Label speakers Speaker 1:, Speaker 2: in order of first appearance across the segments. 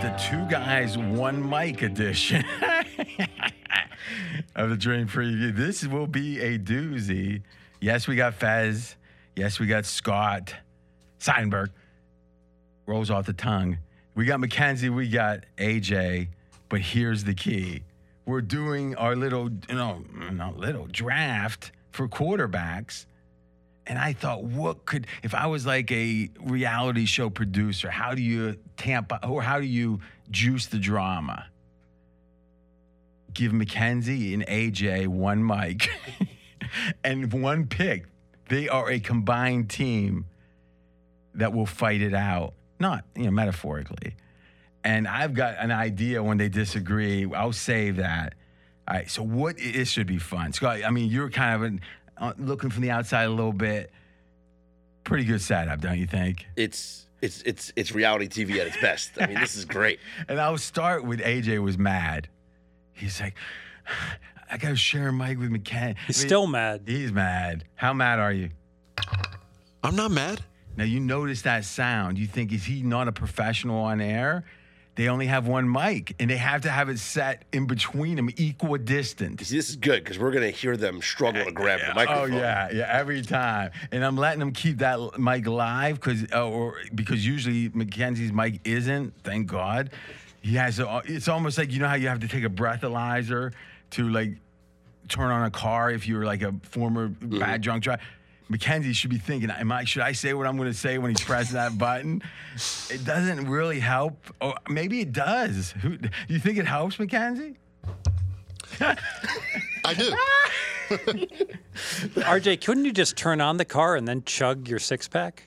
Speaker 1: the two guys, one mic edition of the Dream Preview. This will be a doozy. Yes, we got Fez. Yes, we got Scott Seinberg. Rolls off the tongue. We got Mackenzie. We got AJ. But here's the key: we're doing our little, no, not little draft for quarterbacks. And I thought, what could if I was like a reality show producer? How do you tamp or how do you juice the drama? Give Mackenzie and AJ one mic and one pick. They are a combined team that will fight it out, not you know metaphorically. And I've got an idea when they disagree. I'll save that. All right. So what? It should be fun, Scott. I mean, you're kind of an uh, looking from the outside a little bit. Pretty good setup, don't you think?
Speaker 2: It's it's it's it's reality TV at its best. I mean, this is great.
Speaker 1: And I'll start with AJ was mad. He's like, I gotta share a mic with McKen. I
Speaker 3: He's
Speaker 1: mean,
Speaker 3: still mad.
Speaker 1: He's mad. How mad are you?
Speaker 4: I'm not mad.
Speaker 1: Now you notice that sound. You think is he not a professional on air? They only have one mic, and they have to have it set in between them, equal distance.
Speaker 2: You see, this is good because we're gonna hear them struggle to grab the
Speaker 1: Oh
Speaker 2: microphone.
Speaker 1: yeah, yeah, every time. And I'm letting them keep that l- mic live because, or because usually Mackenzie's mic isn't. Thank God. He has. A, uh, it's almost like you know how you have to take a breathalyzer to like turn on a car if you're like a former bad drunk driver. Mackenzie should be thinking, am I, should I say what I'm going to say when he's pressing that button? It doesn't really help. Or maybe it does. Who, you think it helps, Mackenzie?
Speaker 4: I do.
Speaker 3: RJ, couldn't you just turn on the car and then chug your six pack?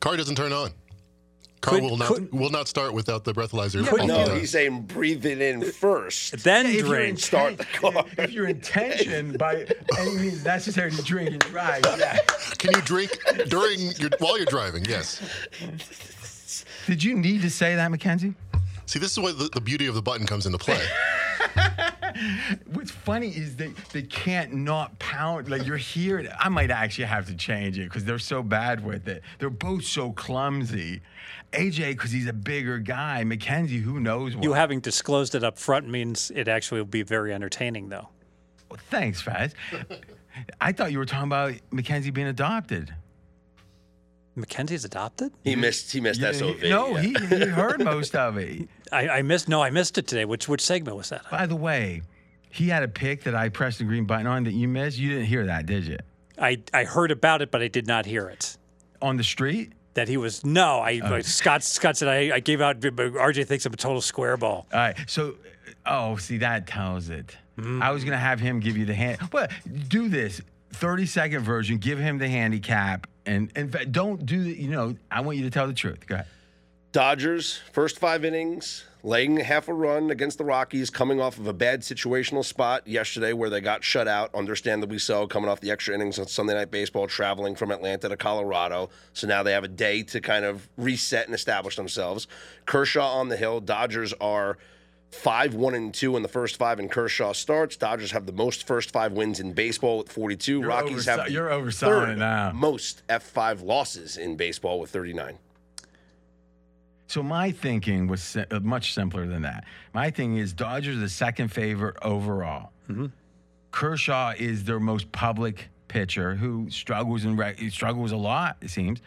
Speaker 4: Car doesn't turn on. Car
Speaker 3: Could-
Speaker 4: will not
Speaker 3: could-
Speaker 4: will not start without the breathalyzer.
Speaker 3: but
Speaker 4: off
Speaker 2: No,
Speaker 4: the-
Speaker 2: he's saying breathe it in first.
Speaker 3: Then
Speaker 1: If your
Speaker 3: drink.
Speaker 2: Start the
Speaker 1: inten-
Speaker 2: car.
Speaker 1: If your intention by any means necessary to drink and drive, yeah.
Speaker 4: Can you drink during your while you're driving? Yes.
Speaker 1: Did you need to say that, Mackenzie?
Speaker 4: See, this is where the, the beauty of the button comes into play.
Speaker 1: What's funny is they they can't not pound like you're here. I might actually have to change it because they're so bad with it. They're both so clumsy. AJ because he's a bigger guy. Mackenzie, who knows what?
Speaker 3: You having disclosed it up front means it actually will be very entertaining, though.
Speaker 1: Well, thanks, Faz. I thought you were talking about Mackenzie being adopted.
Speaker 3: Mackenzie's adopted?
Speaker 2: He missed he missed
Speaker 1: Yeah, he-
Speaker 2: SOV.
Speaker 1: no,
Speaker 2: yeah.
Speaker 1: he, he heard most of it.
Speaker 3: I, I missed. No, I missed it today. Which which segment was that?
Speaker 1: By the way, he had a pick that I pressed the green button on that you missed. You didn't hear that, did you?
Speaker 3: I I heard about it, but I did not hear it.
Speaker 1: On the street?
Speaker 3: That he was no. I
Speaker 1: Oh.
Speaker 3: Scott Scott said I, I gave out. but RJ thinks I'm a total square ball.
Speaker 1: All right. So, oh, see, that tells it. I was going to have him give you the hand. But do this 30 second version, give him the handicap. And in fact, don't do the, you know, I want you to tell the truth. Go ahead.
Speaker 2: Dodgers, first five innings, laying half a run against the Rockies, coming off of a bad situational spot yesterday where they got shut out, understandably so, coming off the extra innings on Sunday Night Baseball, traveling from Atlanta to Colorado. So now they have a day to kind of reset and establish themselves. Kershaw on the hill. Dodgers are five, one, and two in the first five, and Kershaw starts. Dodgers have the most first five wins in baseball with 42.
Speaker 1: oversell-
Speaker 2: Rockies have the
Speaker 1: you're overselling
Speaker 2: third
Speaker 1: it now.
Speaker 2: most F5 losses in baseball with 39.
Speaker 1: So my thinking was si- uh, much simpler than that. My thing is Dodgers are the second favorite overall. Kershaw is their most public pitcher who struggles and re- struggles a lot it seems.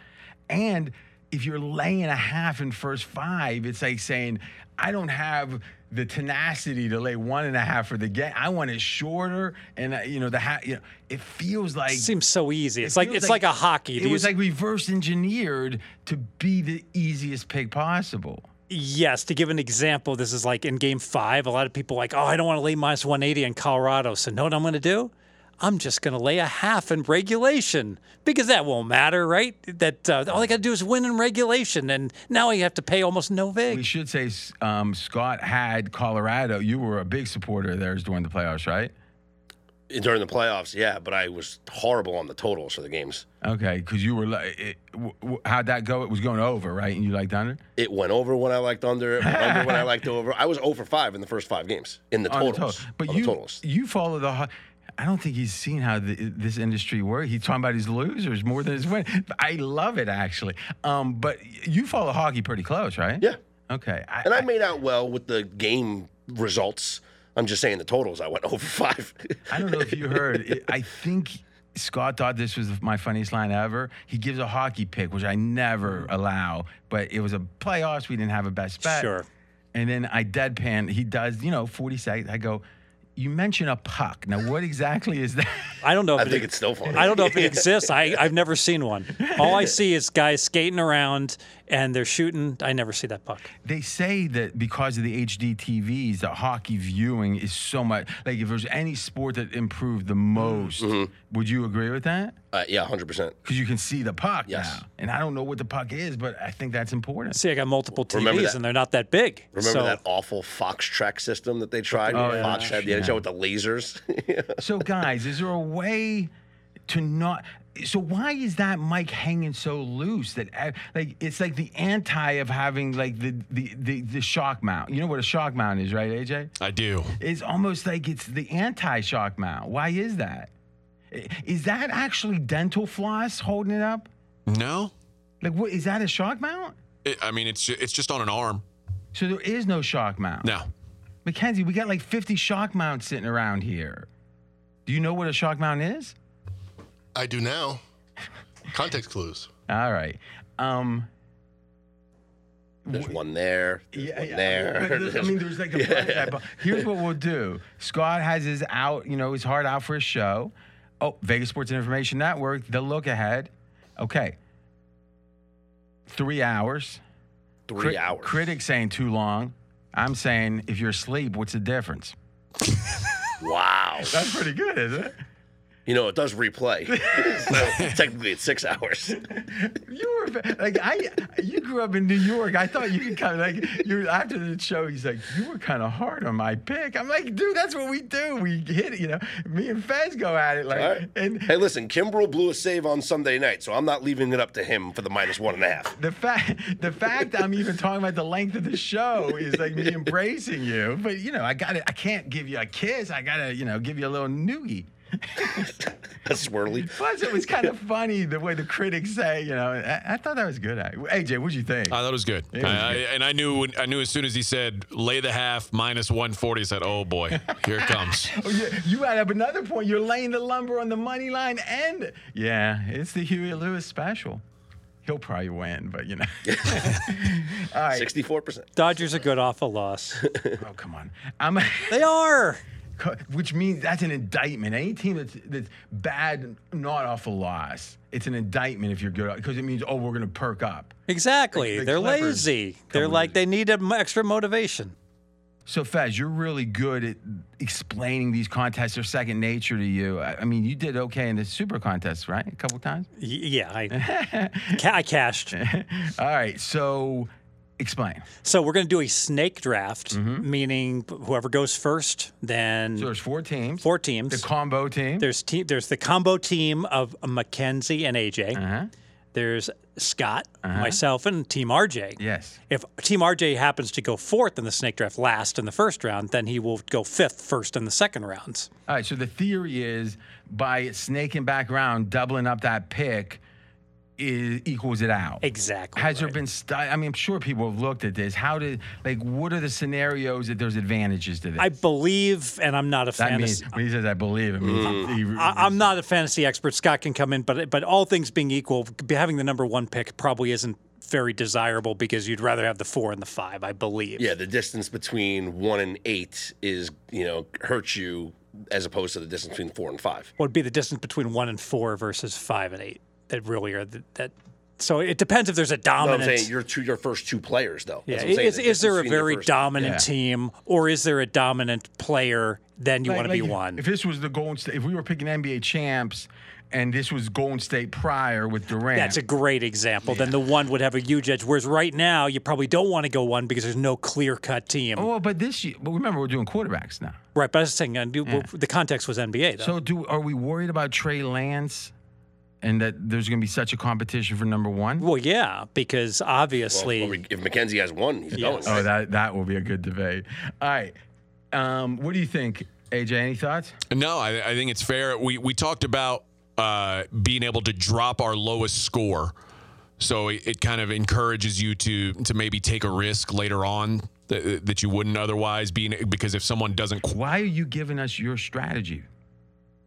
Speaker 1: And if you're laying a half in first five, it's like saying I don't have the tenacity to lay one and a half for the game. I want it shorter, and uh, you know the ha- you know it feels like
Speaker 3: It seems so easy.
Speaker 1: it
Speaker 3: It's like
Speaker 1: feels
Speaker 3: it's like, a hockey.
Speaker 1: It
Speaker 3: Do you
Speaker 1: was
Speaker 3: s-
Speaker 1: like reverse engineered to be the easiest pick possible.
Speaker 3: yes. To give an example, this is like in Game Five. A lot of people like, oh, I don't want to lay minus 180 in Colorado. So know what I'm going to do? I'm just going to lay a half in regulation because that won't matter, right? That uh, all I got to do is win in regulation, and now I have to pay almost no vig.
Speaker 1: We should say um, Scott had Colorado. You were a big supporter of theirs during the playoffs, right?
Speaker 2: during the playoffs, yeah, but I was horrible on the totals for the games.
Speaker 1: Okay, because you were like, it, w- w- how'd that go? It was going over, right? And you liked under
Speaker 2: It went over when I liked under, it went under when I liked over. I was 0 for 5 in the first five games in the
Speaker 1: On
Speaker 2: totals.
Speaker 1: total. But
Speaker 2: on
Speaker 1: you
Speaker 2: the totals.
Speaker 1: you follow the. ho- I don't think he's seen how the, this industry works. He's talking about his losers more than his win. I love it actually. Um, but you follow hockey pretty close, right?
Speaker 2: Yeah.
Speaker 1: Okay. I,
Speaker 2: And I made out well with the game results. I'm just saying the totals. I went over five.
Speaker 1: I don't know if you heard. it- I think Scott thought this was my funniest line ever. He gives a hockey pick, which I never allow, but it was a playoffs. We didn't have a best bet.
Speaker 3: Sure.
Speaker 1: And then I deadpan. He does, you know, 40 seconds. I go, you mention a puck. Now, what exactly is that?
Speaker 3: I don't know. If
Speaker 2: I
Speaker 3: it
Speaker 2: think it's still funny.
Speaker 3: I don't know if it exists. I, I've never seen one. All I see is guys skating around and they're shooting. I never see that puck.
Speaker 1: They say that because of the HD TVs, that hockey viewing is so much. Like, if there's any sport that improved the most, would you agree with that?
Speaker 2: Uh, yeah, 100%.
Speaker 1: Because you can see the puck
Speaker 2: Yes.
Speaker 1: now. And I don't know what the puck is, but I think that's important.
Speaker 3: See, I got multiple
Speaker 2: Remember
Speaker 3: TVs
Speaker 2: that-
Speaker 3: and they're not that big.
Speaker 2: Remember
Speaker 3: so
Speaker 2: that awful Fox track system that they tried?
Speaker 1: Oh, yeah.
Speaker 2: Fox had the
Speaker 1: Yeah.
Speaker 2: NHL with the lasers.
Speaker 1: So, guys, is there a way to not? So, why is that mic hanging so loose that uh, like it's like the anti of having like the the the, the shock mount? You know what a shock mount is, right, AJ?
Speaker 4: I do.
Speaker 1: It's almost like it's the anti shock mount. Why is that? I- Is that actually dental floss holding it up?
Speaker 4: No,
Speaker 1: Like, what is that a shock mount?
Speaker 4: It- I mean it's ju- it's just on an arm.
Speaker 1: So there is no shock mount.
Speaker 4: No,
Speaker 1: Mackenzie, we got like 50 shock mounts sitting around here. Do you know what a shock mount is?
Speaker 4: I do now. Context clues.
Speaker 1: All right. Um,
Speaker 2: There's one there. There's one there.
Speaker 1: But there's- I mean, there's like a bunch. I bu- Here's what we'll do. Scott has his out, you know, his heart out for his show. Oh, Vegas Sports and Information Network, the look ahead. Okay. Three hours.
Speaker 2: three
Speaker 1: Cri-
Speaker 2: hours.
Speaker 1: Critics saying too long. I'm saying if you're asleep, what's the difference?
Speaker 2: Wow.
Speaker 1: That's pretty good, isn't it?
Speaker 2: You know, it does replay. so technically, it's six hours.
Speaker 1: You were like I. You grew up in New York. I thought you could kind of like you. were- After the show, he's like, "You were kind of hard on my pick." I'm like, "Dude, that's what we do. We hit it. You know, me and Fez go at it. Like,
Speaker 2: All right.
Speaker 1: and
Speaker 2: hey, listen, Kimbrell blew a save on Sunday night, so I'm not leaving it up to him for the minus one and a half.
Speaker 1: the fact, the fact I'm even talking about the length of the show is like me embracing you. But you know, I got to I can't give you a kiss. I gotta, you know, give you a little noogie.
Speaker 2: A swirly.
Speaker 1: Plus, it was kind of funny the way the critics say. You know, I, I thought that was good. AJ, what'd you think?
Speaker 4: I thought it Uh, was good.
Speaker 1: It was
Speaker 4: I- I- and I knew when, I knew as soon as he said lay the half minus 140. I said, oh boy, here it comes.
Speaker 1: Oh, you, you add up another point. You're laying the lumber on the money line, and yeah, it's the Huey Lewis special. He'll probably win, but you know. All right.
Speaker 2: 64%.
Speaker 3: Dodgers are good off a loss.
Speaker 1: Oh, come on. I'm,
Speaker 3: they are.
Speaker 1: which means that's an indictment. Any team that's, that's bad, not off a loss, it's an indictment if you're good because it means oh we're gonna perk up. The-
Speaker 3: Exactly.
Speaker 1: the
Speaker 3: they're
Speaker 1: Clippers
Speaker 3: lazy.
Speaker 1: come
Speaker 3: They're like
Speaker 1: lazy.
Speaker 3: they need a m- extra motivation.
Speaker 1: So Fez, you're really good at explaining these contests. They're second nature to you. I, I mean, you did okay in the super contest, right? A couple times.
Speaker 3: Y- yeah, I, ca- I cashed.
Speaker 1: All right. So explain.
Speaker 3: So we're going to do a snake draft, meaning whoever goes first, then
Speaker 1: Mm-hmm. So there's four teams.
Speaker 3: four teams.
Speaker 1: The combo team.
Speaker 3: There's team. There's the combo team of Mackenzie and AJ.
Speaker 1: Uh-huh.
Speaker 3: There's Scott, myself, and Team RJ.
Speaker 1: Yes.
Speaker 3: If Team RJ happens to go fourth in the snake draft, last in the first round, then he will go fifth, first in the second rounds.
Speaker 1: All right. So the theory is by snaking back around, doubling up that pick is, equals it out.
Speaker 3: Exactly.
Speaker 1: Has there been? Stu- I mean, I'm sure people have looked at this. How did like? What are the scenarios that there's advantages to this?
Speaker 3: I believe, and I'm not a
Speaker 1: that
Speaker 3: fan.
Speaker 1: means
Speaker 3: of,
Speaker 1: when he says I believe, it means he-
Speaker 3: Mm.
Speaker 2: Mm-hmm.
Speaker 3: I, I'm not a fantasy expert. Scott can come in, but but all things being equal, having the number one pick probably isn't very desirable because you'd rather have the four and the five, I believe.
Speaker 2: Yeah, the distance between one and eight is, you know, hurts you as opposed to the distance between four and five.
Speaker 3: What would be the distance between one and four versus five and eight? That really are th- that. So it depends if there's a
Speaker 2: No, I'm
Speaker 3: dominant.
Speaker 2: saying your two, your first two players though.
Speaker 3: yeah,
Speaker 2: That's what I'm saying,
Speaker 3: is,
Speaker 2: the
Speaker 3: is there a
Speaker 2: distance between your
Speaker 3: very
Speaker 2: first-
Speaker 3: dominant
Speaker 1: Yeah.
Speaker 3: team, or is there a dominant player? Then you
Speaker 1: Like-
Speaker 3: want to
Speaker 1: like
Speaker 3: be
Speaker 1: if-
Speaker 3: one.
Speaker 1: If this was the Golden State, if we were picking NBA champs, and this was Golden State prior with Durant,
Speaker 3: That's a great example. Then the one would have a huge edge. Whereas right now, you probably don't want to go one because there's no clear cut team.
Speaker 1: Oh, but this year, but remember we're doing quarterbacks now.
Speaker 3: Right, but I was saying uh, do- well, the context was NBA though.
Speaker 1: Mm. So do are we worried about Trey Lance and that there's going to be such a competition for number 1?
Speaker 3: well, yeah, because obviously
Speaker 2: Well, we- if McKenzie has one, he's going.
Speaker 1: Oh, that that will be a good debate. All right. Um, what do you think, AJ? Any thoughts?
Speaker 4: No, I, I think it's fair. We we talked about uh, being able to drop our lowest score. So it, it kind of encourages you to to maybe take a risk later on that, that you wouldn't otherwise be in, because if someone doesn't qu-
Speaker 1: Why are you giving us your strategy?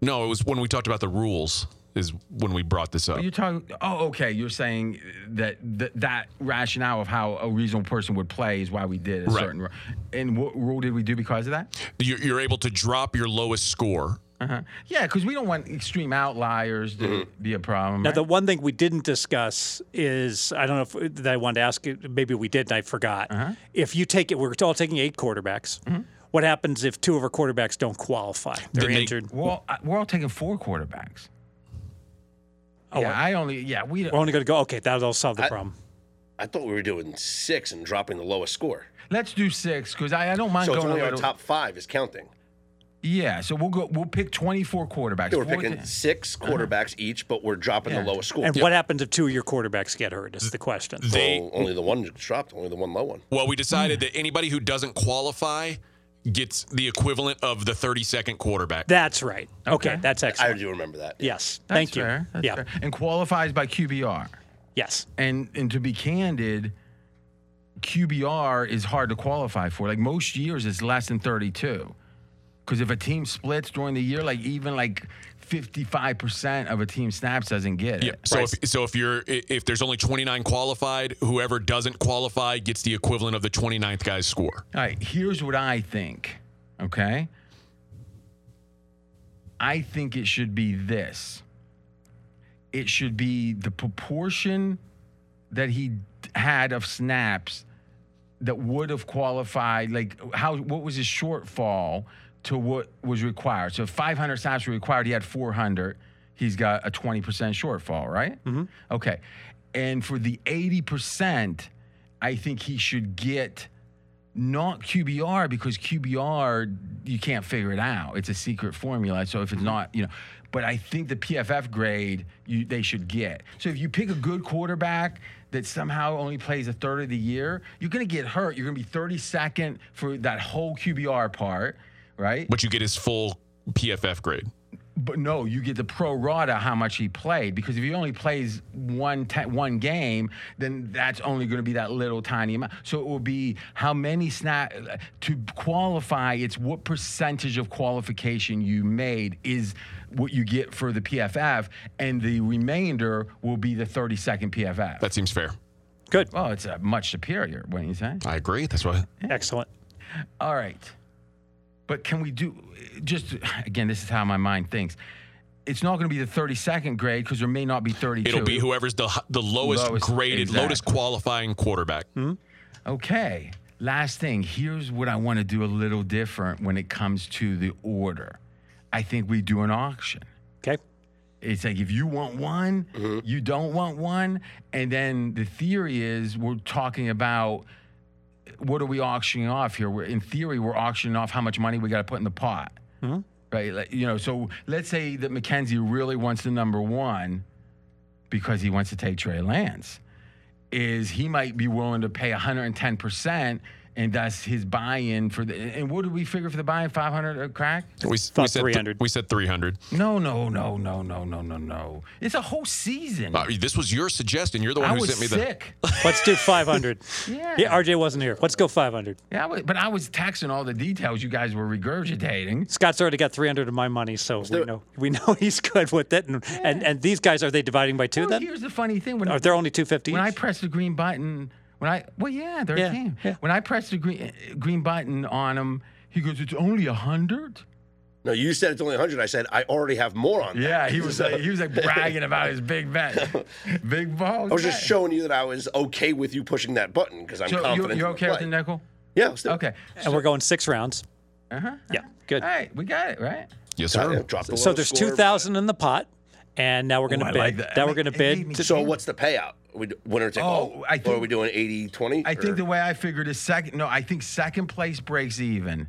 Speaker 4: no, it was when we talked about the rules is when we brought this up.
Speaker 1: You're talking. Oh, okay. You're saying that th- that rationale of how a reasonable person would play is why we did a
Speaker 4: Right.
Speaker 1: certain rule. And what rule did we do because of that?
Speaker 4: You're, you're able to drop your lowest score.
Speaker 1: Uh-huh. Yeah, because we don't want extreme outliers to be a problem.
Speaker 3: Mm-hmm. Now,
Speaker 1: right?
Speaker 3: the one thing we didn't discuss is I don't know if uh, that I wanted to ask you. Maybe we did, and I forgot.
Speaker 1: Uh-huh.
Speaker 3: If you take it, we're all taking eight quarterbacks.
Speaker 1: Mm-hmm.
Speaker 3: What happens if two of our quarterbacks don't qualify? They're
Speaker 4: Then they-
Speaker 3: injured.
Speaker 1: we're, all, I- we're all taking four quarterbacks.
Speaker 3: Oh,
Speaker 1: yeah, I only. Yeah, we.
Speaker 3: We're only going to go. Okay, that'll solve the problem.
Speaker 2: I thought we were doing six and dropping the lowest score.
Speaker 1: Let's do six because I, I don't mind
Speaker 2: So it's
Speaker 1: going.
Speaker 2: only
Speaker 1: a
Speaker 2: our
Speaker 1: little-
Speaker 2: top five is counting.
Speaker 1: Yeah, so we'll go. We'll pick twenty-four quarterbacks.
Speaker 2: We're
Speaker 1: Four
Speaker 2: picking
Speaker 1: to- Uh-huh.
Speaker 2: six quarterbacks each, but we're dropping
Speaker 1: Yeah.
Speaker 2: the lowest score.
Speaker 3: And what happens if two of your quarterbacks get hurt? Is the question.
Speaker 4: They
Speaker 2: Well, only the one dropped, only the one low one.
Speaker 4: Well, we decided that anybody who doesn't qualify gets the equivalent of the 30 second quarterback.
Speaker 3: That's right. Okay,
Speaker 1: Okay.
Speaker 3: that's
Speaker 2: I
Speaker 3: excellent.
Speaker 2: do remember that.
Speaker 3: yes.
Speaker 1: That's
Speaker 3: Thank you.
Speaker 1: fair, that's
Speaker 3: yeah.
Speaker 1: fair. And qualifies by QBR.
Speaker 3: Yes.
Speaker 1: And and to be candid, QBR is hard to qualify for. Like most years, it's less than thirty-two. Because if a team splits during the year, like even like fifty-five percent of a team snaps doesn't get it.
Speaker 4: yeah. So if so if you're i- if there's only 29 qualified, whoever doesn't qualify gets the equivalent of the 29th guy's score.
Speaker 1: All right, here's what I think. Okay. I think it should be this. It should be the proportion that he d- had of snaps that would have qualified like how what was his shortfall to what was required. So if 500 snaps were required, he had 400. He's got a 20% shortfall, right? Mm-hmm. Okay. And for the 80%, I think he should get not QBR because QBR you can't figure it out. It's a secret formula. So if it's not, you know, but I think the PFF grade you they should get. So if you pick a good quarterback that somehow only plays a third of the year, you're going to get hurt. You're going to be 32nd for that whole QBR part, right?
Speaker 4: But you get his full PFF grade.
Speaker 1: But no, you get the pro rata how much he played because if he only plays one te- one game, then that's only going to be that little tiny amount. So it will be how many snap to qualify. It's what percentage of qualification you made is what you get for the PFF, and the remainder will be the thirty second PFF.
Speaker 4: That seems fair.
Speaker 3: Good.
Speaker 1: well, it's a much superior, wouldn't you say?
Speaker 4: I agree. That's why.
Speaker 3: Excellent.
Speaker 1: All right. But can we do just again, this is how my mind thinks. It's not going to be the 32nd grade because there may not be 32.
Speaker 4: It'll be whoever's the h- the lowest,
Speaker 1: Lowest,
Speaker 4: graded, lowest
Speaker 1: exactly.
Speaker 4: qualifying quarterback.
Speaker 1: Okay. Last thing, here's what I want to do a little different when it comes to the order. I think we do an auction.
Speaker 3: Okay.
Speaker 1: It's like if you want one, you don't want one. And then the theory is we're talking about what are we auctioning off here? We're, in theory, we're auctioning off how much money we got to put in the pot. Right? Like, you know, so let's say that McKenzie really wants the number one because he wants to take Trey Lance. Is he might be willing to pay 110% and thus his buy in for the. And what did we figure for the buy in? 500 a crack?
Speaker 4: We, s-
Speaker 3: Thought
Speaker 4: we said th-
Speaker 3: 300.
Speaker 4: we said 300.
Speaker 1: No, no, no, no, no, no, no, no. It's a whole season.
Speaker 4: Uh, this was your suggestion. You're the one
Speaker 1: I
Speaker 4: who
Speaker 1: was
Speaker 4: sent me the.
Speaker 1: sick.
Speaker 3: Let's do 500.
Speaker 1: Yeah.
Speaker 3: RJ wasn't here. Let's go 500.
Speaker 1: yeah, I was, but I was texting all the details you guys were regurgitating.
Speaker 3: Scott's already got 300 of my money, so we
Speaker 2: do it.
Speaker 3: know we know he's good with it. And, and and these guys are they dividing by two
Speaker 1: Well,
Speaker 3: then?
Speaker 1: here's the funny thing: when
Speaker 3: Are there only 250?
Speaker 1: when I
Speaker 3: each?
Speaker 1: pressed the green button, when I well, yeah, there
Speaker 3: Yeah,
Speaker 1: it came.
Speaker 3: yeah.
Speaker 1: When I pressed the green uh, green button on him, he goes, "It's only a hundred?
Speaker 2: No, you said it's only 100. I said I already have more on that.
Speaker 1: Yeah, he was like, he was like bragging about his big bet, big balls.
Speaker 2: I was just showing you that I was okay with you pushing that button because I'm
Speaker 1: So
Speaker 2: confident.
Speaker 1: you're,
Speaker 2: in
Speaker 1: you're
Speaker 2: the
Speaker 1: okay
Speaker 2: play.
Speaker 1: with the nickel?
Speaker 2: Yeah, let's do it.
Speaker 1: Okay.
Speaker 3: and we're going six rounds.
Speaker 1: Uh huh.
Speaker 3: Yeah, good.
Speaker 1: All right, we got it right.
Speaker 4: Yes,
Speaker 2: Got
Speaker 4: sir.
Speaker 2: it. Drop the
Speaker 3: So
Speaker 2: low
Speaker 3: there's
Speaker 2: score.
Speaker 3: 2,000 in the pot, and now we're going to
Speaker 1: Oh, I
Speaker 3: bid.
Speaker 1: like that.
Speaker 3: Now
Speaker 1: I
Speaker 3: we're
Speaker 1: mean,
Speaker 3: going to
Speaker 1: it
Speaker 3: bid.
Speaker 1: gave me
Speaker 3: to-
Speaker 2: So what's the payout? We do- winner take all.
Speaker 1: Oh, I
Speaker 2: or are
Speaker 1: think-
Speaker 2: we doing 80 20?
Speaker 1: I think the way I figured is second. No, I think second place breaks even.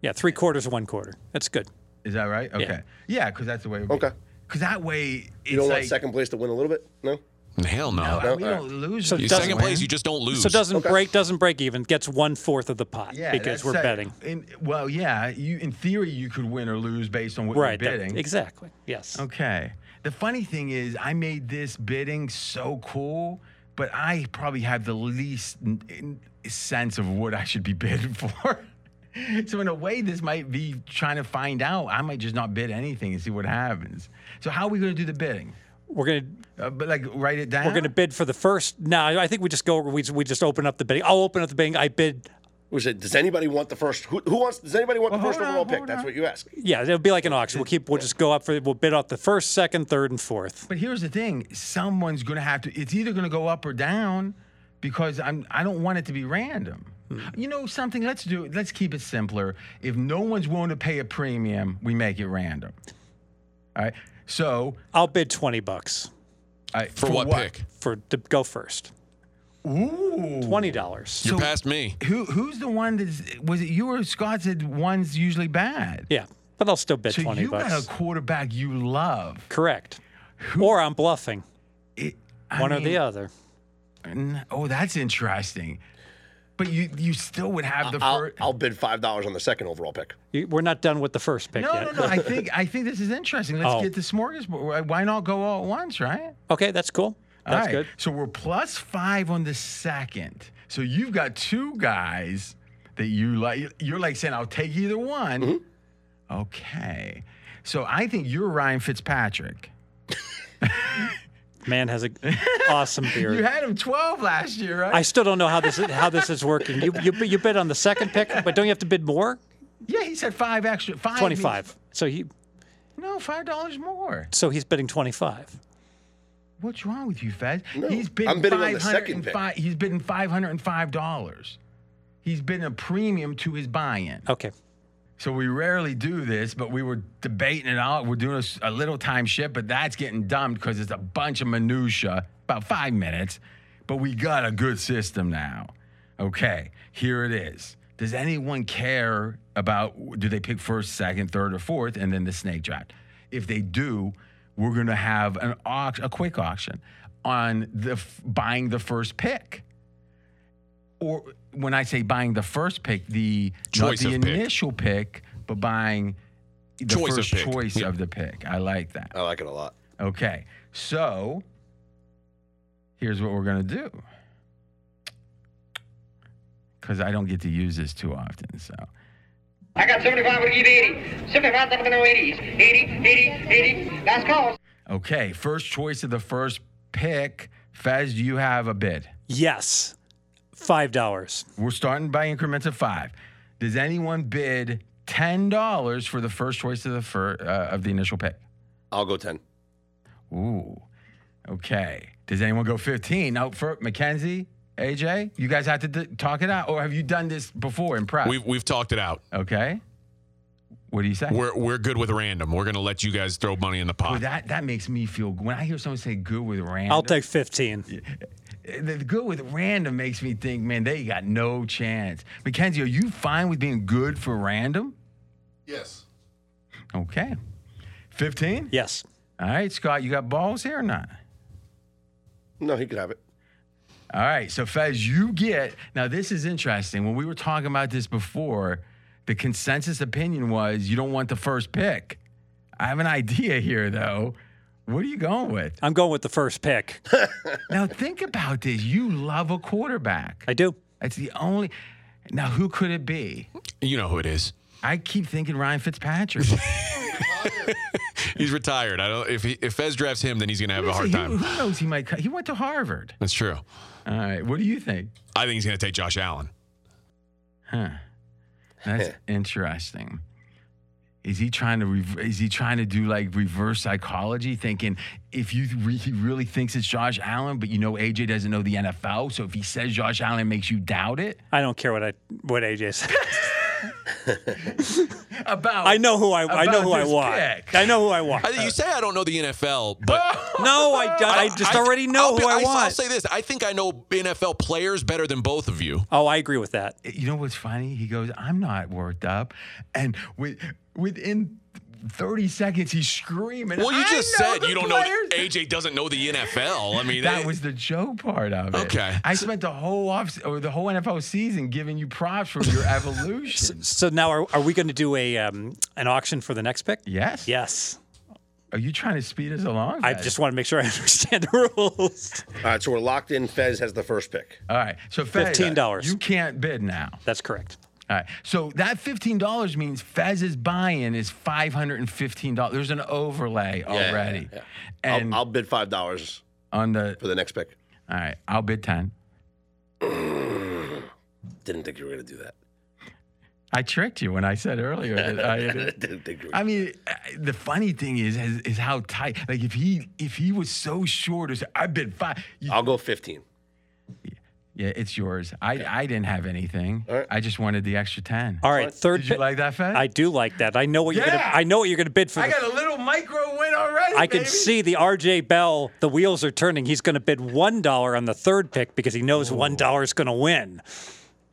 Speaker 3: yeah, three quarters, one quarter. That's good.
Speaker 1: Is that right? Okay. Yeah, because that's the way. It would
Speaker 2: Okay.
Speaker 1: Because that way, it's
Speaker 2: you don't
Speaker 1: like
Speaker 2: want second place to win a little bit. No.
Speaker 4: Hell no.
Speaker 1: uh, we
Speaker 2: No,
Speaker 1: don't lose.
Speaker 3: So
Speaker 1: we
Speaker 4: You
Speaker 1: don't
Speaker 3: doesn't
Speaker 4: second
Speaker 1: win.
Speaker 4: place, you just don't lose.
Speaker 3: So doesn't
Speaker 2: Okay.
Speaker 3: break doesn't break even. Gets one fourth of the pot
Speaker 1: Yeah,
Speaker 3: because
Speaker 1: that's
Speaker 3: we're
Speaker 1: sec-
Speaker 3: betting.
Speaker 1: In, well, yeah. You in theory you could win or lose based on what
Speaker 3: Right.
Speaker 1: you're
Speaker 3: that-
Speaker 1: bidding.
Speaker 3: exactly. Yes.
Speaker 1: okay. The funny thing is, I made this bidding so cool, but I probably have the least n- n- sense of what I should be bidding for. so in a way, this might be trying to find out. I might just not bid anything and see what happens. So how are we going to do the bidding?
Speaker 3: We're gonna
Speaker 1: Uh, but like write it down.
Speaker 3: we're gonna bid for the first. No, I think we just go. We just, we just open up the bidding. I'll open up the bidding. I bid.
Speaker 2: We said, does anybody want the first? Who, who wants? Does anybody want the
Speaker 1: Well,
Speaker 2: first
Speaker 1: hold on,
Speaker 2: overall pick?
Speaker 1: hold
Speaker 2: That's
Speaker 1: on.
Speaker 2: what you ask.
Speaker 3: Yeah, it'll be like an auction. We'll keep. We'll just go up for. We'll bid off the first, second, third, and fourth.
Speaker 1: But here's the thing: someone's going to have to. It's either going to go up or down, because I'm. I don't want it to be random.
Speaker 3: Hmm.
Speaker 1: You know something? Let's do. it. Let's keep it simpler. If no one's willing to pay a premium, we make it random. All right. So
Speaker 3: I'll bid twenty bucks
Speaker 1: I
Speaker 4: For, what, pick?
Speaker 3: for to go first.
Speaker 1: Ooh.
Speaker 3: Twenty dollars.
Speaker 4: You're
Speaker 1: So-
Speaker 4: past me.
Speaker 1: Who who's the one that was it? You or Scott said one's usually bad.
Speaker 3: Yeah, but I'll still bid
Speaker 1: So
Speaker 3: twenty
Speaker 1: you
Speaker 3: bucks.
Speaker 1: got a quarterback you love.
Speaker 3: Correct. Or I'm bluffing.
Speaker 1: It, I
Speaker 3: One or
Speaker 1: mean,
Speaker 3: the other.
Speaker 1: n- Oh, that's interesting. But you you still would have the
Speaker 2: I'll,
Speaker 1: first.
Speaker 2: I'll bid five dollars on the second overall pick.
Speaker 3: You- We're not done with the first pick
Speaker 1: No,
Speaker 3: yet.
Speaker 1: no, no. I think I think this is interesting. Let's
Speaker 3: Oh.
Speaker 1: get the smorgasbord. Why not go all at once, right?
Speaker 3: okay, that's cool.
Speaker 1: All
Speaker 3: That's
Speaker 1: right.
Speaker 3: good.
Speaker 1: So we're plus five on the second. So you've got two guys that you like. You're like saying, "I'll take either one."
Speaker 3: Mm-hmm.
Speaker 1: Okay. So I think you're Ryan Fitzpatrick.
Speaker 3: Man has a awesome beard.
Speaker 1: You had him 12 last year, right?
Speaker 3: I still don't know how this is, how this is working. You, you you bid on the second pick, but don't you have to bid more?
Speaker 1: yeah, he said five extra. Five. means-
Speaker 3: Twenty five. So he
Speaker 1: no, five dollars more.
Speaker 3: so he's bidding twenty five.
Speaker 1: What's wrong with you, Fez?
Speaker 2: No,
Speaker 1: he's bidding
Speaker 2: I'm bidding on
Speaker 1: 505
Speaker 2: the second pick.
Speaker 1: He's bidding five hundred and five dollars. He's bidding a premium to his buy-in.
Speaker 3: Okay.
Speaker 1: So we rarely do this, but we were debating it out. We're doing a s- a, little time shift, but that's getting dumbed because it's a bunch of minutia, about five minutes. But we got a good system now. Okay, here it is. Does anyone care about do they pick first, second, third, or fourth, and then the snake draft? If they do, we're gonna have an auction, a quick auction on the f- buying the first pick. Or when I say buying the first pick, the
Speaker 4: Choice
Speaker 1: not the
Speaker 4: of pick.
Speaker 1: initial pick, but buying the
Speaker 4: Choice of
Speaker 1: first
Speaker 4: pick.
Speaker 1: choice
Speaker 4: Yeah.
Speaker 1: of the pick. I like that.
Speaker 2: I like it a lot.
Speaker 1: Okay, so here's what we're gonna do. Because I don't get to use this too often, so
Speaker 5: I got 75 with E 80. 75, then I'm going to 80s. 80, 80, 80. Last call.
Speaker 1: okay. First choice of the first pick. Fez, do you have a bid?
Speaker 3: Yes. Five dollars.
Speaker 1: We're starting by increments of five. Does anyone bid ten dollars for the first choice of the fir- uh, of the initial pick?
Speaker 2: I'll go ten.
Speaker 1: Ooh, okay. Does anyone go fifteen? Now for Mackenzie, AJ, you guys have to d- talk it out, or have you done this before in prep?
Speaker 4: We've we've talked it out.
Speaker 1: okay. What do you say?
Speaker 4: We're we're good with random. We're gonna let you guys throw money in the
Speaker 1: Boy,
Speaker 4: pot.
Speaker 1: that that makes me feel good. when I hear someone say "good with random." eh,
Speaker 3: I'll take fifteen.
Speaker 1: the the good with random makes me think, man, they got no chance. Mackenzie, are you fine with being good for random?
Speaker 6: Yes.
Speaker 1: Okay. 15?
Speaker 3: Yes.
Speaker 1: All right, Scott, you got balls here or not?
Speaker 2: No, he could have it.
Speaker 1: All right, so Fez, you get. Now, this is interesting. When we were talking about this before, the consensus opinion was you don't want the first pick. I have an idea here, though. What are you going with?
Speaker 3: I'm going with the first pick.
Speaker 1: now, think about this. You love a quarterback.
Speaker 3: I do.
Speaker 1: That's the only. Now, who could it be?
Speaker 4: You know who it is.
Speaker 1: I keep thinking Ryan Fitzpatrick.
Speaker 4: He's retired. I don't. If he, if Fez drafts him, then he's gonna have a hard
Speaker 1: Who-
Speaker 4: time.
Speaker 1: who knows? He might. cut- He went to Harvard.
Speaker 4: That's true.
Speaker 1: All right. What do you think?
Speaker 4: I think he's gonna take Josh Allen.
Speaker 1: Huh. That's interesting. Is he trying to rev- is he trying to do like reverse psychology, thinking if you re- he really thinks it's Josh Allen, but you know AJ doesn't know the NFL, so if he says Josh Allen it makes you doubt it
Speaker 3: I don't care what I what AJ said.
Speaker 1: about
Speaker 3: I know who I I know
Speaker 1: About
Speaker 3: who I
Speaker 1: this
Speaker 3: want.
Speaker 1: pick.
Speaker 3: I know who I want.
Speaker 4: I,
Speaker 1: Uh,
Speaker 4: you say I don't know the NFL, but
Speaker 1: Oh!
Speaker 3: no, I, I just already know
Speaker 4: I'll be-
Speaker 3: who I,
Speaker 4: I'll
Speaker 3: want.
Speaker 4: say this: I think I know NFL players better than both of you.
Speaker 3: oh, I agree with that.
Speaker 1: you know what's funny? He goes, "I'm not worked up," and with within. 30 seconds he's screaming.
Speaker 4: Well, you
Speaker 1: "I
Speaker 4: just
Speaker 1: know
Speaker 4: said
Speaker 1: the
Speaker 4: you don't
Speaker 1: players."
Speaker 4: know AJ doesn't know the NFL. I mean,
Speaker 1: That
Speaker 4: it-
Speaker 1: was the joke part of it.
Speaker 4: Okay.
Speaker 1: I spent the whole off or the whole NFL season giving you props for your evolution.
Speaker 3: So now are, are we going to do a um, an auction for the next pick?
Speaker 1: yes.
Speaker 3: Yes.
Speaker 1: Are you trying to speed us along?
Speaker 3: I
Speaker 1: guys?
Speaker 3: just want to make sure I understand the rules.
Speaker 2: All right, so we're locked in. Fez has the first pick.
Speaker 1: All right. So Fez,
Speaker 3: $15.
Speaker 1: You can't bid now.
Speaker 3: That's correct.
Speaker 1: All right. So that fifteen dollars means Fez's buy-in is five hundred and fifteen dollars. There's an overlay
Speaker 2: yeah,
Speaker 1: already,
Speaker 2: yeah.
Speaker 1: and
Speaker 2: I'll, I'll bid five dollars
Speaker 1: on the
Speaker 2: for the next pick.
Speaker 1: all right, I'll bid ten.
Speaker 2: Didn't think you were gonna do that.
Speaker 1: I tricked you when I said earlier that I.
Speaker 2: Didn't think you were.
Speaker 1: I mean, I- the funny thing is, is, is how tight. Like if he if he was so short, as I bid five. You,
Speaker 3: Oh.
Speaker 2: I'll go fifteen.
Speaker 1: yeah, it's yours. I I didn't have anything.
Speaker 2: All right.
Speaker 1: I just wanted the extra ten.
Speaker 3: All right, third
Speaker 1: Did you
Speaker 3: pick.
Speaker 1: like that, Fez?
Speaker 3: I do like that. I know what you're
Speaker 1: Yeah.
Speaker 3: gonna. I know what you're gonna bid for.
Speaker 1: I
Speaker 3: the-
Speaker 1: got a little micro win already.
Speaker 3: I can
Speaker 1: baby.
Speaker 3: see the RJ Bell. The wheels are turning. He's going to bid one dollar on the third pick because he knows one dollar is going to win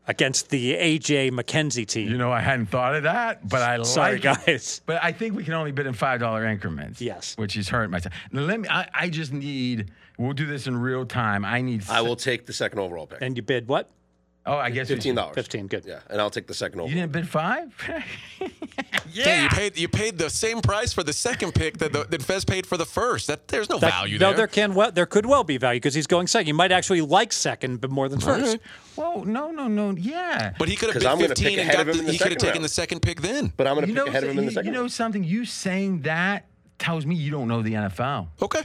Speaker 3: against the AJ McKenzie team.
Speaker 1: You know, I hadn't thought of that, but I
Speaker 3: Sorry,
Speaker 1: like it.
Speaker 3: guys.
Speaker 1: But I think we can only bid in five dollar increments.
Speaker 3: Yes.
Speaker 1: which is hurting myself. Now, let me. I, I just need. We'll do this in real time. I need.
Speaker 2: I will take the second overall pick.
Speaker 3: And you bid what?
Speaker 1: Oh, I guess you-
Speaker 2: Fifteen dollars.
Speaker 3: Fifteen. Good.
Speaker 2: Yeah, and I'll take the second
Speaker 1: You
Speaker 2: overall.
Speaker 1: didn't bid five.
Speaker 4: Yeah, you paid you paid the same price for the second pick that the, that Fez paid for the first. That there's no
Speaker 3: That-
Speaker 4: value
Speaker 3: no,
Speaker 4: there.
Speaker 3: there can well there could well be value because he's going second. You might actually like second, but more than first.
Speaker 1: Whoa, no, no, no. Yeah.
Speaker 4: But he could have
Speaker 2: 'Cause
Speaker 4: bid
Speaker 2: I'm gonna pick
Speaker 4: 15 and
Speaker 2: ahead
Speaker 4: got
Speaker 2: of him
Speaker 4: the,
Speaker 2: in the
Speaker 4: he could have
Speaker 2: second
Speaker 4: taken
Speaker 2: round.
Speaker 4: the second pick then.
Speaker 2: But I'm gonna
Speaker 1: you
Speaker 2: pick
Speaker 1: know,
Speaker 2: ahead of him in the
Speaker 1: you,
Speaker 2: second.
Speaker 1: you know
Speaker 2: round.
Speaker 1: something. You saying that tells me you don't know the NFL.
Speaker 4: Okay.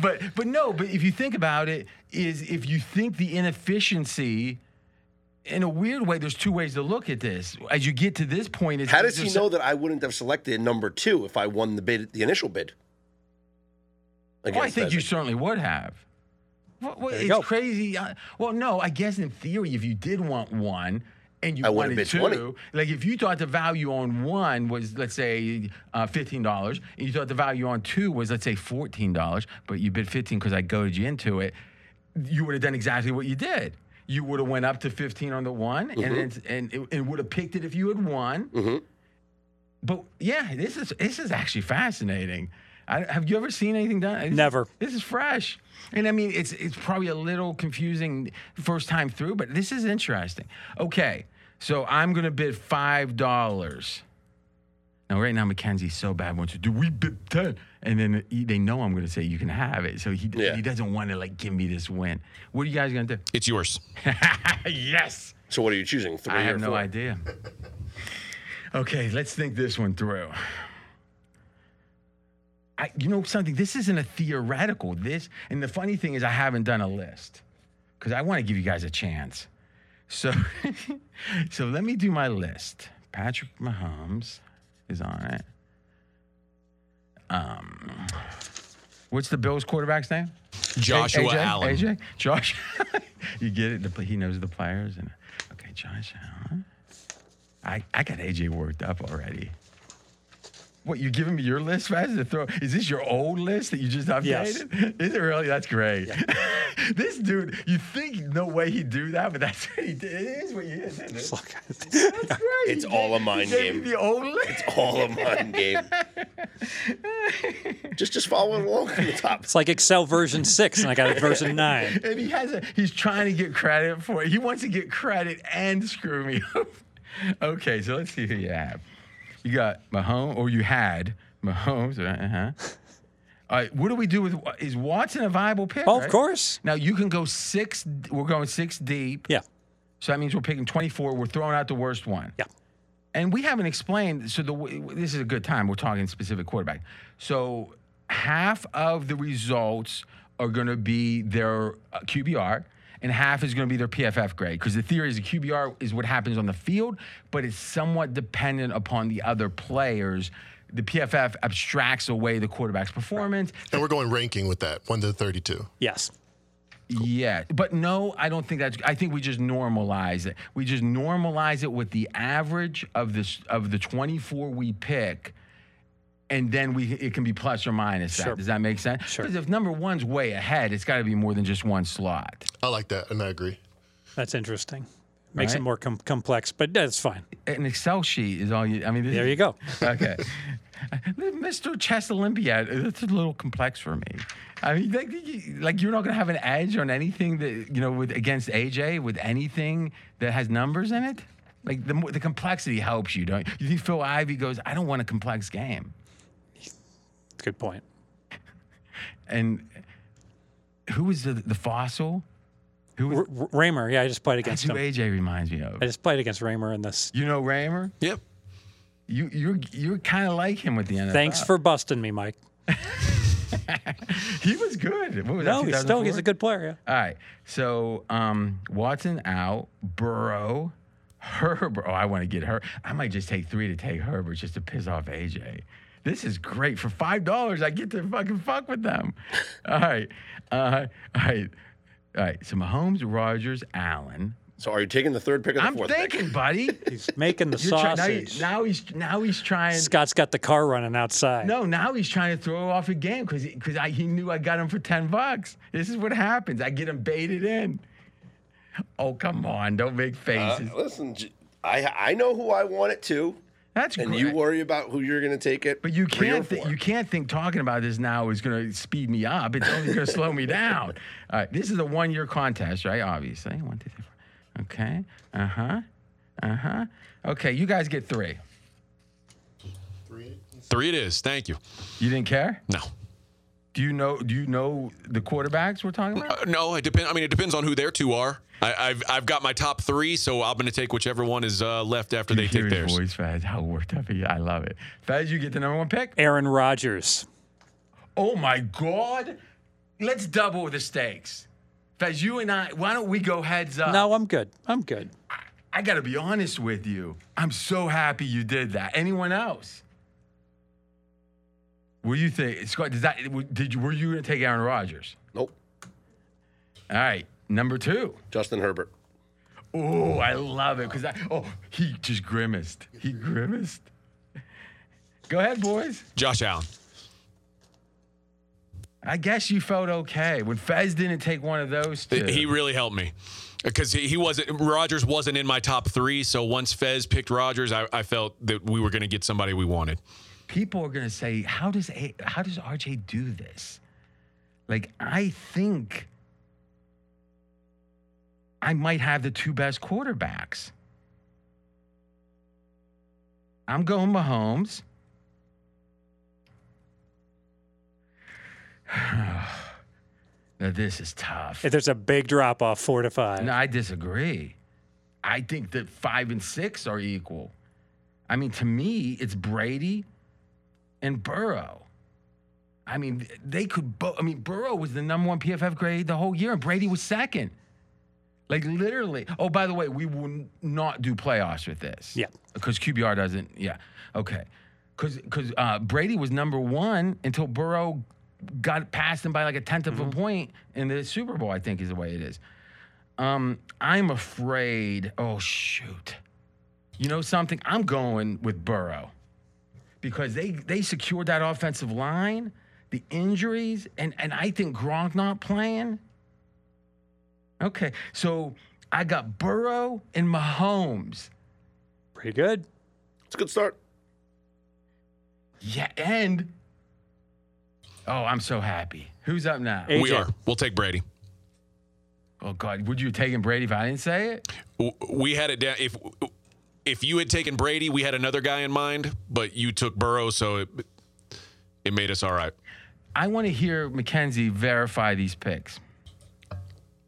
Speaker 1: But but no, but if you think about it, is if you think the inefficiency in a weird way, there's two ways to look at this. As you get to this point, it's
Speaker 2: How does he
Speaker 1: there's-
Speaker 2: know that I wouldn't have selected number two if I won the bid, the initial bid?
Speaker 1: Well, Oh, I
Speaker 2: against
Speaker 1: think you
Speaker 2: Fez?
Speaker 1: certainly would have. Well, well,
Speaker 3: There
Speaker 1: it's
Speaker 3: you go.
Speaker 1: crazy. I- well, no, I guess in theory, if you did want one and you
Speaker 2: I would've
Speaker 1: wanted
Speaker 2: bid
Speaker 1: two,
Speaker 2: 20.
Speaker 1: like if you thought the value on one was, let's say, uh, fifteen dollars, and you thought the value on two was, let's say, fourteen dollars, but you bid fifteen because I goaded you into it, you would have done exactly what you did. You would have went up to fifteen on the one, and it's, and it, and would have picked it if you had won. But yeah, this is this is actually fascinating. I, have you ever seen anything done? This-
Speaker 3: Never.
Speaker 1: This is fresh, and I mean it's it's probably a little confusing first time through, but this is interesting. Okay, so I'm gonna bid five dollars. Now right now Mackenzie's so bad wants to do we bid ten, and then he- they know I'm gonna say you can have it, so he
Speaker 2: Yeah.
Speaker 1: he doesn't want to like give me this win. What are you guys gonna do?
Speaker 4: It's yours.
Speaker 1: yes.
Speaker 2: So what are you choosing? Three
Speaker 1: I
Speaker 2: or
Speaker 1: have no
Speaker 2: four?
Speaker 1: idea. Okay, let's think this one through. I, you know something? This isn't a theoretical. This and the funny thing is, I haven't done a list because I want to give you guys a chance. So, so let me do my list. Patrick Mahomes is on it. Um, what's the Bills quarterback's name?
Speaker 4: Joshua
Speaker 1: AJ?
Speaker 4: Allen.
Speaker 1: AJ? Josh. you get it? The, pl- he knows the players. And okay, Josh Allen. I, I got AJ worked up already. What you giving me your list fast to throw? Is this your old list that you just updated?
Speaker 3: Yes.
Speaker 1: Is it really? That's great. this dude, you think no way he'd do that, but that's what he did. It is what he is. Isn't it? That's great.
Speaker 2: It's
Speaker 1: He
Speaker 2: all a
Speaker 1: gave- he
Speaker 2: mind
Speaker 1: gave me
Speaker 2: game.
Speaker 1: The old list.
Speaker 2: All of mine game. just just following along from the top.
Speaker 3: It's like Excel version six, and I got version nine.
Speaker 1: And he has a, he's trying to get credit for it. He wants to get credit and screw me up. okay, so let's see who you have. You got Mahomes, or you had Mahomes. Uh huh. All right, what do we do with is Watson a viable pick?
Speaker 3: Oh,
Speaker 1: right?
Speaker 3: of course.
Speaker 1: Now you can go six. We're going six deep.
Speaker 3: Yeah.
Speaker 1: So that means we're picking 24. We're throwing out the worst one.
Speaker 3: Yeah.
Speaker 1: And we haven't explained. So the w- this is a good time. We're talking specific quarterback. So half of the results are going to be their uh, QBR, and half is going to be their PFF grade. Because the theory is the QBR is what happens on the field, but it's somewhat dependent upon the other players. The PFF abstracts away the quarterback's performance.
Speaker 6: And we're going ranking with that, 1 to 32.
Speaker 3: Yes.
Speaker 1: Yeah, but no, I don't think that's. I think we just normalize it. We just normalize it with the average of this of the twenty four we pick, and then we it can be plus or minus that.
Speaker 3: Sure.
Speaker 1: Does that make sense?
Speaker 3: Sure.
Speaker 1: Because if number one's way ahead, it's got to be more than just one slot.
Speaker 6: I like that, and I agree.
Speaker 3: That's interesting. Makes
Speaker 1: Right.
Speaker 3: it more com- complex, but that's fine.
Speaker 1: An Excel sheet is all you. I mean, this,
Speaker 3: There you go.
Speaker 1: okay. Mr. Chess Olympiad, that's a little complex for me. I mean, like, you- like you're not gonna have an edge on anything that you know with against AJ with anything that has numbers in it. Like the mo- the complexity helps you, don't you? You think Phil Ivey goes, I don't want a complex game.
Speaker 3: It's a good point.
Speaker 1: And who was the, the fossil? Who was
Speaker 3: R- R- Raymer, yeah, I just played
Speaker 1: that's
Speaker 3: against
Speaker 1: who
Speaker 3: him.
Speaker 1: AJ reminds me of?
Speaker 3: I just played against Raymer in this.
Speaker 1: You know Raymer?
Speaker 4: Yep.
Speaker 1: You you're you're kind of like him with the NFL.
Speaker 3: Thanks for busting me, Mike.
Speaker 1: he was good. What was
Speaker 3: No,
Speaker 1: that?
Speaker 3: he's still he's
Speaker 1: 2004?
Speaker 3: a good player.
Speaker 1: All right. So um, Watson out, Burrow, Herbert. Oh, I want to get her. I might just take three to take Herbert just to piss off AJ. This is great. For five dollars, I get to fucking fuck with them. All right. Uh, all right. All right. So Mahomes, Rogers, Allen.
Speaker 2: So are you taking the third pick or the
Speaker 1: I'm
Speaker 2: fourth
Speaker 1: thinking,
Speaker 2: pick?
Speaker 1: buddy.
Speaker 3: Yeah, he's making the
Speaker 1: You're try- now, you-
Speaker 3: sausage.
Speaker 1: now he's now he's trying.
Speaker 3: Scott's got the car running outside.
Speaker 1: No, now he's trying to throw off a game because because I he knew I got him for ten bucks. This is what happens. I get him baited in. Oh come on! Don't make faces.
Speaker 2: Uh, listen, J- I I know who I want it to,
Speaker 1: That's
Speaker 2: and
Speaker 1: great.
Speaker 2: you worry about who you're going to take it.
Speaker 1: but you
Speaker 2: three or
Speaker 1: can't thi-
Speaker 2: four.
Speaker 1: you can't think talking about this now is going to speed me up. It's only going to slow me down. All right, this is a one year contest, right? Obviously, one, two, three, four. Okay. Uh huh. Uh huh. Okay, you guys get three.
Speaker 6: Three.
Speaker 4: Three it is. Thank you.
Speaker 1: You didn't care.
Speaker 4: No.
Speaker 1: Do you know? Do you know the quarterbacks we're talking about?
Speaker 4: Uh, no, it depend. I mean, it depends on who their two are. I, I've I've got my top three, so I'm going to take whichever one is uh, left after they
Speaker 1: Hear
Speaker 4: take
Speaker 1: his
Speaker 4: theirs.
Speaker 1: voice, Faz. How worked up he! I love it. Faz, you get the number one pick.
Speaker 3: Aaron Rodgers.
Speaker 1: Oh my God. Let's double the stakes. Fez, you and I, why don't we go heads up?
Speaker 3: No, I'm good. I'm good.
Speaker 1: I gotta be honest with you. I'm so happy you did that. Anyone else? What do you think? Scott, does that, did you, were you gonna take Aaron Rodgers?
Speaker 2: nope,
Speaker 1: All right, number two.
Speaker 2: Justin Herbert.
Speaker 1: Oh, I love it. Cause I, oh, he just grimaced. He grimaced. Go ahead, boys.
Speaker 4: Josh Allen.
Speaker 1: I guess you felt okay when Fez didn't take one of those two.
Speaker 4: He really helped me because he, he wasn't Rogers wasn't in my top three. So once Fez picked Rogers, I, I felt that we were going to get somebody we wanted.
Speaker 1: people are going to say, "How does a- how does RJ do this?" Like, I think I might have the two best quarterbacks. I'm going Mahomes. now this is tough.
Speaker 3: If There's a big drop off four to five.
Speaker 1: No, I disagree. I think that five and six are equal. I mean, to me, it's Brady and Burrow. I mean, they could both. I mean, Burrow was the number one PFF grade the whole year, and Brady was second. Like literally. Oh, by the way, we will n- not do playoffs with this.
Speaker 3: Yeah.
Speaker 1: Because QBR doesn't. Yeah. Okay. Because because uh, Brady was number one until Burrow got past him by like a tenth of a point in the Super Bowl. I think is the way it is. Um, I'm afraid. Oh shoot. You know something? I'm going with Burrow because they they secured that offensive line, the injuries, and and I think Gronk not playing. Okay, so I got Burrow and Mahomes.
Speaker 3: Pretty good.
Speaker 2: It's a good start.
Speaker 1: Yeah, and oh, I'm so happy. Who's up now?
Speaker 3: AJ.
Speaker 4: We are. We'll take Brady.
Speaker 1: Oh God, would you have taken Brady if I didn't say it?
Speaker 4: W- We had it down. If if you had taken Brady, we had another guy in mind, but you took Burrow, so it it made us all right.
Speaker 1: I want to hear McKenzie verify these picks.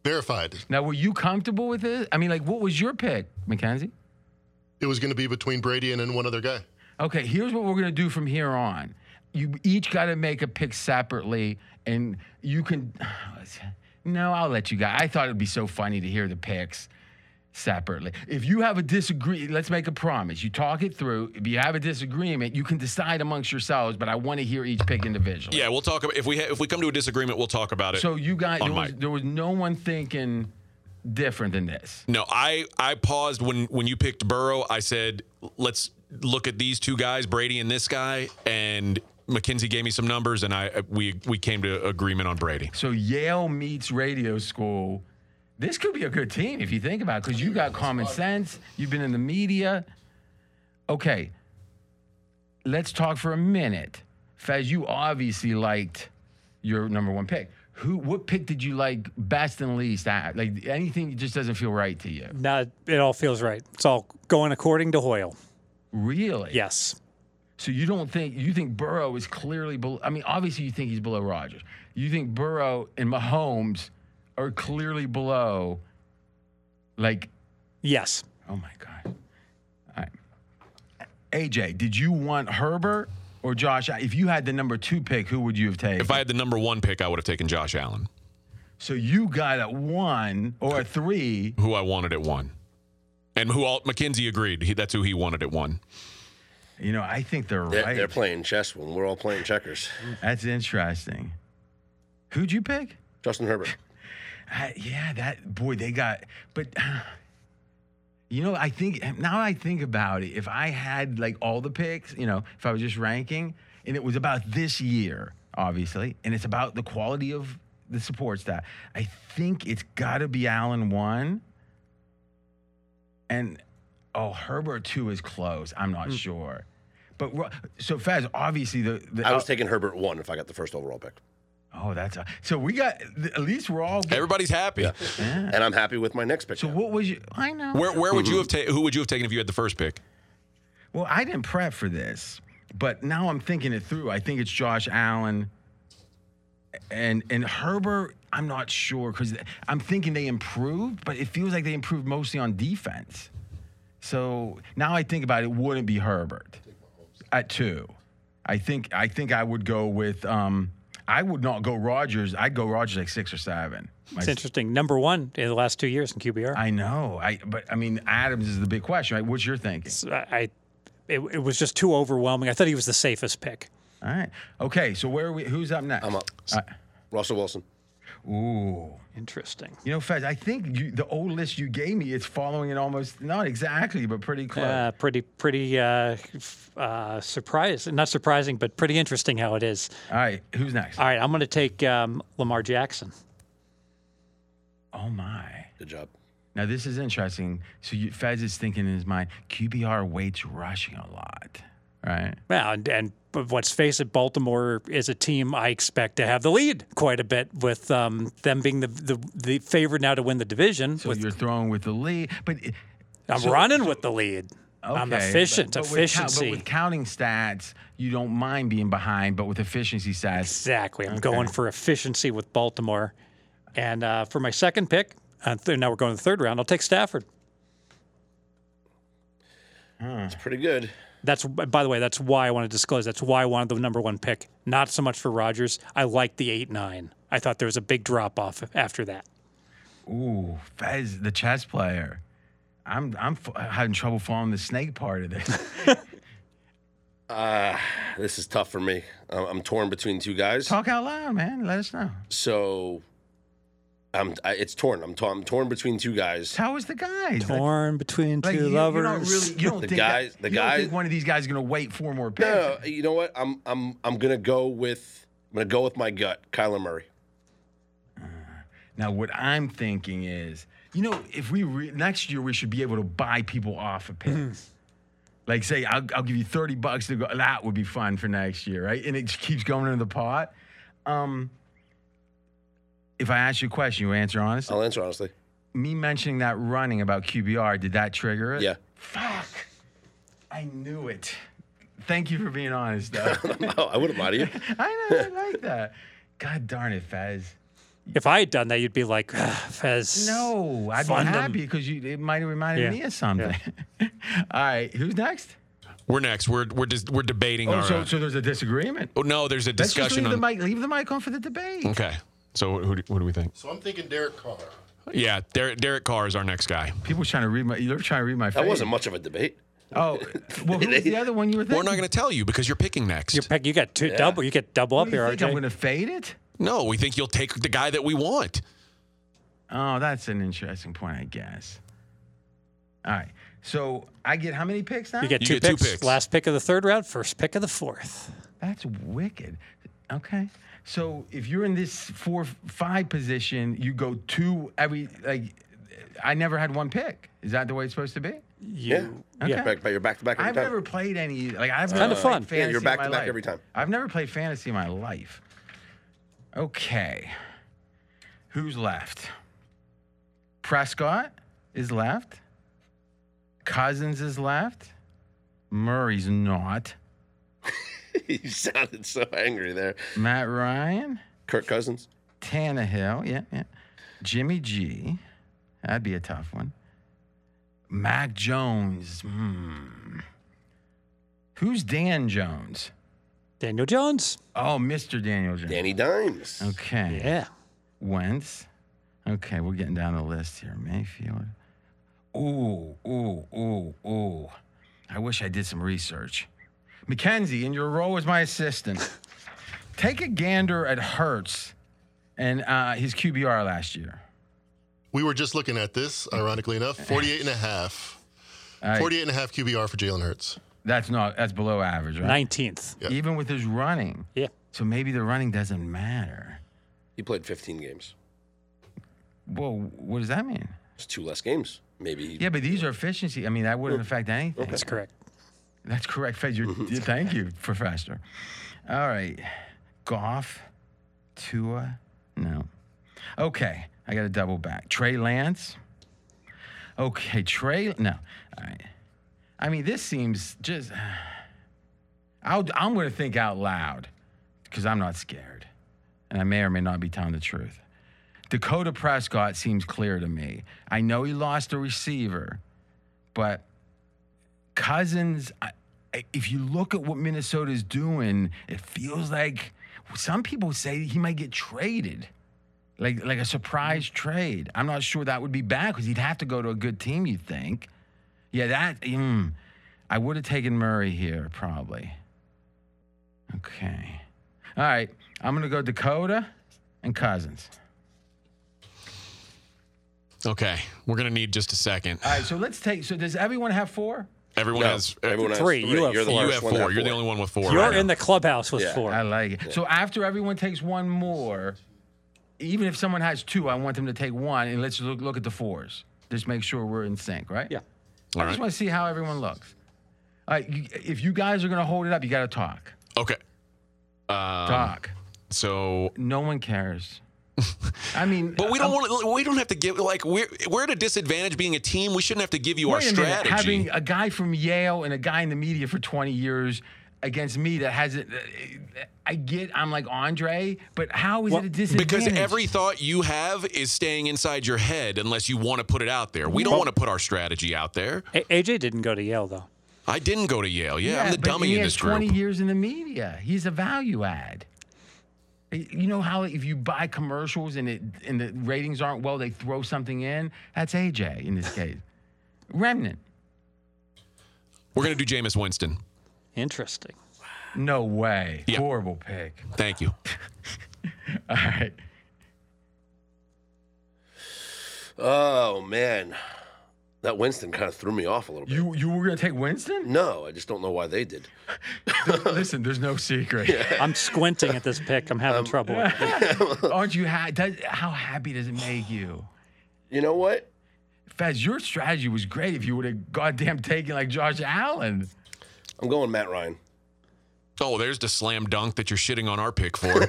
Speaker 6: Verified.
Speaker 1: Now, were you comfortable with this? I mean, like, what was your pick, McKenzie?
Speaker 6: It was going to be between Brady and then one other guy.
Speaker 1: Okay, here's what we're gonna do from here on. You each got to make a pick separately, and you can. No, I'll let you guys. I thought it'd be so funny to hear the picks separately. If you have a disagree, let's make a promise. You talk it through. If you have a disagreement, you can decide amongst yourselves. But I want to hear each pick individually.
Speaker 4: Yeah, we'll talk about if we ha- if we come to a disagreement, we'll talk about it.
Speaker 1: So you guys,
Speaker 4: On
Speaker 1: there was,
Speaker 4: mic.
Speaker 1: there was no one thinking different than this.
Speaker 4: No, I I paused when when you picked Burrow. I said, let's look at these two guys, Brady and this guy, and McKenzie gave me some numbers, and I we we came to agreement on Brady.
Speaker 1: So Yale meets radio school. This could be a good team if you think about it, because you got common sense. You've been in the media. Okay, let's talk for a minute. Fez, you obviously liked your number one pick. Who? What pick did you like best and least? Ah, Like anything just doesn't feel right to you.
Speaker 3: Now it all feels right. It's all going according to Hoyle.
Speaker 1: Really?
Speaker 3: Yes.
Speaker 1: So you don't think you think Burrow is clearly below? I mean, obviously you think he's below Rodgers. You think Burrow and Mahomes are clearly below. Like,
Speaker 3: Yes.
Speaker 1: oh my god. All right. AJ, did you want Herbert or Josh? If you had the number two pick, who would you have taken?
Speaker 4: If I had the number one pick, I would have taken Josh Allen,
Speaker 1: so you got a one or a three.
Speaker 4: who I wanted at one, and who all McKenzie agreed. He, that's who he wanted at one.
Speaker 1: You know, I think they're
Speaker 2: They're,
Speaker 1: right.
Speaker 2: they're playing chess when we're all playing checkers.
Speaker 1: That's interesting. Who'd you pick?
Speaker 2: Justin Herbert.
Speaker 1: I, yeah, that boy, they got. But you know, I think now I think about it. If I had like all the picks, you know, if I was just ranking, and it was about this year, obviously, and it's about the quality of the support staff. I think it's got to be Allen one, and oh, Herbert two is close. I'm not sure. But Ro- so Faz, obviously the, the
Speaker 2: I was taking Herbert one if I got the first overall pick,
Speaker 1: oh that's a, so we got at least we're all good.
Speaker 4: Everybody's happy.
Speaker 2: and I'm happy with my next pick.
Speaker 1: so
Speaker 2: now.
Speaker 1: what was you I know
Speaker 4: Where where would you
Speaker 1: Mm-hmm.
Speaker 4: have taken? Who would you have taken if you had the first pick?
Speaker 1: Well, I didn't prep for this, but now I'm thinking it through. I think it's Josh Allen and and Herbert. I'm not sure because I'm thinking they improved, but it feels like they improved mostly on defense. So now I think about it, it wouldn't be Herbert at two. I think I think I would go with. Um, I would not go Rogers. I'd go Rogers like six or seven.
Speaker 3: It's
Speaker 1: My-
Speaker 3: interesting. Number one in the last two years in QBR.
Speaker 1: I know. I but I mean Adams is the big question, right? What's your thinking?
Speaker 3: So I, I- it, it was just too overwhelming. I thought he was the safest pick.
Speaker 1: All right. Okay. So where are we? Who's up next?
Speaker 2: I'm up.
Speaker 1: All
Speaker 2: Russell Wilson.
Speaker 1: right. Ooh.
Speaker 3: Interesting.
Speaker 1: You know, Fez, I think you, the old list you gave me is following it almost not exactly, but pretty close.
Speaker 3: Uh, pretty, pretty uh, f- uh, surprising. Not surprising, but pretty interesting how it is.
Speaker 1: All right, who's next?
Speaker 3: All right, I'm going to take um, Lamar Jackson.
Speaker 1: oh my!
Speaker 2: Good job.
Speaker 1: Now this is interesting. So you, Fez is thinking in his mind, QBR weights rushing a lot, right?
Speaker 3: Well, and, and but let's face it, Baltimore is a team I expect to have the lead quite a bit, with um, them being the, the the favorite now to win the division.
Speaker 1: So
Speaker 3: with
Speaker 1: you're throwing with the lead, but it-
Speaker 3: I'm
Speaker 1: so-
Speaker 3: running with the lead.
Speaker 1: okay,
Speaker 3: I'm efficient.
Speaker 1: But, but with count-
Speaker 3: efficiency.
Speaker 1: but with counting stats, you don't mind being behind, but with efficiency stats,
Speaker 3: Exactly. I'm going for efficiency with Baltimore. And uh, for my second pick, uh, th- now we're going to the third round, I'll take Stafford.
Speaker 2: It's pretty good.
Speaker 3: That's by the way, that's why I want to disclose. That's why I wanted the number one pick. Not so much for Rodgers. I liked the eight nine. I thought there was a big drop off after that.
Speaker 1: ooh, Fez, the chess player. I'm I'm f- having trouble following the snake part of this.
Speaker 2: Uh, This is tough for me. I'm I'm torn between two guys.
Speaker 1: Talk out loud, man. Let us know.
Speaker 2: So I'm I, it's torn. I'm, t- I'm torn between two guys.
Speaker 1: How was the guys? Like,
Speaker 3: Torn between two
Speaker 1: Like you, you
Speaker 3: lovers.
Speaker 1: don't really, you don't
Speaker 2: The
Speaker 1: think that-
Speaker 2: guys- the
Speaker 1: you don't think
Speaker 2: guys-
Speaker 1: one of these guys is going to wait four more picks.
Speaker 2: No, no, you know what? I'm I'm I'm gonna go with I'm gonna go with my gut, Kyler Murray.
Speaker 1: Now, what I'm thinking is, you know, if we re- next year we should be able to buy people off of
Speaker 3: Hmm.
Speaker 1: picks. Like, say, I'll, I'll give you 30 bucks to go. That would be fun for next year, right? And it just keeps going into the pot. Um, if I ask you a question, you answer honestly.
Speaker 2: I'll answer honestly.
Speaker 1: Me mentioning that running about QBR, did that trigger it?
Speaker 2: Yeah.
Speaker 1: Fuck. I knew it. Thank you for being honest, though.
Speaker 2: Oh, I wouldn't lie to you.
Speaker 1: I know, I like that. God darn it, Fez.
Speaker 3: if I had done that, you'd be like, "Ah, Fez.
Speaker 1: No, I'd be
Speaker 3: Fund 'em.
Speaker 1: happy because you it might have reminded
Speaker 3: Yeah.
Speaker 1: me of something. All right, who's next?
Speaker 4: We're next. We're we're dis- we're debating
Speaker 1: Oh,
Speaker 4: our.
Speaker 1: so,
Speaker 4: uh,
Speaker 1: so there's a disagreement.
Speaker 4: oh, no, there's a
Speaker 1: Let's just
Speaker 4: discussion
Speaker 1: leave
Speaker 4: on.
Speaker 1: the mic. Leave the mic on for the debate.
Speaker 4: Okay. So who do, what do we think?
Speaker 6: So I'm thinking Derek Carr.
Speaker 4: Yeah, Derek, Derek Carr is our next guy.
Speaker 1: People trying to read my. You're trying to read my face.
Speaker 2: That wasn't much of a debate.
Speaker 1: Oh, well, who was the other one you were thinking?
Speaker 4: We're not going to tell you because you're picking next.
Speaker 3: You're pick, you got two double. You get double
Speaker 1: What
Speaker 3: up
Speaker 1: do you
Speaker 3: here,
Speaker 1: think, I'm
Speaker 3: RJ.
Speaker 1: going to fade it.
Speaker 4: no, we think you'll take the guy that we want.
Speaker 1: Oh, that's an interesting point, I guess. All right, so I get how many picks now?
Speaker 3: You get,
Speaker 4: You
Speaker 3: two,
Speaker 4: get two
Speaker 3: picks,
Speaker 4: picks.
Speaker 3: Last pick of the third round. First pick of the fourth.
Speaker 1: That's wicked. Okay. So if you're in this four five position, you go two every like I never had one pick. Is that the way it's supposed to be?
Speaker 3: You,
Speaker 1: Okay.
Speaker 3: yeah.
Speaker 2: Back, but you're back to back every
Speaker 1: I've
Speaker 2: time.
Speaker 1: never played any like I've
Speaker 3: kinda
Speaker 1: never played
Speaker 3: fun.
Speaker 2: Yeah, you're
Speaker 1: fantasy in
Speaker 2: back
Speaker 1: my
Speaker 2: to back
Speaker 1: life.
Speaker 2: every time.
Speaker 1: I've never played fantasy in my life. Okay. Who's left? Prescott is left. Cousins is left. Murray's not.
Speaker 2: you sounded so angry there.
Speaker 1: Matt Ryan,
Speaker 2: Kirk Cousins.
Speaker 1: Tannehill, yeah, yeah. Jimmy G, that'd be a tough one. Mac Jones, hmm. Who's Dan Jones?
Speaker 3: Daniel Jones.
Speaker 1: Oh, Mr. Daniel Jones.
Speaker 2: Danny Dimes.
Speaker 1: Okay.
Speaker 3: Yeah.
Speaker 1: Wentz. Okay, we're getting down the list here. Mayfield. Ooh, ooh, ooh, ooh. I wish I did some research. Mackenzie, in your role as my assistant, take a gander at Hertz and uh, his QBR last year.
Speaker 6: We were just looking at this, ironically enough 48 and a half.
Speaker 1: right.
Speaker 6: 48 and a half QBR for Jalen Hurts.
Speaker 1: That's not that's below average, right?
Speaker 3: 19th.
Speaker 6: Yeah.
Speaker 1: Even with his running.
Speaker 3: Yeah.
Speaker 1: So maybe the running doesn't matter.
Speaker 2: He played 15 games.
Speaker 1: Whoa, what does that mean?
Speaker 2: It's two less games. Maybe.
Speaker 1: Yeah, but these are efficiency. I mean, that wouldn't affect anything.
Speaker 3: That's correct.
Speaker 1: That's correct, Fed. You're, you- thank you, Professor. All right. Goff, Tua, no. Okay, I got to double back. Trey Lance. Okay, Trey, no. All right. I mean, this seems just. I'll, I'm going to think out loud because I'm not scared. And I may or may not be telling the truth. Dakota Prescott seems clear to me. I know he lost a receiver, but Cousins, I, I- if you look at what Minnesota's doing, it feels like some people say he might get traded, like like a surprise trade. I'm not sure that would be bad because he'd have to go to a good team. You'd think, yeah, that. Mm, I would have taken Murray here probably. Okay, all right. I'm gonna go Dakota and Cousins.
Speaker 4: Okay, we're gonna need just a second.
Speaker 1: All right, so let's take. So does everyone have four?
Speaker 4: Everyone
Speaker 2: No,
Speaker 4: has. uh,
Speaker 2: everyone has
Speaker 3: Three. You have
Speaker 2: You're the
Speaker 4: you
Speaker 2: first
Speaker 4: have
Speaker 2: one
Speaker 4: four.
Speaker 2: to have
Speaker 4: You're the only one with 4
Speaker 3: You're
Speaker 4: right
Speaker 3: in
Speaker 4: now.
Speaker 3: the clubhouse was
Speaker 2: Yeah.
Speaker 3: four.
Speaker 1: I like it. So after everyone takes one more, even if someone has two, I want them to take one and let's look look at the fours. Just make sure we're in sync, right?
Speaker 3: yeah.
Speaker 1: I
Speaker 4: All
Speaker 1: just
Speaker 4: right.
Speaker 1: want to see how everyone looks. All right, you, if you guys are gonna hold it up, you gotta talk.
Speaker 4: Okay. Um,
Speaker 1: Talk.
Speaker 4: so,
Speaker 1: no one cares. I mean,
Speaker 4: but we don't
Speaker 1: I'm-
Speaker 4: want. to We don't have to give. Like we're we're at a disadvantage being a team. We shouldn't have to give you our
Speaker 1: wait a minute,
Speaker 4: strategy.
Speaker 1: having a guy from Yale and a guy in the media for 20 years against me that hasn't. uh, I get I'm like Andre, but how is it a disadvantage?
Speaker 4: because every thought you have is staying inside your head unless you want to put it out there. We don't want to put our strategy out there.
Speaker 3: A- AJ didn't go to Yale though.
Speaker 4: I didn't go to Yale. Yeah,
Speaker 1: Yeah,
Speaker 4: I'm the
Speaker 1: but
Speaker 4: dummy
Speaker 1: he
Speaker 4: in
Speaker 1: has
Speaker 4: this
Speaker 1: 20
Speaker 4: group.
Speaker 1: years in the media. He's a value add. You know how if you buy commercials and it and the ratings aren't well, they throw something in. That's AJ in this case. Remnant.
Speaker 4: We're gonna do Jameis Winston.
Speaker 3: Interesting.
Speaker 1: No way.
Speaker 4: Yeah.
Speaker 1: Horrible pick.
Speaker 4: Thank you.
Speaker 1: All right.
Speaker 2: Oh man, that Winston kind of threw me off a little bit.
Speaker 1: You you were gonna take Winston?
Speaker 2: No, I just don't know why they did.
Speaker 1: Listen, there's no secret.
Speaker 3: I'm squinting at this pick. I'm
Speaker 1: Um,
Speaker 3: having trouble. with it.
Speaker 1: Aren't you ha- does, how happy does it make you?
Speaker 2: You know what?
Speaker 1: Fez, your strategy was great if you would have goddamn taken like Josh Allen.
Speaker 2: I'm going Matt Ryan.
Speaker 4: Oh, there's the slam dunk that you're shitting on our pick for.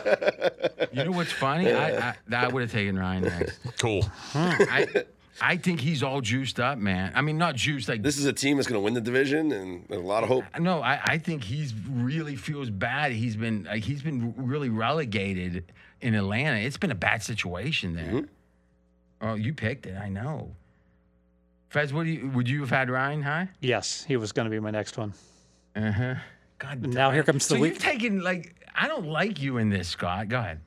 Speaker 1: You know what's funny? I, I, I would have taken Ryan next.
Speaker 4: cool.
Speaker 1: I, I think he's all juiced up, man. I mean, not juiced like
Speaker 2: This is a team that's going to win the division, and there's a lot of hope.
Speaker 1: No, I, I think he's really feels bad. He's been like he's been really relegated in Atlanta. It's been a bad situation there. Oh, you picked it. I know. Fez, what do you, would you have had Ryan high?
Speaker 3: yes, he was going to be my next one.
Speaker 1: Uh huh. God. damn.
Speaker 3: Now here comes
Speaker 1: So
Speaker 3: the
Speaker 1: you've
Speaker 3: weak.
Speaker 1: taken like I don't like you in this, Scott. Go ahead.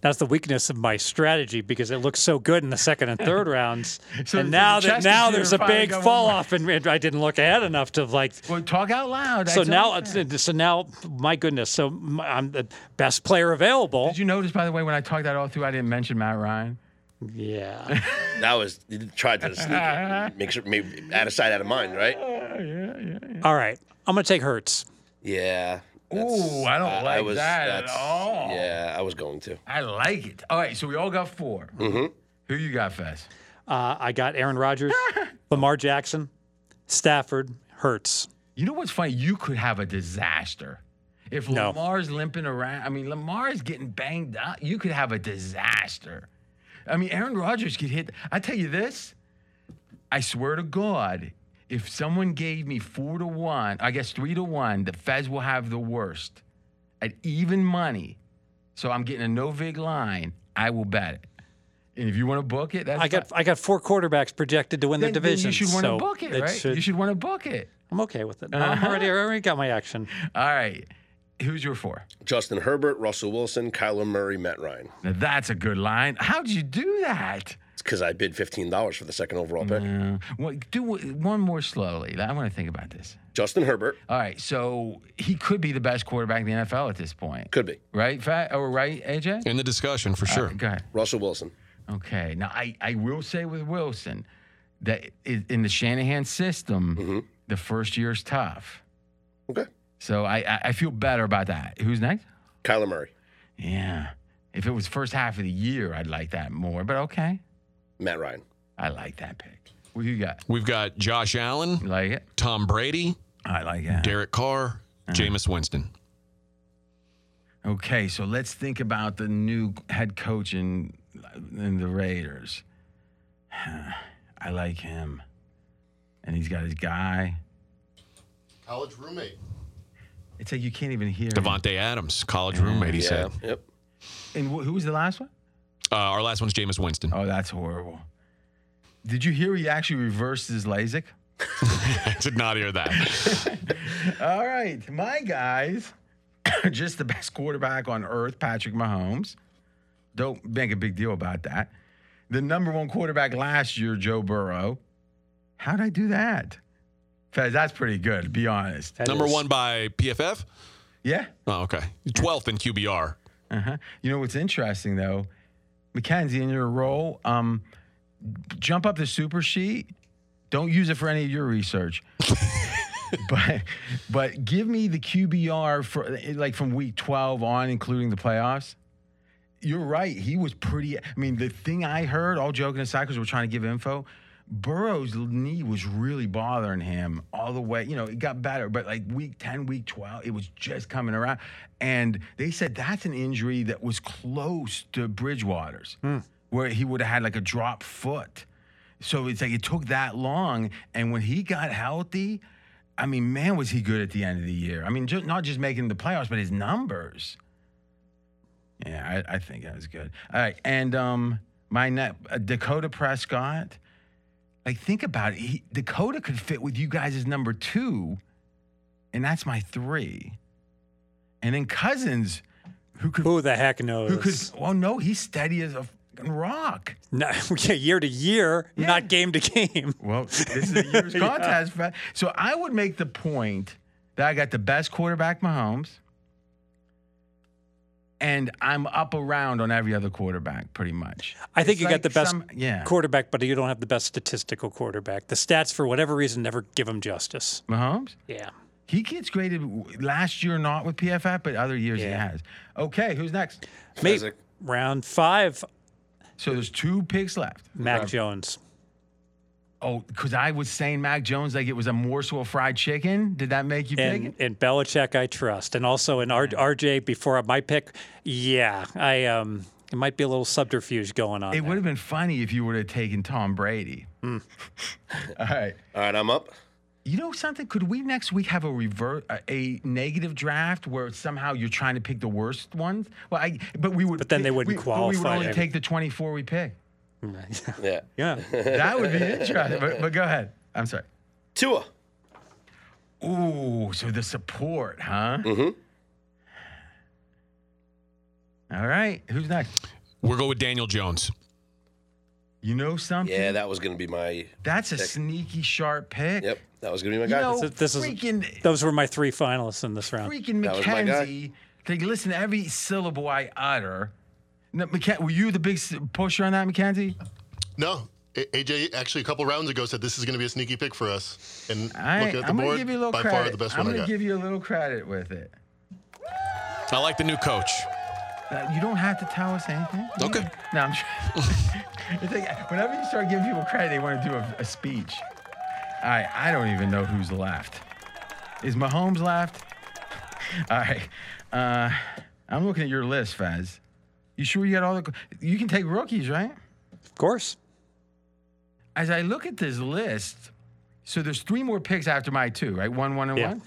Speaker 3: That's the weakness of my strategy because it looks so good in the second and third rounds,
Speaker 1: So
Speaker 3: and now
Speaker 1: the
Speaker 3: that
Speaker 1: Chesterton
Speaker 3: now there's a
Speaker 1: finally
Speaker 3: big
Speaker 1: got one
Speaker 3: fall
Speaker 1: more.
Speaker 3: off, and, and I didn't look ahead enough to like.
Speaker 1: Well, talk out loud.
Speaker 3: So
Speaker 1: That's all
Speaker 3: now,
Speaker 1: I'm saying.
Speaker 3: it's- so now, my goodness. So m- I'm the best player available.
Speaker 1: did you notice by the way when I talked that all through, I didn't mention Matt Ryan.
Speaker 3: yeah,
Speaker 2: That was you tried to sneak it. make sure maybe out of sight, out of mind, right?
Speaker 3: All right, I'm gonna take Hertz.
Speaker 2: Yeah.
Speaker 1: Ooh, I don't like that at
Speaker 2: that's-
Speaker 1: all.
Speaker 2: Yeah, I was going to.
Speaker 1: I like it. All right, so we all got 4 Mm-hmm. Who you got, Fez?
Speaker 3: Uh, I got Aaron Rodgers, Lamar Jackson, Stafford, Hertz.
Speaker 1: You know what's funny? You could have a disaster. If
Speaker 3: No.
Speaker 1: Lamar's limping around, I mean, Lamar's getting banged up, you could have a disaster. I mean, Aaron Rodgers could hit. I tell you this, I swear to God, If someone gave me four to one, I guess three to one, the Fez will have the worst at even money. So I'm getting a no vig line. I will bet it. And if you want to book it, that's
Speaker 3: I got
Speaker 1: fine.
Speaker 3: I got four quarterbacks projected to win
Speaker 1: Then-
Speaker 3: the
Speaker 1: then
Speaker 3: division.
Speaker 1: You should want to
Speaker 3: so
Speaker 1: book it,
Speaker 3: that
Speaker 1: right?
Speaker 3: should- Uh-huh.
Speaker 1: You should want to book it.
Speaker 3: I'm okay with it. I'm already, I already got my action.
Speaker 1: All right. Who's your four?
Speaker 2: Justin Herbert, Russell Wilson, Kyler Murray, Matt Ryan.
Speaker 1: Now that's a good line. How'd you do that?
Speaker 2: It's because I bid fifteen dollars for the second overall pick.
Speaker 1: Uh, what, do one more slowly. I want to think about this.
Speaker 2: Justin Herbert
Speaker 1: All right, so he could be the best quarterback in the NFL at this point,
Speaker 2: could be
Speaker 1: right? Fat or right, AJ?
Speaker 4: in the discussion for sure.
Speaker 1: Go ahead.
Speaker 2: Russell Wilson.
Speaker 1: Okay. Now I, I will say with Wilson that i- in the Shanahan system, the first year's tough.
Speaker 2: mm-hmm. Okay,
Speaker 1: So I, I I feel better about that. Who's next?
Speaker 2: Kyler Murray,
Speaker 1: Yeah. If it was first half of the year, I'd like that more. But okay,
Speaker 2: Matt Ryan.
Speaker 1: I like that pick. Who you got?
Speaker 4: We've got Josh Allen,
Speaker 1: You like it?
Speaker 4: Tom Brady,
Speaker 1: I like it.
Speaker 4: Derek Carr, Jameis Winston.
Speaker 1: Okay, so let's think about the new head coach in in the Raiders. I like him, and he's got his guy.
Speaker 6: College roommate.
Speaker 1: It's like you can't even hear. him.
Speaker 4: Devontae Adams, college roommate, he said.
Speaker 2: Yep.
Speaker 1: And wh- who was the last one?
Speaker 4: Uh, our last one's Jameis Winston.
Speaker 1: Oh, that's horrible. Did you hear he actually reversed his LASIK?
Speaker 4: I did not hear that.
Speaker 1: All right, my guys, just the best quarterback on earth, Patrick Mahomes. Don't make a big deal about that. The number one quarterback last year, Joe Burrow. How'd I do that? Fez, that's pretty good, to be honest.
Speaker 3: That
Speaker 4: Number
Speaker 3: is-
Speaker 4: one by PFF.
Speaker 1: Yeah.
Speaker 4: Oh, okay. 12th in QBR.
Speaker 1: Uh-huh. You know what's interesting though, Mackenzie, in your role, um, jump up the super sheet. Don't use it for any of your research. but but give me the QBR for like from week 12 on, including the playoffs. You're right. He was pretty. I mean, the thing I heard, all joking aside, because we're trying to give info, Burrow's knee was really bothering him all the way. You know, it got better, but like week 10, week 12, it was just coming around. And they said that's an injury that was close to Bridgewater's, where he would have had like a drop foot. So it's like it took that long. And when he got healthy, I mean, man, was he good at the end of the year. I mean, ju- not just making the playoffs, but his numbers. Yeah, I, I think that was good. All right, and um, my ne- uh, Dakota Prescott. Like, think about it. He, Dakota could fit with you guys as number two, and that's my three. And then Cousins, who could,
Speaker 3: Who the heck knows?
Speaker 1: who could? Well, no, he's steady as a fucking rock.
Speaker 3: No, yeah, year to year, not game to game.
Speaker 1: Well, this is a year's contest. fa- So I would make the point that I got the best quarterback, Mahomes, and I'm up around on every other quarterback pretty much.
Speaker 3: I think
Speaker 1: It's
Speaker 3: you
Speaker 1: like
Speaker 3: got the best
Speaker 1: some- yeah.
Speaker 3: quarterback, but you don't have the best statistical quarterback. The stats, for whatever reason, never give him justice.
Speaker 1: Mahomes?
Speaker 3: Yeah.
Speaker 1: He gets graded w- last year not with PFF, but other years he
Speaker 3: Yeah.
Speaker 1: has. Okay, who's next?
Speaker 3: Maybe round five,
Speaker 1: So there's two picks left.
Speaker 3: Mac Jones.
Speaker 1: Oh, because I was saying Mac Jones like it was a morsel of fried chicken. Did that make you big?
Speaker 3: And, and Belichick, I trust. And also in R- RJ, before my pick, yeah, I um, it might be a little subterfuge going on. Hmm.
Speaker 1: It
Speaker 3: there.
Speaker 1: would have been funny if you would have taken Tom Brady. All right.
Speaker 2: All right, I'm up.
Speaker 1: You know something? Could we next week have a revert, a, a negative draft where somehow you're trying to pick the worst ones? Well, I but we would.
Speaker 3: But then they
Speaker 1: pick-
Speaker 3: wouldn't
Speaker 1: we- but we would
Speaker 3: qualify.
Speaker 1: only take the 24 we pick.
Speaker 2: Yeah.
Speaker 3: yeah.
Speaker 1: That would be interesting. but, but go ahead. I'm sorry.
Speaker 2: Tua.
Speaker 1: Ooh, so the support, huh? Mm-hmm. All right. Who's next?
Speaker 4: We'll go with Daniel Jones.
Speaker 1: You know something?
Speaker 2: Yeah, that was gonna be my.
Speaker 1: That's a sneaky sharp pick.
Speaker 2: Yep, that was gonna be my
Speaker 1: You
Speaker 2: guy.
Speaker 1: know,
Speaker 3: This is- this is-
Speaker 1: freaking
Speaker 3: Those were my three finalists in this round.
Speaker 1: freaking
Speaker 2: That was my guy.
Speaker 1: McKenzie. They listen to every syllable I utter. No, McK- were you the big s- pusher on that, McKenzie?
Speaker 6: No, A- AJ actually a couple rounds ago said this is going to be a sneaky pick for us. And
Speaker 1: I,
Speaker 6: looking at the
Speaker 1: I'm
Speaker 6: board,
Speaker 1: gonna give you a little
Speaker 6: by
Speaker 1: credit.
Speaker 6: far the best
Speaker 1: I'm
Speaker 6: one I
Speaker 1: gonna
Speaker 6: got.
Speaker 1: give you a little credit with it.
Speaker 4: I like the new coach.
Speaker 1: Uh, you don't have to tell us anything.
Speaker 4: Okay.
Speaker 1: No, I'm sure. It's like, whenever you start giving people credit, they want to do a, a speech. All right, I don't even know who's left. Is Mahomes left? All right. Uh, I'm looking at your list, Faz. You sure you got all the. You can take rookies, right?
Speaker 3: Of course.
Speaker 1: As I look at this list, So there's three more picks after my two, right? One, one, and
Speaker 3: Yeah.
Speaker 1: one.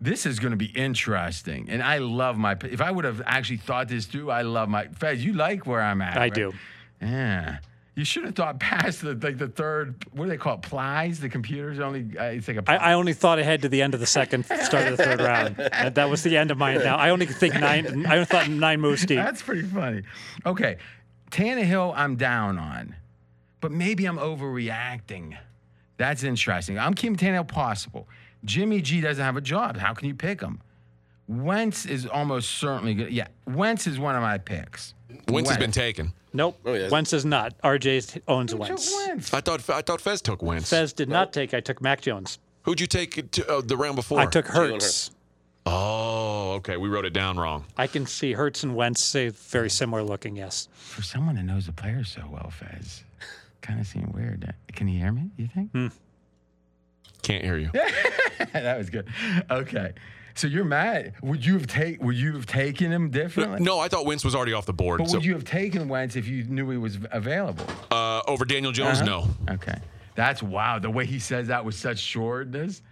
Speaker 1: This is going to be interesting, and I love my. If I would have actually thought this through, I love my. Fez, you like where I'm at?
Speaker 3: I
Speaker 1: right?
Speaker 3: do.
Speaker 1: Yeah. You should have thought past the like the third. What do they call it? Plies. The computer's only. Uh, it's like a.
Speaker 3: I, I only thought ahead to the end of the second, start of the third round. That, that was the end of my. Now I only could think nine. I thought nine moves deep.
Speaker 1: That's pretty funny. Okay. Tannehill, I'm down on, but maybe I'm overreacting. That's interesting. I'm keeping Tannehill possible. Jimmy G doesn't have a job. How can you pick him? Wentz is almost certainly good. Yeah, Wentz is one of my picks.
Speaker 4: Wentz has been taken.
Speaker 3: Nope.
Speaker 2: Oh, yeah.
Speaker 3: Wentz is not. RJ owns Wentz.
Speaker 1: Wentz. Wentz.
Speaker 4: I thought I thought Fez took Wentz.
Speaker 3: Fez did not take. I took Mac Jones.
Speaker 4: Who'd you take to, uh, the round before?
Speaker 3: I took
Speaker 2: Hurts.
Speaker 3: Hertz.
Speaker 4: Oh, okay. We wrote it down wrong.
Speaker 3: I can see Hertz and Wentz eh, very similar looking. Yes.
Speaker 1: For someone that knows the player so well, Fez, kind of seemed weird. Can you hear me? You think?
Speaker 4: Can't hear you.
Speaker 1: that was good. Okay. So you're mad. Would you have take? Would you have taken him differently?
Speaker 4: No, I thought Wentz was already off the board.
Speaker 1: But
Speaker 4: so
Speaker 1: would you have taken Wentz if you knew he was available?
Speaker 4: uh, over Daniel Jones,
Speaker 1: Uh-huh.
Speaker 4: no.
Speaker 1: Okay. That's wow. The way he says that with such sureness.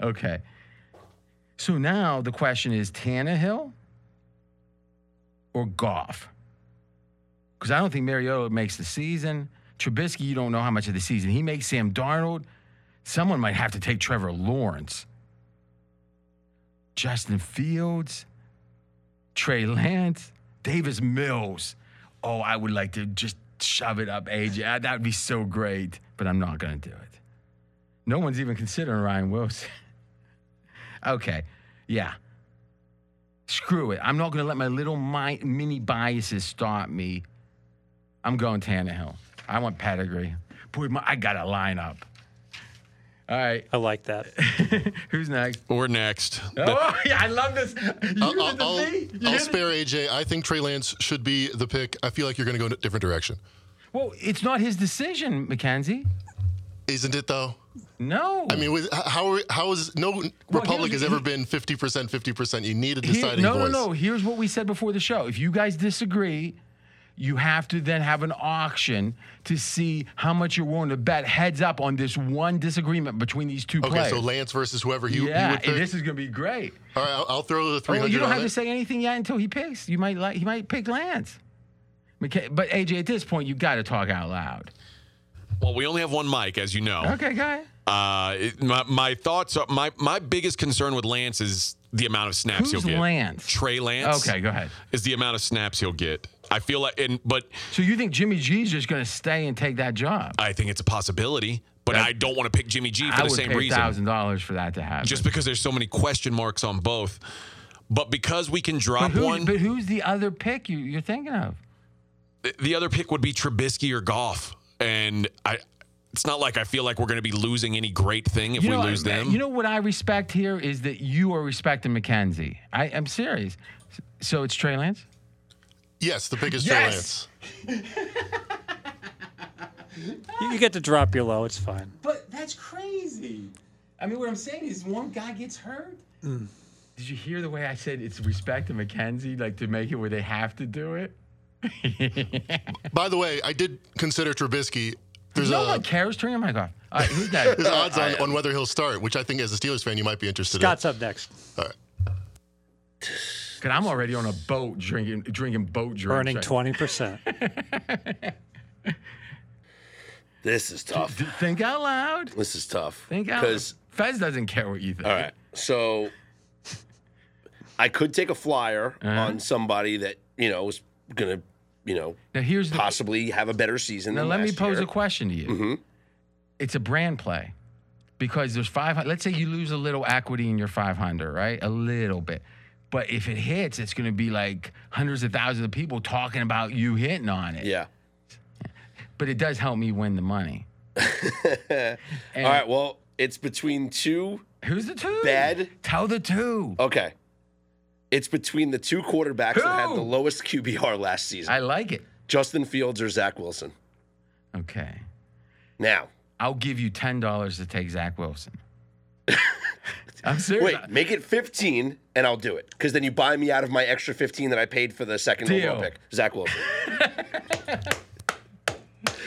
Speaker 1: Okay. So now the question is Tannehill or Goff? Because I don't think Mariota makes the season. Trubisky, you don't know how much of the season he makes. Sam Darnold, someone might have to take Trevor Lawrence. Justin Fields, Trey Lance, Davis Mills. Oh, I would like to just shove it up AJ. Ah, That would be so great, but I'm not going to do it. No one's even considering Ryan Wilson. okay, yeah. Screw it. I'm not going to let my little mi- mini biases stop me. I'm going Tannehill. I want pedigree. Boy, my, I got a lineup. All right,
Speaker 3: I like that.
Speaker 1: who's next?
Speaker 4: We're next.
Speaker 1: Oh, yeah, I love this. You
Speaker 6: I'll,
Speaker 1: hear
Speaker 6: I'll-
Speaker 1: the thing? You
Speaker 6: I'll
Speaker 1: hear the-
Speaker 6: spare AJ. I think Trey Lance should be the pick. I feel like you're going to go in a different direction.
Speaker 1: Well, it's not his decision, Mackenzie.
Speaker 6: Isn't it though?
Speaker 1: No.
Speaker 6: I mean, with, h- how are- how is no republic
Speaker 1: he-
Speaker 6: has ever
Speaker 1: he-
Speaker 6: been 50% 50%. You need a
Speaker 1: Here-
Speaker 6: deciding
Speaker 1: no,
Speaker 6: voice.
Speaker 1: no, no. Here's what we said before the show. If you guys disagree, you have to then have an auction to see how much you're willing to bet heads up on this one disagreement between these two
Speaker 6: Okay,
Speaker 1: players.
Speaker 6: so Lance versus whoever you, you
Speaker 1: yeah,
Speaker 6: would pick.
Speaker 1: and this is gonna be great.
Speaker 6: All right, I'll, I'll throw the
Speaker 1: Oh,
Speaker 6: 300
Speaker 1: you don't
Speaker 6: on
Speaker 1: have
Speaker 6: it.
Speaker 1: to say anything yet until he picks. You might like he might pick Lance. McKay, but AJ, at this point, you got to talk out loud.
Speaker 4: Well, we only have one mic, as you know.
Speaker 1: Okay, guy.
Speaker 4: Uh, it- my, my thoughts. Are, my my biggest concern with Lance is the amount of snaps
Speaker 1: Who's
Speaker 4: he'll get.
Speaker 1: Lance?
Speaker 4: Trey Lance.
Speaker 1: Okay, go ahead.
Speaker 4: Is the amount of snaps he'll get. I feel like, and but
Speaker 1: So you think Jimmy G's just gonna stay and take that job?
Speaker 4: I think it's a possibility. But I don't want to pick Jimmy G for
Speaker 1: I
Speaker 4: the
Speaker 1: would
Speaker 4: same
Speaker 1: pay
Speaker 4: reason.
Speaker 1: thousand dollars for that to happen.
Speaker 4: Just because there's so many question marks on both. But because we can
Speaker 1: but,
Speaker 4: drop
Speaker 1: who's,
Speaker 4: one,
Speaker 1: but who's the other pick you, you're thinking of?
Speaker 4: th- the other pick would be Trubisky or Goff, and I. It's not like I feel like we're going to be losing any great thing if we lose them.
Speaker 1: You know what I respect here is that you are respecting McKenzie. I, I'm serious. So it's Trey Lance?
Speaker 6: Yes, the pick is Trey
Speaker 1: Yes!
Speaker 6: Lance.
Speaker 3: You, you get to drop your low. It's fine.
Speaker 1: But that's crazy. I mean, what I'm saying is one guy gets hurt. Mm. Did you hear the way I said it's respect to McKenzie, like to make it where they have to do it?
Speaker 6: By the way, I did consider Trubisky. There's
Speaker 1: no
Speaker 6: a
Speaker 4: Uh,
Speaker 1: one cares. Turn your mic off. Oh All right, who's next?
Speaker 6: there's odds on,
Speaker 1: um,
Speaker 6: on whether he'll start, which I think as a Steelers fan you might be interested
Speaker 3: Scott's up next.
Speaker 6: in. All right.
Speaker 1: 'Cause I'm already on a boat drinking, drinking boat drinks.
Speaker 3: Earning
Speaker 1: right
Speaker 3: twenty percent.
Speaker 2: This is tough.
Speaker 1: now. Think out loud.
Speaker 2: This is tough.
Speaker 1: Think out.
Speaker 2: Because
Speaker 1: Fez doesn't care what you think.
Speaker 2: all right, so I could take a flyer
Speaker 1: Uh-huh.
Speaker 2: on somebody that you know is gonna you know
Speaker 1: Now here's the
Speaker 2: possibly have a better season.
Speaker 1: Now
Speaker 2: than
Speaker 1: let me
Speaker 2: last
Speaker 1: pose
Speaker 2: year. Mm-hmm.
Speaker 1: a question to you. It's a brand play because there's 500. Let's say you lose a little equity in your 500, right? A little bit. But if it hits, it's going to be like hundreds of thousands of people talking about you hitting on it.
Speaker 2: Yeah.
Speaker 1: But it does help me win the money.
Speaker 2: All right. Well, it's between two.
Speaker 1: Who's the two?
Speaker 2: Bad. Oh.
Speaker 1: Tell the two.
Speaker 2: Okay. It's between the two quarterbacks that had
Speaker 1: Who?
Speaker 2: the lowest QBR last season:
Speaker 1: I like it.
Speaker 2: Justin Fields or Zach Wilson.
Speaker 1: Okay.
Speaker 2: Now,
Speaker 1: I'll give you $10 to take Zach Wilson. I'm serious.
Speaker 2: wait, make it fifteen, and I'll do it. Because then you buy me out of my extra fifteen that I paid for the second
Speaker 1: Deal.
Speaker 2: overall pick, Zach Wilson.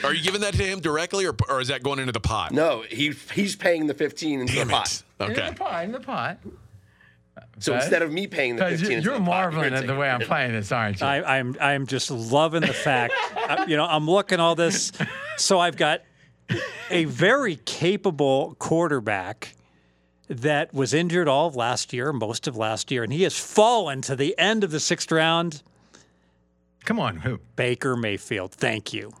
Speaker 4: Are you giving that to him directly, or, or is that going into the pot?
Speaker 2: No, he he's paying the 15 into
Speaker 4: Damn
Speaker 2: the pot.
Speaker 4: it.
Speaker 1: In
Speaker 4: Okay.
Speaker 1: the pot. In the pot.
Speaker 2: So
Speaker 1: Okay.
Speaker 2: instead of me paying the
Speaker 1: Guys,
Speaker 2: 15
Speaker 1: you-
Speaker 2: into
Speaker 1: You're
Speaker 2: the pot, you're
Speaker 1: marveling
Speaker 2: gonna
Speaker 1: at the
Speaker 2: take
Speaker 1: way
Speaker 2: it.
Speaker 1: I'm playing this, aren't you?
Speaker 3: I, I'm I'm just loving the fact, I, you know, I'm looking all this. So I've got a very capable quarterback that was injured all of last year, most of last year, and he has fallen to the end of the sixth round.
Speaker 1: Come on, who?
Speaker 3: Baker Mayfield, thank you.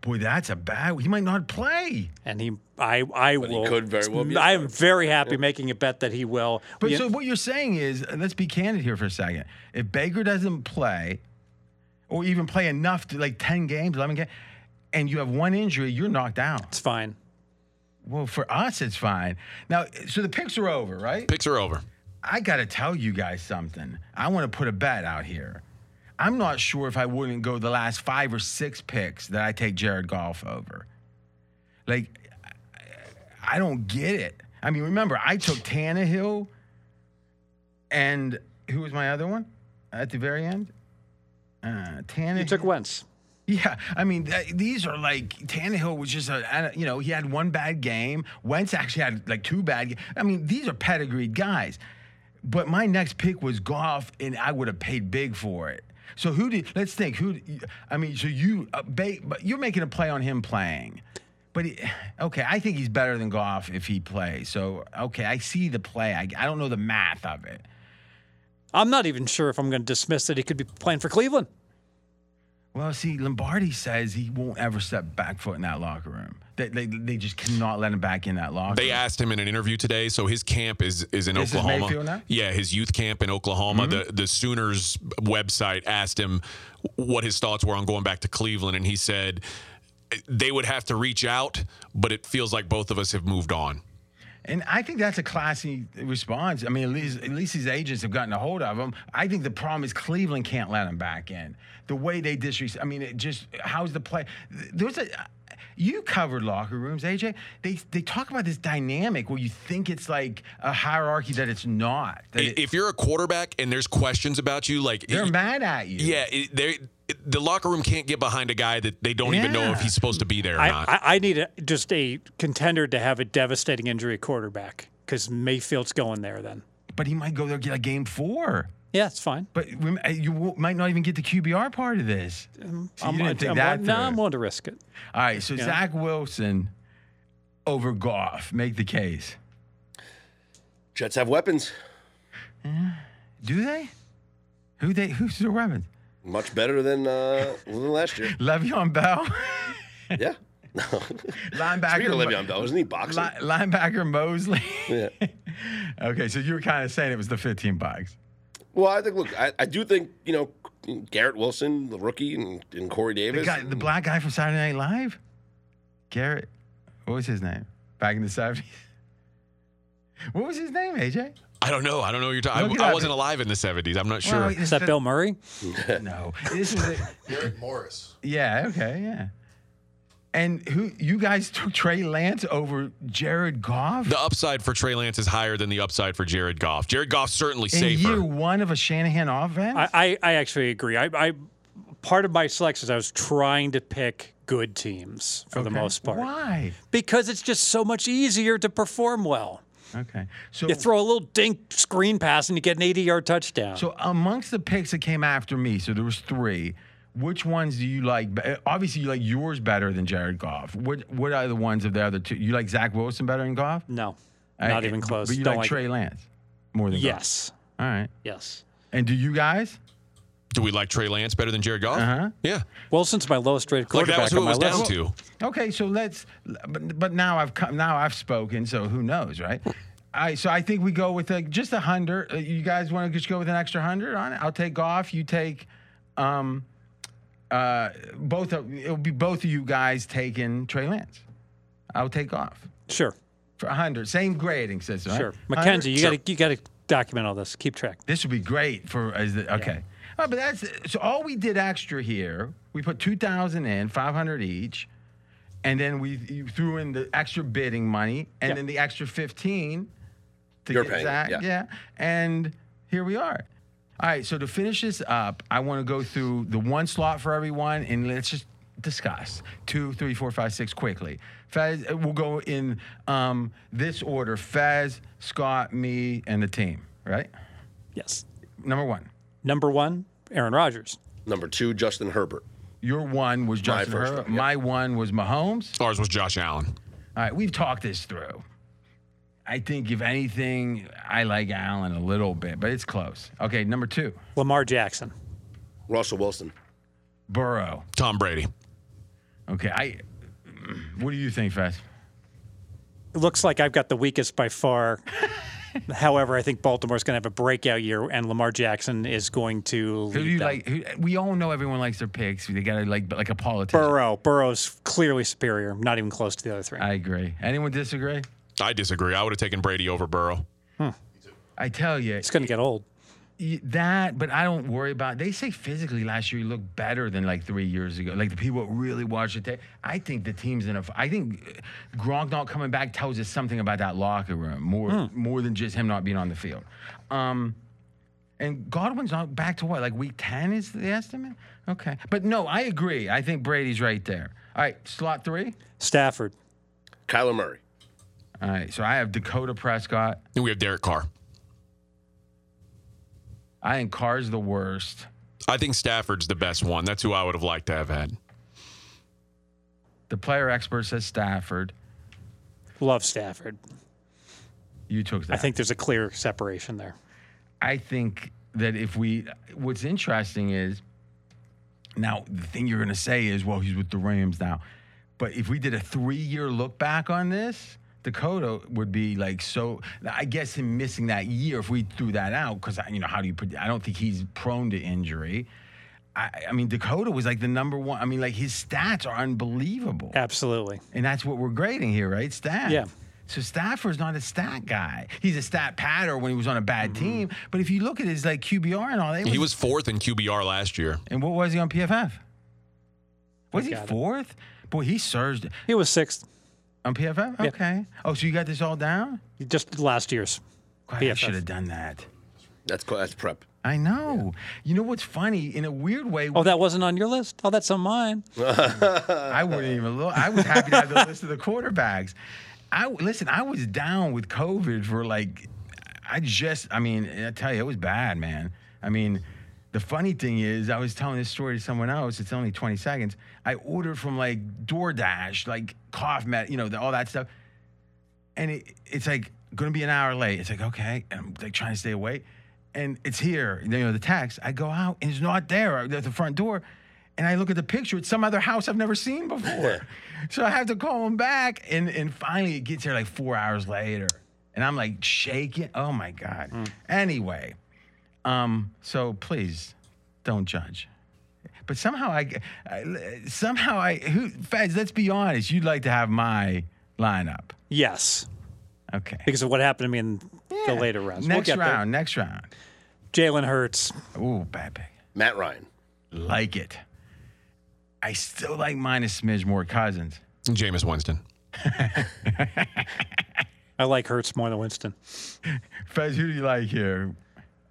Speaker 1: Boy, that's a bad. He might not play.
Speaker 3: And he, I, I
Speaker 2: he
Speaker 3: will.
Speaker 2: could very well be a
Speaker 3: I am very happy making a bet that he will.
Speaker 1: But
Speaker 3: You-
Speaker 1: so what you're saying is, and let's be candid here for a second. If Baker doesn't play, or even play enough to like ten games, eleven games, and you have one injury, you're knocked out.
Speaker 3: it's fine.
Speaker 1: Well, for us, it's fine. Now, so the picks are over, right?
Speaker 4: Picks are over.
Speaker 1: I got to tell you guys something. I want to put a bet out here. I'm not sure if I wouldn't go the last five or six picks that I take Jared Goff over. Like, I- I don't get it. I mean, remember, I took Tannehill and who was my other one at the very end? Uh, Tannehill.
Speaker 3: You took Wentz.
Speaker 1: Yeah, I mean, th- these are like Tannehill was just a, you know, he had one bad game. Wentz actually had like two bad. Ga- I mean, these are pedigreed guys. But my next pick was golf, and I would have paid big for it. So who did? Let's think. Who? did- I mean, so you, uh, ba- but you're making a play on him playing. But he, okay, I think he's better than golf if he plays. So okay, I see the play. I, I don't know the math of it.
Speaker 3: I'm not even sure if I'm going to dismiss that he could be playing for Cleveland.
Speaker 1: Well, see, Lombardi says he won't ever step back foot in that locker room. They, they, they just cannot let him back in that locker
Speaker 4: They
Speaker 1: room.
Speaker 4: asked him in an interview today. So his camp is is in
Speaker 1: This is
Speaker 4: Oklahoma.
Speaker 1: Mayfield now? Mm-hmm.
Speaker 4: Yeah, his youth camp in Oklahoma. The the Sooners website asked him what his thoughts were on going back to Cleveland, and he said they would have to reach out, but it feels like both of us have moved on.
Speaker 1: And I think that's a classy response. I mean, at least, at least his agents have gotten a hold of him. I think the problem is Cleveland can't let him back in. The way they disrespect, I mean, it just, how's the play? There's a, you covered locker rooms, AJ. They, they talk about this dynamic where you think it's like a hierarchy that it's not. That
Speaker 4: I-
Speaker 1: it-
Speaker 4: If you're a quarterback and there's questions about you, like
Speaker 1: they're mad at you.
Speaker 4: yeah, it, they it- the locker room can't get behind a guy that they don't even know if
Speaker 1: Yeah.
Speaker 4: he's supposed to be there or
Speaker 3: I,
Speaker 4: not.
Speaker 3: I, I need a, just a contender to have a devastating injury at quarterback because Mayfield's going there then.
Speaker 1: But he might go there get a game four.
Speaker 3: Yeah, it's fine.
Speaker 1: But rem- uh, you w- might not even get the QBR part of this. So you didn't think
Speaker 3: I'm,
Speaker 1: that
Speaker 3: I'm, no, I'm
Speaker 1: through.
Speaker 3: willing to risk it.
Speaker 1: All right, so Zach Wilson over Goff. Make the case.
Speaker 2: Jets have weapons.
Speaker 1: Do they? Who they? Who's the weapon?
Speaker 2: Much better than uh, than last year.
Speaker 1: Le'Veon Bell,
Speaker 2: Yeah. No.
Speaker 1: linebacker.
Speaker 2: Speaking of
Speaker 1: Mo-
Speaker 2: Le'Veon Bell, isn't he boxing?
Speaker 1: li- linebacker Mosley.
Speaker 2: Yeah.
Speaker 1: okay, so you were kind of saying it was the 15 bucks.
Speaker 2: Well, I think, look, I, I do think, you know, Garrett Wilson, the rookie, and, and Corey
Speaker 1: The
Speaker 2: Davis.
Speaker 1: guy, the black guy from Saturday Night Live, Garrett. What was his name? Back in the 70s. What was his name, AJ?
Speaker 4: I don't know. I don't know. What you're talking.
Speaker 1: Look it
Speaker 4: I,
Speaker 1: up.
Speaker 4: wasn't alive in the '70s. I'm not sure.
Speaker 1: Well,
Speaker 3: Is that Bill Murray?
Speaker 1: No, this is a,
Speaker 6: Garrett Morris.
Speaker 1: yeah, okay, yeah. And who you guys took Trey Lance over Jared Goff
Speaker 4: The upside for Trey Lance is higher than the upside for Jared Goff. Jared Goff's certainly
Speaker 1: in year
Speaker 4: safer.
Speaker 1: one of a Shanahan offense?
Speaker 3: I, I, I actually agree. I, I part of my selections I was trying to pick good teams for the
Speaker 1: Okay.
Speaker 3: most part
Speaker 1: Why?
Speaker 3: because it's just so much easier to perform well.
Speaker 1: Okay, so
Speaker 3: You throw a little dink screen pass and you get an 80 yard touchdown.
Speaker 1: so amongst the picks that came after me, so there was three. Which ones do you like? be- Obviously, you like yours better than Jared Goff. What What are the ones of the other two? You like Zach Wilson better than Goff?
Speaker 3: no, not
Speaker 1: I-
Speaker 3: even close.
Speaker 1: But you
Speaker 3: Don't
Speaker 1: like
Speaker 3: like-
Speaker 1: Trey Lance more than Goff?
Speaker 3: Yes,
Speaker 1: All right.
Speaker 3: yes.
Speaker 1: And do you guys?
Speaker 4: Do we like Trey Lance better than Jared Goff?
Speaker 1: Uh-huh.
Speaker 4: Yeah.
Speaker 3: Wilson's my lowest rated
Speaker 4: Like
Speaker 3: quarterback
Speaker 4: that was who
Speaker 3: on
Speaker 4: it
Speaker 3: my
Speaker 4: was down
Speaker 3: list.
Speaker 4: to.
Speaker 1: Okay, so let's. But, but now I've come. Now I've spoken. So who knows, right? I so I think we go with a, just a hundred. Uh, you guys want to just go with an extra hundred on it? I'll take off. You take, um, uh, both. Of, it'll be both of you guys taking Trey Lance. I'll take off
Speaker 3: Sure,
Speaker 1: for a hundred. Same grading system. right?
Speaker 3: sure.
Speaker 1: 100?
Speaker 3: Mackenzie, you got to you got to document all this. Keep track.
Speaker 1: This would be great for as the, okay. Oh, but that's so. All we did extra here, we put two thousand in, five hundred each, and then we you threw in the extra bidding money, and
Speaker 3: Yeah.
Speaker 1: then the extra fifteen to
Speaker 2: You're
Speaker 1: get
Speaker 2: paying,
Speaker 1: Zach.
Speaker 2: yeah.
Speaker 1: and here we are. All right, so to finish this up, I want to go through the one slot for everyone, and let's just discussed. Two, three, four, five, six quickly. Faz, uh, we'll go in um, this order Faz, Scott, me, and the team, right?
Speaker 3: Yes.
Speaker 1: Number one.
Speaker 3: Number one, Aaron Rodgers.
Speaker 2: Number two, Justin Herbert.
Speaker 1: Your one was Justin
Speaker 2: first
Speaker 1: Herbert.
Speaker 2: one, yeah.
Speaker 1: My one was Mahomes.
Speaker 4: Ours was Josh Allen.
Speaker 1: All right, we've talked this through. I think if anything, I like Allen a little bit, but it's close. Okay, number two,
Speaker 3: Lamar Jackson.
Speaker 2: Russell Wilson.
Speaker 1: Burrow.
Speaker 4: Tom Brady.
Speaker 1: Okay, I. What do you think, Faz?
Speaker 3: It looks like I've got the weakest by far. However, I think Baltimore's going to have a breakout year, and Lamar Jackson is going to
Speaker 1: Who do
Speaker 3: lead
Speaker 1: you
Speaker 3: them.
Speaker 1: like? Who, we all know everyone likes their picks. They gotta like like a politician.
Speaker 3: Burrow. Burrow's clearly superior. Not even close to the other three.
Speaker 1: I agree. Anyone disagree?
Speaker 4: I disagree. I would have taken Brady over Burrow.
Speaker 1: I tell you,
Speaker 3: it's going to get old.
Speaker 1: y- that. But I don't worry about. They say physically last year you looked better than like three years ago. Like the people that really watch the tape. I think the team's in a. f- I think uh, Gronk not coming back tells us something about that locker room more more than just him not being on the field. Um, and Godwin's not back to what like week ten is the estimate. Okay, but no, I agree. I think Brady's right there. All right, slot three.
Speaker 3: Stafford.
Speaker 2: Kyler Murray.
Speaker 1: All right, so I have Dakota Prescott.
Speaker 4: Then we have Derek Carr.
Speaker 1: I think Carr's the worst.
Speaker 4: I think Stafford's the best one. That's who I would have liked to have had.
Speaker 1: The player expert says Stafford.
Speaker 3: Love Stafford.
Speaker 1: You took that.
Speaker 3: I think there's a clear separation there.
Speaker 1: I think that if we, what's interesting is, now the thing you're going to say is, well, he's with the Rams now, but if we did a three-year look back on this, Dakota would be like so. I guess him missing that year, if we threw that out, because you know how do you? pred- I don't think he's prone to injury. I, I mean, Dakota was like the number one. I mean, like his stats are unbelievable.
Speaker 3: Absolutely.
Speaker 1: And that's what we're grading here, right? Stat.
Speaker 3: Yeah.
Speaker 1: So Stafford's not a stat guy. He's a stat patter when he was on a bad
Speaker 3: Mm-hmm.
Speaker 1: team. But if you look at his like QBR and all that,
Speaker 4: He was fourth in QBR last year.
Speaker 1: And what was he on PFF? Was he
Speaker 3: got it.
Speaker 1: fourth? Boy, he surged
Speaker 3: He was sixth
Speaker 1: on PFF.
Speaker 3: Yeah.
Speaker 1: Okay. Oh, so you got this all down?
Speaker 3: just last year's.
Speaker 1: God, I
Speaker 3: PFF.
Speaker 1: should have done that.
Speaker 2: That's co- that's prep.
Speaker 1: I know. You know what's funny? In a weird way,
Speaker 3: Oh, that wasn't on your list? Oh, that's on mine.
Speaker 1: I wouldn't even look. I was happy to have the list of the quarterbacks. I listen. I was down with COVID for like, I just. I mean, I tell you, it was bad, man. I mean, the funny thing is, I was telling this story to someone else. It's only 20 seconds. I ordered from like DoorDash, like cough med, you know, the, all that stuff and it, it's like gonna be an hour late. It's like okay, and I'm like trying to stay awake, and it's here. You know the text. I go out and it's not there at the front door, and I look at the picture. It's some other house I've never seen before, so I have to call him back, and and finally it gets here like four hours later, and I'm like shaking. Oh my god. Anyway, um, so please don't judge. But somehow I, I somehow I who Feds. Let's be honest. You'd like to have my lineup.
Speaker 3: Yes,
Speaker 1: Okay.
Speaker 3: because of what happened to me in the later rounds.
Speaker 1: Next
Speaker 3: we'll get
Speaker 1: round, next round.
Speaker 3: there. Jalen Hurts.
Speaker 1: Ooh, bad pick.
Speaker 2: Matt Ryan.
Speaker 1: Like it. I still like minus smidge more cousins.
Speaker 4: Jameis Winston.
Speaker 3: I like Hurts more than Winston.
Speaker 1: Fez, who do you like here?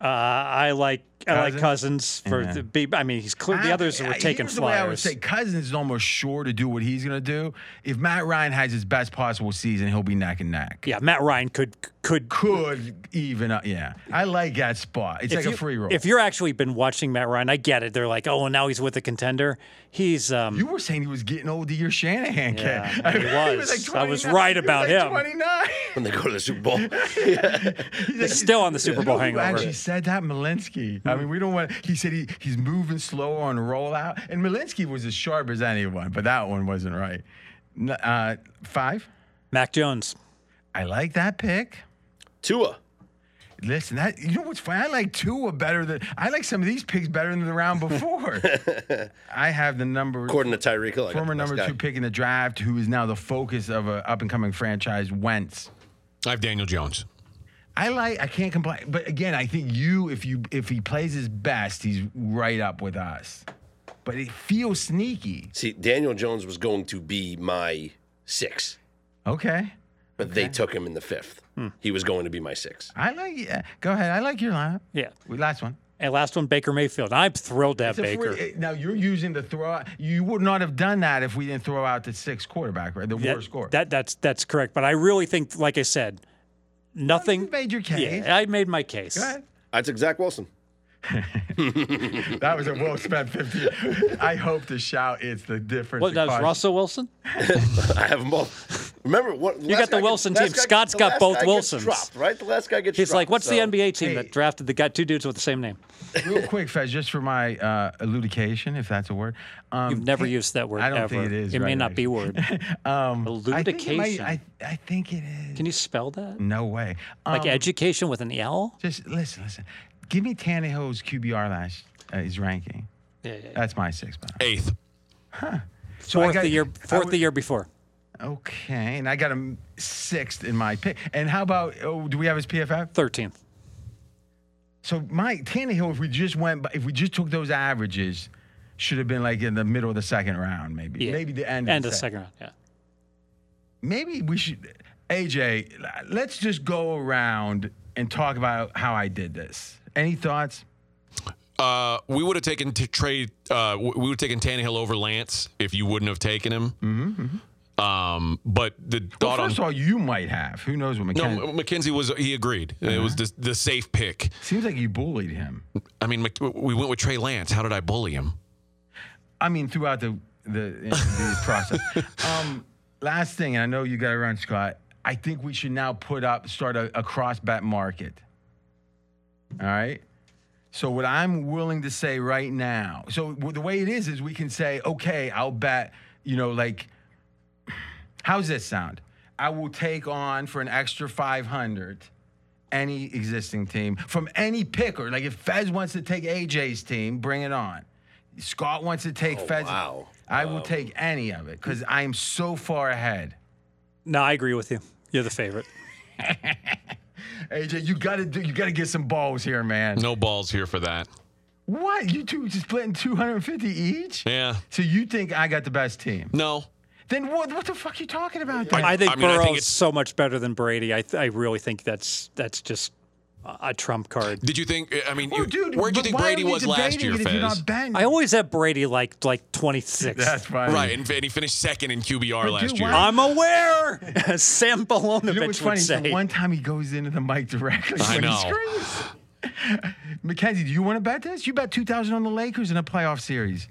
Speaker 3: Uh, I like I like Cousins for
Speaker 1: Yeah.
Speaker 3: the B. I mean, he's clear.
Speaker 1: I-
Speaker 3: The others were
Speaker 1: I-
Speaker 3: taking
Speaker 1: uh, here's the way I would
Speaker 3: flyers.
Speaker 1: say Cousins is almost sure to do what he's going to do. If Matt Ryan has his best possible season, he'll be neck and neck.
Speaker 3: Yeah, Matt Ryan could could.
Speaker 1: Could even up. Yeah. I like that spot. It's like
Speaker 3: if
Speaker 1: a
Speaker 3: you-
Speaker 1: free roll.
Speaker 3: If you're actually been watching Matt Ryan, I get it. They're like, oh, now he's with a contender. He's um,
Speaker 1: you were saying he was getting old to your Shanahan kid.
Speaker 3: Yeah,
Speaker 1: I
Speaker 3: he
Speaker 1: mean,
Speaker 3: was. I was
Speaker 1: 29.
Speaker 3: right
Speaker 1: He was
Speaker 3: about
Speaker 1: like
Speaker 3: him.
Speaker 1: 29.
Speaker 2: When they go to the Super Bowl.
Speaker 3: he's still on the Super
Speaker 1: You know
Speaker 3: Bowl
Speaker 1: who
Speaker 3: hangover.
Speaker 1: actually said that? Malinsky. I mean, we don't want. He said he, he's moving slower on rollout, and Malinsky was as sharp as anyone, but that one wasn't right. N- Uh, five.
Speaker 3: Mac Jones.
Speaker 1: I like that pick.
Speaker 2: Tua.
Speaker 1: Listen, that you know what's funny? I like Tua better than I like some of these picks better than the round before. I have the number
Speaker 2: According to Tyreek Hill. I got
Speaker 1: former
Speaker 2: the best
Speaker 1: number
Speaker 2: guy.
Speaker 1: two pick in the draft, who is now the focus of an up and coming franchise, Wentz.
Speaker 4: I have Daniel Jones.
Speaker 1: I like. I can't complain. But again, I think you, if you, if he plays his best, he's right up with us. But it feels sneaky.
Speaker 2: See, Daniel Jones was going to be my six,
Speaker 1: Okay,
Speaker 2: but they took
Speaker 3: Hmm.
Speaker 2: him in the fifth. He was going to be my six.
Speaker 1: I like. Yeah. Go ahead. I like your lineup.
Speaker 3: Yeah.
Speaker 1: We- Last one.
Speaker 3: And last one, Baker Mayfield. I'm thrilled to have
Speaker 1: It's a
Speaker 3: Uh, Baker.
Speaker 1: free- eh, now you're using the throw. out- You would not have done that if we didn't throw out the sixth quarterback, right? The
Speaker 3: That-
Speaker 1: worst score.
Speaker 3: That that's that's correct. But I really think, like I said, nothing.
Speaker 1: you made your case.
Speaker 3: Yeah, I made my case.
Speaker 1: Go ahead.
Speaker 2: I took Zach Wilson.
Speaker 1: That was a well spent 50. I hope to shout it's the difference.
Speaker 3: What that was
Speaker 1: across-
Speaker 3: Russell Wilson?
Speaker 2: I have them both. Remember what? You
Speaker 3: got the Wilson team. Scott's got both Wilsons.
Speaker 2: dropped, right? The last guy gets
Speaker 3: He's
Speaker 2: dropped.
Speaker 3: like, what's
Speaker 2: so-
Speaker 3: the NBA team
Speaker 1: Hey.
Speaker 3: that drafted the guy two dudes with the same name?
Speaker 1: Real quick, Fez, just for my uh, eludication, if that's a word. Um,
Speaker 3: You've never used that word
Speaker 1: I don't
Speaker 3: ever.
Speaker 1: think it is.
Speaker 3: It may
Speaker 1: right,
Speaker 3: not be
Speaker 1: actually.
Speaker 3: word.
Speaker 1: Um, I think it might-
Speaker 3: Eludication.
Speaker 1: I, I think it is.
Speaker 3: Can you spell that?
Speaker 1: No way.
Speaker 3: Like
Speaker 1: Um,
Speaker 3: education with an L?
Speaker 1: Just listen, listen. Give me Tannehill's QBR last uh, his ranking.
Speaker 3: Yeah, yeah.
Speaker 1: That's my six. By the way.
Speaker 4: Eighth.
Speaker 1: So I
Speaker 3: Fourth
Speaker 1: got-
Speaker 3: the year,
Speaker 1: I
Speaker 3: fourth
Speaker 1: would-
Speaker 3: the year before.
Speaker 1: Okay, and I got him sixth in my pick. And how about? Oh, do we have his PFF?
Speaker 3: Thirteenth.
Speaker 1: So Mike Tannehill, if we just went, by- if we just took those averages, should have been like in the middle of the second round, maybe,
Speaker 3: Yeah.
Speaker 1: maybe the end.
Speaker 3: End
Speaker 1: of the sec-
Speaker 3: second round. Yeah.
Speaker 1: Maybe we should. AJ, let's just go around and talk about how I did this. Any thoughts?
Speaker 4: Uh, we would have taken t- trade. Uh, w- we would have taken Tannehill over Lance if you wouldn't have taken him. Um, but the
Speaker 1: Well,
Speaker 4: thought on
Speaker 1: first of all, you might have. Who knows what
Speaker 4: no,
Speaker 1: McKenzie?
Speaker 4: M- McKenzie was he agreed. It was the, the safe pick.
Speaker 1: Seems like you bullied him.
Speaker 4: I mean, Mc- we went with Trey Lance. How did I bully him?
Speaker 1: I mean, throughout the the, the process. Um, last thing, and I know you got to run, Scott. I think we should now put up, start a, a cross bet market. All right. So what I'm willing to say right now. So w- the way it is is we can say, okay, I'll bet. You know, like, how's this sound? I will take on for an extra 500 any existing team from any picker. Like if Fez wants to take AJ's team, bring it on. Scott wants to take Fez.
Speaker 2: Oh, wow.
Speaker 1: I will take any of it because I am so far ahead.
Speaker 3: No, I agree with you. You're the favorite.
Speaker 1: AJ, you gotta do. You gotta get some balls here, man.
Speaker 4: No balls here for that.
Speaker 1: What? You two just splitting 250 each?
Speaker 4: Yeah.
Speaker 1: So you think I got the best team?
Speaker 4: No.
Speaker 1: Then what? What the fuck are you talking about? then?
Speaker 3: I think
Speaker 4: I mean, I think
Speaker 3: Burrow's
Speaker 4: it's-
Speaker 3: so much better than Brady. I th- I really think that's that's just a a trump card.
Speaker 4: Did you think? I mean,
Speaker 1: Well, Oh, dude,
Speaker 4: where do you
Speaker 1: but
Speaker 4: think
Speaker 1: why are
Speaker 4: Brady
Speaker 1: we
Speaker 4: was last
Speaker 1: debating
Speaker 4: year,
Speaker 1: it if you're
Speaker 4: Fez?
Speaker 1: not betting?
Speaker 3: I always have Brady like like 26.
Speaker 1: That's right.
Speaker 4: Right, and, and he finished second in QBR
Speaker 1: But
Speaker 4: last
Speaker 1: dude,
Speaker 4: year.
Speaker 1: why-
Speaker 3: I'm aware, as Sam Bolonovich
Speaker 1: You know
Speaker 3: would
Speaker 1: what's funny? is The
Speaker 3: say.
Speaker 1: one time he goes into the mic directly,
Speaker 4: I
Speaker 1: when he
Speaker 4: know.
Speaker 1: screams. Mackenzie, do you want to bet this? You bet two thousand on the Lakers in a playoff series,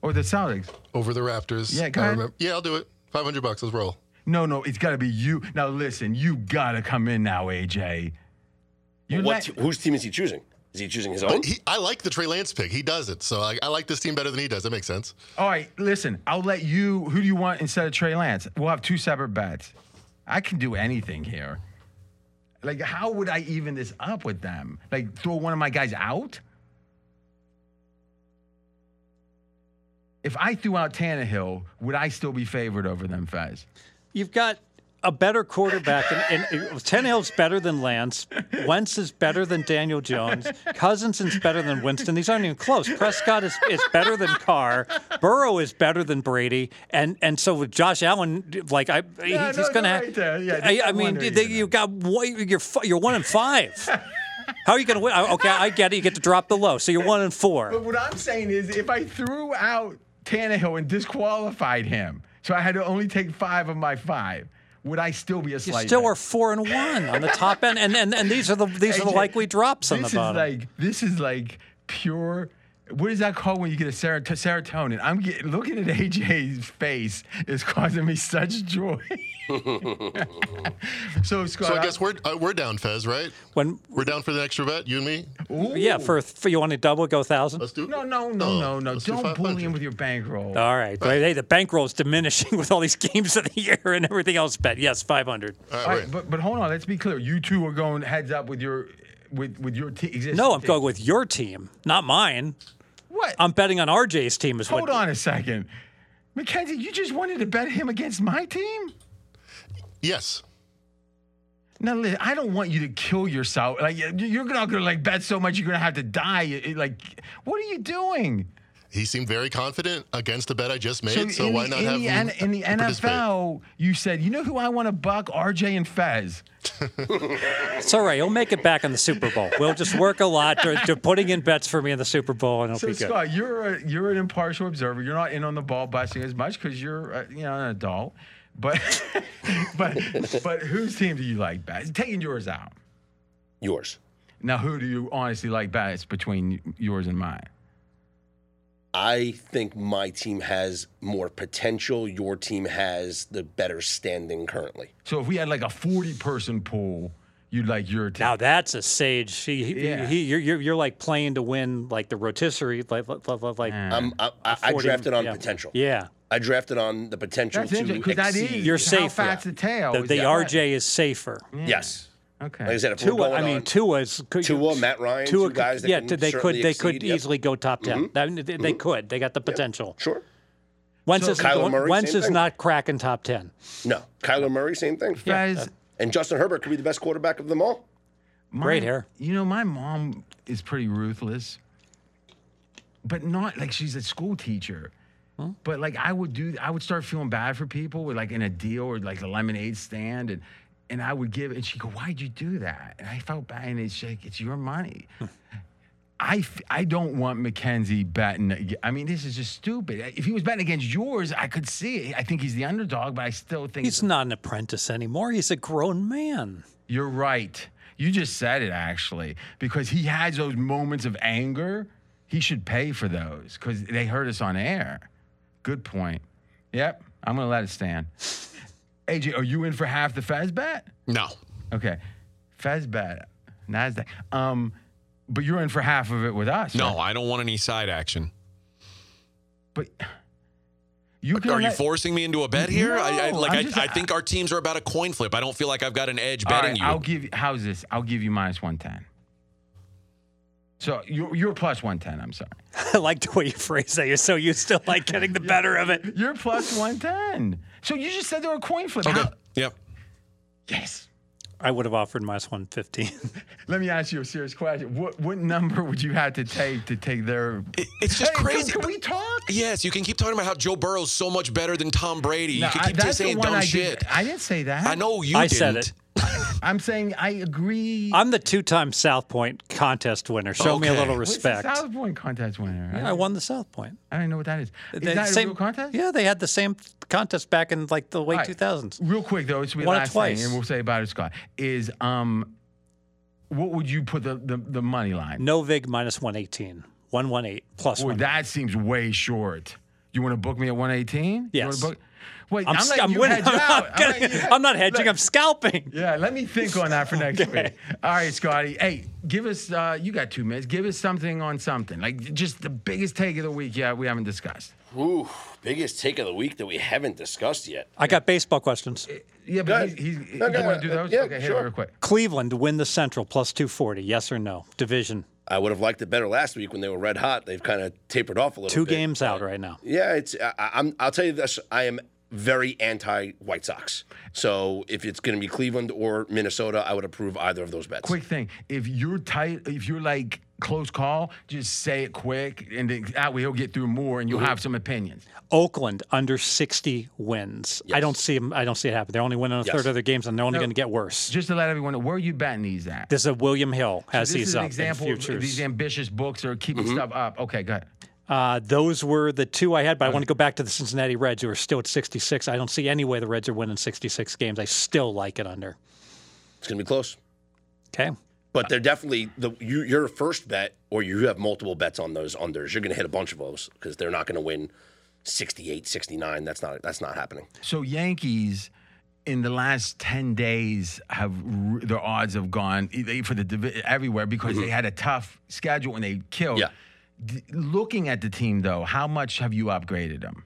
Speaker 1: or the Celtics?
Speaker 6: Over the Raptors.
Speaker 1: Yeah, go
Speaker 6: I
Speaker 1: ahead.
Speaker 6: remember- Yeah, I'll do it. 500 bucks. Let's roll.
Speaker 1: No, no, it's got to be you. Now listen, you gotta come in now, AJ. You
Speaker 2: What?
Speaker 1: let-
Speaker 2: Te- whose team is he choosing? Is he choosing his own?
Speaker 6: But he, I like the Trey Lance pick. He does it. So I, I like this team better than he does. That makes sense.
Speaker 1: All right, listen. I'll let you. Who do you want instead of Trey Lance? We'll have two separate bets. I can do anything here. Like, how would I even this up with them? Like, throw one of my guys out? If I threw out Tannehill, would I still be favored over them, Fez?
Speaker 3: You've got a better quarterback, and, and Tannehill's better than Lance. Wentz is better than Daniel Jones. Cousins is better than Winston. These aren't even close. Prescott is, is better than Carr. Burrow is better than Brady, and and so with Josh Allen, like I, he's
Speaker 1: no,
Speaker 3: gonna.
Speaker 1: no,
Speaker 3: have-
Speaker 1: right there. Yeah,
Speaker 3: I,
Speaker 1: just
Speaker 3: I
Speaker 1: that
Speaker 3: mean,
Speaker 1: one
Speaker 3: they,
Speaker 1: reason.
Speaker 3: you got one, you're fi- you're one in five. How are you gonna win? Oh, Okay, I get it. You get to drop the low, so you're one in four.
Speaker 1: But what I'm saying is, if I threw out Tannehill and disqualified him, so I had to only take five of my five, would I still be a
Speaker 3: You
Speaker 1: slight?
Speaker 3: still
Speaker 1: bet?
Speaker 3: are four and one on the top end, and and, and these are the these are the
Speaker 1: AJ,
Speaker 3: likely drops on
Speaker 1: this
Speaker 3: the bottom.
Speaker 1: Is like, this is like pure. What is that called when you get a serot- serotonin? I'm getting, looking at AJ's face is causing me such joy. so Scott,
Speaker 6: So I
Speaker 1: I-
Speaker 6: guess we're uh, we're down, Fez, right?
Speaker 3: when
Speaker 6: We're down for the extra bet, you and me.
Speaker 3: yeah, for, for you want to double go thousand?
Speaker 6: Let's do Oh,
Speaker 1: no, no, no, no, no.
Speaker 6: let's do
Speaker 1: Don't bully
Speaker 6: 500.
Speaker 1: him with your bankroll.
Speaker 3: All right, but hey, the bankroll's diminishing with all these games of the year and everything else. Bet yes, five hundred.
Speaker 6: All
Speaker 1: All
Speaker 6: right,
Speaker 1: right, but but hold on. Let's be clear. You two are going heads up with your with with your t- existing.
Speaker 3: No, I'm
Speaker 1: team.
Speaker 3: going with your team, not mine.
Speaker 1: What?
Speaker 3: I'm betting on RJ's team. Is
Speaker 1: hold
Speaker 3: what,
Speaker 1: on a second, Mackenzie. You just wanted to bet him against my team.
Speaker 6: yes.
Speaker 1: Now, listen, I don't want you to kill yourself. Like you- you're not gonna like bet so much you're gonna have to die. It- it, Like, what are you doing?
Speaker 6: He seemed very confident against the bet I just made,
Speaker 1: So,
Speaker 6: so,
Speaker 1: in
Speaker 6: why
Speaker 1: the,
Speaker 6: not
Speaker 1: in
Speaker 6: have
Speaker 1: the,
Speaker 6: him
Speaker 1: N- in the
Speaker 6: participate?
Speaker 1: NFL? You said you know who I want to buck RJ and Fez.
Speaker 3: It's all right. He'll make it back on the Super Bowl. We'll just work a lot. They're, they're putting in bets for me in the Super Bowl, and it'll
Speaker 1: So
Speaker 3: be good.
Speaker 1: Scott, you're a, you're an impartial observer. You're not in on the ball busting as much because you're uh, you know an adult. But but but whose team do you like best? Taking yours out.
Speaker 2: Yours.
Speaker 1: Now, who do you honestly like best between yours and mine?
Speaker 2: I think my team has more potential. Your team has the better standing currently.
Speaker 1: So if we had like a 40 person pool, you'd like your team.
Speaker 3: Now that's a sage. He, he,
Speaker 1: Yeah.
Speaker 3: he you're, you're, you're like playing to win, like the rotisserie, like like, like, like
Speaker 1: Mm.
Speaker 2: I'm, I, I, I
Speaker 3: 40
Speaker 2: drafted on
Speaker 3: yeah.
Speaker 2: potential.
Speaker 3: Yeah,
Speaker 2: I drafted on the potential
Speaker 1: That's
Speaker 2: to
Speaker 1: interesting because that
Speaker 2: exceed.
Speaker 1: is
Speaker 3: You're
Speaker 1: how
Speaker 3: safe,
Speaker 1: fat's
Speaker 3: yeah.
Speaker 1: the tail.
Speaker 3: the,
Speaker 1: Oh, is
Speaker 3: the
Speaker 1: that right?
Speaker 3: RJ is safer.
Speaker 2: Yes. Like I
Speaker 1: Okay.
Speaker 2: said, if we're
Speaker 3: Tua,
Speaker 2: going
Speaker 3: I mean,
Speaker 2: on-
Speaker 3: Tua's could-
Speaker 2: Tua, Matt Ryan, two
Speaker 3: could-
Speaker 2: guys that
Speaker 3: yeah,
Speaker 2: can
Speaker 3: they could
Speaker 2: certainly
Speaker 3: they could
Speaker 2: exceed, Mm-hmm. yep.
Speaker 3: easily go top 10 I mean, they, they could. They got the potential.
Speaker 2: sure.
Speaker 3: Wentz is
Speaker 2: Kyler Murray,
Speaker 3: Wentz
Speaker 2: same
Speaker 3: is
Speaker 2: thing.
Speaker 3: not cracking top ten.
Speaker 2: No, Kyler Murray, same thing.
Speaker 1: Fez,
Speaker 2: And Justin Herbert could be the best quarterback of them all.
Speaker 1: my-
Speaker 3: Great hair.
Speaker 1: You know, my mom is pretty ruthless, but not like she's a school teacher. But like I would do, I would start feeling bad for people with like in a deal or like a lemonade stand, and and I would give, and she go, "Why'd you do that?" And I felt bad, and it's like it's your money. I, f- I don't want McKenzie betting. ag- I mean, this is just stupid. If he was betting against yours, I could see it. I think he's the underdog, but I still think
Speaker 3: He's not an apprentice anymore. He's a grown man.
Speaker 1: You're right. You just said it actually, because he has those moments of anger. He should pay for those because they hurt us on air. Good point. Yep, I'm gonna let it stand. AJ, are you in for half the Fez bet?
Speaker 4: No.
Speaker 1: Okay, Fez bet, Nasdaq. Um, but you're in for half of it with us.
Speaker 4: No,
Speaker 1: right?
Speaker 4: I don't want any side action.
Speaker 1: but you can.
Speaker 4: Are you
Speaker 1: let-
Speaker 4: forcing me into a bet here? I, I,
Speaker 1: No,
Speaker 4: like
Speaker 1: I'm
Speaker 4: I,
Speaker 1: just-
Speaker 4: I think our teams are about a coin flip. I don't feel like I've got an edge
Speaker 1: All
Speaker 4: betting
Speaker 1: right,
Speaker 4: you.
Speaker 1: I'll give you. How's this? I'll give you minus one ten. So you're you're plus one ten. I'm sorry.
Speaker 3: I like the way you phrase that. You're so used to like getting the better of it.
Speaker 1: You're plus 110. So you just said they were a coin flip.
Speaker 4: okay.
Speaker 1: How-
Speaker 4: Yep.
Speaker 1: Yes.
Speaker 3: I would have offered minus one fifteen.
Speaker 1: Let me ask you a serious question. What what number would you have to take to take their
Speaker 4: It- it's just
Speaker 1: Hey, can-
Speaker 4: crazy.
Speaker 1: Can,
Speaker 4: but-
Speaker 1: we talk?
Speaker 4: Yes, you can keep talking about how Joe Burrow's so much better than Tom Brady.
Speaker 1: No,
Speaker 4: you can
Speaker 1: I-
Speaker 4: keep just
Speaker 1: the
Speaker 4: saying
Speaker 1: one
Speaker 4: dumb
Speaker 1: I
Speaker 4: shit.
Speaker 1: Did, I didn't say that.
Speaker 4: I know you
Speaker 3: I
Speaker 4: didn't.
Speaker 3: said it.
Speaker 1: I'm saying I agree.
Speaker 3: I'm the two-time South Point contest winner. Show me a
Speaker 4: Okay.
Speaker 3: little
Speaker 1: What's the
Speaker 3: respect.
Speaker 1: South Point contest winner. I,
Speaker 3: I won the South Point.
Speaker 1: I don't even know what that is. Is
Speaker 3: They-
Speaker 1: that
Speaker 3: same-
Speaker 1: a real contest?
Speaker 3: Yeah, they had the same contest back in like the late
Speaker 1: All right.
Speaker 3: two thousands.
Speaker 1: Real quick though, it's my
Speaker 3: Won it
Speaker 1: last
Speaker 3: twice.
Speaker 1: thing, and we'll say about it, Scott. Is um, what would you put the the, the money line?
Speaker 3: Novig minus one eighteen. One one eight plus
Speaker 1: Boy,
Speaker 3: one.
Speaker 1: that seems way short. You want to book me at 118? You wanna
Speaker 3: Yes.
Speaker 1: book- Wait, I'm,
Speaker 3: I'm, s-
Speaker 1: letting
Speaker 3: I'm
Speaker 1: you
Speaker 3: winning.
Speaker 1: hedge
Speaker 3: I'm
Speaker 1: out.
Speaker 3: not, getting-
Speaker 1: letting you-
Speaker 3: I'm not hedging.
Speaker 1: let-
Speaker 3: I'm scalping.
Speaker 1: yeah, let me think on that for next week. All right, Scotty. Hey, give us, uh, you got two minutes. Give us something on something. Like just the biggest take of the week, yeah, we haven't discussed.
Speaker 2: Ooh, biggest take of the week that we haven't discussed yet.
Speaker 3: I got baseball questions.
Speaker 1: Yeah, but
Speaker 2: Good.
Speaker 1: he's, he's, you
Speaker 2: Okay,
Speaker 1: want to do
Speaker 2: uh,
Speaker 1: those?
Speaker 2: yeah,
Speaker 1: okay, hit
Speaker 2: sure.
Speaker 1: it real quick.
Speaker 3: Cleveland to win the Central plus two forty. Yes or no? Division.
Speaker 2: I would have liked it better last week when they were red hot. They've kind of tapered off a little.
Speaker 3: Two
Speaker 2: bit.
Speaker 3: games out right now.
Speaker 2: Yeah, it's. I, I- I'm. I'll tell you this. I am very anti White Sox. So if it's going to be Cleveland or Minnesota, I would approve either of those bets.
Speaker 1: Quick thing. If you're tight, if you're like close call, just say it quick, and then that way he'll get through more and you'll have some opinions.
Speaker 3: Oakland under sixty wins. I don't see 'em- I don't see it happen. They're only winning a
Speaker 2: Yes.
Speaker 3: third of their games, and they're only going to get worse.
Speaker 1: Just to let everyone know, where are you batting these at?
Speaker 3: This is a William Hill has
Speaker 1: this
Speaker 3: these
Speaker 1: is
Speaker 3: up
Speaker 1: an example
Speaker 3: in
Speaker 1: of
Speaker 3: futures.
Speaker 1: these ambitious books are keeping
Speaker 2: Mm-hmm.
Speaker 1: stuff up. Okay, go ahead.
Speaker 3: Uh, those were the two I
Speaker 1: Uh-huh.
Speaker 3: had, but I want to go back to the Cincinnati Reds, who are still at 66. I don't see any way the Reds are winning 66 games. I still like it under.
Speaker 2: It's going to be close.
Speaker 3: Okay.
Speaker 2: But they're definitely the you, your first bet, or you have multiple bets on those unders. You're going to hit a bunch of those because they're not going to win 68, 69. That's not that's not happening.
Speaker 1: So Yankees in the last 10 days have r- their odds have gone e- they- for the divi- everywhere because they had a tough schedule and they killed.
Speaker 2: Mm-hmm. Yeah.
Speaker 1: D- looking at the team though, how much have you upgraded them?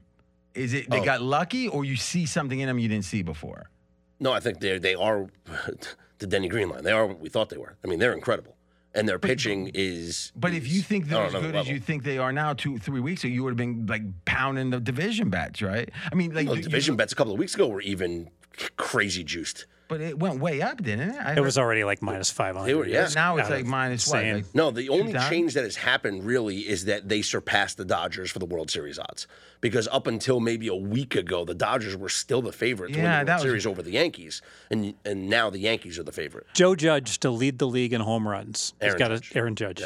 Speaker 1: Is it they
Speaker 2: Oh.
Speaker 1: got lucky or you see something in them you didn't see before?
Speaker 2: No, I think they they are the Denny Green line. They are what we thought they were. I mean, they're incredible, and their pitching is.
Speaker 1: But if you
Speaker 2: is
Speaker 1: think they're
Speaker 2: on
Speaker 1: as
Speaker 2: another
Speaker 1: good as
Speaker 2: level.
Speaker 1: you think they are now, two, three weeks ago, you would have been like pounding the division bets, right? I mean, like
Speaker 2: Well,
Speaker 1: you- you-
Speaker 2: division bets a couple of weeks ago were even crazy juiced.
Speaker 1: but it went way up, didn't it? I
Speaker 3: It was already like minus 500.
Speaker 2: They were- yeah.
Speaker 1: heard- now it's
Speaker 3: out of
Speaker 1: like minus what?
Speaker 3: sand.
Speaker 1: Like,
Speaker 2: No, the only
Speaker 1: 2000?
Speaker 2: change that has happened really is that they surpassed the Dodgers for the World Series odds. Because up until maybe a week ago, the Dodgers were still the favorite to
Speaker 1: Yeah,
Speaker 2: win the
Speaker 1: that
Speaker 2: World
Speaker 1: was-
Speaker 2: Series over the Yankees, and and now the Yankees are the favorite.
Speaker 3: Joe Judge to lead the league in home runs.
Speaker 2: Aaron
Speaker 3: He's got
Speaker 2: Judge.
Speaker 3: a Aaron Judge.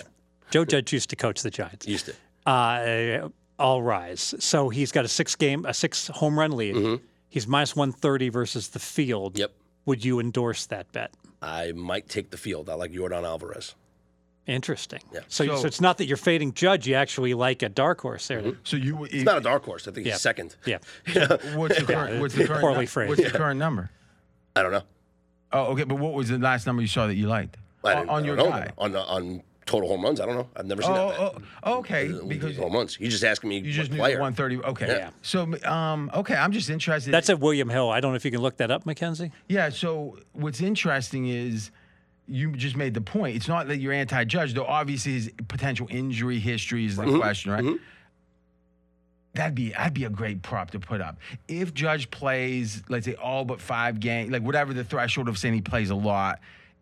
Speaker 3: Joe Judge used to coach the Giants.
Speaker 2: Used to.
Speaker 3: Uh, all rise. So he's got a six game, a six home run lead. He's minus 130 versus the field.
Speaker 2: Mm-hmm. Yep.
Speaker 3: Would you endorse that bet?
Speaker 2: I might take the field. I like Jordan Alvarez.
Speaker 3: Interesting.
Speaker 2: Yeah.
Speaker 3: So, so,
Speaker 1: So-
Speaker 3: it's not that you're fading Judge. You actually like a dark horse there.
Speaker 2: Mm-hmm.
Speaker 1: so you it,
Speaker 2: It's not a dark horse. I think
Speaker 3: Yeah.
Speaker 2: he's second.
Speaker 3: Yeah.
Speaker 1: what's the current what's the current
Speaker 3: Poorly
Speaker 1: num-
Speaker 3: phrased.
Speaker 1: what's the current number?
Speaker 2: I don't know.
Speaker 1: Oh, okay, but what was the last number you saw that you liked
Speaker 2: I
Speaker 1: on,
Speaker 2: didn't-
Speaker 1: on
Speaker 2: I
Speaker 1: your
Speaker 2: don't know.
Speaker 1: guy?
Speaker 2: on the- on total home runs. I don't know. I've never seen that. bet.
Speaker 1: Oh, oh, okay,
Speaker 2: Uh,
Speaker 1: because
Speaker 2: home runs. You just asking me
Speaker 1: you just
Speaker 2: what
Speaker 1: knew
Speaker 2: player.
Speaker 1: the 130. Okay,
Speaker 3: Yeah.
Speaker 1: so um, okay, I'm just interested.
Speaker 3: That's at William Hill. I don't know if you can look that up, Mackenzie.
Speaker 1: Yeah. So what's interesting is you just made the point. It's not that you're anti-judge, though. Obviously, his potential injury history is the question, right? That'd be that'd be a great prop to put up. If Judge plays, let's say all but five games, like whatever the threshold of saying he plays a lot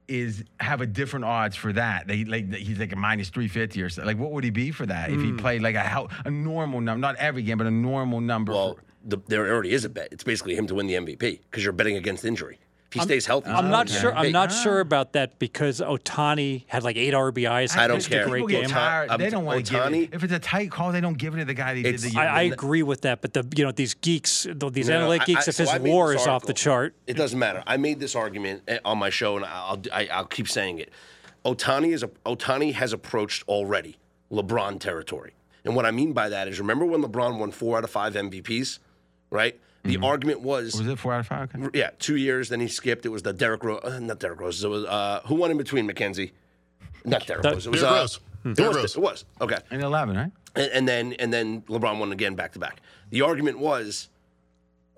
Speaker 1: is, have a different odds for that. They like that he's like a minus three fifty or something. Like what would he be for that if he played like a hel- a normal number, not every game, but a normal number?
Speaker 2: Well,
Speaker 1: for,
Speaker 2: the, there already is a bet. It's basically him to win the MVP because you're betting against injury. If he stays healthy,
Speaker 3: I'm not
Speaker 2: he's
Speaker 3: sure. I'm
Speaker 2: MVP.
Speaker 3: not sure about that because Otani had like eight RBIs.
Speaker 2: I don't
Speaker 3: pitched a
Speaker 2: care.
Speaker 3: Great
Speaker 1: People
Speaker 3: game.
Speaker 1: get tired.
Speaker 2: I'm-
Speaker 1: they don't want to give
Speaker 2: Ohtani-
Speaker 1: it. If it's a tight call, they don't give it to the guy they did
Speaker 2: It's-
Speaker 1: the year.
Speaker 3: I, I
Speaker 1: before.
Speaker 3: agree with that, but the you know these geeks, th- these
Speaker 2: No, no,
Speaker 3: analytic
Speaker 2: I-
Speaker 3: geeks,
Speaker 2: I-
Speaker 3: if his
Speaker 2: so I made
Speaker 3: WAR
Speaker 2: this
Speaker 3: is off the
Speaker 2: article.
Speaker 3: chart,
Speaker 2: It doesn't matter. I made this argument eh, on my show, and I'll I, I'll keep saying it. Otani is a, Otani has approached already LeBron territory, and what I mean by that is remember when LeBron won four out of five MVPs, right? The
Speaker 1: Mm-hmm.
Speaker 2: argument was
Speaker 1: Was it four out of five? Okay.
Speaker 2: yeah, two years. Then he skipped. It was the Derrick Rose, uh, not Derrick Rose. It was uh, who won in between McKenzie. Not Derrick Rose. It was
Speaker 6: Derrick
Speaker 2: uh,
Speaker 6: Rose.
Speaker 2: It
Speaker 6: Derrick
Speaker 2: was,
Speaker 6: Rose.
Speaker 2: It was okay.
Speaker 1: And eleven, right?
Speaker 2: And, and then and then LeBron won again back to back. The argument was.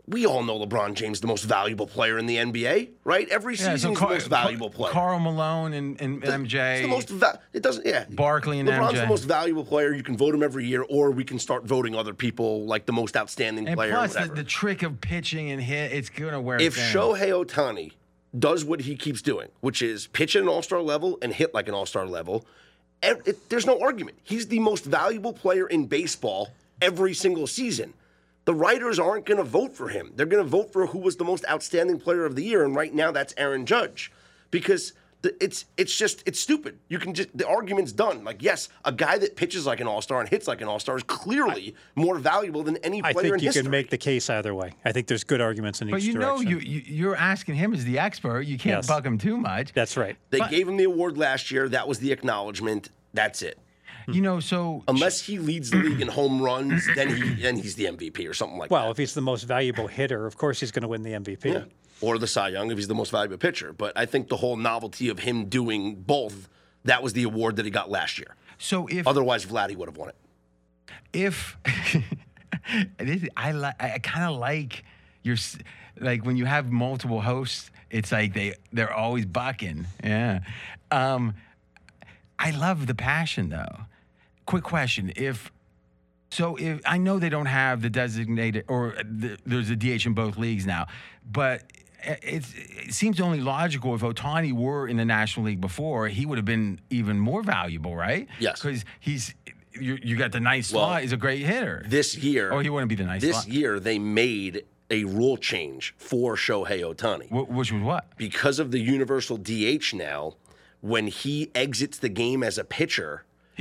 Speaker 2: We all know LeBron James, the most valuable player in the NBA, right? Every season, he's the most valuable player.
Speaker 1: Carl Malone and, and MJ.
Speaker 2: It's the most va- it doesn't yeah.
Speaker 1: Barkley and
Speaker 2: LeBron's
Speaker 1: MJ.
Speaker 2: the most valuable player. You can vote him every year, or we can start voting other people like the most outstanding
Speaker 1: and
Speaker 2: player.
Speaker 1: plus, the,
Speaker 2: whatever.
Speaker 1: the trick of pitching and hit, it's gonna wear.
Speaker 2: if
Speaker 1: thin.
Speaker 2: Shohei Otani does what he keeps doing, which is pitch at an all star level and hit like an all star level, ev- it- there's no argument. He's the most valuable player in baseball every single season. The writers aren't going to vote for him. They're going to vote for who was the most outstanding player of the year, and right now that's Aaron Judge, because the, it's it's just it's stupid. You can just the argument's done. Like yes, a guy that pitches like an all star and hits like an all star is clearly more valuable than any
Speaker 3: I
Speaker 2: player in
Speaker 3: think you
Speaker 2: history.
Speaker 3: can make the case either way. I think there's good arguments in
Speaker 1: but
Speaker 3: each
Speaker 1: you know,
Speaker 3: direction.
Speaker 1: you, you you're asking him as the expert. You can't
Speaker 3: Yes.
Speaker 1: bug him too much.
Speaker 3: That's right.
Speaker 2: They gave him the award last year. That was the acknowledgement. That's it.
Speaker 1: you know, so
Speaker 2: Unless he leads the league in home runs, then he then he's the MVP or something like
Speaker 3: Well, if he's the most valuable hitter, of course he's going to win the MVP.
Speaker 2: that. Or the Cy Young if he's the most valuable pitcher. But I think the whole novelty of him doing both, that was the award that he got last year.
Speaker 1: so if
Speaker 2: Otherwise, Vladdy would have won it.
Speaker 1: if this, I li- I kind of like your s- like when you have multiple hosts, it's like they they're always bucking. Yeah. Um, I love the passion though. Quick question: If so, if I know they don't have the designated or the, there's a DH in both leagues now, but. i- It's, it seems only logical if Otani were in the National League before, he would have been even more valuable, right?
Speaker 2: Yes.
Speaker 1: Because he's, you, you got the nice
Speaker 2: Well,
Speaker 1: slot. He's a great hitter.
Speaker 2: This year,
Speaker 1: Oh, he wouldn't be the nice
Speaker 2: this
Speaker 1: slot.
Speaker 2: year they made a rule change for Shohei Otani.
Speaker 1: Wh- which was what?
Speaker 2: because of the universal DH now, when he exits the game as a pitcher,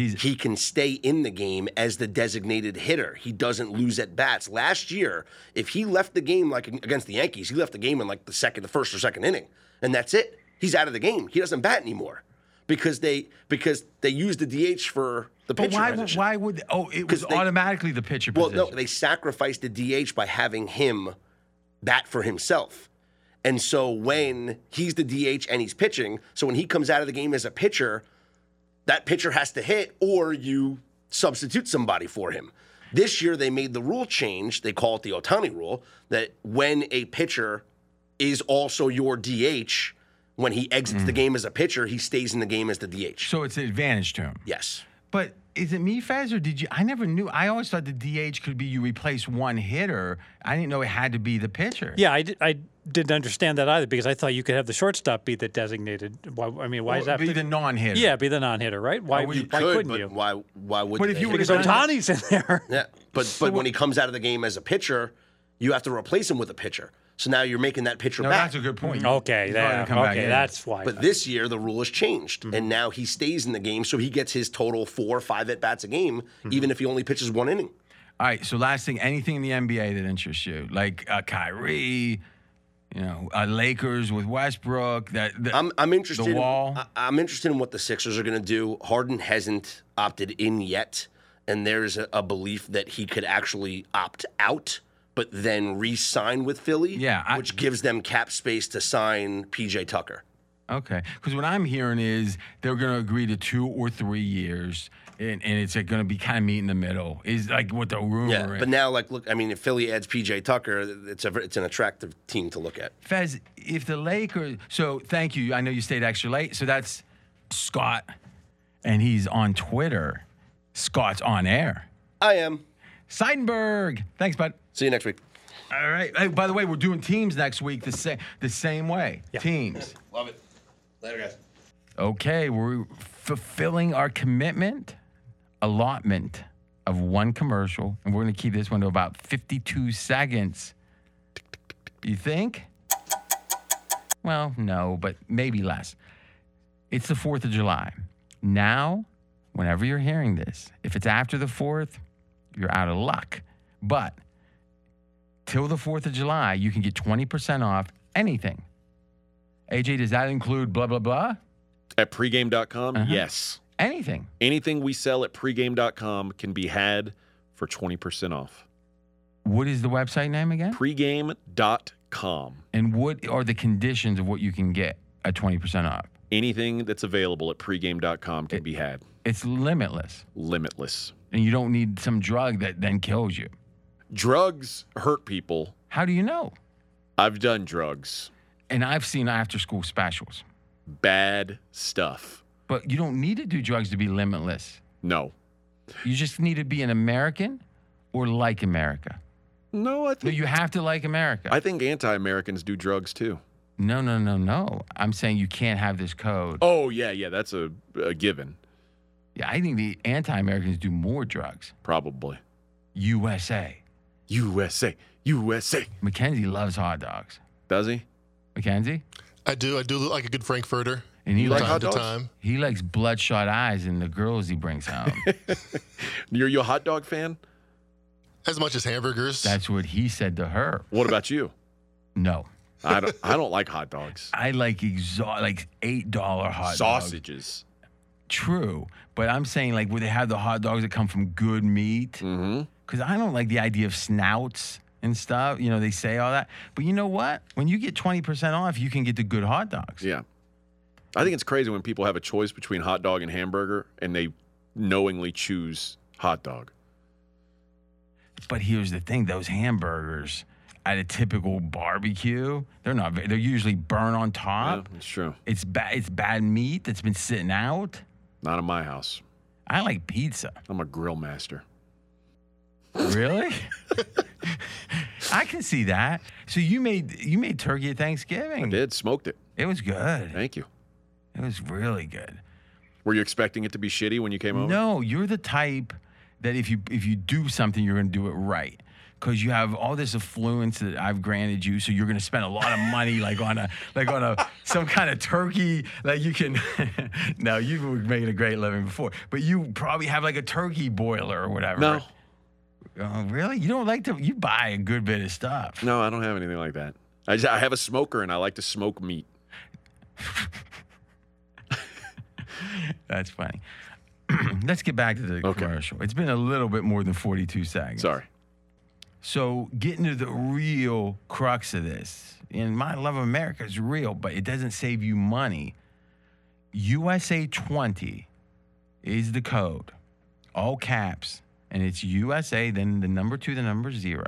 Speaker 1: He's-
Speaker 2: he can stay in the game as the designated hitter. He doesn't lose at bats. Last year, if he left the game like against the Yankees, he left the game in like the second, the first or second inning, and that's it. He's out of the game. He doesn't bat anymore because they because they use the DH for the
Speaker 1: But
Speaker 2: pitcher.
Speaker 1: why? would-
Speaker 2: position.
Speaker 1: Why would? Oh, it was
Speaker 2: 'Cause they-
Speaker 1: automatically the pitcher
Speaker 2: Well,
Speaker 1: position.
Speaker 2: no, they sacrificed the DH by having him bat for himself. And so when he's the DH and he's pitching, so when he comes out of the game as a pitcher, that pitcher has to hit or you substitute somebody for him. This year they made the rule change, they call it the Otani rule, that when a pitcher is also your DH,
Speaker 3: Mm.
Speaker 2: when he exits the game as a pitcher, he stays in the game as the DH.
Speaker 1: so it's an advantage to him.
Speaker 2: Yes.
Speaker 1: But is it me, Fez, or did you? I never knew. I always thought the DH could be you replace one hitter. I didn't know it had to be the pitcher.
Speaker 3: Yeah, I, di- I didn't understand that either because I thought you could have the shortstop be the designated. Why, I mean, why is
Speaker 1: Or
Speaker 3: that?
Speaker 1: be the non-hitter.
Speaker 3: yeah, be the non-hitter, right? Why,
Speaker 1: well, you
Speaker 3: why
Speaker 2: Could,
Speaker 3: couldn't
Speaker 2: but
Speaker 3: you?
Speaker 2: Why? Why would?
Speaker 1: But if
Speaker 2: they?
Speaker 1: you
Speaker 3: Because
Speaker 1: Could've done
Speaker 3: Otani's in there.
Speaker 2: Yeah, but but when he comes out of the game as a pitcher, you have to replace him with a pitcher. So now you're making that pitcher
Speaker 1: No,
Speaker 2: back.
Speaker 1: that's a good point.
Speaker 3: Okay,
Speaker 1: He's not
Speaker 3: yeah,
Speaker 1: gonna come back
Speaker 3: okay,
Speaker 1: in.
Speaker 3: that's why.
Speaker 2: but this year the rule has changed,
Speaker 1: Mm-hmm.
Speaker 2: and now he stays in the game, so he gets his total four or five at bats a game,
Speaker 1: Mm-hmm.
Speaker 2: even if he only pitches one inning.
Speaker 1: All right. So last thing, anything in the NBA that interests you, like uh, Kyrie, you know, uh, Lakers with Westbrook. That, that
Speaker 2: I'm I'm interested.
Speaker 1: The wall.
Speaker 2: I, am interested in what the Sixers are going to do. Harden hasn't opted in yet, and there's a, a belief that he could actually opt out, but then re-sign with Philly.
Speaker 1: Yeah, I-
Speaker 2: which gives them cap space to sign PJ Tucker.
Speaker 1: Okay. Because what I'm hearing is they're going to agree to two or three years, and, and it's going to be kind of meet in the middle. Is like what the rumor
Speaker 2: Yeah,
Speaker 1: is.
Speaker 2: but now, like, look, I mean, if Philly adds PJ Tucker, it's a it's an attractive team to look at.
Speaker 1: Fez, if the Lakers, so thank you. I know you stayed extra late. So that's Scott, and he's on Twitter. Scott's on air.
Speaker 2: I am.
Speaker 1: Seidenberg. Thanks, bud.
Speaker 2: See you next week.
Speaker 1: All right. Hey, by the way, we're doing teams next week the same the same way. Teams.
Speaker 2: Love it. Later, guys.
Speaker 1: Okay, we're fulfilling our commitment, allotment of one commercial, and we're going to keep this one to about 52 seconds. You think? Well, no, but maybe less. It's the 4th of July. Now, whenever you're hearing this, if it's after the 4th, you're out of luck. But till the 4th of July, you can get 20% off anything. AJ, does that include blah, blah, blah?
Speaker 7: At pregame.com,
Speaker 1: Uh-huh.
Speaker 7: yes.
Speaker 1: Anything.
Speaker 7: Anything we sell at pregame.com can be had for 20% off.
Speaker 1: What is the website name again?
Speaker 7: Pregame.com.
Speaker 1: And what are the conditions of what you can get at 20% off?
Speaker 7: Anything that's available at pregame.com can be had.
Speaker 1: It's limitless.
Speaker 7: Limitless.
Speaker 1: And you don't need some drug that then kills you.
Speaker 7: Drugs hurt people.
Speaker 1: How do you know?
Speaker 7: I've done drugs.
Speaker 1: And I've seen after school specials.
Speaker 7: Bad stuff.
Speaker 1: But you don't need to do drugs to be limitless.
Speaker 7: No.
Speaker 1: You just need to be an American or like America.
Speaker 7: No, I
Speaker 1: No,
Speaker 7: think
Speaker 1: you have to like America.
Speaker 7: I think anti-Americans do drugs too.
Speaker 1: no, no, no, no. I'm saying you can't have this code.
Speaker 7: Oh, yeah, yeah, that's a, a given,
Speaker 1: Yeah, I think the anti Americans do more drugs.
Speaker 7: probably.
Speaker 1: USA.
Speaker 7: USA, USA.
Speaker 1: Mackenzie loves hot dogs.
Speaker 7: Does he?
Speaker 1: Mackenzie?
Speaker 6: I do. I do look like a good Frankfurter.
Speaker 1: And he
Speaker 7: You like
Speaker 1: loves
Speaker 7: hot
Speaker 6: Time to
Speaker 7: dogs?
Speaker 6: time.
Speaker 1: He likes bloodshot eyes in the girls he brings home.
Speaker 7: You're you a hot dog fan?
Speaker 6: As much as hamburgers.
Speaker 1: That's what he said to her.
Speaker 7: What about you?
Speaker 1: No,
Speaker 7: I don't I don't like hot dogs.
Speaker 1: I like exo- like eight dollar hot dogs.
Speaker 7: Sausages.
Speaker 1: True, but I'm saying like where they have the hot dogs that come from good meat.
Speaker 7: Mm-hmm.
Speaker 1: Because I don't like the idea of snouts and stuff. You know they say all that, but you know what? When you get twenty percent off, you can get the good hot dogs.
Speaker 7: Yeah. I think it's crazy when people have a choice between hot dog and hamburger and they knowingly choose hot dog.
Speaker 1: But here's the thing: those hamburgers at a typical barbecue, they're not. ve- They're usually burnt on
Speaker 7: Yeah,
Speaker 1: top.
Speaker 7: it's true.
Speaker 1: It's bad. It's bad meat that's been sitting out.
Speaker 7: Not in my house.
Speaker 1: I like pizza.
Speaker 7: I'm a grill master.
Speaker 1: Really? I can see that. So you made you made turkey at Thanksgiving.
Speaker 7: I did smoked it.
Speaker 1: It was good.
Speaker 7: Thank you.
Speaker 1: It was really good.
Speaker 7: Were you expecting it to be shitty when you came over?
Speaker 1: No, you're the type that if you if you do something, you're going to do it right. Cause you have all this affluence that I've granted you, so you're gonna spend a lot of money, like on a, like on a, some kind of turkey. Like you can, no, you were making a great living before, but you probably have like a turkey boiler or whatever.
Speaker 7: No.
Speaker 1: Oh, really? You don't like to? You buy a good bit of stuff.
Speaker 7: No, I don't have anything like that. I just, I have a smoker and I like to smoke meat.
Speaker 1: That's funny. Let's get back to the
Speaker 7: Okay.
Speaker 1: commercial. It's been a little bit more than 42 seconds.
Speaker 7: Sorry.
Speaker 1: So, getting to the real crux of this, and my love of America is real, but it doesn't save you money. USA 20 is the code, all caps, and it's USA, then the number two, the number zero.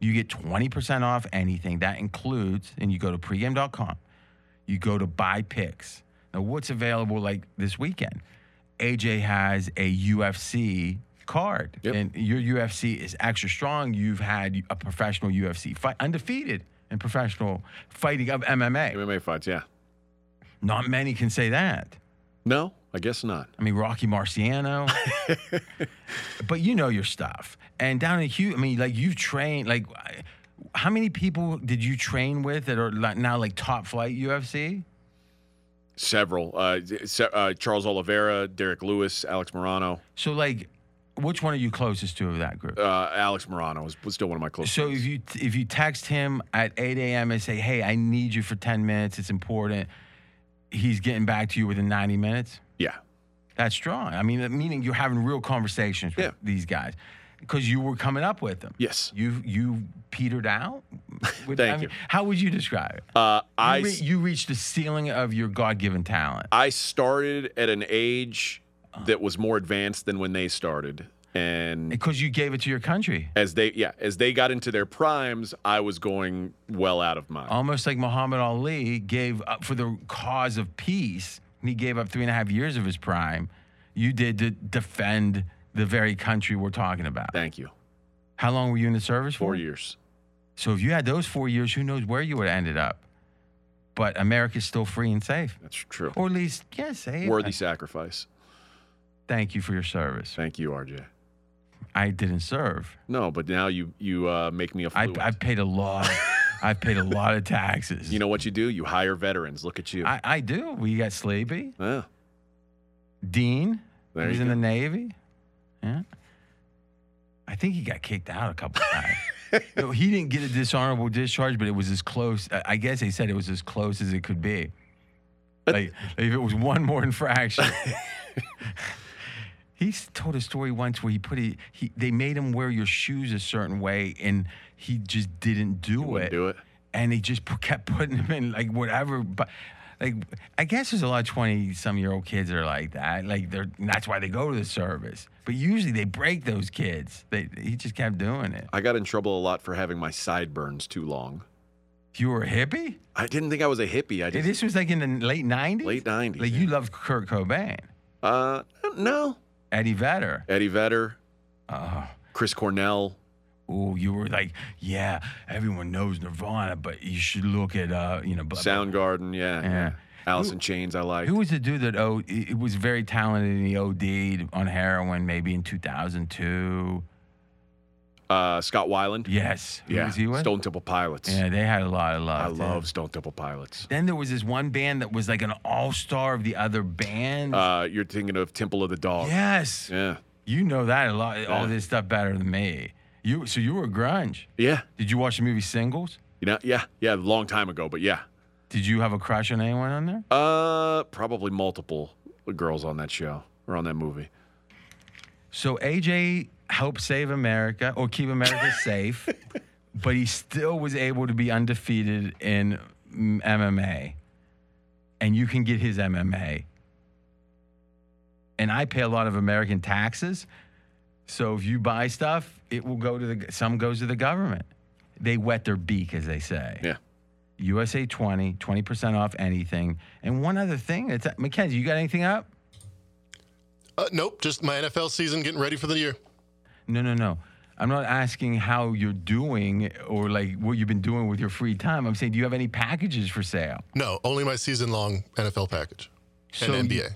Speaker 1: You get 20% off anything. That includes, and you go to pregame.com, you go to buy picks. Now, what's available like this weekend? AJ has a UFC card,
Speaker 7: Yep.
Speaker 1: and your UFC is extra strong. You've had a professional UFC fight, undefeated in professional fighting of MMA.
Speaker 7: MMA fights, yeah.
Speaker 1: Not many can say that.
Speaker 7: No, I guess not.
Speaker 1: I mean, Rocky Marciano. but you know your stuff. And down in Hugh, I mean, like you've trained, like, I- how many people did you train with that are like, now like top flight UFC?
Speaker 7: Several. Uh, se- uh, Charles Oliveira, Derek Lewis, Alex Morano.
Speaker 1: So, like, which one are you closest to of that group?
Speaker 7: Uh, Alex Morano was, was still one of my closest.
Speaker 1: So if you if you text him at 8 a.m. and say, "Hey, I need you for 10 minutes. It's important," he's getting back to you within 90 minutes.
Speaker 7: yeah.
Speaker 1: That's strong. I mean, meaning you're having real conversations with
Speaker 7: Yeah.
Speaker 1: these guys because you were coming up with them.
Speaker 7: Yes.
Speaker 1: You you petered out. Would-
Speaker 7: Thank you.
Speaker 1: How would you describe it?
Speaker 7: Uh, I.
Speaker 1: you, re-
Speaker 7: s-
Speaker 1: you reached the ceiling of your God-given talent.
Speaker 7: I started at an age
Speaker 1: Uh-huh.
Speaker 7: that was more advanced than when they started. And
Speaker 1: because you gave it to your country,
Speaker 7: as they yeah, as they got into their primes, I was going well out of mine.
Speaker 1: almost like Muhammad Ali gave up for the cause of peace. and He gave up three and a half years of his prime. You did to defend the very country we're talking about.
Speaker 7: Thank you.
Speaker 1: How long were you in the service for?
Speaker 7: Four years.
Speaker 1: So if you had those four years, who knows where you would have ended up? But America's still free and safe,
Speaker 7: That's true.
Speaker 1: or at least, yeah, safe.
Speaker 7: Worthy sacrifice.
Speaker 1: Thank you for your service.
Speaker 7: Thank you, RJ.
Speaker 1: I didn't serve.
Speaker 7: No, but now you you uh, make me a
Speaker 1: I,
Speaker 7: fluent.
Speaker 1: I paid a lot. I paid a lot of taxes.
Speaker 7: you know what you do? You hire veterans. Look at you.
Speaker 1: I, I do. We got Sleepy,
Speaker 7: Yeah.
Speaker 1: Dean.
Speaker 7: There
Speaker 1: he was
Speaker 7: you
Speaker 1: in
Speaker 7: go.
Speaker 1: the Navy. Yeah. I think he got kicked out a couple times. no, he didn't get a dishonorable discharge, but it was as close. I I guess they said it was as close as it could be. Like, if it was one more infraction. he s- told a story once where he put he, he they made him wear your shoes a certain way, and he just didn't do
Speaker 7: Wouldn't
Speaker 1: it
Speaker 7: do it.
Speaker 1: and they just pu- kept putting them in like whatever. But like, I guess there's a lot of twenty some year old kids that are like that. Like they're and that's why they go to the service. But usually they break those kids. They he just kept doing it.
Speaker 7: I got in trouble a lot for having my sideburns too long.
Speaker 1: You were a hippie.
Speaker 7: I didn't think I was a hippie. I just
Speaker 1: This was like in the late '90s.
Speaker 7: Late 90s,
Speaker 1: Like
Speaker 7: yeah.
Speaker 1: you loved Kurt Cobain,
Speaker 7: uh no.
Speaker 1: Eddie Vedder.
Speaker 7: Eddie Vedder,
Speaker 1: Oh,
Speaker 7: Chris Cornell.
Speaker 1: ooh, you were like, yeah, everyone knows Nirvana, but you should look at uh, you know, blah, blah,
Speaker 7: Soundgarden, yeah.
Speaker 1: Yeah.
Speaker 7: yeah. Alice in Chains, I like.
Speaker 1: Who was the dude that oh, it was very talented and he OD'd on heroin maybe in 2002?
Speaker 7: Uh, Scott Weiland.
Speaker 1: Yes. Who
Speaker 7: yeah.
Speaker 1: was he with?
Speaker 7: Stone Temple Pilots.
Speaker 1: Yeah, they had a lot of love.
Speaker 7: I
Speaker 1: too.
Speaker 7: love Stone Temple Pilots.
Speaker 1: Then there was this one band that was like an all-star of the other band.
Speaker 7: Uh, you're thinking of Temple of the Dog.
Speaker 1: yes.
Speaker 7: Yeah.
Speaker 1: You know that a lot. All
Speaker 7: Yeah.
Speaker 1: this stuff better than me. You so you were grunge.
Speaker 7: Yeah.
Speaker 1: Did you watch the movie Singles?
Speaker 7: You know, yeah, yeah, a long time ago, but yeah.
Speaker 1: Did you have a crush on anyone on there?
Speaker 7: Uh, probably multiple girls on that show or on that movie.
Speaker 1: So AJ helped save America or keep America safe, but he still was able to be undefeated in m- MMA. And you can get his MMA. And I pay a lot of American taxes. So if you buy stuff, it will go to the some goes to the government. They wet their beak as they say.
Speaker 7: Yeah.
Speaker 1: USA 20, 20% off anything. And one other thing, it's Mackenzie, you got anything up?
Speaker 6: Uh, nope, just my NFL season getting ready for the year.
Speaker 1: No, no, no. I'm not asking how you're doing or like what you've been doing with your free time. I'm saying, do you have any packages for sale?
Speaker 6: No, only my season long NFL package
Speaker 1: So
Speaker 6: and
Speaker 1: you-
Speaker 6: NBA.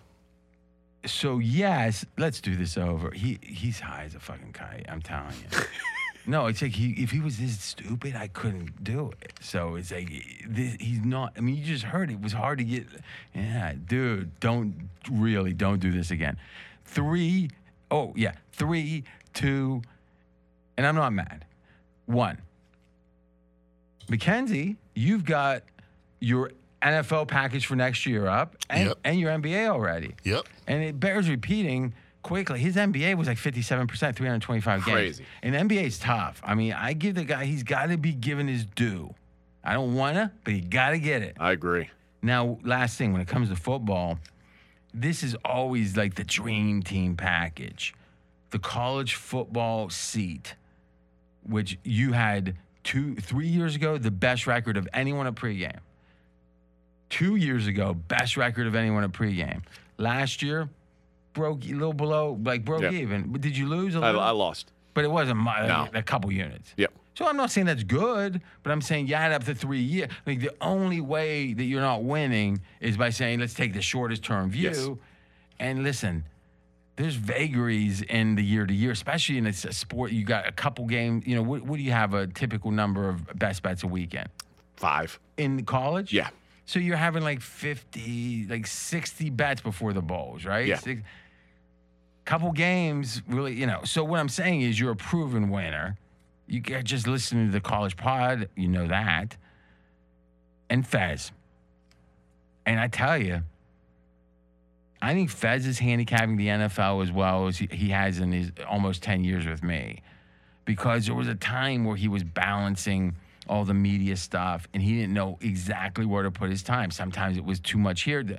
Speaker 1: So yes, let's do this over. He he's high as a fucking kite. I'm telling you. no, it's like he if he was this stupid, I couldn't do it. So it's like this, he's not. I mean, you just heard it was hard to get. Yeah, dude, don't really don't do this again. Three, oh yeah, three, two, and I'm not mad. One, Mackenzie, you've got your NFL package for next year up, and,
Speaker 6: Yep.
Speaker 1: and your NBA already.
Speaker 6: Yep.
Speaker 1: And it bears repeating quickly. His NBA was like 57%, 325 games.
Speaker 7: Crazy.
Speaker 1: And NBA's tough. I mean, I give the guy, he's got to be given his due. I don't want to, but he got to get it.
Speaker 7: I agree.
Speaker 1: Now, last thing, when it comes to football, this is always like the dream team package the college football seat, which you had two, three years ago, the best record of anyone at pregame. Two years ago, best record of anyone at pregame. Last year, broke a little below, like broke
Speaker 7: Yeah.
Speaker 1: even. But did you lose a
Speaker 7: I,
Speaker 1: little?
Speaker 7: I lost.
Speaker 1: but it wasn't my,
Speaker 7: No.
Speaker 1: a couple units.
Speaker 7: Yep.
Speaker 1: So I'm not saying that's good, but I'm saying you add up to three years. Like the only way that you're not winning is by saying let's take the shortest term view.
Speaker 7: Yes.
Speaker 1: And listen, there's vagaries in the year to year, especially in a s- sport. You got a couple games. You know, what, what do you have a typical number of best bets a weekend
Speaker 7: Five.
Speaker 1: in college?
Speaker 7: Yeah.
Speaker 1: So you're having like 50, like 60 bets before the bowls, right?
Speaker 7: Yeah.
Speaker 1: Six- couple games, really, you know. So what I'm saying is you're a proven winner. You get just listening to the college pod, you know that. And Fez. And I tell you, I think Fez is handicapping the NFL as well as he, he has in his almost 10 years with me because there was a time where he was balancing all the media stuff and he didn't know exactly where to put his time. Sometimes it was too much here. The-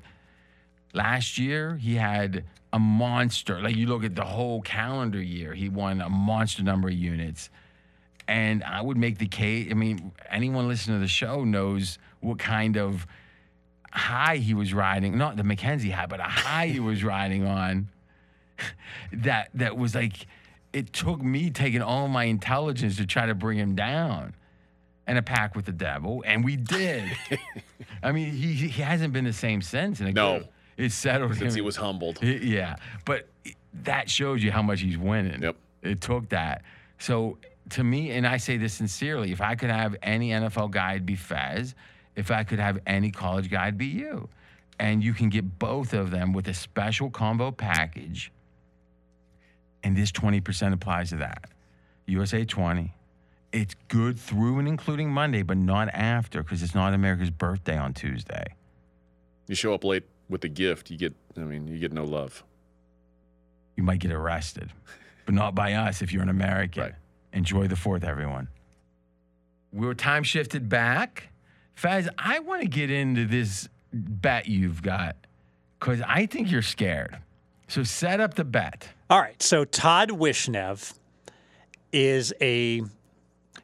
Speaker 1: Last year, he had a monster. Like you look at the whole calendar year, he won a monster number of units. And I would make the case. I mean, anyone listening to the show knows what kind of high he was riding, not the Mackenzie high, but a high he was riding on that that was like it took me taking all my intelligence to try to bring him down and a pact with the devil and we did i mean he he he hasn't been the same since and
Speaker 7: No.
Speaker 1: again, it settled
Speaker 7: Since
Speaker 1: him.
Speaker 7: he was humbled.
Speaker 1: Y- yeah but that shows you how much he's winning
Speaker 7: Yep.
Speaker 1: it took that so to me and i say this sincerely if i could have any nfl guy it'd be fez if i could have any college guy it'd be you and you can get both of them with a special combo package and this 20% applies to that. USA 20. It's good through and including Monday, but not after because it's not America's birthday on Tuesday.
Speaker 7: You show up late with a gift, you get. I mean, you get no love.
Speaker 1: You might get arrested, but not by us if you're an American.
Speaker 7: Right.
Speaker 1: Enjoy the fourth, everyone. We were time shifted back. Faz, I want to get into this bet you've got because I think you're scared. So set up the bet.
Speaker 3: All right. So Todd Wishnev is a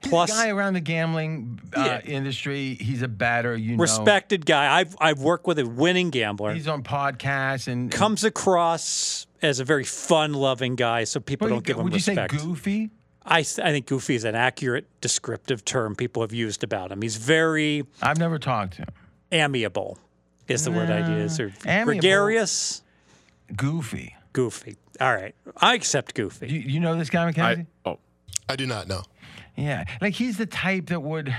Speaker 3: plus
Speaker 1: He's a guy around the gambling uh, industry, he's a batter. You know.
Speaker 3: respected guy. I've I've worked with a winning gambler.
Speaker 1: He's on podcasts and
Speaker 3: Comes across as a very fun-loving guy, so people
Speaker 1: Well,
Speaker 3: don't
Speaker 1: you-
Speaker 3: give him
Speaker 1: would
Speaker 3: respect.
Speaker 1: you say goofy?
Speaker 3: I, s- I think goofy is an accurate descriptive term people have used about him. He's very
Speaker 1: I've never talked to him.
Speaker 3: amiable, is the word I use, or
Speaker 1: amiable.
Speaker 3: gregarious,
Speaker 1: Goofy.
Speaker 3: goofy. All right, I accept goofy.
Speaker 1: You, you know this guy,
Speaker 7: I
Speaker 1: Mackenzie?
Speaker 7: oh
Speaker 6: I do not know.
Speaker 1: yeah. Like he's the type that would.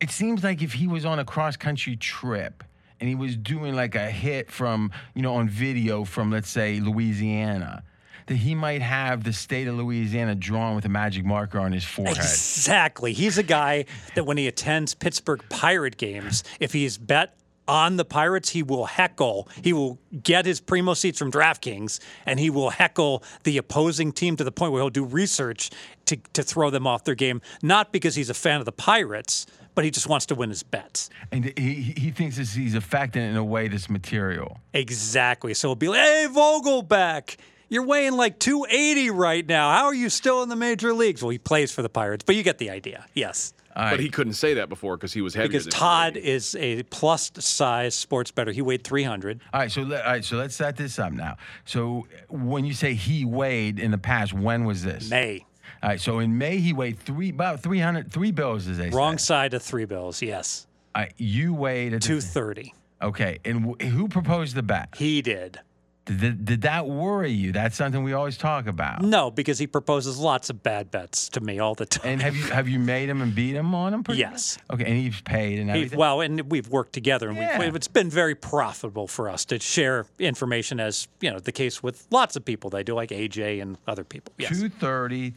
Speaker 1: It seems like if he was on a cross country trip and he was doing like a hit from you know on video from let's say Louisiana, that he might have the state of Louisiana drawn with a magic marker on his forehead.
Speaker 3: Exactly. He's a guy that when he attends Pittsburgh Pirate games, if he's bet on the Pirates, he will heckle. He will get his primo seats from DraftKings and he will heckle the opposing team to the point where he'll do research to, to throw them off their game, not because he's a fan of the Pirates, but he just wants to win his bets.
Speaker 1: And he, he he thinks this, he's affecting it in a way that's material.
Speaker 3: Exactly. So he'll be like, hey, Vogelback. You're weighing like 280 right now. How are you still in the major leagues? Well, he plays for the Pirates, but you get the idea. Yes.
Speaker 7: but he couldn't say that before because he was heavier.
Speaker 3: because
Speaker 7: than
Speaker 3: Todd
Speaker 7: me.
Speaker 3: is a plus size sports better. He weighed 300.
Speaker 1: All right, so let, all right, so let's set this up now. So when you say he weighed in the past, when was this?
Speaker 3: May.
Speaker 1: All right, so in May he weighed three about 300 three bills as they
Speaker 3: Wrong
Speaker 1: Say.
Speaker 3: side of three bills. Yes.
Speaker 1: All right, you weighed at the-
Speaker 3: 230.
Speaker 1: Okay, and wh- who proposed the bet?
Speaker 3: He did.
Speaker 1: Did, did that worry you? That's something we always talk about.
Speaker 3: No, because he proposes lots of bad bets to me all the time.
Speaker 1: And have you have you made him and beat him on him? pretty
Speaker 3: Yes.
Speaker 1: much? Okay, and he's paid and
Speaker 3: He,
Speaker 1: everything.
Speaker 3: well, and we've worked together, and
Speaker 1: Yeah.
Speaker 3: we've, it's been very profitable for us to share information, as you know, the case with lots of people. They do, like AJ and other people. Yes,
Speaker 1: 230,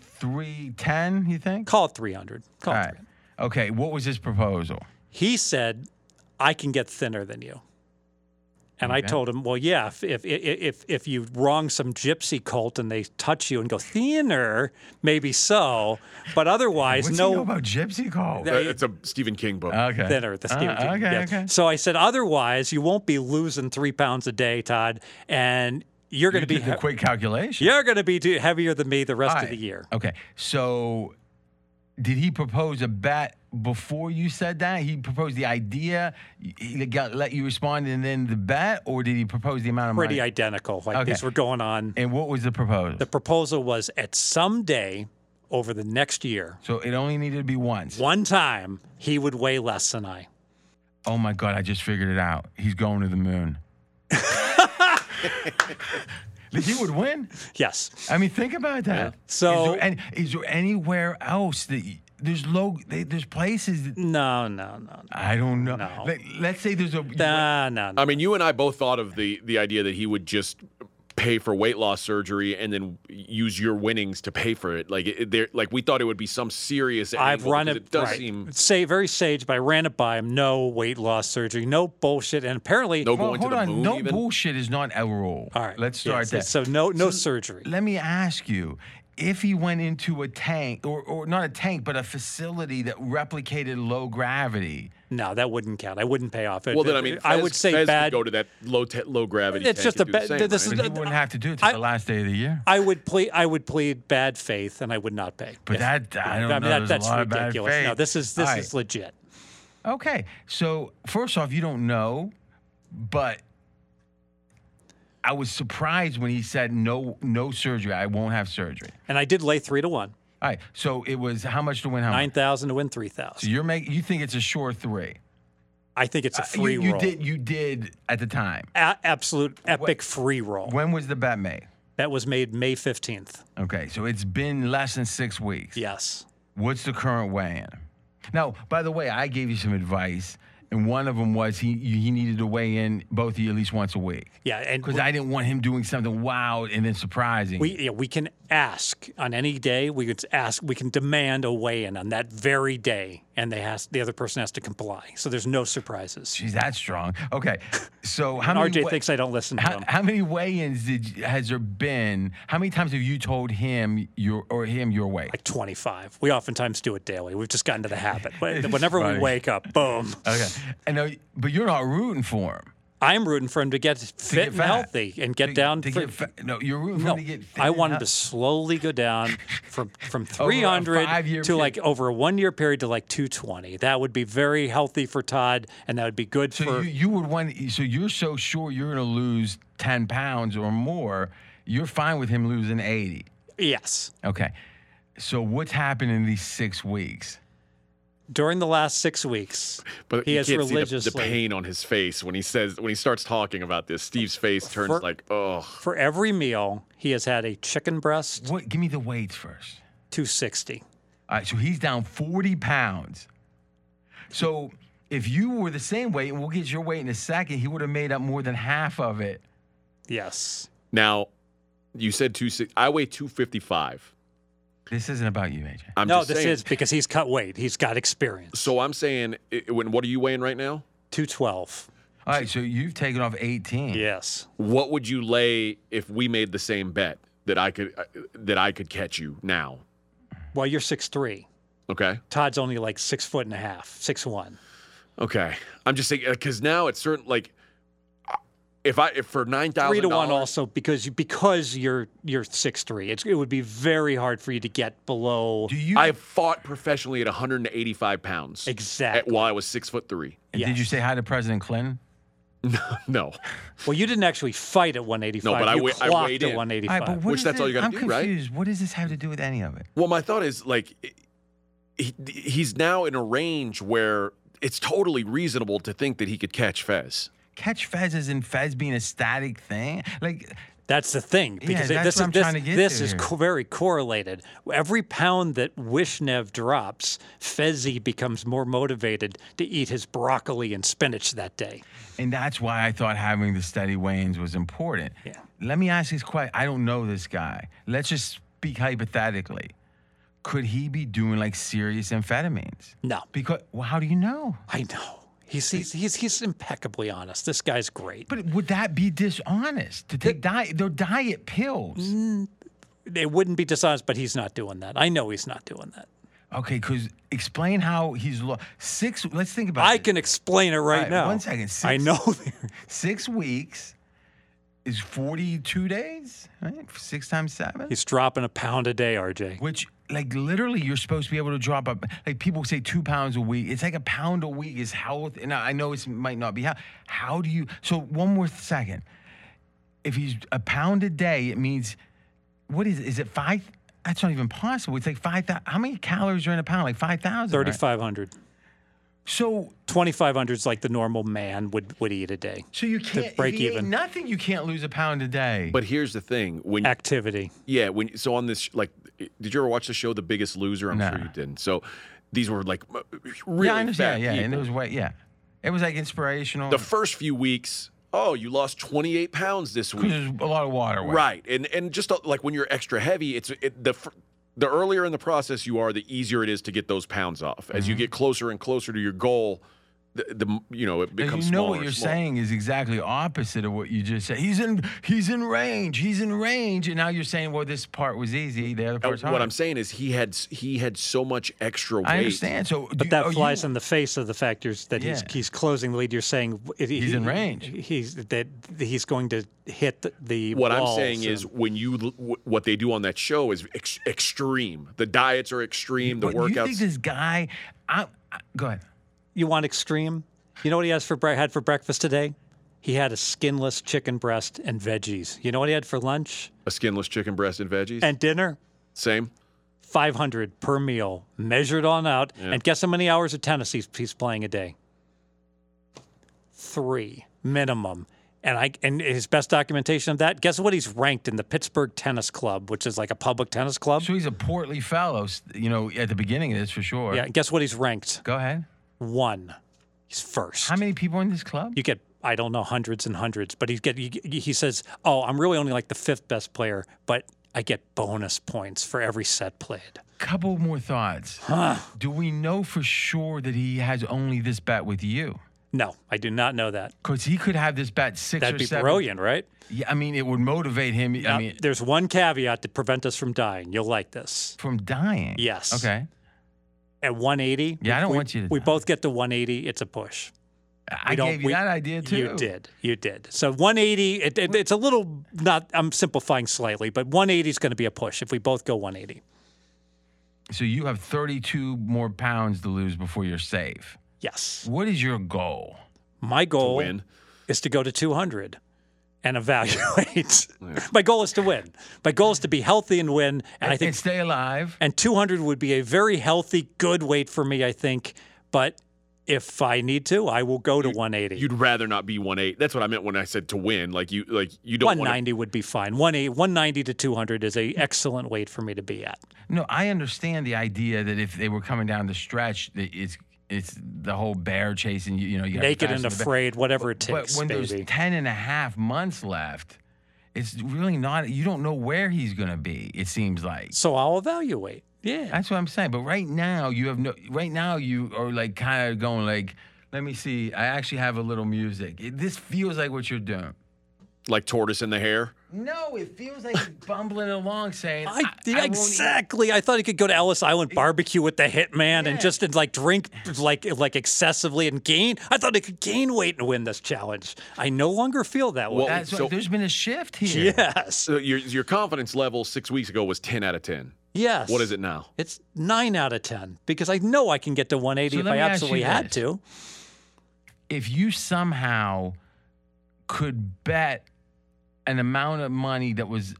Speaker 1: 310, you think?
Speaker 3: call it 300. Call
Speaker 1: All
Speaker 3: it
Speaker 1: right.
Speaker 3: 300.
Speaker 1: Okay, what was his proposal?
Speaker 3: he said, "I can get thinner than you." And I told him, "Well, yeah, if if, i- i- if if you wrong some gypsy cult and they touch you and go thinner, maybe so, but otherwise,
Speaker 1: What's he know
Speaker 3: no
Speaker 1: about Gypsy Call?
Speaker 7: Uh, it's a Stephen King book.
Speaker 1: okay.
Speaker 3: thinner." The Stephen
Speaker 1: Ah,
Speaker 3: King-
Speaker 1: Okay,
Speaker 3: yeah.
Speaker 1: okay.
Speaker 3: So I said, "Otherwise, you won't be losing three pounds a day, Todd, and you're going
Speaker 1: You
Speaker 3: to be
Speaker 1: did the
Speaker 3: he-
Speaker 1: quick calculation.
Speaker 3: you're going to be do- heavier than me the rest
Speaker 1: All
Speaker 3: of the
Speaker 1: right.
Speaker 3: year."
Speaker 1: Okay. So did he propose a bet before you said that? He proposed the idea, he got let you respond, and then the bet, or did he propose the amount of
Speaker 3: Pretty
Speaker 1: money?
Speaker 3: identical. Like
Speaker 1: Okay.
Speaker 3: these were going on.
Speaker 1: and what was the proposal?
Speaker 3: The proposal was at some day over the next year,
Speaker 1: so it only needed to be once.
Speaker 3: one time he would weigh less than I.
Speaker 1: Oh my God, I just figured it out. He's going to the moon. he would win.
Speaker 3: Yes.
Speaker 1: I mean, think about that.
Speaker 3: So-
Speaker 1: is there, any, is there anywhere else that y- there's low? they- There's places. That,
Speaker 3: No, no, no,
Speaker 1: I don't know.
Speaker 3: No.
Speaker 1: Let, let's say there's a.
Speaker 3: no, no, no.
Speaker 7: I mean, you and I both thought of the the idea that he would just pay for weight loss surgery and then use your winnings to pay for it. Like it, there, like we thought it would be some serious.
Speaker 3: I've
Speaker 7: angle,
Speaker 3: run
Speaker 7: because
Speaker 3: it.
Speaker 7: It does
Speaker 3: right.
Speaker 7: seem
Speaker 3: Say very sage, but I ran it by him. No weight loss surgery. No bullshit. And apparently,
Speaker 7: no
Speaker 1: Well,
Speaker 7: going to
Speaker 1: hold
Speaker 7: the
Speaker 1: on.
Speaker 7: moon.
Speaker 1: no
Speaker 7: even.
Speaker 1: bullshit is not a rule.
Speaker 3: all right.
Speaker 1: Let's start
Speaker 3: yes, yes, So
Speaker 1: that.
Speaker 3: no, no surgery.
Speaker 1: Let me ask you. If he went into a tank, or, or not a tank, but a facility that replicated low gravity,
Speaker 3: No, that wouldn't count. I wouldn't pay off.
Speaker 7: Well, then I mean,
Speaker 3: I
Speaker 7: Fez-
Speaker 3: would say
Speaker 7: Fez could
Speaker 3: bad.
Speaker 7: go to that low te- low gravity.
Speaker 3: It's
Speaker 7: tank
Speaker 3: just
Speaker 7: and
Speaker 3: a
Speaker 7: do the
Speaker 3: bad-
Speaker 7: same,
Speaker 3: th- this
Speaker 7: right?
Speaker 3: is
Speaker 1: he
Speaker 3: Uh,
Speaker 1: wouldn't have to do it till
Speaker 3: I-
Speaker 1: the last day of the year.
Speaker 3: I would plead. I would plead bad faith, and I would not pay.
Speaker 1: But
Speaker 3: Yes.
Speaker 1: that- I don't
Speaker 3: mean,
Speaker 1: know. There's a
Speaker 3: that's
Speaker 1: lot of bad
Speaker 3: ridiculous. No,
Speaker 1: faith.
Speaker 3: this is this
Speaker 1: All right.
Speaker 3: is legit.
Speaker 1: Okay. So first off, you don't know, but I was surprised when he said no no surgery. I won't have surgery.
Speaker 3: And I did lay three to one,
Speaker 1: All right. So it was how much to win how
Speaker 3: nine
Speaker 1: much?
Speaker 3: thousand to win three
Speaker 1: So
Speaker 3: thousand.
Speaker 1: you're make you think it's a sure three.
Speaker 3: I think it's a
Speaker 1: Uh, you-
Speaker 3: free
Speaker 1: you,
Speaker 3: roll.
Speaker 1: did you did at the time.
Speaker 3: A- absolute epic free roll
Speaker 1: When was the bet made?
Speaker 3: that was made May fifteenth.
Speaker 1: Okay, so it's been less than six weeks.
Speaker 3: Yes.
Speaker 1: What's the current weigh-in? Now, by the way, I gave you some advice, and one of them was he he needed to weigh in both of you at least once a week.
Speaker 3: Yeah, and
Speaker 1: because I didn't want him doing something wild and then surprising.
Speaker 3: we yeah, we can ask on any day. We could ask. We can demand a weigh-in on that very day, and they has the other person has to comply. So there's no surprises.
Speaker 1: She's that strong. Okay, so how many?
Speaker 3: RJ
Speaker 1: wa-
Speaker 3: thinks I don't listen to
Speaker 1: How,
Speaker 3: him.
Speaker 1: how many weigh-ins did you- has there been? How many times have you told him your or him your way?
Speaker 3: like 25. We oftentimes do it daily. We've just gotten to the habit. But
Speaker 1: It's
Speaker 3: Whenever
Speaker 1: funny.
Speaker 3: we wake up, boom.
Speaker 1: Okay, and uh, but you're not rooting for him
Speaker 3: I'm rooting for him to get fit
Speaker 1: to get
Speaker 3: and
Speaker 1: fat.
Speaker 3: healthy and get
Speaker 1: To-
Speaker 3: down.
Speaker 1: To
Speaker 3: for-
Speaker 1: get fa- no, you're rooting for
Speaker 3: no,
Speaker 1: him to get. Fit
Speaker 3: I
Speaker 1: and
Speaker 3: want him
Speaker 1: hel-
Speaker 3: to slowly go down from from
Speaker 1: Over a
Speaker 3: 300
Speaker 1: five-year
Speaker 3: to like
Speaker 1: period.
Speaker 3: over a one year period to like 220. That would be very healthy for Todd, and that would be good
Speaker 1: So
Speaker 3: for.
Speaker 1: you, you would want. So you're so sure you're going to lose ten pounds or more. You're fine with him losing eighty.
Speaker 3: yes.
Speaker 1: Okay. So what's happened in these six weeks?
Speaker 3: During the last six weeks,
Speaker 7: But
Speaker 3: he
Speaker 7: you
Speaker 3: has
Speaker 7: can't see
Speaker 3: religiously.
Speaker 7: the, the pain on his face when he says when he starts talking about this. Steve's face turns
Speaker 3: For-
Speaker 7: like, oh,
Speaker 3: For every meal, he has had a chicken breast,
Speaker 1: What? Give me the weights first.
Speaker 3: 260.
Speaker 1: All right, so he's down 40 pounds. So if you were the same weight, and we'll get your weight in a second, he would have made up more than half of it.
Speaker 3: Yes.
Speaker 7: Now, you said two. si- I weigh two fifty five.
Speaker 1: This isn't about you, AJ.
Speaker 7: I'm
Speaker 3: no,
Speaker 7: just
Speaker 3: this
Speaker 7: saying.
Speaker 3: is because he's cut weight. He's got experience.
Speaker 7: So I'm saying, i- when what are you weighing right now?
Speaker 3: 212.
Speaker 1: All right, so you've taken off 18.
Speaker 7: Hmm.
Speaker 3: Yes.
Speaker 7: What would you lay if we made the same bet that I could uh, that I could catch you now?
Speaker 3: Well, you're six three.
Speaker 7: Okay.
Speaker 3: Todd's only like six foot and a half, six one.
Speaker 7: Okay. I'm just saying because now it's certain like if I if for nine thousand
Speaker 3: Three to one also because you because you're you're six three. It's, it would be very hard for you to get below.
Speaker 1: Do you
Speaker 7: I fought professionally at 185 pounds.
Speaker 3: Exactly.
Speaker 7: At, while I was six foot three.
Speaker 1: And did you say hi to President Clinton?
Speaker 7: No.
Speaker 3: Well, you didn't actually fight at 185.
Speaker 7: No, but I
Speaker 3: you
Speaker 7: wa- I
Speaker 3: clocked
Speaker 7: weighed
Speaker 3: at
Speaker 7: in.
Speaker 1: All right,
Speaker 3: 185.
Speaker 1: but what
Speaker 7: Which
Speaker 1: is
Speaker 7: that's all
Speaker 1: it-
Speaker 7: you gotta
Speaker 1: I'm
Speaker 7: do, right?
Speaker 1: confused. What does this have to do with any of it?
Speaker 7: Well, my thought is like he, he's now in a range where it's totally reasonable to think that he could catch Fez.
Speaker 1: Catch Fez is in Fez being a static thing. Like,
Speaker 3: that's the thing
Speaker 1: Yeah,
Speaker 3: because
Speaker 1: that's
Speaker 3: this
Speaker 1: what
Speaker 3: is
Speaker 1: I'm
Speaker 3: this,
Speaker 1: trying to get
Speaker 3: this
Speaker 1: to
Speaker 3: is
Speaker 1: here.
Speaker 3: co- very correlated. Every pound that Wishnev drops, Fezzi becomes more motivated to eat his broccoli and spinach that day.
Speaker 1: And that's why I thought having the steady weigh-ins was important.
Speaker 3: Yeah.
Speaker 1: Let me ask this question. I don't know this guy. Let's just speak hypothetically. Could he be doing like serious amphetamines?
Speaker 3: No,
Speaker 1: Because well, how do you know?
Speaker 3: I know. He's, he's, he's, he's impeccably honest. This guy's great.
Speaker 1: But would that be dishonest to take diet? They're diet pills.
Speaker 3: it wouldn't be dishonest, but he's not doing that. I know he's not doing that.
Speaker 1: Okay, because explain how he's lo- six. Let's think about.
Speaker 3: I
Speaker 1: it.
Speaker 3: can explain it right,
Speaker 1: All right,
Speaker 3: now.
Speaker 1: one second. Six,
Speaker 3: I know.
Speaker 1: six weeks is forty-two days, right? Six times seven,
Speaker 3: he's dropping a pound a day, RJ.
Speaker 1: which like literally you're supposed to be able to drop up like people say two pounds a week it's like a pound a week is health and i I know it might not be how how do you so one more second if he's a pound a day it means what is is it five that's not even possible it's like five thousand how many calories are in a pound like five thousand
Speaker 3: 3,500.
Speaker 1: so
Speaker 3: 2,500 is like the normal man would, would eat a day.
Speaker 1: so you can't
Speaker 3: break
Speaker 1: if you ate
Speaker 3: even.
Speaker 1: nothing you can't lose a pound a day
Speaker 7: But here's the thing: when
Speaker 3: Activity.
Speaker 7: Yeah, when so on this like, did you ever watch the show The Biggest Loser? I'm
Speaker 1: Nah.
Speaker 7: sure you didn't. So these were like really
Speaker 1: yeah I understand
Speaker 7: fat
Speaker 1: yeah and it
Speaker 7: people.
Speaker 1: was way yeah it was like inspirational
Speaker 7: the first few weeks. Oh, you lost 28 pounds this week.
Speaker 1: there's a lot of water weight.
Speaker 7: Right, and and just uh, like when you're extra heavy, it's it, the fir- the earlier in the process you are, the easier it is to get those pounds off. As you
Speaker 1: Mm-hmm.
Speaker 7: get closer and closer to your goal, the, the m- you know it
Speaker 1: Because
Speaker 7: becomes.
Speaker 1: you know
Speaker 7: smaller
Speaker 1: what
Speaker 7: and
Speaker 1: you're
Speaker 7: smaller.
Speaker 1: saying is exactly opposite of what you just said. He's in he's in range. He's in range, and now you're saying, well, this part was easy. The other
Speaker 7: Uh,
Speaker 1: part's hard.
Speaker 7: What I'm saying is he had s- he had so much extra weight.
Speaker 1: I understand. So,
Speaker 3: But that flies in the face of the factors that
Speaker 1: oh, Yeah.
Speaker 3: he's he's closing the lead. You're saying if he-
Speaker 1: He's in range.
Speaker 3: He's that he's going to hit the. the
Speaker 7: What I'm
Speaker 3: walls
Speaker 7: saying
Speaker 3: and-
Speaker 7: is when you l- w- what they do on that show is ex- extreme. The diets are extreme. The
Speaker 1: but You think
Speaker 7: workouts.
Speaker 1: this guy? I, I, go ahead.
Speaker 3: you want extreme. You know what he has for bre- had for breakfast today? He had a skinless chicken breast and veggies. You know what he had for lunch
Speaker 7: a skinless chicken breast and veggies.
Speaker 3: and dinner?
Speaker 7: Same.
Speaker 3: 500 per meal, measured on out.
Speaker 7: Yeah.
Speaker 3: And guess how many hours of tennis he's, he's playing a day? Three minimum. And I and his best documentation of that. Guess what? He's ranked in the Pittsburgh Tennis Club, which is like a public tennis club.
Speaker 1: So he's a portly fellow. s- You know, at the beginning of this for sure.
Speaker 3: Yeah. and Guess what? He's ranked
Speaker 1: Go ahead.
Speaker 3: one. He's first.
Speaker 1: How many people in this club?
Speaker 3: you get I don't know hundreds and hundreds, but he get he, he says, "Oh, I'm really only like the fifth best player, but I get bonus points for every set played."
Speaker 1: couple more thoughts. Do we know for sure that he has only this bet with you?
Speaker 3: No, I do not know that.
Speaker 1: Because he could have this bet six
Speaker 3: That'd
Speaker 1: or
Speaker 3: be
Speaker 1: seven.
Speaker 3: brilliant, right?
Speaker 1: Yeah, I mean, it would motivate him. I
Speaker 3: Now,
Speaker 1: mean,
Speaker 3: there's one caveat to prevent us from dying. You'll like this.
Speaker 1: from dying.
Speaker 3: Yes.
Speaker 1: Okay.
Speaker 3: At 180,
Speaker 1: Yeah, I don't
Speaker 3: we,
Speaker 1: want you to
Speaker 3: we
Speaker 1: die.
Speaker 3: both get to 180. It's a push.
Speaker 1: I
Speaker 3: We don't-
Speaker 1: gave you
Speaker 3: we-
Speaker 1: that idea too.
Speaker 3: You did. You did. So 180. It, it, it's a little not. I'm simplifying slightly, but 180 is going to be a push if we both go 180.
Speaker 1: So you have 32 more pounds to lose before you're safe.
Speaker 3: Yes.
Speaker 1: What is your goal?
Speaker 3: My
Speaker 7: To
Speaker 3: goal
Speaker 7: win.
Speaker 3: is to go to 200 and evaluate. My goal is to win. My goal is to be healthy and win. And I think
Speaker 1: and stay alive.
Speaker 3: and 200 would be a very healthy, good weight for me. I think, but if I need to, I will go to 180.
Speaker 7: You'd rather not be one eight. That's what I meant when I said to win. Like you like you don't want
Speaker 3: 190 would be fine. 180, 190 to 200 is a excellent weight for me to be at.
Speaker 1: No, I understand the idea that if they were coming down the stretch, that it's it's the whole bear chasing you. You know, you gotta
Speaker 3: Naked
Speaker 1: fasten
Speaker 3: and
Speaker 1: the bear.
Speaker 3: afraid, whatever it
Speaker 1: But
Speaker 3: takes,
Speaker 1: when
Speaker 3: baby.
Speaker 1: there's 10 and a half months left, it's really not. You don't know where he's gonna be. It seems like.
Speaker 3: so I'll evaluate. Yeah.
Speaker 1: That's what I'm saying. But right now, you have no. Right now, you are like kind of going like, let me see. I actually have a little music. It, this feels like what you're doing.
Speaker 7: like tortoise in the hair.
Speaker 1: No, it feels like you're bumbling along, saying,
Speaker 3: I,
Speaker 1: won't e-" eat."
Speaker 3: exactly. I thought he could go to Ellis Island barbecue with the hitman and just and like drink like like excessively and gain. I thought he could gain weight and win this challenge. I no longer feel that way.
Speaker 7: Well,
Speaker 1: That's
Speaker 7: So-
Speaker 1: what, there's been a shift here.
Speaker 3: yes.
Speaker 7: So your your confidence level six weeks ago was ten out of ten.
Speaker 3: Yes.
Speaker 7: What is it now?
Speaker 3: It's nine out of ten because I know I can get to 180
Speaker 1: So
Speaker 3: if
Speaker 1: let
Speaker 3: I
Speaker 1: me ask you
Speaker 3: absolutely had
Speaker 1: this.
Speaker 3: to.
Speaker 1: If you somehow could bet an amount of money that was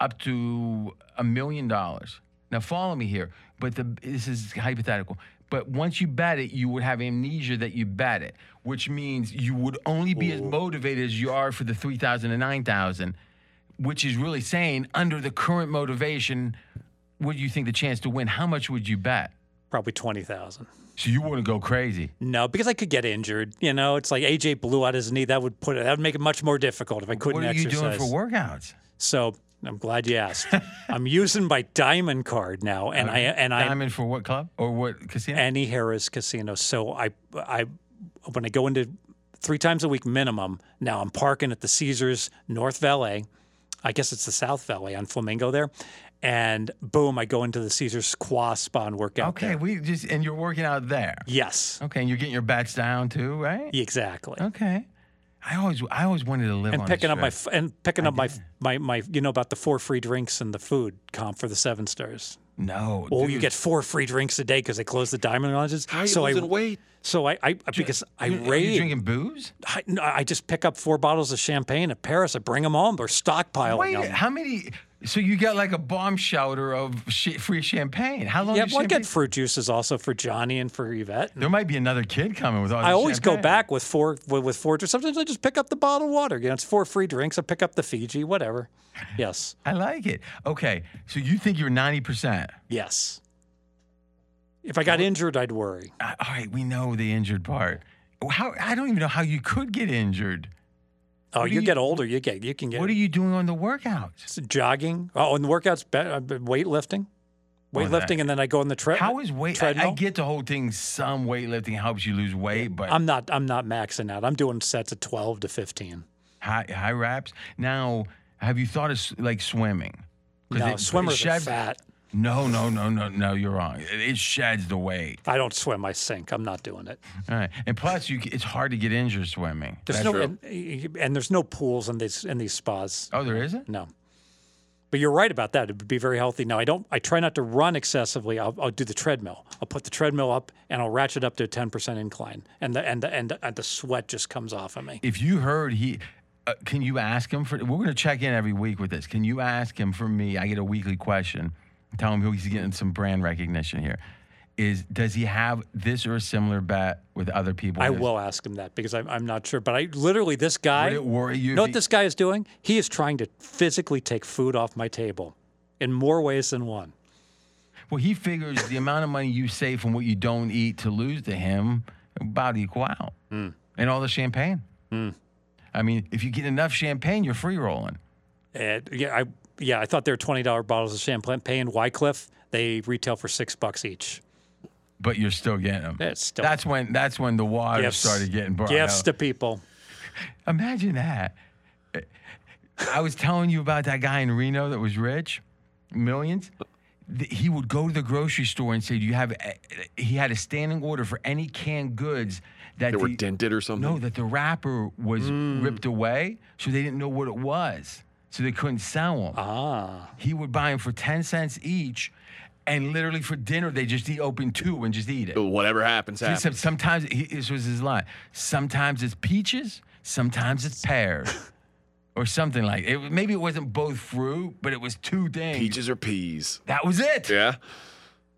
Speaker 1: up to a million dollars. Now follow me here, but the, this is hypothetical. But once you bet it, you would have amnesia that you bet it, which means you would only be as motivated as you are for the 3,000 and 9,000, which is really saying under the current motivation, what do you think the chance to win? How much would you bet?
Speaker 3: Probably 20,000.
Speaker 1: So you wouldn't go crazy.
Speaker 3: No, because I could get injured. You know, it's like AJ blew out his knee. That would put it. That would make it much more difficult if I couldn't
Speaker 1: what are you
Speaker 3: exercise.
Speaker 1: doing for workouts?
Speaker 3: So I'm glad you asked. I'm using my diamond card now, and I and I
Speaker 1: Diamond for what club or what casino?
Speaker 3: any Harris Casino. So I I when I go into three times a week minimum. Now I'm parking at the Caesars North Valet. I guess it's the South Valet on Flamingo there, and boom, I go into the Caesars Qua Spa and work out.
Speaker 1: okay,
Speaker 3: there.
Speaker 1: we just and you're working out there.
Speaker 3: Yes.
Speaker 1: Okay, and you're getting your bats down too, right?
Speaker 3: Exactly.
Speaker 1: Okay. I always I always wanted to live
Speaker 3: and
Speaker 1: on
Speaker 3: picking
Speaker 1: a
Speaker 3: up my
Speaker 1: strip.
Speaker 3: f- and picking up my, f- my my you know about the four free drinks and the food comp for the seven stars.
Speaker 1: No.
Speaker 3: Oh, you
Speaker 1: dude.
Speaker 3: get four free drinks a day because they close the diamond lounges.
Speaker 7: How are you
Speaker 3: so
Speaker 7: losing
Speaker 3: I,
Speaker 7: weight?
Speaker 3: So I, I because I
Speaker 1: You- Are you
Speaker 3: rage.
Speaker 1: drinking booze?
Speaker 3: I, no, I just pick up four bottles of champagne at Paris. I bring them home. They're stockpiling
Speaker 1: Wait,
Speaker 3: them.
Speaker 1: how many? So you got like a bomb shelter of sh- free champagne. How long?
Speaker 3: yeah,
Speaker 1: is
Speaker 3: well, I
Speaker 1: champagne?
Speaker 3: get fruit juices also for Johnny and for Yvette.
Speaker 1: there might be another kid coming with all.
Speaker 3: I
Speaker 1: this
Speaker 3: always go
Speaker 1: champagne.
Speaker 3: back with four with, with four. Sometimes I just pick up the bottle of water. You know, it's four free drinks. I pick up the Fiji, whatever. Yes,
Speaker 1: I like it. Okay, so you think you're ninety percent?
Speaker 3: yes. If I got injured, I'd worry.
Speaker 1: All right, we know the injured part. How I don't even know how you could get injured.
Speaker 3: Oh,
Speaker 1: What do
Speaker 3: you
Speaker 1: you-
Speaker 3: get older, you get you can get
Speaker 1: What are you doing on the workouts?
Speaker 3: It's jogging. Oh, and the workouts, be- uh, b- weightlifting,
Speaker 1: Well, that-
Speaker 3: weightlifting, and then I go on the treadmill.
Speaker 1: How is weight? I- I,
Speaker 3: treadmill?
Speaker 1: get the whole thing. Some weightlifting helps you lose weight, but
Speaker 3: I'm not. I'm not maxing out. I'm doing sets of twelve to fifteen.
Speaker 1: high, high reps. Now, have you thought of s- like swimming? 'Cause
Speaker 3: No,
Speaker 1: it- it
Speaker 3: swimmers are
Speaker 1: sheds-
Speaker 3: fat.
Speaker 1: No, no, no, no, no. You're wrong. It, it sheds the weight.
Speaker 3: I don't swim. I sink. I'm not doing it.
Speaker 1: All right, and plus, you c- it's hard to get injured swimming.
Speaker 3: There's
Speaker 7: That's
Speaker 3: no
Speaker 7: true.
Speaker 3: And, and there's no pools in these in these spas.
Speaker 1: Oh, there isn't.
Speaker 3: No. But you're right about that. It would be very healthy. Now I don't. I try not to run excessively. I'll, I'll do the treadmill. I'll put the treadmill up and I'll ratchet up to a 10% incline, and the and the and the, and the sweat just comes off of me.
Speaker 1: If you heard he. Uh, can you ask him for? We're going to check in every week with this. Can you ask him for me? I get a weekly question. Tell him who he's getting some brand recognition here. Is does he have this or a similar bet with other people?
Speaker 3: I
Speaker 1: Does-
Speaker 3: will ask him that because I'm, I'm not sure. But I literally, this guy,
Speaker 1: Would it worry you if
Speaker 3: know
Speaker 1: he-
Speaker 3: what this guy is doing? He is trying to physically take food off my table in more ways than one.
Speaker 1: Well, he figures the amount of money you save from what you don't eat to lose to him about equal out,
Speaker 7: Mm.
Speaker 1: and all the champagne. I mean, if you get enough champagne, you're free rolling.
Speaker 3: And yeah, I yeah, I thought they were twenty dollar bottles of champagne. Wycliffe, they retail for six bucks each.
Speaker 1: but you're still getting them.
Speaker 3: That's still-
Speaker 1: that's when that's when the water
Speaker 3: Gifts
Speaker 1: started getting brought
Speaker 3: Gifts
Speaker 1: out.
Speaker 3: to people.
Speaker 1: Imagine that. I was telling you about that guy in Reno that was rich, millions. Th- He would go to the grocery store and say, "Do you have?" a-" He had a standing order for any canned goods that
Speaker 7: They were
Speaker 1: the-
Speaker 7: dented or something. Mm.
Speaker 1: No, that the wrapper was ripped away, so they didn't know what it was, so they couldn't sell them.
Speaker 3: Ah,
Speaker 1: He would buy them for ten cents each, and literally for dinner they just eat open two and just eat it.
Speaker 7: Whatever happens,
Speaker 1: He
Speaker 7: happens.
Speaker 1: said sometimes he, this was his line. Sometimes it's peaches, sometimes it's pears, or something like it. Maybe it wasn't both fruit, but it was two things.
Speaker 7: Peaches or peas.
Speaker 1: That was it.
Speaker 7: Yeah.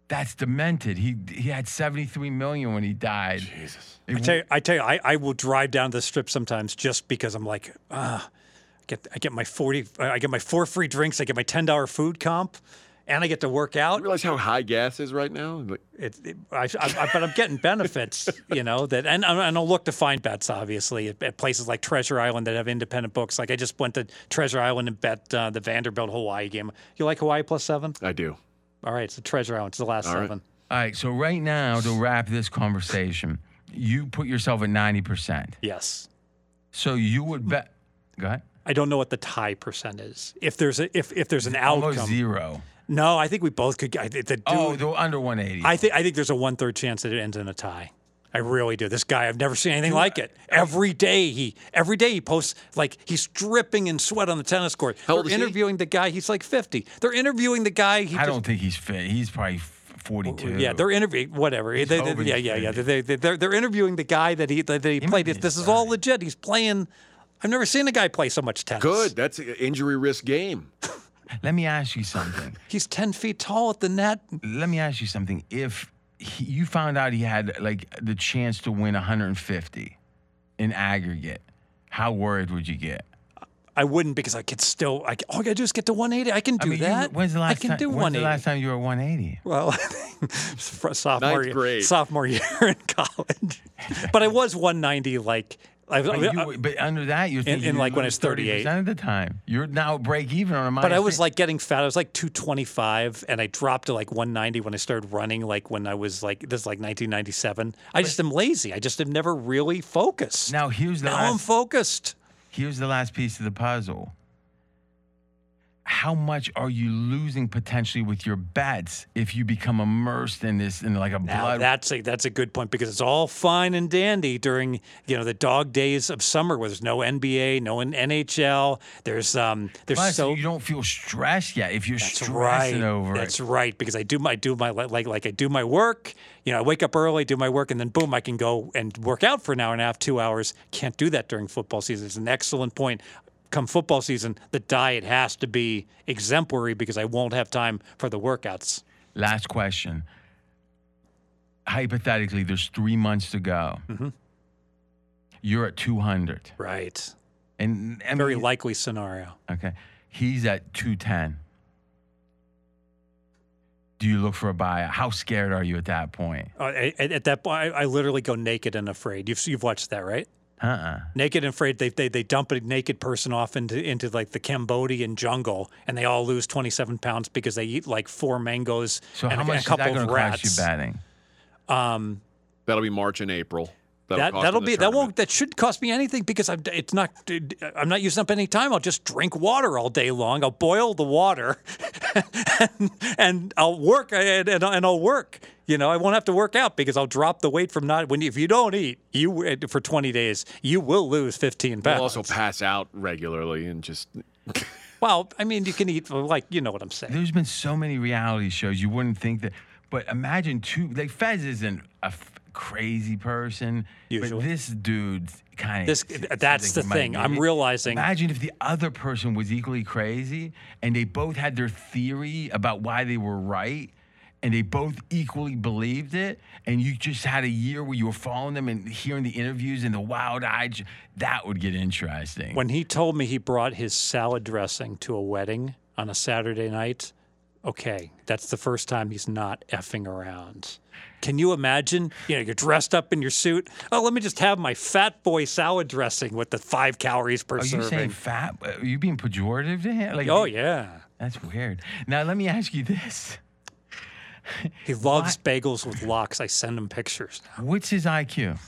Speaker 1: That's demented. He he had seventy three million when he died.
Speaker 7: Jesus.
Speaker 1: It
Speaker 3: I tell you, I tell you, I, I will drive down the strip sometimes just because I'm like, ah, I get I get my forty, I get my four free drinks, I get my ten dollar food comp, and I get to work out.
Speaker 7: You realize how high gas is right now? Like,
Speaker 3: it, it- I, I, I- but I'm getting benefits, you know. That and, I- and I'll look to find bets, obviously, at, at places like Treasure Island that have independent books. Like I just went to Treasure Island and bet uh, the Vanderbilt Hawaii game. You like Hawaii plus seven?
Speaker 7: I do.
Speaker 3: All right, it's a Treasure Island. It's the last
Speaker 7: right.
Speaker 3: seven.
Speaker 1: All right. So right now, to wrap this conversation, you put yourself at ninety percent.
Speaker 3: Yes,
Speaker 1: So you would bet. Go ahead.
Speaker 3: I don't know what the tie percent is. If there's a if if there's an
Speaker 1: Almost
Speaker 3: outcome,
Speaker 1: zero.
Speaker 3: no, I think we both could. get- I, think the dude,
Speaker 1: oh, the under one eighty.
Speaker 3: I think I think there's a one third chance that it ends in a tie. I really do. This guy, I've never seen anything like it. Every day he, every day he posts like he's dripping in sweat on the tennis court.
Speaker 7: How old
Speaker 3: They're
Speaker 7: is he?
Speaker 3: interviewing the guy. He's like 50. They're interviewing the guy. He
Speaker 1: I
Speaker 3: just-
Speaker 1: don't think he's fit. He's probably forty two.
Speaker 3: Yeah, they're interviewing whatever. They- they-
Speaker 1: over
Speaker 3: yeah, yeah, yeah.
Speaker 1: 30.
Speaker 3: They, they, they're, they're interviewing the guy that he that, that he, played.
Speaker 1: be
Speaker 3: If this is all legit, he's playing. I've never seen a guy play so much tennis.
Speaker 7: Good. That's an injury risk game.
Speaker 1: Let me ask you something.
Speaker 3: He's 10 feet tall at the net.
Speaker 1: let me ask you something. If he, you found out he had like the chance to win 150 in aggregate, how worried would you get?
Speaker 3: I wouldn't because I could still. I, all I gotta do is get to 180. I can do
Speaker 1: mean, you-
Speaker 3: that.
Speaker 1: when's the last
Speaker 3: I can
Speaker 1: time?
Speaker 3: do
Speaker 1: when's
Speaker 3: 180.
Speaker 1: the last time you were 180?
Speaker 3: Well, fr- sophomore
Speaker 7: Ninth
Speaker 3: year,
Speaker 7: grade.
Speaker 3: sophomore year in college, but I was 190. Like, I, uh,
Speaker 1: But,
Speaker 3: I-
Speaker 1: you were- but under that, you're thinking
Speaker 3: in,
Speaker 1: you
Speaker 3: like, when I was
Speaker 1: 38
Speaker 3: 38.
Speaker 1: of the time. You're now break even on a minus.
Speaker 3: but I was
Speaker 1: three.
Speaker 3: like getting fat. I was like 225, and I dropped to like 190 when I started running. Like when I was like this, is like 1997. I just am lazy. I just have never really focused.
Speaker 1: now here's the
Speaker 3: now I'm
Speaker 1: last,
Speaker 3: focused.
Speaker 1: here's the last piece of the puzzle. how much are you losing potentially with your bats if you become immersed in this in like a
Speaker 3: Now,
Speaker 1: blood
Speaker 3: that's a that's a good point because it's all fine and dandy during you know the dog days of summer where there's no NBA, no N- NHL. There's um there's
Speaker 1: Plus,
Speaker 3: so
Speaker 1: you don't feel stressed yet if you're
Speaker 3: that's
Speaker 1: stressing
Speaker 3: right.
Speaker 1: over
Speaker 3: that's
Speaker 1: it.
Speaker 3: right because I do my I do my like like I do my work. You know I wake up early, do my work, and then boom I can go and work out for an hour and a half, two hours. Can't do that during football season. It's an excellent point. Come football season, the diet has to be exemplary because I won't have time for the workouts.
Speaker 1: Last question. Hypothetically, there's three months to go.
Speaker 3: Mm-hmm.
Speaker 1: You're at 200,
Speaker 3: Right.
Speaker 1: and I
Speaker 3: Very
Speaker 1: mean,
Speaker 3: likely scenario.
Speaker 1: Okay, he's at 210. Do you look for a buyout? How scared are you at that point?
Speaker 3: Uh, at, at that point, I, I literally go naked and afraid. You've you've watched that, right?
Speaker 1: Uh-uh.
Speaker 3: Naked and afraid. They they they dump a naked person off into into like the Cambodian jungle, and they all lose twenty seven pounds because they eat like four mangoes
Speaker 1: So
Speaker 3: and
Speaker 1: how
Speaker 3: a,
Speaker 1: much
Speaker 3: a couple
Speaker 1: is that
Speaker 3: of
Speaker 1: going to
Speaker 3: rats.
Speaker 1: cost you batting?
Speaker 3: Um,
Speaker 7: That'll be March and April.
Speaker 3: that
Speaker 7: cost
Speaker 3: that'll
Speaker 7: them the
Speaker 3: be that
Speaker 7: tournament.
Speaker 3: won't that should cost me anything because I'm it's not I'm not using up any time. I'll just drink water all day long. I'll boil the water, and, and I'll work and, and, and I'll work. You know, I won't have to work out because I'll drop the weight from not when you, if you don't eat you eh, for 20 days you will lose 15 pounds.
Speaker 7: They'll also pass out regularly and just
Speaker 3: well, I mean you can eat like you know what I'm saying.
Speaker 1: There's been so many reality shows. You wouldn't think that, but imagine two. Like Fez isn't a f- crazy person,
Speaker 3: Usually.
Speaker 1: but this dude kind
Speaker 3: This-
Speaker 1: of.
Speaker 3: that's the thing. I'm realizing-
Speaker 1: Imagine if the other person was equally crazy, and they both had their theory about why they were right. And they both equally believed it, and you just had a year where you were following them and hearing the interviews and the wild eyed. That would get interesting.
Speaker 3: When he told me he brought his salad dressing to a wedding on a Saturday night, okay, that's the first time he's not effing around. Can you imagine? You know, you're dressed up in your suit. Oh, let me just have my fat boy salad dressing with the five calories per
Speaker 1: Are you saying
Speaker 3: serving.
Speaker 1: fat? Are you being pejorative to him? Like,
Speaker 3: oh yeah,
Speaker 1: That's weird. Now let me ask you this:
Speaker 3: he loves bagels with locks. I send him pictures.
Speaker 1: What's his IQ?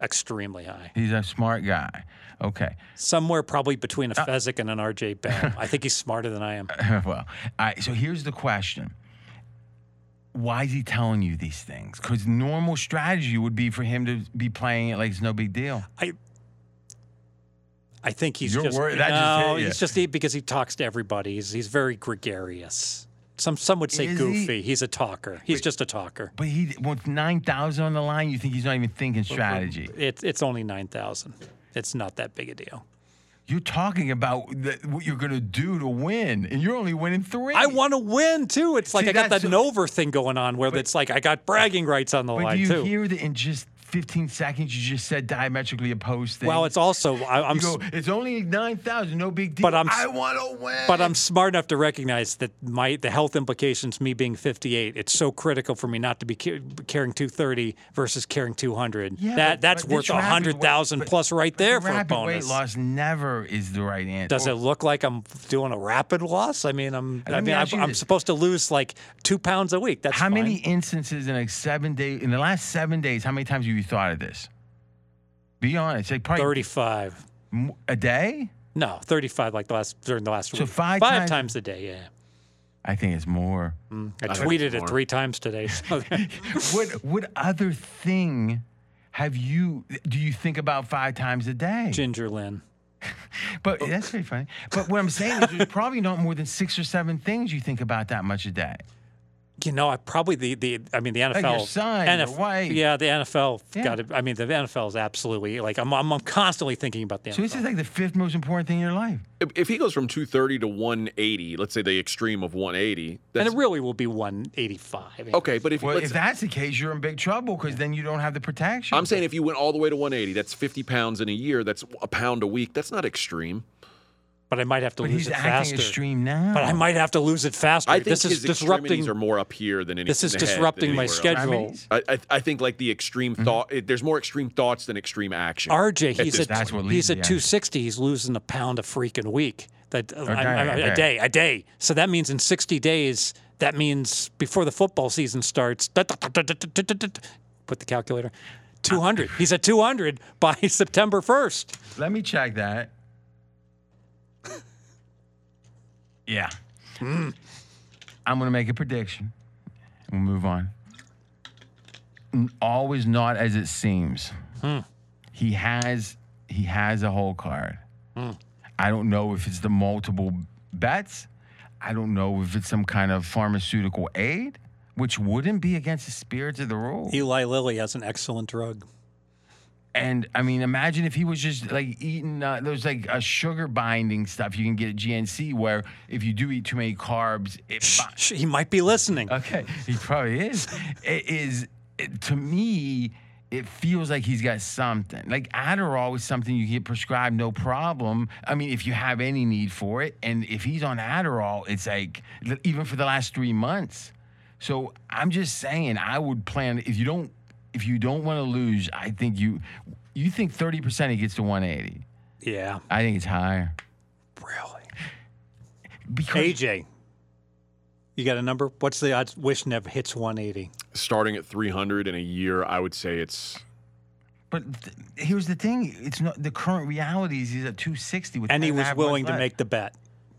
Speaker 3: Extremely high.
Speaker 1: He's a smart guy. Okay.
Speaker 3: Somewhere probably between a
Speaker 1: Uh
Speaker 3: Fezzik and an RJ Bell. I think he's smarter than I am.
Speaker 1: well, all right. So here's the question: Why is he telling you these things? Because normal strategy would be for him to be playing it like it's no big deal.
Speaker 3: I I think he's
Speaker 1: You're
Speaker 3: just
Speaker 1: worried- that just
Speaker 3: no,
Speaker 1: hit ya.
Speaker 3: he's just he, because he talks to everybody. He's, he's very gregarious. Some some would say
Speaker 1: Is he?
Speaker 3: goofy. He's a talker. He's just a talker.
Speaker 1: But he with nine thousand on the line, you think he's not even thinking strategy?
Speaker 3: It's it's only nine thousand. It's not that big a deal.
Speaker 1: You're talking about the, what you're gonna do to win, and you're only winning three.
Speaker 3: I want to win too. It's like
Speaker 1: See,
Speaker 3: I got
Speaker 1: that's
Speaker 3: that
Speaker 1: so-
Speaker 3: Nover thing going on where it's like I got bragging rights on the
Speaker 1: But
Speaker 3: line
Speaker 1: do you
Speaker 3: too.
Speaker 1: hear that in just 15 seconds you just said diametrically opposed things?
Speaker 3: well, it's also I, I'm
Speaker 1: You go,
Speaker 3: s-
Speaker 1: it's only 9,000, no big deal.
Speaker 3: But I'm s-
Speaker 1: I want to win.
Speaker 3: but I'm smart enough to recognize that my the health implications, me being 58, it's so critical for me not to be ca- carrying 230 versus carrying 200.
Speaker 1: Yeah,
Speaker 3: that
Speaker 1: but-
Speaker 3: that's
Speaker 1: but
Speaker 3: worth
Speaker 1: this rapid weight-
Speaker 3: 100,000
Speaker 1: but-
Speaker 3: plus right there for a
Speaker 1: rapid weight
Speaker 3: bonus.
Speaker 1: loss never is the right answer.
Speaker 3: Does it look like I'm doing a rapid loss? I mean, I'm
Speaker 1: Let
Speaker 3: I
Speaker 1: me
Speaker 3: mean, I'm,
Speaker 1: ask you
Speaker 3: I'm
Speaker 1: this.
Speaker 3: supposed to lose like two pounds a week. That's
Speaker 1: how
Speaker 3: fine.
Speaker 1: many instances in like seven days in the last seven days? How many times have you thought of this? Be honest. Like probably
Speaker 3: 35.
Speaker 1: m- a day.
Speaker 3: No, 35 like the last during the last
Speaker 1: So
Speaker 3: week.
Speaker 1: five times-
Speaker 3: a day. Yeah,
Speaker 1: I think it's more.
Speaker 3: I,
Speaker 7: think
Speaker 3: tweeted
Speaker 7: it's
Speaker 3: it
Speaker 7: more.
Speaker 3: three times today. So
Speaker 1: what What other thing have you? Do you think about five times a day?
Speaker 3: Ginger Lynn.
Speaker 1: But that's pretty funny. But what I'm saying is, there's probably not more than six or seven things you think about that much a day.
Speaker 3: You know, I probably the, the I mean the NFL,
Speaker 1: your son, your wife.
Speaker 3: yeah, the NFL
Speaker 1: Yeah.
Speaker 3: got it. I mean the NFL is absolutely like I'm, I'm I'm constantly thinking about the NFL.
Speaker 1: So this is like the fifth most important thing in your life.
Speaker 7: if, if he goes from 230 to 180, let's say the extreme of 180,
Speaker 3: and
Speaker 7: that's
Speaker 3: it really will be 185.
Speaker 7: okay. But if,
Speaker 1: Well,
Speaker 7: let's-
Speaker 1: if that's the case, you're in big trouble because then you don't have the protection.
Speaker 7: I'm saying if you went all the way to 180, that's 50 pounds in a year. That's a pound a week. That's not extreme.
Speaker 3: but I might have to
Speaker 1: but
Speaker 3: lose
Speaker 1: he's
Speaker 3: it
Speaker 1: acting
Speaker 3: faster.
Speaker 1: extreme now.
Speaker 3: But I might have to lose it faster.
Speaker 7: I think
Speaker 3: this is
Speaker 7: his extremities
Speaker 3: disrupting.
Speaker 7: are more up here than anything.
Speaker 3: this is disrupting my schedule. Mm-hmm.
Speaker 1: Extremities?
Speaker 7: I, I, I think like the extreme thought. It, there's more extreme thoughts than extreme action.
Speaker 3: RJ,
Speaker 7: At
Speaker 3: he's
Speaker 7: this
Speaker 3: at
Speaker 1: That's what leads
Speaker 3: he's
Speaker 1: to
Speaker 3: at
Speaker 1: the
Speaker 3: 260. He's losing a pound a freaking week. That I-
Speaker 1: day,
Speaker 3: I- I-
Speaker 1: a day.
Speaker 3: a day, a day. So that means in 60 days. That means before the football season starts. Put the calculator. 200. He's at 200 by September 1st.
Speaker 1: Let me check that. yeah, I'm going to make a prediction. We'll move on. N- Always not as it seems. He has he has a whole card. I don't know if it's the multiple bets. I don't know if it's some kind of pharmaceutical aid, which wouldn't be against the spirit of the rule.
Speaker 3: Eli Lilly has an excellent drug.
Speaker 1: And I mean, imagine if he was just like eating uh, those like uh, sugar binding stuff you can get at GNC, where if you do eat too many carbs, it
Speaker 3: Shh,
Speaker 1: bi-
Speaker 3: shh, he might be listening.
Speaker 1: Okay, he probably is. It is it, to me. It feels like he's got something. Like Adderall is something you get prescribed, no problem. I mean, if you have any need for it, and if he's on Adderall, it's like l- even for the last three months. So I'm just saying, I would plan if you don't if you don't want to lose. I think you you think 30 percent he gets to 180.
Speaker 3: yeah,
Speaker 1: I think it's higher
Speaker 3: really.
Speaker 1: because
Speaker 3: AJ, you got a number? What's the odds Wishnev hits 180?
Speaker 7: Starting at 300 in a year, I would say it's
Speaker 1: But th- here's the thing: it's not the current reality is he's at 260 with.
Speaker 3: And he
Speaker 1: 10
Speaker 3: was
Speaker 1: half
Speaker 3: willing
Speaker 1: months
Speaker 3: to
Speaker 1: left.
Speaker 3: make the bet.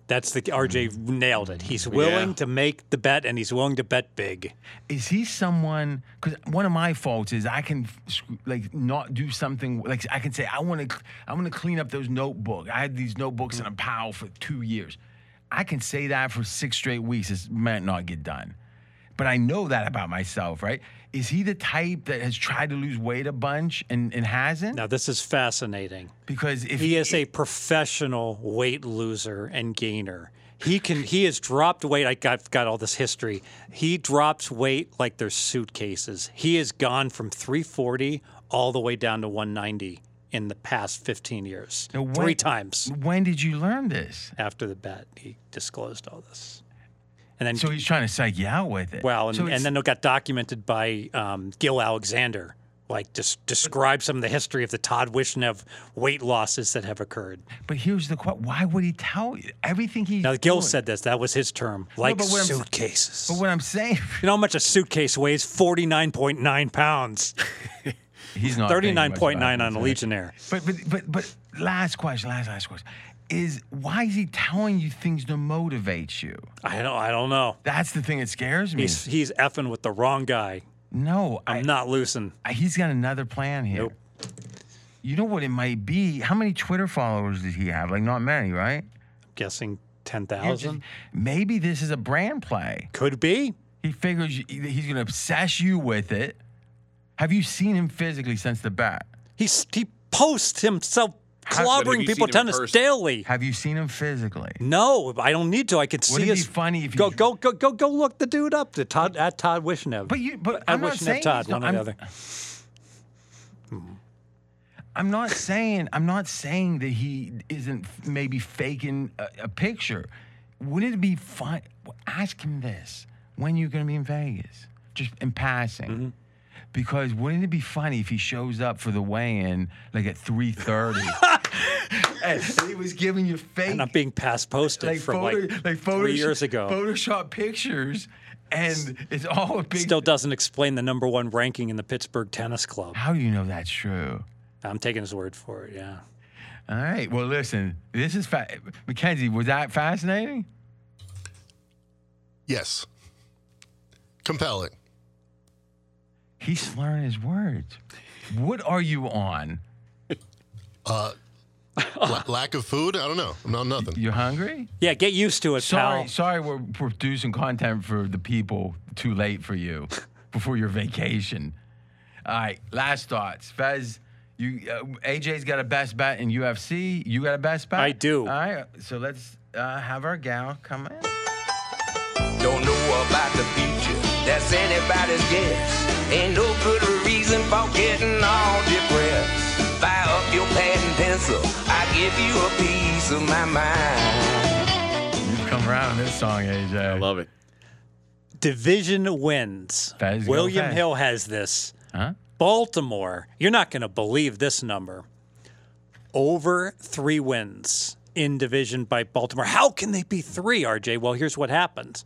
Speaker 3: That's the RJ nailed it. He's willing to make the bet, and he's willing to bet big.
Speaker 1: Is he someone? Because one of my faults is I can f- screw- like not do something. Like I can say I want to, I want to clean up those notebook. I had these notebooks in a pile for two years. I can say that for six straight weeks. It might not get done. But I know that about myself, right? Is he the type that has tried to lose weight a bunch and, and hasn't?
Speaker 3: Now, this is fascinating.
Speaker 1: Because if
Speaker 3: He uh, is a professional weight loser and gainer. He can. He has dropped weight. I got got all this history. He drops weight like there's suitcases. He has gone from 340 all the way down to 190 in the past 15 years.
Speaker 1: Now, when-
Speaker 3: Three times
Speaker 1: when did you learn this?
Speaker 3: after the bet, he disclosed all this, and then
Speaker 1: So he's trying to psych you out with it.
Speaker 3: Well, and,
Speaker 1: so it's-
Speaker 3: and then it got documented by um, Gil Alexander, like just describe some of the history of the Todd Wishnev weight losses that have occurred.
Speaker 1: but here's the question: Why would he tell you everything he?
Speaker 3: Now, Gil said this. That was his term, like
Speaker 1: but what I'm-
Speaker 3: suitcases.
Speaker 1: But what I'm saying,
Speaker 3: you know how much a suitcase weighs? 49.9 pounds.
Speaker 1: he's not thinking much about
Speaker 3: 39.9 on
Speaker 1: this,
Speaker 3: a
Speaker 1: right?
Speaker 3: Legionnaire.
Speaker 1: But but but but last question, last last question is why is he telling you things to motivate you?
Speaker 3: I don't, I don't know.
Speaker 1: That's the thing that scares me.
Speaker 3: He's, he's effing with the wrong guy.
Speaker 1: no,
Speaker 3: I'm
Speaker 1: Hmm. I,
Speaker 3: not loosened.
Speaker 1: I- he's got another plan here.
Speaker 3: Nope.
Speaker 1: You know what it might be? How many Twitter followers does he have? Like not many, right?
Speaker 3: Guessing
Speaker 1: You're just-
Speaker 3: 10,000.
Speaker 1: Maybe this is a brand play.
Speaker 3: Could be.
Speaker 1: He figures you- he's going to obsess you with it. Have you seen him physically since the bat?
Speaker 3: He's, he posts himself
Speaker 7: Have- have
Speaker 3: clobbering
Speaker 7: you
Speaker 3: people
Speaker 7: seen him in
Speaker 3: tennis
Speaker 7: person?
Speaker 3: daily.
Speaker 1: Have you seen him physically?
Speaker 3: No, I don't need to. I could see
Speaker 1: Wouldn't it be
Speaker 3: his.
Speaker 1: funny if
Speaker 3: go
Speaker 1: he's-
Speaker 3: go go go go look the dude up. The Todd at Todd Wishnev.
Speaker 1: But you, but
Speaker 3: at
Speaker 1: I'm not
Speaker 3: Wishnev
Speaker 1: saying
Speaker 3: Todd,
Speaker 1: he's not-
Speaker 3: one or the
Speaker 1: I'm-
Speaker 3: other.
Speaker 1: I'm not saying I'm not saying that he isn't f- maybe faking a, a picture. Wouldn't it be fun? w- Ask him this: When you going to be in Vegas? Just in passing,
Speaker 3: Mm-hmm.
Speaker 1: because wouldn't it be funny if he shows up for the weigh-in like at three thirty? and he was giving you fake.
Speaker 3: And I'm being past posted
Speaker 1: like
Speaker 3: from
Speaker 1: photo,
Speaker 3: like,
Speaker 1: like,
Speaker 3: three
Speaker 1: Photoshop-
Speaker 3: years ago.
Speaker 1: Photoshop pictures, and it's all a big.
Speaker 3: Still doesn't explain the number one ranking in the Pittsburgh Tennis Club.
Speaker 1: How do you know that's true?
Speaker 3: I'm taking his word for it. Yeah.
Speaker 1: All right. Well, listen. This is fa- Mackenzie. Was that fascinating?
Speaker 6: Yes. Compelling.
Speaker 1: He's slurring his words. What are you on?
Speaker 6: Uh, La- lack of food? I don't know. I'm not nothing.
Speaker 1: You hungry?
Speaker 3: Yeah. Get used to it,
Speaker 1: Sorry,
Speaker 3: pal.
Speaker 1: sorry. We're producing content for the people too late for you before your vacation. All right. Last thoughts, Fez. You uh, AJ's got a best bet in UFC. You got a best bet.
Speaker 3: I do.
Speaker 1: All right. So let's uh, have our gal come in.
Speaker 8: Don't know about the future, that's anybody's guess. Ain't no good reason for getting all depressed. Fire up your pad and pencil, I give you a piece of my mind.
Speaker 1: You've come around this song, AJ.
Speaker 7: I love it.
Speaker 3: Division wins.
Speaker 1: That is gonna
Speaker 3: William
Speaker 1: pass.
Speaker 3: Hill has this.
Speaker 1: Huh?
Speaker 3: Baltimore, you're not going to believe this number. Over three wins in division by Baltimore. How can they be three, RJ? Well, here's what happened.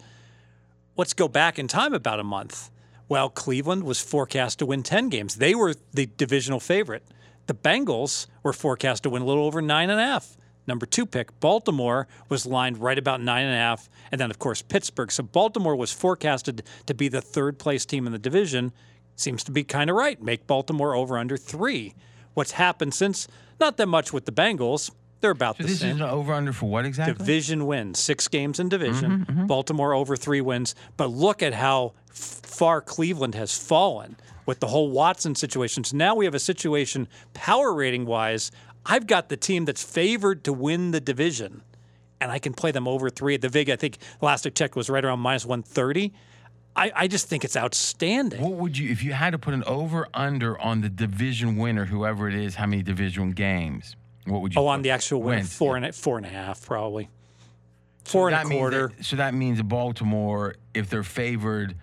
Speaker 3: Let's go back in time about a month. Well, Cleveland was forecast to win 10 games. They were the divisional favorite. The Bengals were forecast to win a little over nine and a half. number two pick. Baltimore was lined right about nine and a half, and then of course Pittsburgh. So Baltimore was forecasted to be the third place team in the division. Seems to be kind of right. Make Baltimore over under three. What's happened since? Not that much with the Bengals. They're about
Speaker 1: So
Speaker 3: the
Speaker 1: this
Speaker 3: same.
Speaker 1: is an over under for what exactly?
Speaker 3: Division wins, six games in division.
Speaker 1: Mm-hmm,
Speaker 3: Baltimore over three wins. But look at how f- far Cleveland has fallen with the whole Watson situation. So now we have a situation, power rating wise, I've got the team that's favored to win the division, and I can play them over three at the VIG. I think last I checked was right around minus 130. I, I just think it's outstanding.
Speaker 1: What would you, if you had to put an over under on the division winner, whoever it is, how many division games? What would you?
Speaker 3: Oh, on
Speaker 1: put?
Speaker 3: the actual win,
Speaker 1: Wins,
Speaker 3: four and a, four and a half probably, four
Speaker 1: That
Speaker 3: and a
Speaker 1: means
Speaker 3: quarter.
Speaker 1: that- so that means Baltimore, if they're favored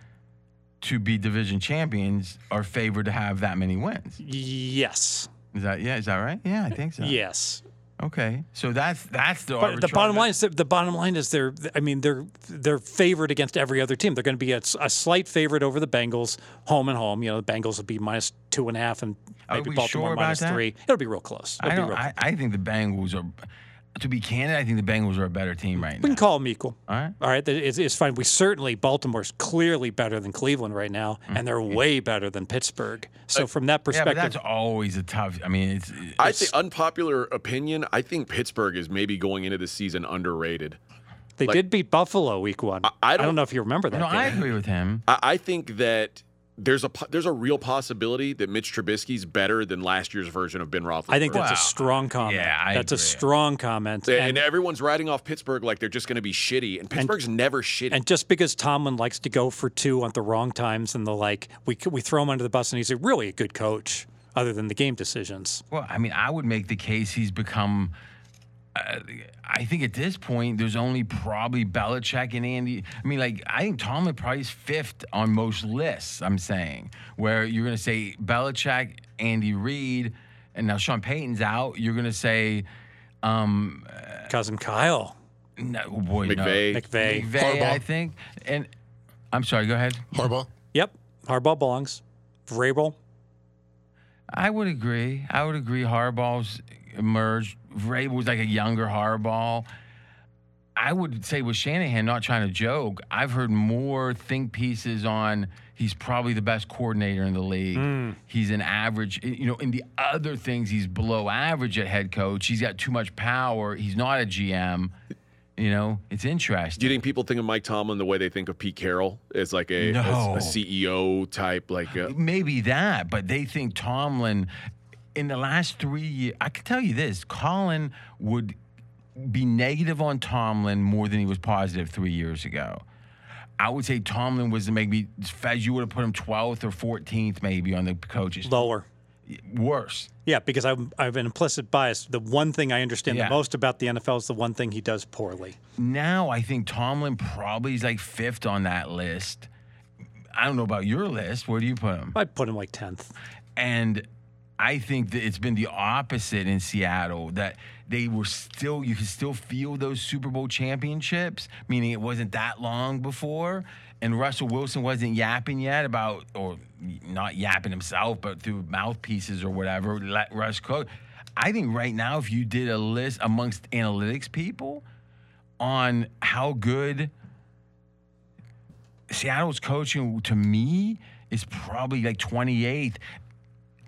Speaker 1: to be division champions, are favored to have that many wins.
Speaker 3: yes,
Speaker 1: Is that yeah? Is that right? Yeah, I think so.
Speaker 3: yes.
Speaker 1: Okay. So that's that's the.
Speaker 3: But the
Speaker 1: arbitrage-
Speaker 3: bottom line is that the bottom line is they're I mean they're they're favored against every other team. They're going to be a, a slight favorite over the Bengals home and home. You know the Bengals will be minus two and a half and
Speaker 1: Are
Speaker 3: maybe
Speaker 1: we
Speaker 3: Baltimore
Speaker 1: sure about
Speaker 3: minus
Speaker 1: that?
Speaker 3: three. It'll be real close. It'll
Speaker 1: I
Speaker 3: be
Speaker 1: don't.
Speaker 3: real
Speaker 1: I, I think the Bengals are. To be candid, I think the Bengals are a better team right
Speaker 3: We
Speaker 1: now.
Speaker 3: can call them equal.
Speaker 1: All right.
Speaker 3: All right. that- It's, it's fine. We certainly, Baltimore's clearly better than Cleveland right now, and they're way better than Pittsburgh. So, from that
Speaker 1: Yeah, Mm. but
Speaker 3: perspective,
Speaker 1: that's always a tough. I mean, it's.
Speaker 7: I think unpopular opinion. I think Pittsburgh is maybe going into this season underrated.
Speaker 3: they did beat Buffalo week one. I,
Speaker 7: I
Speaker 3: don't,
Speaker 7: don't-
Speaker 3: know if you remember that.
Speaker 1: no, I
Speaker 3: game.
Speaker 1: agree with him.
Speaker 7: I, I think that there's a po- there's a real possibility that Mitch Trubisky's better than last year's version of Ben Roethlisberger.
Speaker 3: I think that's
Speaker 1: Wow.
Speaker 3: a strong comment.
Speaker 1: Yeah, I
Speaker 3: that's a
Speaker 1: agree.
Speaker 3: strong comment.
Speaker 7: and, everyone's writing off Pittsburgh like they're just going to be shitty, and Pittsburgh's never shitty.
Speaker 3: And just because Tomlin likes to go for two at the wrong times and the like, we we throw him under the bus, and he's a really a good coach, other than the game decisions.
Speaker 1: Well, I mean, I would make the case he's become. Uh, I think at this point, there's only probably Belichick and Andy. I mean, like, I think Tomlin probably is fifth on most lists, I'm saying, where you're going to say Belichick, Andy Reid, and now Sean Payton's out. You're going to say,
Speaker 3: Cousin Kyle
Speaker 1: no, oh boy, no.
Speaker 7: McVay.
Speaker 3: McVay.
Speaker 1: McVay,
Speaker 6: Harbaugh.
Speaker 1: I think. And I'm sorry, go ahead.
Speaker 6: Harbaugh.
Speaker 3: Yep, Harbaugh belongs. Vrabel.
Speaker 1: I would agree. I would agree. Harbaugh's emerged. Vrabel was like a younger Harbaugh. I would say with Shanahan, not trying to joke, I've heard more think pieces on he's probably the best coordinator in the league. He's an average, you know, in the other things, he's below average at head coach. He's got too much power. He's not a GM. You know, it's
Speaker 7: Do you
Speaker 1: interesting.
Speaker 7: think people think of Mike Tomlin the way they think of Pete Carroll as like a,
Speaker 1: No.
Speaker 7: as a CEO type? Like, uh, a,
Speaker 1: Uh, Maybe that, but they think Tomlin in the last three years, I can tell you this Colin would be negative on Tomlin more than he was positive three years ago. I would say Tomlin was maybe Fez. You would have put him 12th or 14th, maybe on the coaches.
Speaker 3: Lower.
Speaker 1: Worse.
Speaker 3: Yeah, because I'm, I have an implicit bias. The one thing I understand
Speaker 1: Yeah.
Speaker 3: the most about the NFL is the one thing he does poorly.
Speaker 1: Now I think Tomlin probably is like fifth on that list. I don't know about your list. Where do you put him?
Speaker 3: I'd put him like tenth.
Speaker 1: And I think that it's been the opposite in Seattle that they were still, you could still feel those Super Bowl championships, meaning it wasn't that long before. And Russell Wilson wasn't yapping yet about, or not yapping himself, but through mouthpieces or whatever, let Russ cook. I think right now, if you did a list amongst analytics people on how good Seattle's coaching to me is probably like 28th.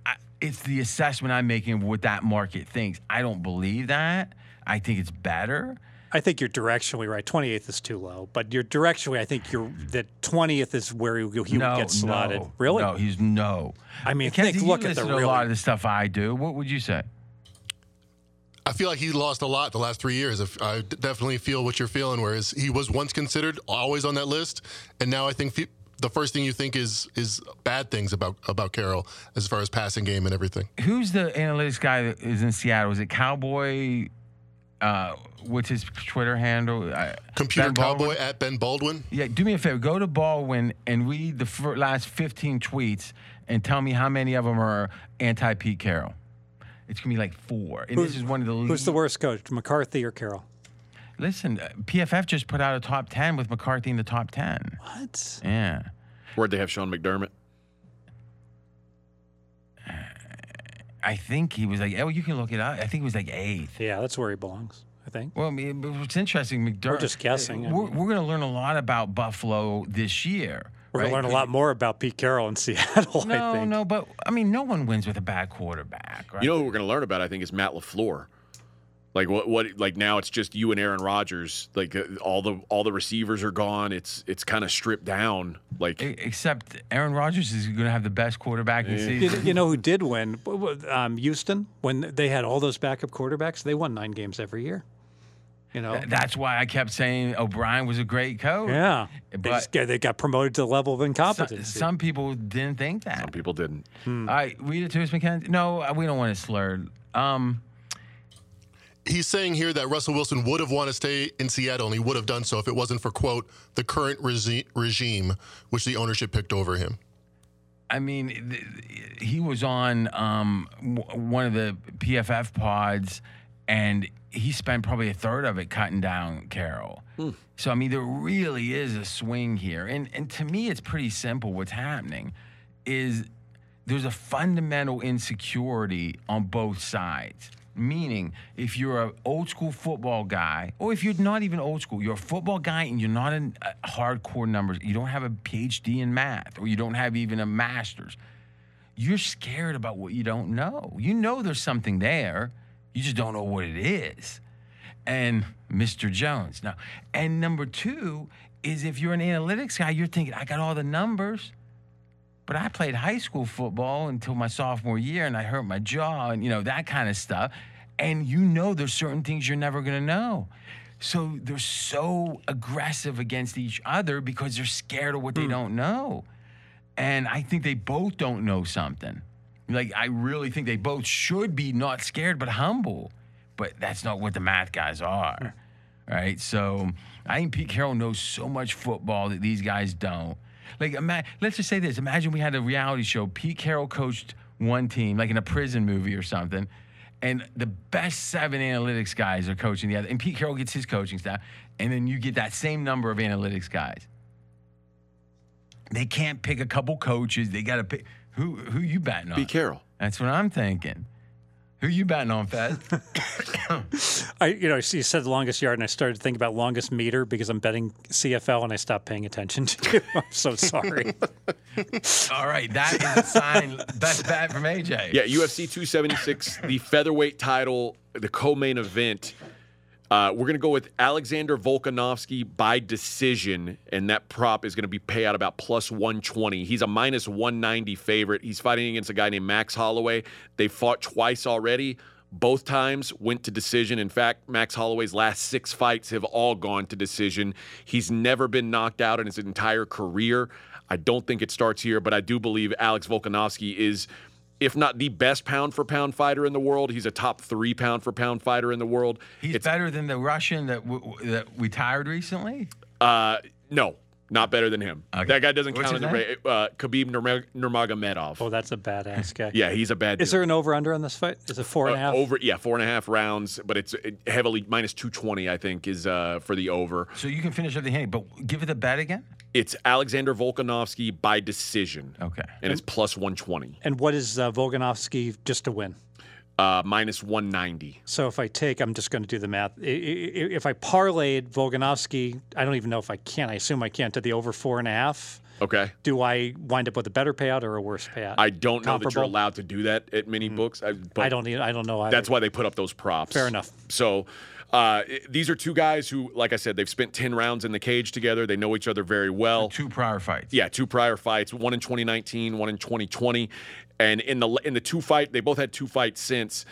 Speaker 1: I, it's the assessment I'm making of what that market thinks. I don't believe that. I think it's better.
Speaker 3: I think you're directionally right. Twenty eighth is too low, but you're directionally. I think you're that twentieth is where he, he
Speaker 1: no,
Speaker 3: would get slotted.
Speaker 1: no,
Speaker 3: really?
Speaker 1: No, he's no.
Speaker 3: I mean,
Speaker 1: Mackenzie,
Speaker 3: think-
Speaker 1: you
Speaker 3: look at the
Speaker 1: listen to
Speaker 3: real-
Speaker 1: a lot of the stuff I do. What would you say?
Speaker 6: I feel like he lost a lot the last three years. If- I d- definitely feel what you're feeling. Whereas he was once considered always on that list, and now I think fe- the first thing you think is is bad things about about Carroll as far as passing game and everything.
Speaker 1: Who's the analytics guy that is in Seattle? Is it Cowboy? Uh, what's his Twitter handle? I-
Speaker 6: Computer
Speaker 1: Ben Baldwin?
Speaker 6: Cowboy at Ben Baldwin.
Speaker 1: Yeah, do me a favor. Go to Baldwin and read the fir- last 15 tweets and tell me how many of them are anti Pete Carroll. It's gonna be like four. And this is one of the
Speaker 3: Who's the
Speaker 1: lead-
Speaker 3: worst coach, McCarthy or Carroll?
Speaker 1: Listen, uh, PFF just put out a top 10 with McCarthy in the top 10.
Speaker 3: What?
Speaker 1: Yeah.
Speaker 7: where'd they have Sean McDermott?
Speaker 1: I think he was like, oh, you can look it up. I think he was like eighth.
Speaker 3: Yeah, that's where he belongs, I think.
Speaker 1: Well, I mean, but what's interesting, McDermott.
Speaker 3: just guessing, I
Speaker 1: We're,
Speaker 3: mean.
Speaker 1: we're going to learn a lot about Buffalo this year.
Speaker 3: We're
Speaker 1: right?
Speaker 3: going to learn a lot more about Pete Carroll in Seattle, I
Speaker 1: No,
Speaker 3: think.
Speaker 1: no, but I mean, no one wins with a bad quarterback, right?
Speaker 7: You know who we're going to learn about? I think is Matt Lafleur. Like what? What? Like now it's just you and Aaron Rodgers. Like uh, all the all the receivers are gone. It's it's kind of stripped down. Like
Speaker 1: E- Except Aaron Rodgers is going to have the best quarterback in
Speaker 3: You,
Speaker 1: season.
Speaker 3: you know who did win? W- w- Um, Houston, when they had all those backup quarterbacks, they won nine games every year. You know?
Speaker 1: Th- That's why I kept saying O'Brien was a great coach.
Speaker 3: yeah.
Speaker 1: but-
Speaker 3: They, just, got- they got promoted to the level of
Speaker 1: So-
Speaker 3: incompetence.
Speaker 1: some people didn't think that.
Speaker 7: some people didn't.
Speaker 1: All right, read it to us, McKenzie. No, uh, we don't want it slurred. Um,
Speaker 6: He's saying here that Russell Wilson would have wanted to stay in Seattle and he would have done so if it wasn't for, quote, the current resi- regime, which the ownership picked over him.
Speaker 1: I mean, th- th- he was on um, w- one of the PFF pods, and he spent probably a third of it cutting down Carroll. So I mean, there really is a swing here, and and to me, it's pretty simple. What's happening is there's a fundamental insecurity on both sides. Meaning, if you're an old school football guy, or if you're not even old school, you're a football guy and you're not in uh, hardcore numbers, you don't have a PhD in math, or you don't have even a master's, you're scared about what you don't know. You know there's something there, you just don't know what it is. And Mr. Jones. Now, and number two is if you're an analytics guy, you're thinking, I got all the numbers but I played high school football until my sophomore year and I hurt my jaw and you know that kind of stuff. And you know there's certain things you're never going to know. So they're so aggressive against each other because they're scared of what they don't know. And I think they both don't know something. Like I really think they both should be not scared but humble. But that's not what the math guys are. Right? So I think Pete Carroll knows so much football that these guys don't. Like, ima- let's just say this. Imagine we had a reality show. Pete Carroll coached one team, like in a prison movie or something, and the best seven analytics guys are coaching the other. And Pete Carroll gets his coaching staff, and then you get that same number of analytics guys. They can't pick a couple coaches. They got to pick. Who who you batting on?
Speaker 7: Be Carroll.
Speaker 1: That's what I'm thinking. Who you batting on, Fez?
Speaker 3: I, you know, you said the longest yard, and I started to think about longest meter because I'm betting CFL, and I stopped paying attention to you. I'm so sorry.
Speaker 1: All right, that is a sign. Best bat from AJ.
Speaker 7: Yeah, UFC 276, the featherweight title, the co-main event. Uh, we're gonna go with Alexander Volkanovski by decision, and that prop is gonna be paid out about plus 120. He's a minus 190 favorite. He's fighting against a guy named Max Holloway. They fought twice already. Both times went to decision. In fact, Max Holloway's last six fights have all gone to decision. He's never been knocked out in his entire career. I don't think it starts here, but I do believe Alex Volkanovski is if not the best pound for pound fighter in the world, he's a top three pound for pound fighter in the world.
Speaker 1: He's better than the Russian that w- w- that retired recently.
Speaker 7: Uh, no, not better than him. That guy doesn't
Speaker 1: What's
Speaker 7: count as
Speaker 1: his
Speaker 7: a ra- uh, Khabib Nurma- Nurmagomedov.
Speaker 3: oh, that's a badass guy.
Speaker 7: Yeah, he's a bad.
Speaker 3: Is
Speaker 7: dude.
Speaker 3: there an over under on this fight? Is it four and a
Speaker 7: Uh,
Speaker 3: half?
Speaker 7: over? Yeah, four and a half rounds, but it's uh, heavily minus two twenty. I think is uh, for the over.
Speaker 1: So you can finish up the hand, but give it the bet again.
Speaker 7: It's Alexander Volkanovski by decision,
Speaker 1: Okay.
Speaker 7: and it's plus one twenty,
Speaker 3: And what is uh, Volkanovski just to win?
Speaker 7: uh, minus one ninety.
Speaker 3: So if I take, I'm just going to do the math. I- i- i- If I parlayed Volkanovski, I don't even know if I can. I assume I can't to the over four and a half.
Speaker 7: Okay.
Speaker 3: Do I wind up with a better payout or a worse payout?
Speaker 7: I don't know that you're
Speaker 3: Comparable.
Speaker 7: allowed to do that at many books. I, but
Speaker 3: I don't. e- I don't know. either.
Speaker 7: That's why they put up those props.
Speaker 3: Fair enough.
Speaker 7: So uh, i- these are two guys who, like I said, they've spent 10 rounds in the cage together. They know each other very well.
Speaker 1: Two prior fights.
Speaker 7: Yeah, two prior fights, one in 2019, one in 2020. And in the in the two fight, they both had two fights since.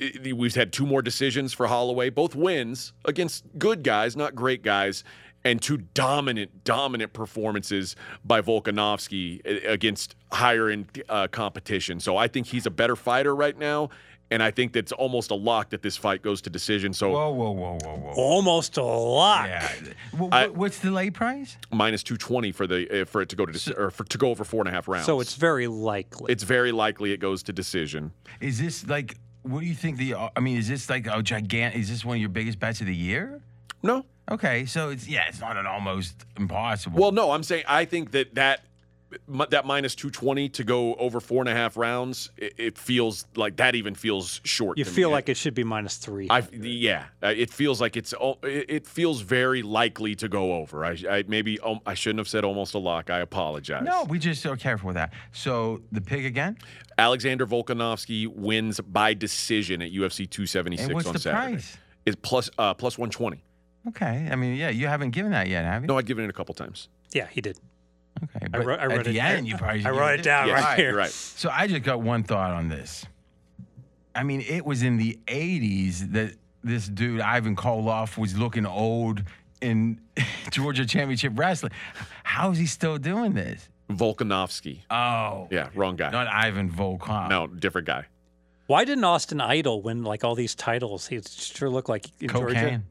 Speaker 7: I- We've had two more decisions for Holloway, both wins against good guys, not great guys, and two dominant, dominant performances by Volkanovski a- against higher end uh, competition. So I think he's a better fighter right now, and I think that's almost a lock that this fight goes to decision. So
Speaker 1: Whoa, whoa, whoa, whoa, whoa.
Speaker 3: almost a lot.
Speaker 1: Yeah. Wh-
Speaker 7: I-
Speaker 1: wh- what's the lay price?
Speaker 7: minus two twenty for the uh, for it to go to deci- or for to go over four and a half rounds.
Speaker 3: So it's very likely.
Speaker 7: it's very likely it goes to decision.
Speaker 1: Is this like? What do you think the? I mean, is this like a gigantic? Is this one of your biggest bets of the year?
Speaker 7: No.
Speaker 1: Okay, so it's yeah, it's not an almost impossible.
Speaker 7: Well, no, I'm saying I think that that mi- that minus 220 to go over four and a half rounds, it, it feels like that even feels short.
Speaker 3: You
Speaker 7: to me.
Speaker 3: feel like it should be minus three.
Speaker 7: I yeah, uh, it feels like it's al- it it feels very likely to go over. I, I maybe um, I shouldn't have said almost a lock. I apologize.
Speaker 1: No, we just are careful with that. So the pig again,
Speaker 7: Alexander Volkanovski wins by decision at UFC 276
Speaker 1: and what's
Speaker 7: on
Speaker 1: the
Speaker 7: Saturday.
Speaker 1: price?
Speaker 7: It's plus uh, plus 120.
Speaker 1: Okay, I mean, yeah, you haven't given that yet, have you?
Speaker 7: No, I've given it a couple times.
Speaker 3: yeah, he did.
Speaker 1: Okay,
Speaker 3: I
Speaker 1: but
Speaker 3: wrote- I
Speaker 1: at
Speaker 3: wrote
Speaker 1: the
Speaker 3: it-
Speaker 1: end, you probably.
Speaker 3: I
Speaker 1: should
Speaker 3: wrote
Speaker 1: give
Speaker 3: it down
Speaker 7: Yes,
Speaker 3: right
Speaker 7: you're
Speaker 3: here.
Speaker 7: right.
Speaker 1: So I just got one thought on this. I mean, it was in the '80s that this dude Ivan Koloff was looking old in Georgia Championship Wrestling. How is he still doing this?
Speaker 7: Volkanovski.
Speaker 1: Oh,
Speaker 7: Yeah, wrong guy.
Speaker 1: not Ivan Volkov.
Speaker 7: no, different guy.
Speaker 3: Why didn't Austin Idol win like all these titles? He sure looked like in
Speaker 1: cocaine.
Speaker 3: Georgia,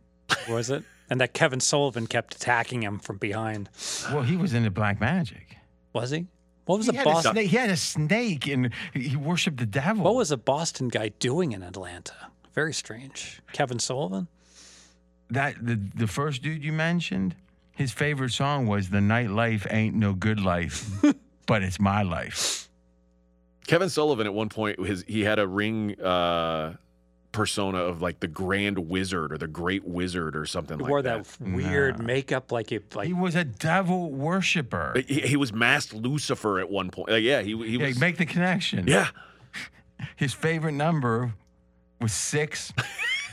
Speaker 3: was it? And that Kevin Sullivan kept attacking him from behind.
Speaker 1: Well, he was into black magic.
Speaker 3: Was he? What was
Speaker 1: He
Speaker 3: a
Speaker 1: had, a
Speaker 3: Boston?
Speaker 1: snake, he had a snake, and he worshipped the devil.
Speaker 3: What was a Boston guy doing in Atlanta? Very strange. Kevin Sullivan.
Speaker 1: that the the first dude you mentioned, his favorite song was "The Nightlife Ain't No Good Life, but It's My Life."
Speaker 7: Kevin Sullivan at one point his he had a ring uh, persona of like the Grand Wizard or the Great Wizard or something
Speaker 3: He
Speaker 7: like
Speaker 3: wore
Speaker 7: that.
Speaker 3: that, weird makeup, like he like
Speaker 1: He was a devil worshiper.
Speaker 7: But He, he was masked Lucifer at one point. Like, yeah, he he
Speaker 1: Yeah,
Speaker 7: was.
Speaker 1: make the connection.
Speaker 7: yeah,
Speaker 1: His favorite number was six,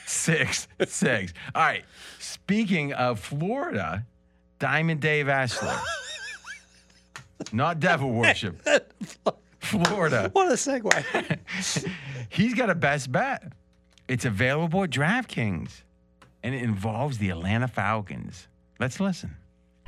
Speaker 1: six, six. All right. Speaking of Florida, Diamond Dave Ashley. Not devil worship. Florida.
Speaker 3: what a segue.
Speaker 1: He's got a best bet. It's available at DraftKings, and it involves the Atlanta Falcons. Let's listen.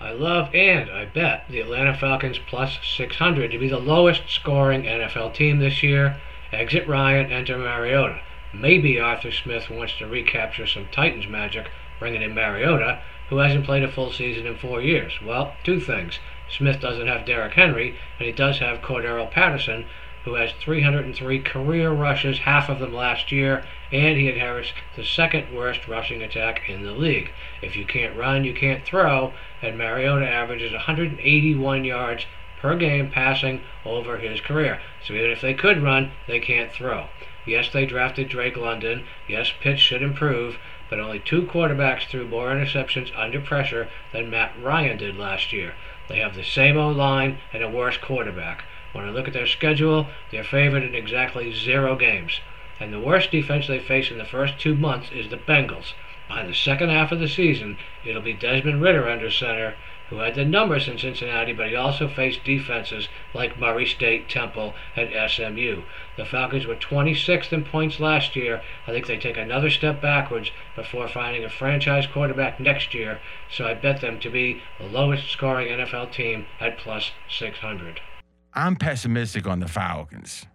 Speaker 9: I love and I bet the Atlanta Falcons plus 600 to be the lowest scoring NFL team this year. Exit Ryan, enter Mariota. Maybe Arthur Smith wants to recapture some Titans magic, bringing in Mariota, who hasn't played a full season in four years. Well, two things. Smith doesn't have Derrick Henry, and he does have Cordero Patterson, who has 303 career rushes, half of them last year, and he inherits the second worst rushing attack in the league. If you can't run, you can't throw, and Mariota averages 181 yards per game passing over his career. So even if they could run, they can't throw. Yes, they drafted Drake London. Yes, Pitts should improve, but only two quarterbacks threw more interceptions under pressure than Matt Ryan did last year. They have the same O line and a worse quarterback. When I look at their schedule, they're favored in exactly zero games. And the worst defense they face in the first two months is the Bengals. By the second half of the season, it'll be Desmond Ritter under center, who had the numbers in Cincinnati, but he also faced defenses like Murray State, Temple, and SMU. The Falcons were 26th in points last year. I think they take another step backwards before finding a franchise quarterback next year, so I bet them to be the lowest scoring NFL team at plus 600.
Speaker 1: I'm pessimistic on the Falcons.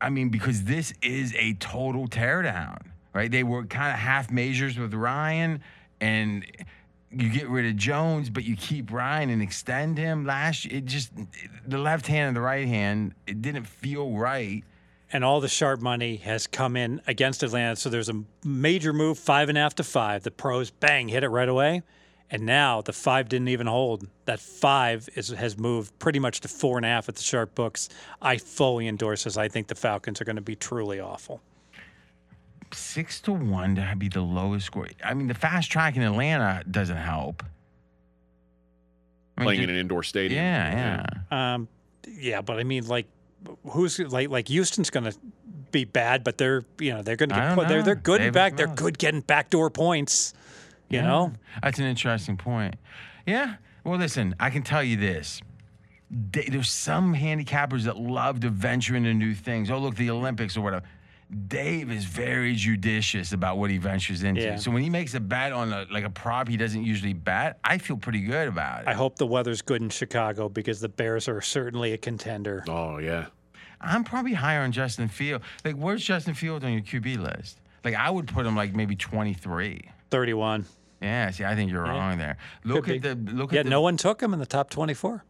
Speaker 1: I mean, because this is a total teardown, right? They were kind of half measures with Ryan, and you get rid of Jones, but you keep Ryan and extend him. Last, it just the left hand and the right hand, it didn't feel right.
Speaker 3: and all the sharp money has come in against Atlanta. So there's a major move, five and a half to five. The pros, bang, hit it right away. And now the five didn't even hold. That five is, has moved pretty much to four and a half at the sharp books. I fully endorse this. I think the Falcons are going to be truly awful.
Speaker 1: six to one to be the lowest score. I mean, the fast track in Atlanta doesn't help. I mean,
Speaker 7: playing
Speaker 1: ju-
Speaker 7: in an indoor stadium.
Speaker 1: yeah, yeah.
Speaker 3: Um, yeah, but I mean, like, who's like like Houston's going to be bad, but they're you know they're going to
Speaker 1: I
Speaker 3: get
Speaker 1: don't
Speaker 3: put, they're
Speaker 1: know.
Speaker 3: they're good
Speaker 1: They
Speaker 3: and
Speaker 1: haven't
Speaker 3: back.
Speaker 1: come
Speaker 3: They're
Speaker 1: out.
Speaker 3: good getting backdoor points. You
Speaker 1: Yeah.
Speaker 3: know,
Speaker 1: That's an interesting point. Yeah. Well, listen, I can tell you this. They, there's some handicappers that love to venture into new things. Oh, look, the Olympics or whatever. Dave is very judicious about what he ventures into.
Speaker 3: Yeah.
Speaker 1: So when he makes a bet on a, like a prop he doesn't usually bet, I feel pretty good about it.
Speaker 3: I hope the weather's good in Chicago because the Bears are certainly a contender.
Speaker 7: Oh yeah.
Speaker 1: I'm probably higher on Justin Field. Like, where's Justin Field on your QB list? Like, I would put him like maybe 23.
Speaker 3: 31.
Speaker 1: Yeah, see, I think you're wrong there. Look
Speaker 3: Could
Speaker 1: at
Speaker 3: be.
Speaker 1: the look
Speaker 3: Yeah,
Speaker 1: at the,
Speaker 3: no Mm-hmm. one took him in the top 24.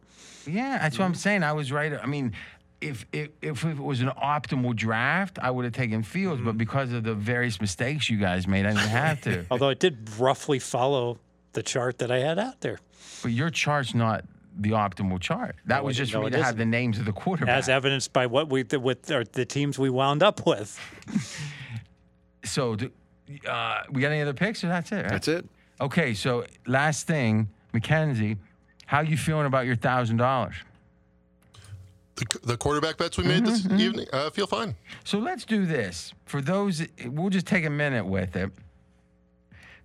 Speaker 1: Yeah, that's what I'm saying. I was right. I mean, if if if it was an optimal draft, I would have taken Fields,
Speaker 3: Mm-hmm.
Speaker 1: but because of the various mistakes you guys made, I didn't have to.
Speaker 3: Although it did roughly follow the chart that I had out there.
Speaker 1: but your chart's not the optimal chart. That was
Speaker 3: it-
Speaker 1: just
Speaker 3: no,
Speaker 1: for me
Speaker 3: it
Speaker 1: to have
Speaker 3: isn't.
Speaker 1: the names of the quarterbacks.
Speaker 3: as evidenced by what we did with or the teams we wound up with.
Speaker 1: so, do, uh, we got any other picks, or that's it? Right?
Speaker 7: That's it.
Speaker 1: Okay, so last thing, Mackenzie, how you feeling about your thousand dollars?
Speaker 6: The, the quarterback bets we made this evening, I feel fine.
Speaker 1: So let's do this. For those, we'll just take a minute with it.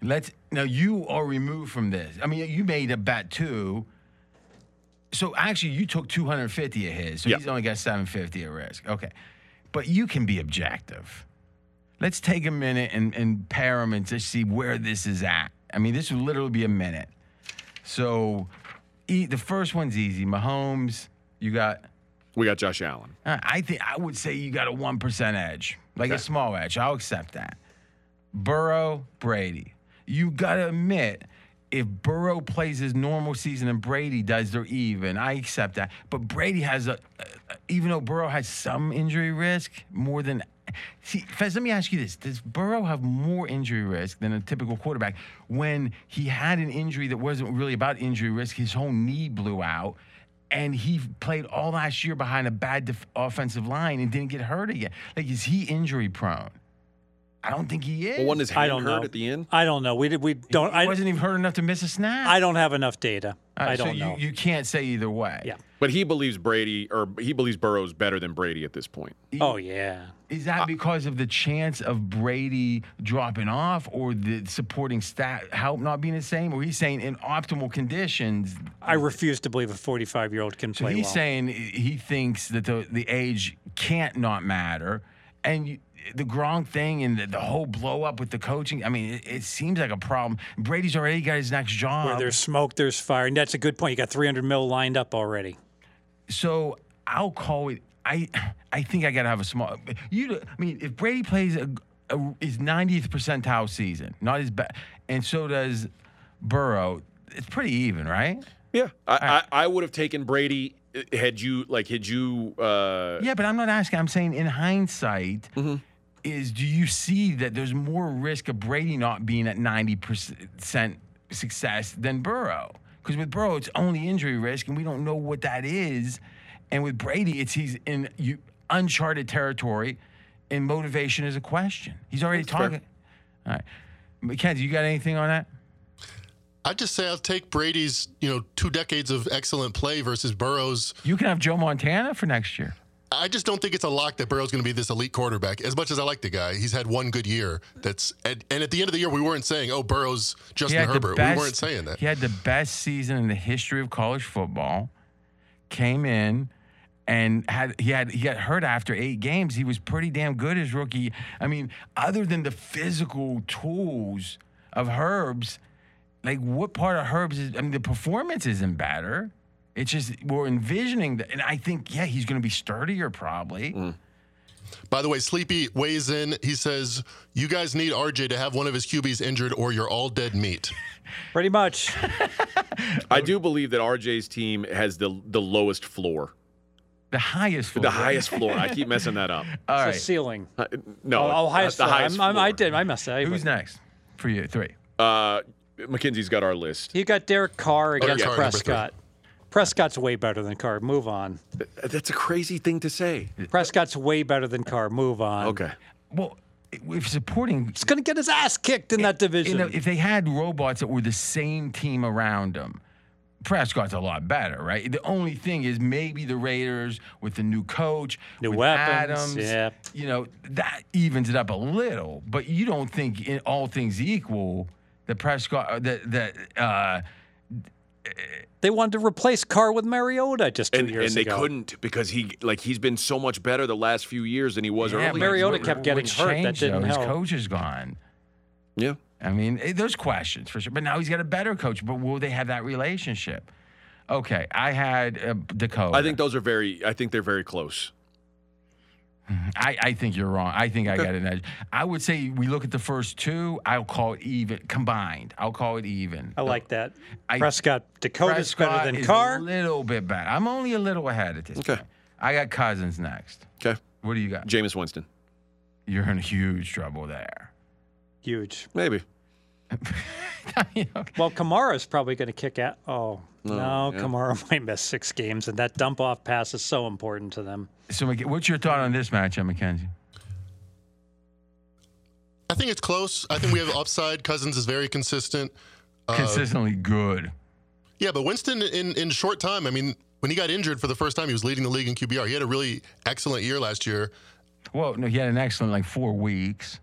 Speaker 1: Let's now you are removed from this. I mean, you made a bet too. So actually, you took 250 of his. So
Speaker 7: Yeah.
Speaker 1: he's only got 750 at risk. Okay, but you can be objective. Let's take a minute and, and pair them and just see where this is at. I mean, this will literally be a minute. So, e- the first one's easy. Mahomes, you got
Speaker 7: We got Josh Allen.
Speaker 1: uh, I think I would say you got a one percent edge, like a small edge. I'll accept that. Burrow, Brady. You gotta admit, if Burrow plays his normal season and Brady does, they're even. I accept that. But Brady has a, a- even though Burrow has some injury risk, more than. See, Fez, let me ask you this: Does Burrow have more injury risk than a typical quarterback? When he had an injury that wasn't really about injury risk, his whole knee blew out and he played all last year behind a bad def- offensive line and didn't get hurt again. Like, is he injury prone? I don't think he is.
Speaker 7: Well, one his hand
Speaker 3: I don't
Speaker 7: hurt
Speaker 3: know.
Speaker 7: at the end.
Speaker 3: I don't know. We did. We don't.
Speaker 1: he
Speaker 3: I
Speaker 1: wasn't even hurt enough to miss a snap.
Speaker 3: I don't have enough data.
Speaker 1: All right,
Speaker 3: I don't
Speaker 1: so
Speaker 3: know.
Speaker 1: You, you can't say either way.
Speaker 3: Yeah.
Speaker 7: But he believes Brady or he believes Burrow's better than Brady at this point.
Speaker 3: oh yeah.
Speaker 1: Is
Speaker 3: Uh,
Speaker 1: that because of the chance of Brady dropping off or the supporting stat help not being the same? Or he's saying in optimal conditions,
Speaker 3: I refuse to believe a 45 year old can
Speaker 1: So
Speaker 3: play
Speaker 1: he's
Speaker 3: well.
Speaker 1: saying he thinks that the, the age can't not matter. And you, the Gronk thing and the, the whole blow up with the coaching, I mean, it, it seems like a problem. Brady's already got his next
Speaker 3: Where
Speaker 1: job.
Speaker 3: there's smoke, there's fire, and that's a good point. You got 300 mil lined up already.
Speaker 1: So I'll call it. I I think I got to have a small. You, I mean, if Brady plays a, a, his 90th percentile season, not his best, and so does Burrow, it's pretty even, right?
Speaker 7: Yeah. I, I, I would have taken Brady uh, had you like had you uh
Speaker 1: Yeah, but I'm not asking. I'm saying in hindsight, is do you see that there's more risk of Brady not being at 90% success than Burrow? Because with Burrow, it's only injury risk, and we don't know what that is. And with Brady, it's he's in you, uncharted territory, and motivation is a question. He's already talking. All right, Mackenzie, you got anything on that?
Speaker 6: I'd just say I'll take Brady's, you know, two decades of excellent play versus Burrow's.
Speaker 1: You can have Joe Montana for next year.
Speaker 6: I just don't think it's a lock that Burrow's going to be this elite quarterback. As much as I like the guy, he's had one good year. That's and, and at the end of the year, we weren't saying, "Oh, Burrow's Justin Herbert." we weren't saying that.
Speaker 1: He had the best season in the history of college football. Came in and had he had he got hurt after eight games. He was pretty damn good as rookie. I mean, other than the physical tools of Herbs, like what part of Herbs is? I mean, the performance isn't better. It's just we're envisioning that, and I think yeah, he's going to be sturdier probably.
Speaker 6: Mm. By the way, Sleepy weighs in. He says, "You guys need RJ to have one of his QBs injured, or you're all dead meat."
Speaker 3: Pretty much.
Speaker 7: I do believe that RJ's team has the the lowest floor.
Speaker 1: The highest,
Speaker 7: The
Speaker 1: floor.
Speaker 7: highest floor. I keep messing that up.
Speaker 1: All
Speaker 3: The
Speaker 1: right,
Speaker 3: ceiling.
Speaker 7: Uh, No.
Speaker 3: oh, oh, highest.
Speaker 7: The
Speaker 3: floor.
Speaker 7: highest
Speaker 3: I'm, I'm, I
Speaker 7: floor.
Speaker 3: did. I messed up.
Speaker 1: who's next for you? Three.
Speaker 7: Uh, McKenzie's got our list.
Speaker 3: You got Derek Carr against
Speaker 6: Carr, number three.
Speaker 3: Prescott. Prescott's way better than Carr. Move on.
Speaker 7: That's a crazy thing to say.
Speaker 3: Prescott's way better than Carr. Move on.
Speaker 7: Okay.
Speaker 1: Well, if supporting
Speaker 3: He's gonna get his ass kicked in that
Speaker 1: you
Speaker 3: division.
Speaker 1: know, if they had robots that were the same team around them, Prescott's a lot better, right? The only thing is maybe the Raiders with the new coach,
Speaker 3: New
Speaker 1: with
Speaker 3: weapons,
Speaker 1: Adams,
Speaker 3: yeah.
Speaker 1: you know, that evens it up a little. But you don't think, in all things equal, that Prescott, uh, that that uh,
Speaker 3: they wanted to replace Carr with Mariota just two
Speaker 7: And, and
Speaker 3: years
Speaker 7: they
Speaker 3: ago.
Speaker 7: couldn't because he like he's been so much better the last few years than he was
Speaker 1: yeah,
Speaker 7: earlier.
Speaker 3: Mariota
Speaker 1: what-
Speaker 3: kept
Speaker 1: what
Speaker 3: getting hurt. That
Speaker 1: changed,
Speaker 3: didn't
Speaker 1: though? His
Speaker 3: help.
Speaker 1: coach is gone.
Speaker 7: Yeah.
Speaker 1: I mean, eh, there's questions for sure. But now he's got a better coach. But will they have that relationship? Okay, I had uh, Dakota.
Speaker 7: I think those are very. I think they're very close.
Speaker 1: I, I think you're wrong. I think I got an edge. I would say we look at the first two. I'll call it even combined. I'll call it even.
Speaker 3: I like that.
Speaker 1: I-
Speaker 3: Prescott Dakota's
Speaker 1: Prescott
Speaker 3: better than
Speaker 1: is
Speaker 3: Carr.
Speaker 1: A little bit better. I'm only a little ahead at this.
Speaker 7: Okay.
Speaker 1: point. I got Cousins next.
Speaker 7: Okay.
Speaker 1: What do you got?
Speaker 7: Jameis Winston.
Speaker 1: You're in huge trouble there.
Speaker 3: Huge.
Speaker 7: Maybe.
Speaker 10: you know,
Speaker 3: Well, Kamara's probably going to kick out. Oh, no,
Speaker 7: yeah.
Speaker 3: Kamara might miss six games, and that dump off pass is so important to them.
Speaker 1: So, Mc- what's your thought on this matchup, McKenzie?
Speaker 6: I think it's close. I think we have upside. Cousins is very consistent.
Speaker 1: Consistently good.
Speaker 6: Yeah, but Winston in in short time. I mean, when he got injured for the first time, he was leading the league in QBR. He had a really excellent year last year.
Speaker 1: Well, no, he had an excellent like four weeks,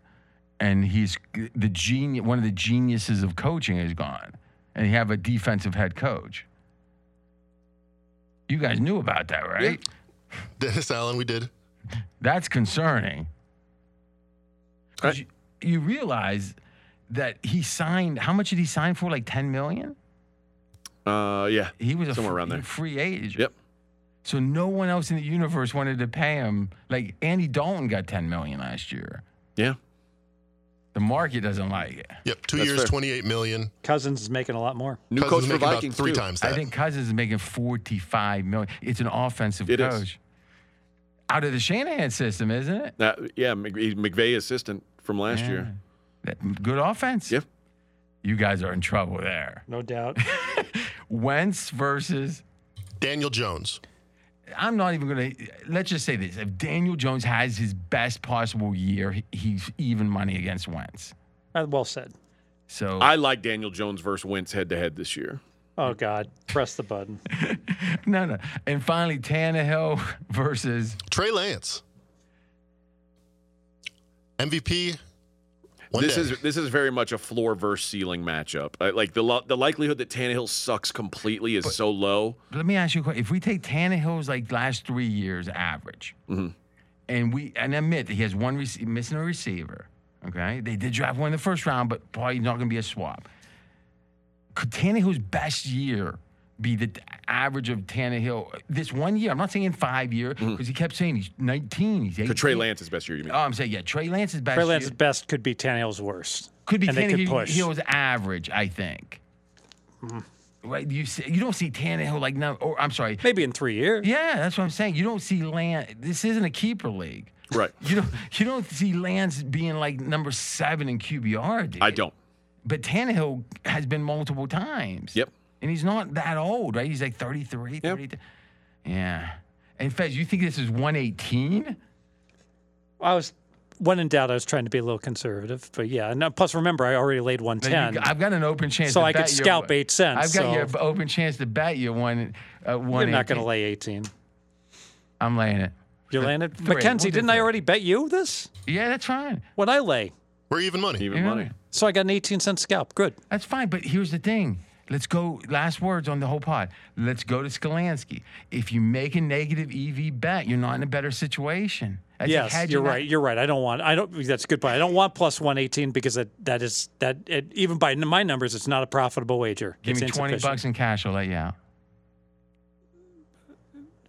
Speaker 1: and he's the genius. One of the geniuses of coaching is gone, and you have a defensive head coach. You guys knew about that, right?
Speaker 6: Dennis Allen, we did.
Speaker 1: That's concerning. 'Cause you, you realize that he signed. How much did he sign for? Like ten million.
Speaker 7: Uh, yeah.
Speaker 1: He was a
Speaker 7: Somewhere
Speaker 1: fr-
Speaker 7: around there.
Speaker 1: free agent.
Speaker 7: Yep.
Speaker 1: So no one else in the universe wanted to pay him. Like Andy Dalton got ten million last year.
Speaker 7: Yeah.
Speaker 1: The market doesn't like it.
Speaker 6: Yep, two
Speaker 7: That's
Speaker 6: years,
Speaker 7: fair.
Speaker 6: twenty eight million.
Speaker 3: Cousins is making a lot more.
Speaker 7: New
Speaker 6: Cousins
Speaker 7: coach for
Speaker 6: making about
Speaker 7: Vikings
Speaker 6: three
Speaker 7: too.
Speaker 6: times that.
Speaker 1: I think Cousins is making forty-five million. It's an offensive
Speaker 7: It is.
Speaker 1: coach. Out of the Shanahan system, isn't it?
Speaker 7: Uh, yeah, Mc- he's McVay assistant from last
Speaker 1: Yeah.
Speaker 7: year.
Speaker 1: That- good offense.
Speaker 7: Yep.
Speaker 1: You guys are in trouble there.
Speaker 3: No doubt.
Speaker 1: Wentz versus.
Speaker 6: Daniel Jones.
Speaker 1: I'm not even going to. Let's just say this: If Daniel Jones has his best possible year, he- he's even money against Wentz.
Speaker 3: Uh, well said.
Speaker 1: So
Speaker 7: I like Daniel Jones versus Wentz head to head this year.
Speaker 3: Oh God, press the button.
Speaker 1: no, no. And finally, Tannehill versus
Speaker 6: Trey Lance. MVP. One
Speaker 7: this
Speaker 6: day.
Speaker 7: is this is very much a floor versus ceiling matchup. Uh, Like the lo- the likelihood that Tannehill sucks completely is so low.
Speaker 1: Let me ask you a question. If we take Tannehill's like last three years average,
Speaker 7: Mm-hmm.
Speaker 1: and we and admit that he has one rece- missing a receiver, okay, they did draft one in the first round, but probably not going to be a swap. Could Tannehill's best year be the t- average of Tannehill uh, this one year? I'm not saying in five year because he kept saying he's 19, he's 18.
Speaker 7: Mm-hmm. Could Trey Lance's best year, you mean?
Speaker 1: Oh, I'm saying yeah, Trey Lance's best.
Speaker 3: Trey Lance's
Speaker 1: year.
Speaker 3: best could be Tannehill's worst.
Speaker 1: could be
Speaker 3: and they could push. Mm-hmm.
Speaker 1: Tannehill's average, I think. Right? You see, you don't see Tannehill like no, or I'm sorry,
Speaker 3: Maybe in three years.
Speaker 1: yeah, that's what I'm saying. You don't see Lance. This isn't a keeper league.
Speaker 7: Right.
Speaker 1: You don't. You don't see Lance being like number seven in QBR. Dude.
Speaker 7: I don't.
Speaker 1: But Tannehill has been multiple times.
Speaker 7: Yep.
Speaker 1: And he's not that old, right? He's like 33, 32. Yeah. And Fez, you think this is 118?
Speaker 3: I was when in doubt. I was trying to be a little conservative, but yeah. No, plus, remember, I already laid one
Speaker 1: Now,
Speaker 3: ten.
Speaker 1: you- I've got an open chance.
Speaker 3: So
Speaker 1: to
Speaker 3: I could
Speaker 1: bet you-
Speaker 3: scalp eight cents,
Speaker 1: I've got
Speaker 3: so-
Speaker 1: your open chance to bet you one. Uh, one.
Speaker 3: You're not going to lay eighteen.
Speaker 1: I'm laying it.
Speaker 3: You landed
Speaker 1: Three.
Speaker 3: Mackenzie.
Speaker 1: We'll do
Speaker 3: Didn't I
Speaker 1: three.
Speaker 3: already bet you this?
Speaker 1: Yeah, that's fine.
Speaker 3: What I lay?
Speaker 6: We're even money.
Speaker 7: Even
Speaker 1: Yeah.
Speaker 7: money.
Speaker 3: So I got an eighteen cent scalp. Good.
Speaker 1: That's fine, but here's the thing. Let's go. Last words on the whole pod. Let's go to Skolansky. If you make a negative EV bet, you're not in a better situation. That's a
Speaker 3: Yes,
Speaker 1: hedge
Speaker 3: you're
Speaker 1: in that-
Speaker 3: right. You're right. I don't want. I don't. That's a good point. I don't want plus one eighteen because that that is that it, even by my numbers, it's not a profitable wager.
Speaker 1: Give
Speaker 3: It's
Speaker 1: me 20
Speaker 3: insufficient.
Speaker 1: bucks in cash. I'll let you out.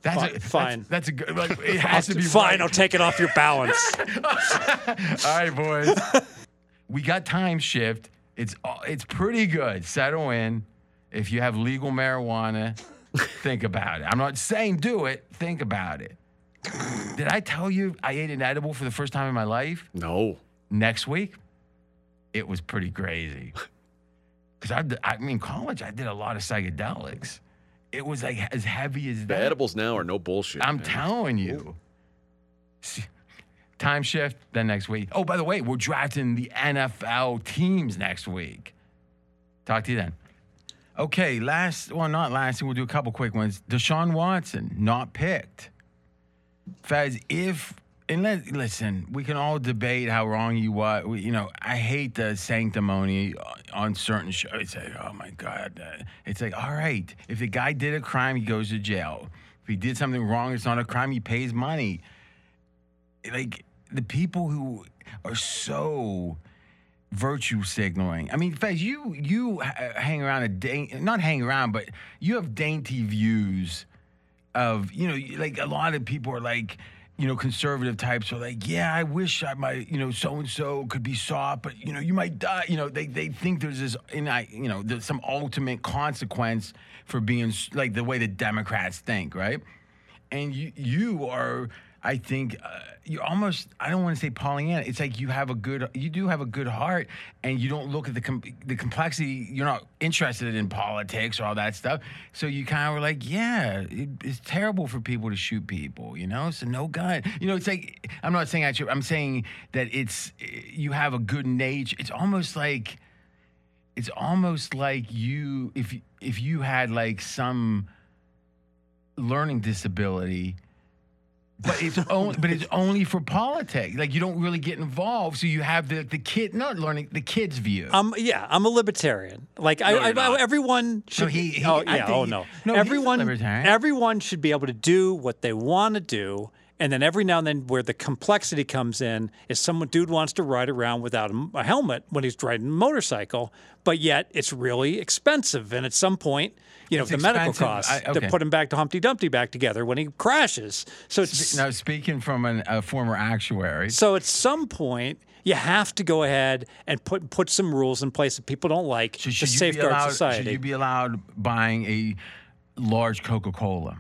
Speaker 1: That's
Speaker 3: Fi-
Speaker 1: a, that's-
Speaker 3: fine.
Speaker 1: That's, a good. Like, it has to be
Speaker 3: Fine,
Speaker 1: right.
Speaker 3: I'll take it off your balance.
Speaker 1: All right, boys. we got time shift. It's all- it's pretty good. Settle in. If you have legal marijuana, think about it. I'm not saying do it. Think about it. Did I tell you I ate an edible for the first time in my life?
Speaker 7: No.
Speaker 1: Next week, it was pretty crazy. Cause I, d- I mean, college, I did a lot of psychedelics. It was like as heavy as
Speaker 7: The
Speaker 1: that.
Speaker 7: edibles now are no bullshit.
Speaker 1: I'm
Speaker 7: man.
Speaker 1: telling you. S- Time shift, then next week. Oh, by the way, we're drafting the NFL teams next week. Talk to you then. Okay, last, well, not last, we'll do a couple quick ones. Deshaun Watson, not picked. Fez, if, and let, listen, we can all debate how wrong you were. We, you know, I hate the sanctimony on- on certain shows. It's like, oh my God. uh, It's like, all right, if the guy did a crime, he goes to jail. If he did something wrong, it's not a crime, he pays money. Like, the people who are so virtue signaling. I mean, Fez, you you h- hang around a dainty, not hang around, but you have dainty views of you know you- like a lot of people are like you know conservative types are like yeah i wish i might you know so and so could be soft but you know you might die you know they, they think there's this and i you know there's some ultimate consequence for being s- like the way the democrats think right and you you are I think uh, you're almost. I don't want to say Pollyanna. It's like you have a good. You do have a good heart, and you don't look at the com- the complexity. You're not interested in politics or all that stuff. So you kind of were like, yeah, it, it's terrible for people to shoot people. You know, so no gun. You know, it's like I'm not saying I should. I'm saying that it's you have a good nature. It's almost like it's almost like you if if you had like some learning disability but it's only but it's only for politics like you don't really get involved so you have the the kid not learning the kids view
Speaker 3: I'm yeah, I'm a libertarian. Like I, I, I, everyone should.
Speaker 1: he- he-
Speaker 3: oh
Speaker 1: I
Speaker 3: yeah,
Speaker 1: think
Speaker 3: oh
Speaker 1: he-
Speaker 3: no.
Speaker 1: no, he's a
Speaker 3: everyone,
Speaker 1: libertarian.
Speaker 3: everyone should be able to do what they want to do, and then every now and then, where the complexity comes in, is some dude wants to ride around without a, m- a helmet when he's riding a motorcycle, but yet it's really expensive, and at some point, you know,
Speaker 1: It's
Speaker 3: the medical
Speaker 1: expensive.
Speaker 3: costs
Speaker 1: I-
Speaker 3: to
Speaker 1: okay.
Speaker 3: put him back to Humpty Dumpty back together when he crashes. So it's
Speaker 1: now speaking from an, a former actuary
Speaker 3: so at some point, you have to go ahead and put put some rules in place that people don't like
Speaker 1: so
Speaker 3: to
Speaker 1: should you
Speaker 3: safeguard
Speaker 1: be allowed,
Speaker 3: society.
Speaker 1: should you be allowed buying a large coca-cola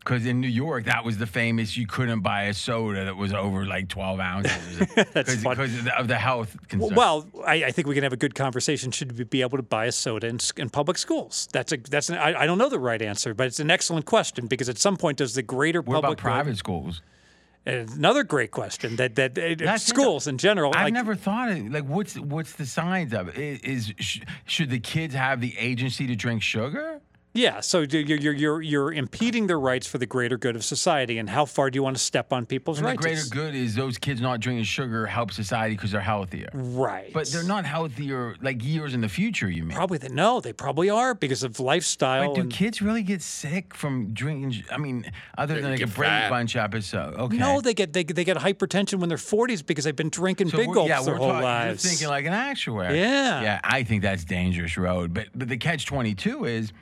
Speaker 1: because in New York, that was the famous. You couldn't buy a soda that was over like twelve ounces because
Speaker 3: funny.
Speaker 1: of the- of the health
Speaker 3: well,
Speaker 1: concerns.
Speaker 3: well, I, I think we can have a good conversation. Should we be able to buy a soda in, s- in public schools? That's a that's an, I, I don't know the right answer, but it's an excellent question because at some point does the greater
Speaker 1: what about
Speaker 3: public good-
Speaker 1: private schools?
Speaker 3: And Another great question that that, that- uh,
Speaker 1: That's-
Speaker 3: schools in general.
Speaker 1: I've
Speaker 3: like,
Speaker 1: never thought of like what's what's the science of it? I- Is, sh- should the kids have the agency to drink sugar?
Speaker 3: Yeah, so do- you're you're you're you're impeding their rights for the greater good of society, and how far do you want to step on people's
Speaker 1: And the
Speaker 3: rights?
Speaker 1: greater good is those kids not drinking sugar help society because they're healthier.
Speaker 3: right,
Speaker 1: But they're not healthier like years in the future. You mean?
Speaker 3: Probably they, no, they probably are because of lifestyle.
Speaker 1: But do
Speaker 3: and-
Speaker 1: kids really get sick from drinking? ju- I mean, other than like a
Speaker 7: get
Speaker 1: brain
Speaker 7: fat.
Speaker 1: bunch episode. Okay.
Speaker 3: No, they get they, they get hypertension when they're 40s because they've been drinking
Speaker 1: So
Speaker 3: big
Speaker 1: we're-
Speaker 3: gulps
Speaker 1: yeah,
Speaker 3: their
Speaker 1: we're
Speaker 3: whole
Speaker 1: talking-
Speaker 3: lives.
Speaker 1: You're thinking like an actuary.
Speaker 3: Yeah.
Speaker 1: Yeah, I think that's dangerous road. But but the catch twenty two is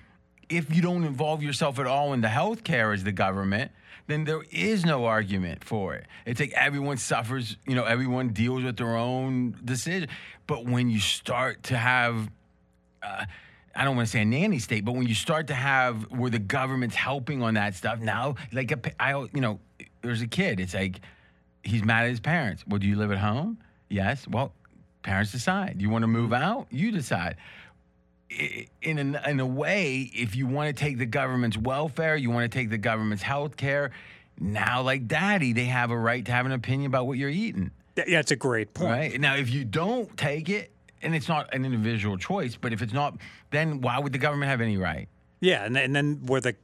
Speaker 1: if you don't involve yourself at all in the health care as the government, then there is no argument for it. It's like everyone suffers, you know, everyone deals with their own decision. But when you start to have uh, I don't want to say a nanny state, but when you start to have where the government's helping on that stuff now, like a, pa- I, you know, there's a kid. It's like he's mad at his parents. Well, do you live at home? Yes. Well, parents decide. You want to move out? You decide. I- In a, in a way, if you want to take the government's welfare, you want to take the government's health care. Now, like daddy, they have a right to have an opinion about what you're eating.
Speaker 3: Th- yeah, it's a great point.
Speaker 1: Right. Now, if you don't take it, and it's not an individual choice, but if it's not, then why would the government have any right?
Speaker 3: Yeah, and, and then where the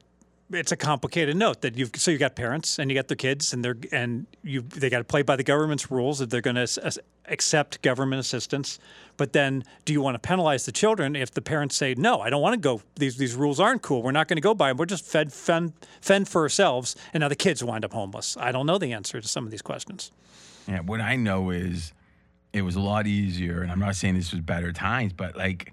Speaker 3: it's a complicated note that you've so you got parents and you got their kids and they're and you they got to play by the government's rules if they're going to accept government assistance. But then, do you want to penalize the children if the parents say no? I don't want to go. These these rules aren't cool. We're not going to go by them. We're just fed fend, fend for ourselves, and now the kids wind up homeless. I don't know the answer to some of these questions.
Speaker 1: Yeah, what I know is it was a lot easier, and I'm not saying this was better times, but like,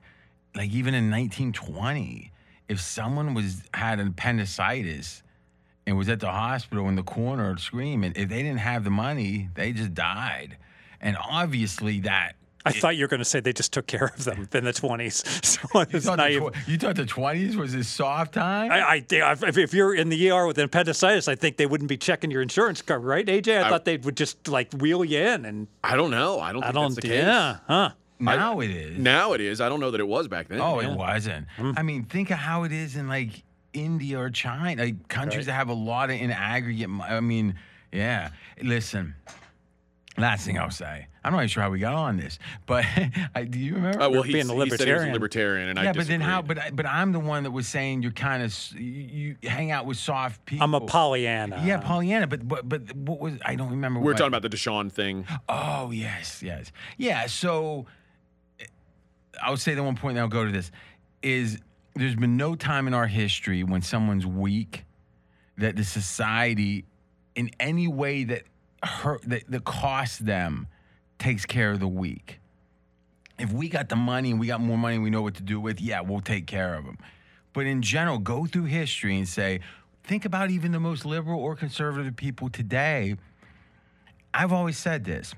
Speaker 1: like even in 1920, if someone was had an appendicitis and was at the hospital in the corner screaming, if they didn't have the money, they just died, and obviously that.
Speaker 3: I thought you were going to say they just took care of them in the twenties. So I was
Speaker 1: You thought, the,
Speaker 3: naive.
Speaker 1: tw- you thought the 20s was this soft time?
Speaker 3: I, I, yeah, if- if, if you're in the ER with appendicitis, I think they wouldn't be checking your insurance cover, right, AJ? I, thought they would just like wheel you in, and
Speaker 7: I don't know. I don't
Speaker 3: I
Speaker 7: think
Speaker 3: don't,
Speaker 7: that's the case.
Speaker 3: yeah, huh?
Speaker 1: now it is.
Speaker 7: Now it is. I don't know that it was back then. Uh,
Speaker 1: Oh, it wasn't. I mean, think of how it is in like India or China, like countries that have a lot of in aggregate. mo- I mean, yeah. Listen, last thing I'll say, I'm not even sure how we got on this, but I, do you remember?
Speaker 7: Uh, well, he,
Speaker 3: being a
Speaker 7: he said he was a
Speaker 3: libertarian.
Speaker 7: libertarian, and I
Speaker 1: yeah, but then how?
Speaker 7: disagreed.
Speaker 1: But I- but I'm the one that was saying you're kind of you you hang out with soft people.
Speaker 3: I'm a Pollyanna.
Speaker 1: Oh. Yeah, Pollyanna. But but but what was? I don't remember.
Speaker 7: We're
Speaker 1: what.
Speaker 7: talking about the Deshaun thing.
Speaker 1: Oh yes, yes, yeah. So eh, I would say the one point, and I'll go to this: is there's been no time in our history when someone's weak that the society, in any way that hurt that, that costs them, takes care of the weak. If we got the money and we got more money, and we know what to do with. Yeah, we'll take care of them. But in general, go through history and say, think about even the most liberal or conservative people today. I've always said this.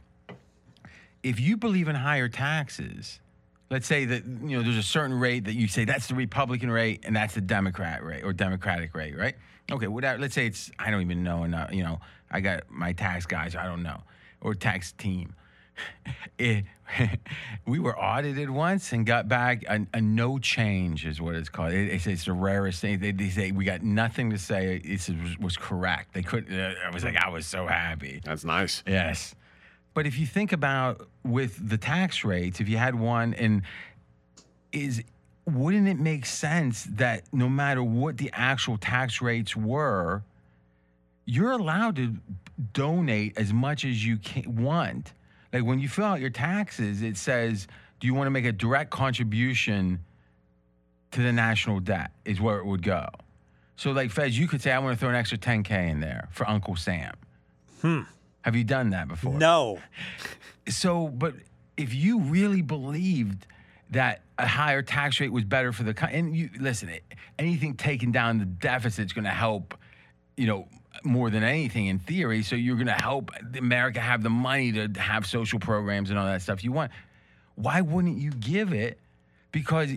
Speaker 1: If you believe in higher taxes, let's say that you know there's a certain rate that you say that's the Republican rate and that's the Democrat rate or Democratic rate, right? Okay, whatever. Let's say it's I don't even know enough. You know, I got my tax guys. I don't know or tax team. Eh, we were audited once and got back a, a no change is what it's called. It, it's, it's the rarest thing. They, they say we got nothing to say. It was, was correct. They couldn't. Uh, I was like, I was so happy.
Speaker 7: That's nice.
Speaker 1: Yes. But if you think about with the tax rates, if you had one and is wouldn't it make sense that no matter what the actual tax rates were, you're allowed to donate as much as you can, want. Like when you fill out your taxes, it says, "Do you want to make a direct contribution to the national debt?" Is where it would go. So, like Fez, you could say, "I want to throw an extra 10k in there for Uncle Sam." Have you done that before?
Speaker 3: No.
Speaker 1: So, but if you really believed that a higher tax rate was better for the country, and you listen, it, anything taken down the deficit is going to help, you know, more than anything in theory. So you're going to help America have the money to have social programs and all that stuff you want. Why wouldn't you give it? Because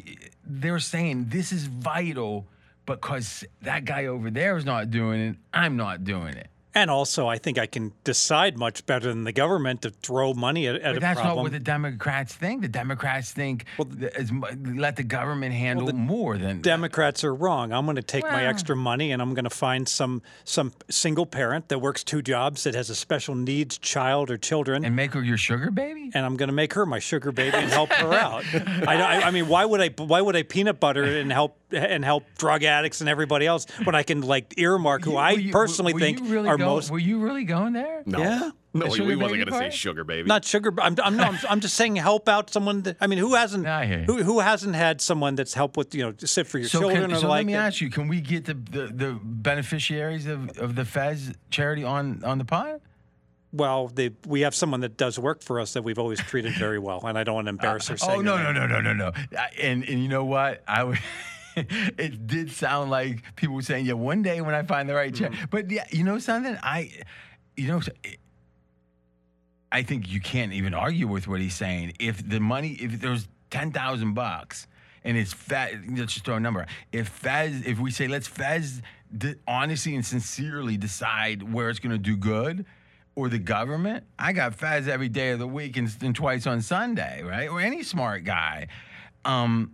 Speaker 1: they're saying this is vital because that guy over there is not doing it, I'm not doing it.
Speaker 3: And also, I think I can decide much better than the government to throw money at, at a
Speaker 1: But that's
Speaker 3: problem.
Speaker 1: not what the Democrats think. The Democrats think th- as mu- let the government handle more than
Speaker 3: Democrats are wrong. I'm going to take my extra money and I'm going to find some some single parent that works two jobs that has a special needs child or children, and,
Speaker 1: and make her your sugar baby.
Speaker 3: I'm going to make her my sugar baby and help her out. I, don't- I, I mean, why would I? Why would I peanut butter it and help and help drug addicts and everybody else when I can like earmark who
Speaker 1: You-
Speaker 3: I
Speaker 1: were you- were-
Speaker 3: personally
Speaker 1: were
Speaker 3: think
Speaker 1: you really
Speaker 3: are
Speaker 1: going-
Speaker 3: most
Speaker 1: Were you really going there?
Speaker 7: No.
Speaker 3: Yeah.
Speaker 7: No,
Speaker 1: The
Speaker 7: we-
Speaker 1: sugar
Speaker 7: we wasn't
Speaker 1: baby
Speaker 7: going to say
Speaker 1: part?
Speaker 7: sugar baby.
Speaker 3: not sugar. but I'm, I'm, no, I'm, I'm just saying help out someone. That, I mean, who hasn't
Speaker 1: I hear you.
Speaker 3: who, who hasn't had someone that's helped with you know sit for your
Speaker 1: So,
Speaker 3: children
Speaker 1: can,
Speaker 3: or
Speaker 1: so
Speaker 3: like
Speaker 1: let me
Speaker 3: that?
Speaker 1: ask you: Can we get the, the, the beneficiaries of, of the Fez charity on on the pod?
Speaker 3: Well, they, we have someone that does work for us that we've always treated very well, and I don't want to embarrass her.
Speaker 1: Oh
Speaker 3: saying
Speaker 1: no
Speaker 3: her
Speaker 1: no
Speaker 3: name.
Speaker 1: no no no no! I, and and you know what? I would. it did sound like people were saying, "Yeah, one day when I find the right chair."
Speaker 3: Mm-hmm.
Speaker 1: But yeah, you know something? I, you know, I think you can't even argue with what he's saying. If the money, if there's ten thousand bucks, and it's Fez, let's just throw a number. If Fez, if we say let's Fez d- honestly and sincerely decide where it's going to do good, or the government, I got Fez every day of the week and, and twice on Sunday, right? Or any smart guy. Um,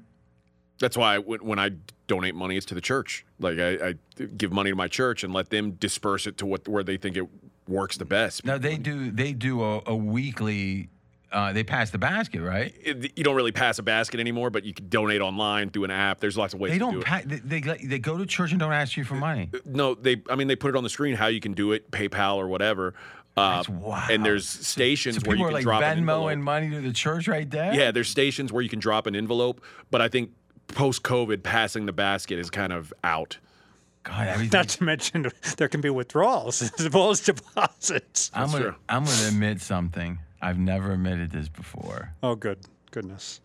Speaker 7: That's why I- when, when I donate money, it's to the church. Like I, I give money to my church and let them disperse it to what where they think it works the best.
Speaker 1: now they do they do a, a weekly. Uh, they pass the basket, right?
Speaker 7: It- you don't really pass a basket anymore, but you can donate online through an app. There's lots of ways
Speaker 1: They
Speaker 7: to do
Speaker 1: don't.
Speaker 7: it.
Speaker 1: Pa- they, they let- they go to church and don't ask you for money.
Speaker 7: no, they. I mean, they put it on the screen how you can do it, PayPal or whatever. Uh,
Speaker 1: That's wild.
Speaker 7: And there's stations
Speaker 1: So
Speaker 7: where you
Speaker 1: people
Speaker 7: can
Speaker 1: are like
Speaker 7: drop an envelope.
Speaker 1: Venmo and money to the church right there.
Speaker 7: Yeah, there's stations where you can drop an envelope, but I think post COVID, passing the basket is kind of out.
Speaker 1: God, everything.
Speaker 3: Not to mention there can be withdrawals as well as deposits.
Speaker 1: I'm gonna
Speaker 7: true.
Speaker 1: I'm gonna admit something. I've never admitted this before.
Speaker 3: Oh, good goodness.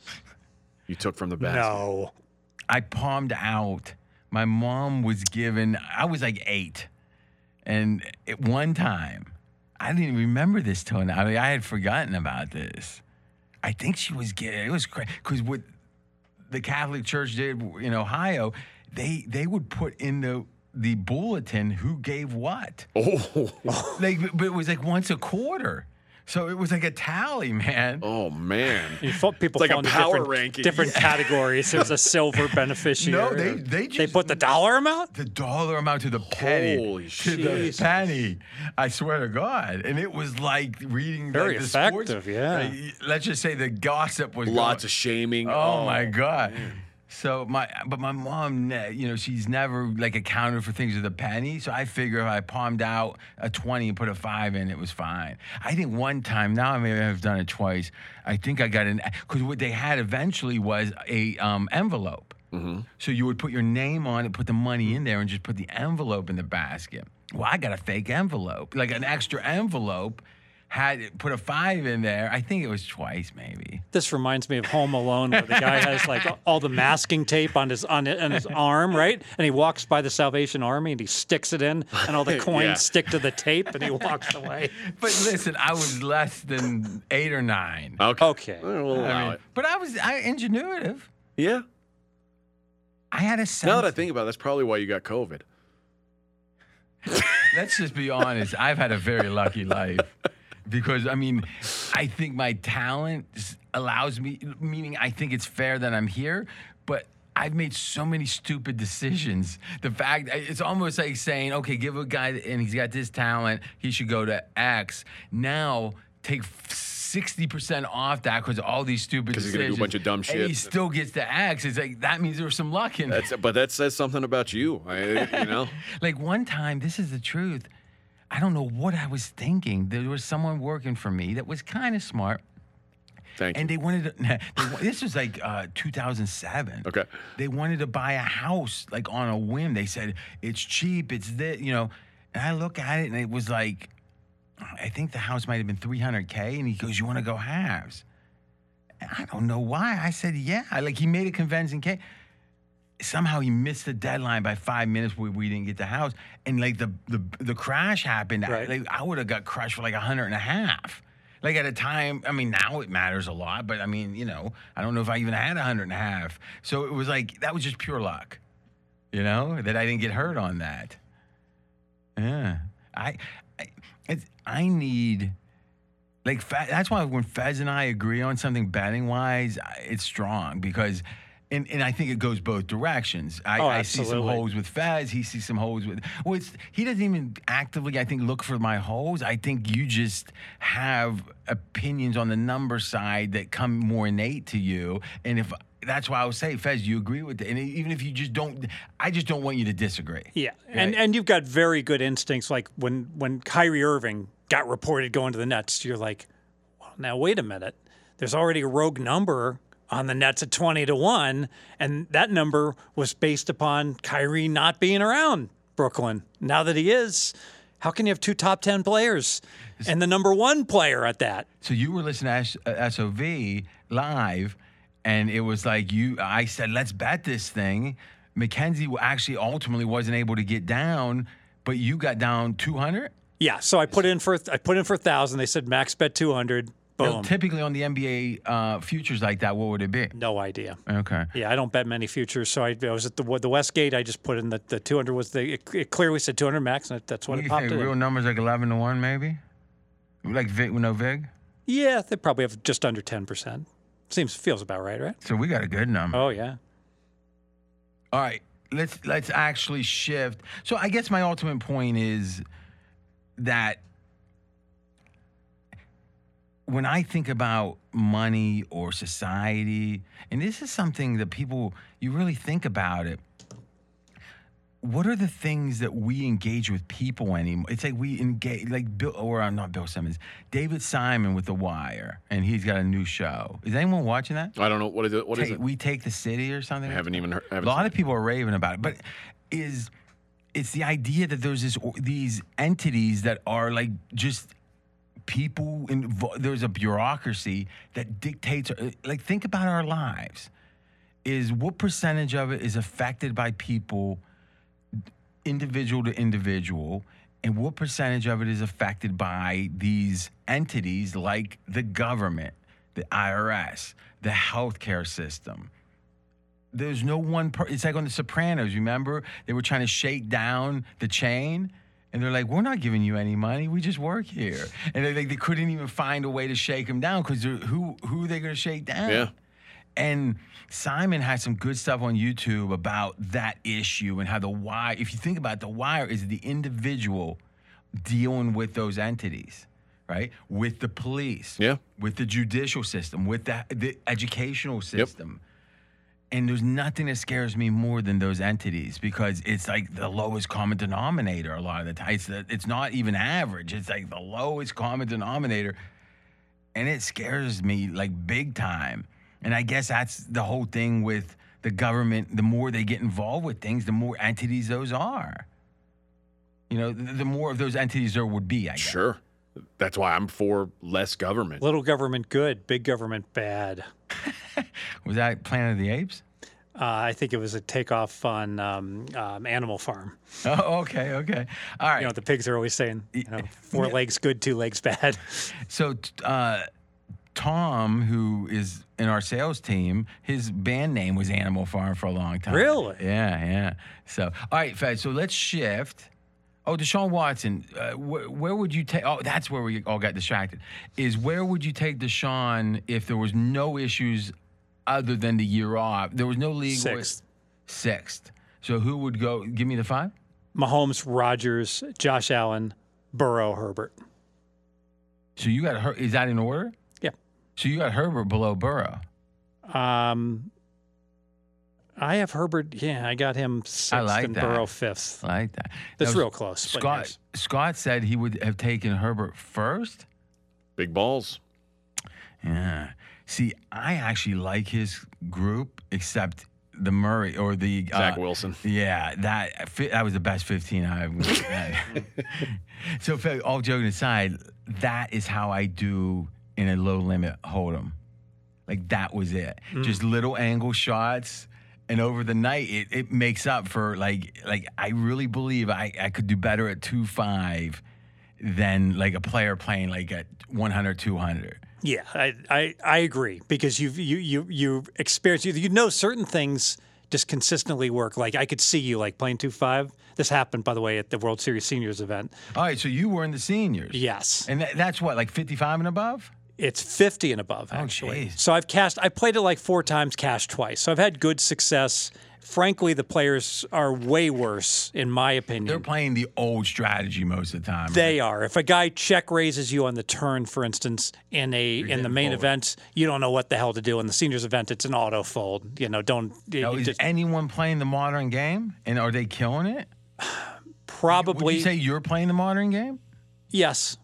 Speaker 7: You took from the basket.
Speaker 3: No,
Speaker 1: I palmed out. My mom was given. I was like eight, and at one time, I didn't remember this till now. I, mean, I had forgotten about this. I think she was getting. It was crazy because what the Catholic Church did in Ohio, they they would put in the the bulletin who gave what.
Speaker 7: Oh,
Speaker 1: like but- but it was like once a quarter so it was like a tally man
Speaker 7: oh man.
Speaker 3: you fo- people
Speaker 7: like a
Speaker 3: fall into
Speaker 7: power
Speaker 3: different,
Speaker 7: ranking.
Speaker 3: different categories. There's a silver beneficiary.
Speaker 1: No, they- they
Speaker 3: they
Speaker 1: just-
Speaker 3: put the dollar amount.
Speaker 1: the dollar amount to the penny
Speaker 7: Holy
Speaker 1: to
Speaker 7: Jesus.
Speaker 1: the penny i swear to god and it was like reading
Speaker 3: Very
Speaker 1: like, the sports,
Speaker 3: effective, yeah.
Speaker 1: like, let's just say the gossip was
Speaker 7: Lots
Speaker 1: going-
Speaker 7: of shaming.
Speaker 1: Oh, my god. So my, but my mom, ne- you know, she's never like accounted for things with a penny. So I figure if I palmed out a twenty and put a five in, it was fine. I think one time, now I may have done it twice. I think I got an because what they had eventually was a um, envelope. So you would put your name on it, put the money in there, and just put the envelope in the basket. Well, I got a fake envelope, like an extra envelope. had put a five in there. I think it was twice, maybe.
Speaker 3: This reminds me of Home Alone, where the guy has like all the masking tape on his on, on his arm, right? And he walks by the Salvation Army and he sticks it in, and all the coins
Speaker 7: Yeah.
Speaker 3: stick to the tape, and he walks away.
Speaker 1: But listen, I was less than eight or nine.
Speaker 7: Okay.
Speaker 3: Okay,
Speaker 7: Well, we'll
Speaker 1: I
Speaker 7: allow
Speaker 1: mean,
Speaker 7: it.
Speaker 1: but I was I ingenuitive.
Speaker 7: Yeah.
Speaker 1: I had a sense.
Speaker 7: Now that I think about it, that's probably why you got COVID.
Speaker 1: Let's just be honest. I've had a very lucky life because I mean, I think my talent s- allows me. Meaning, I think it's fair that I'm here, but. I've made so many stupid decisions. The fact it's almost like saying, okay, give a guy and he's got this talent, he should go to X. Now take sixty percent off that because all these stupid
Speaker 7: 'Cause
Speaker 1: decisions.
Speaker 7: he's gonna do a bunch of dumb
Speaker 1: and
Speaker 7: shit.
Speaker 1: he still gets to X. It's like that means there was some luck in it.
Speaker 7: That's but that says something about you. I, you know.
Speaker 1: Like one time, this is the truth. I don't know what I was thinking. There was someone working for me that was kind of smart,
Speaker 7: Thank
Speaker 1: and
Speaker 7: you.
Speaker 1: they wanted to. They, wa- this was like uh, 2007.
Speaker 7: Okay.
Speaker 1: They wanted to buy a house like on a whim. They said it's cheap. It's this, you know. And I look at it, and it was like, I think the house might have been 300k. And he goes, "You want to go halves?" And I don't know why. I said, "Yeah." I- Like he made a convincing case somehow he missed the deadline by five minutes where we didn't get the house and like the the, the crash happened I-
Speaker 3: Right.
Speaker 1: like, i would have got crushed for like a hundred and a half like at a time i mean now it matters a lot but i mean you know i don't know if i even had a hundred and a half so it was like that was just pure luck you know that i didn't get hurt on that yeah i i, it's, I need like Fe- that's why when Fez and I agree on something batting wise, it's strong because, and, and I think it goes both directions. I,
Speaker 3: Oh,
Speaker 1: I see some
Speaker 3: absolutely.
Speaker 1: holes with Fez. He sees some holes with. Well, it's, he doesn't even actively, I think, look for my holes. I think you just have opinions on the number side that come more innate to you, and if. That's why I would say, Fez, you agree with it. And even if you just don't, I just don't want you to disagree.
Speaker 3: yeah, and
Speaker 1: Right.
Speaker 3: and you've got very good instincts. Like when when Kyrie Irving got reported going to the Nets, you're like, well, now wait a minute. There's already a rogue number on the Nets at twenty to one, and that number was based upon Kyrie not being around Brooklyn. Now that he is. How can you have two top 10 players and the number one player at that?
Speaker 1: So you were listening to S- uh, SOV live, and it was like you. I said, "Let's bet this thing." Mackenzie wa- actually ultimately wasn't able to get down, but you got down 200.
Speaker 3: Yeah, so I put in for I put in for a thousand. They said max bet two hundred.
Speaker 1: Now,
Speaker 3: Boom.
Speaker 1: typically on the NBA uh, futures like that, what would it be?
Speaker 3: No idea.
Speaker 1: Okay.
Speaker 3: Yeah, I don't bet many futures. So I, I was at the the West Gate. I just put in the, the two hundred was the it, it clearly said two hundred max, and that's what
Speaker 1: What do
Speaker 3: it
Speaker 1: you
Speaker 3: popped
Speaker 1: think?
Speaker 3: in.
Speaker 1: Real numbers like 11 to one, maybe. Like Vic with no Vig.
Speaker 3: Yeah, they probably have just under ten percent. Seems feels about right, right?
Speaker 1: So we got a good number.
Speaker 3: Oh yeah.
Speaker 1: All right, let's let's actually shift. So I guess my ultimate point is that when I think about money or society, and this is something that people you really think about it. What are the things that we engage with people anymore? It's like we engage, like Bill, or uh, not Bill Simmons, David Simon with The Wire, and he's got a new show. Is anyone watching that?
Speaker 7: I don't know what is it. What is
Speaker 1: Ta-
Speaker 7: it?
Speaker 1: We take the city or something.
Speaker 7: I haven't even heard.
Speaker 1: A
Speaker 7: I haven't
Speaker 1: lot
Speaker 7: seen
Speaker 1: of people are raving about it, but is it's the idea that there's this or- these entities that are like just people invo- there's a bureaucracy that dictates like think about our lives is what percentage of it is affected by people individual to individual and what percentage of it is affected by these entities like the government the IRS the healthcare system there's no one per- it's like on the sopranos remember they were trying to shake down the chain and they're like we're not giving you any money we just work here and they, like, they couldn't even find a way to shake them down because who who are they going to shake down
Speaker 7: Yeah.
Speaker 1: and Simon has some good stuff on YouTube about that issue and how the wire, if you think about it, the wire is the individual dealing with those entities, right? With the police,
Speaker 7: Yeah.
Speaker 1: with the judicial system, with the, the educational system. And there's nothing that scares me more than those entities because it's like the lowest common denominator a lot of the time. It's, the, it's not even average, it's like the lowest common denominator and it scares me like big time. And I guess that's the whole thing with the government. The more they get involved with things, the more entities those are. You know, the, the more of those entities there would be. I guess.
Speaker 7: Sure. That's why I'm for less government.
Speaker 3: Little government good, big government bad.
Speaker 1: Was that Planet of the Apes?
Speaker 3: Uh, I think it was a takeoff on um, um, Animal Farm.
Speaker 1: Oh, okay, okay. All right.
Speaker 3: You know, the pigs are always saying, you know, four legs good, two legs bad.
Speaker 1: So, t- uh, Tom, who is in our sales team, his band name was Animal Farm for a long time.
Speaker 3: Really?
Speaker 1: Yeah, yeah. So, all right, Fed. So let's shift. Oh, Deshaun Watson. Uh, wh- where would you take? Oh, that's where we all got distracted. Is where would you take Deshaun if there was no issues other than the year off? There was no league.
Speaker 3: Sixth.
Speaker 1: Sixth. So who would go? Give me the five.
Speaker 3: Mahomes, Rogers, Josh Allen, Burrow, Herbert.
Speaker 1: So you got her. Is that in order?
Speaker 3: Yeah.
Speaker 1: So you got Herbert below Burrow.
Speaker 3: Um, I have Herbert. Yeah, I got him sixth
Speaker 1: like
Speaker 3: and
Speaker 1: that.
Speaker 3: Burrow fifth.
Speaker 1: I like that.
Speaker 3: That's
Speaker 1: Now,
Speaker 3: real close, but
Speaker 1: Scott
Speaker 3: yes.
Speaker 1: Scott said he would have taken Herbert first.
Speaker 7: Big balls.
Speaker 1: Yeah. See, I actually like his group, except the Murray or the uh,
Speaker 7: Zach Wilson.
Speaker 1: Yeah, that fi- that was the best fifteen I've. so, Phil, all joking aside, that is how I do in a low limit hold'em. Like that was it. Just little angle shots. And over the night, it, it makes up for like like I really believe I, I could do better at two five than like a player playing like at 100, 200.
Speaker 3: Yeah, I, I, I agree because you've you you you experienced you, you know certain things just consistently work. Like I could see you like playing two five. This happened by the way at the World Series Seniors event.
Speaker 1: All right, so you were in the seniors.
Speaker 3: Yes,
Speaker 1: And that, that's what, like 55 and above?
Speaker 3: it's fifty and above
Speaker 1: Oh,
Speaker 3: actually.
Speaker 1: geez.
Speaker 3: so I've cashed. I played it like four times, cashed twice. So I've had good success. Frankly, the players are way worse in my opinion.
Speaker 1: They're playing the old strategy most of the time.
Speaker 3: They are. If a guy check raises you on the turn, for instance, in a in the
Speaker 1: getting
Speaker 3: main
Speaker 1: folded.
Speaker 3: event, you don't know what the hell to do. In the seniors event, it's an auto fold. You know, don't you
Speaker 1: Now, is
Speaker 3: just-
Speaker 1: anyone playing the modern game? And are they killing it? Would
Speaker 3: probably
Speaker 1: you say you're playing the modern game?
Speaker 3: yes.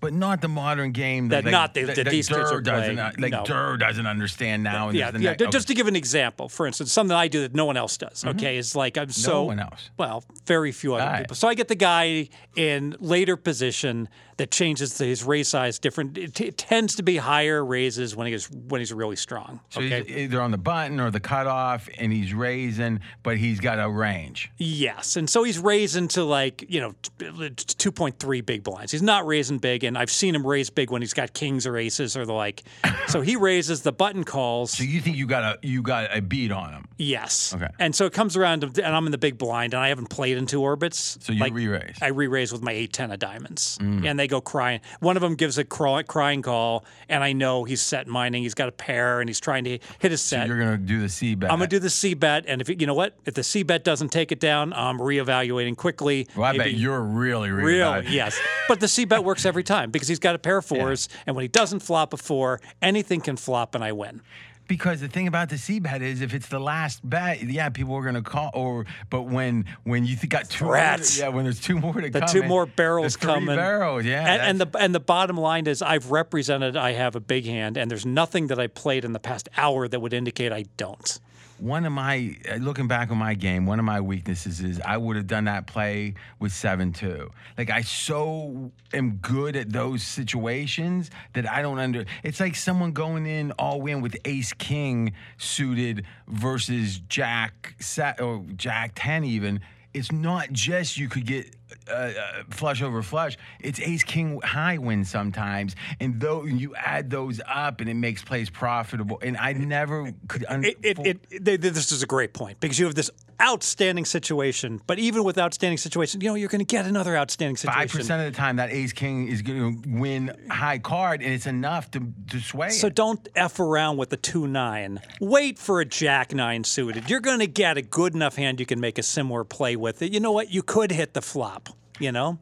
Speaker 1: But not the modern game that,
Speaker 3: That
Speaker 1: like,
Speaker 3: not the- that these kids
Speaker 1: Durr
Speaker 3: are
Speaker 1: doesn't,
Speaker 3: playing.
Speaker 1: Like
Speaker 3: No.
Speaker 1: Durr doesn't understand now. And
Speaker 3: yeah,
Speaker 1: there's the
Speaker 3: yeah.
Speaker 1: next-
Speaker 3: Just to give an example, for instance, something I do that no one else does. Okay, is like I'm so
Speaker 1: Mm-hmm. one else.
Speaker 3: Well, very few other
Speaker 1: Right.
Speaker 3: people. So I get the guy in later position that changes the- his raise size. Different. It, t- tends to be higher raises when he is when he's really strong.
Speaker 1: So
Speaker 3: okay.
Speaker 1: he's either on the button or the cutoff, and he's raising, but he's got a range.
Speaker 3: Yes, and so he's raising to like you know uh, two point three big blinds. He's not raising big, and I've seen him raise big when he's got kings or aces or the like. so he raises the button calls.
Speaker 1: So you think you got a you got a beat on him?
Speaker 3: yes.
Speaker 1: Okay.
Speaker 3: And so it comes around, to, and I'm in the big blind, and I haven't played in two orbits.
Speaker 1: So you
Speaker 3: Like,
Speaker 1: re-raise. Mm.
Speaker 3: I re-raise with my eight ten of diamonds, and they go crying. One of them gives a craw- crying call, and I know he's set mining. He's got a pair, and he's trying to hit his set.
Speaker 1: You're gonna do the C bet.
Speaker 3: I'm gonna do the C bet, and if it- you know what, if the C bet doesn't take it down, I'm reevaluating quickly.
Speaker 1: Well, I bet
Speaker 3: Maybe-
Speaker 1: you're really really
Speaker 3: Really?
Speaker 1: bad.
Speaker 3: Yes. But the C bet works every time because he's got a pair of fours, and when he doesn't flop a four, anything can flop and I win.
Speaker 1: Because the thing about the C bet is, if it's the last bet, yeah, people are gonna call. Or but when when you th- got two, more to-
Speaker 3: Threats.
Speaker 1: yeah, when there's two more to
Speaker 3: The
Speaker 1: come,
Speaker 3: two
Speaker 1: in,
Speaker 3: more
Speaker 1: the
Speaker 3: barrels
Speaker 1: three
Speaker 3: coming.
Speaker 1: barrels, yeah,
Speaker 3: And, and
Speaker 1: that's-
Speaker 3: the and the bottom line is I've represented I have a big hand, and there's nothing that I played in the past hour that would indicate I don't.
Speaker 1: one of my uh, looking back on my game, one of my weaknesses is I would have done that play with seven two. Like I so am good at those situations that I don't under. It's like someone going in all in with ace king suited versus jack set or jack ten even. It's not just you could get uh, uh, flush over flush. It's ace king high win sometimes, and though you add those up, and it makes plays profitable. And I never could. un-
Speaker 3: It, it, it, they, they- this is a great point because you have this outstanding situation, but even with outstanding situation, you know you're going to get another outstanding situation.
Speaker 1: five percent of the time that ace king is going to win high card, and it's enough to to sway.
Speaker 3: So
Speaker 1: it.
Speaker 3: don't f around with the two nine. Wait for a jack nine suited. You're going to get a good enough hand you can make a similar play with it. You know what? You could hit the flop. You know,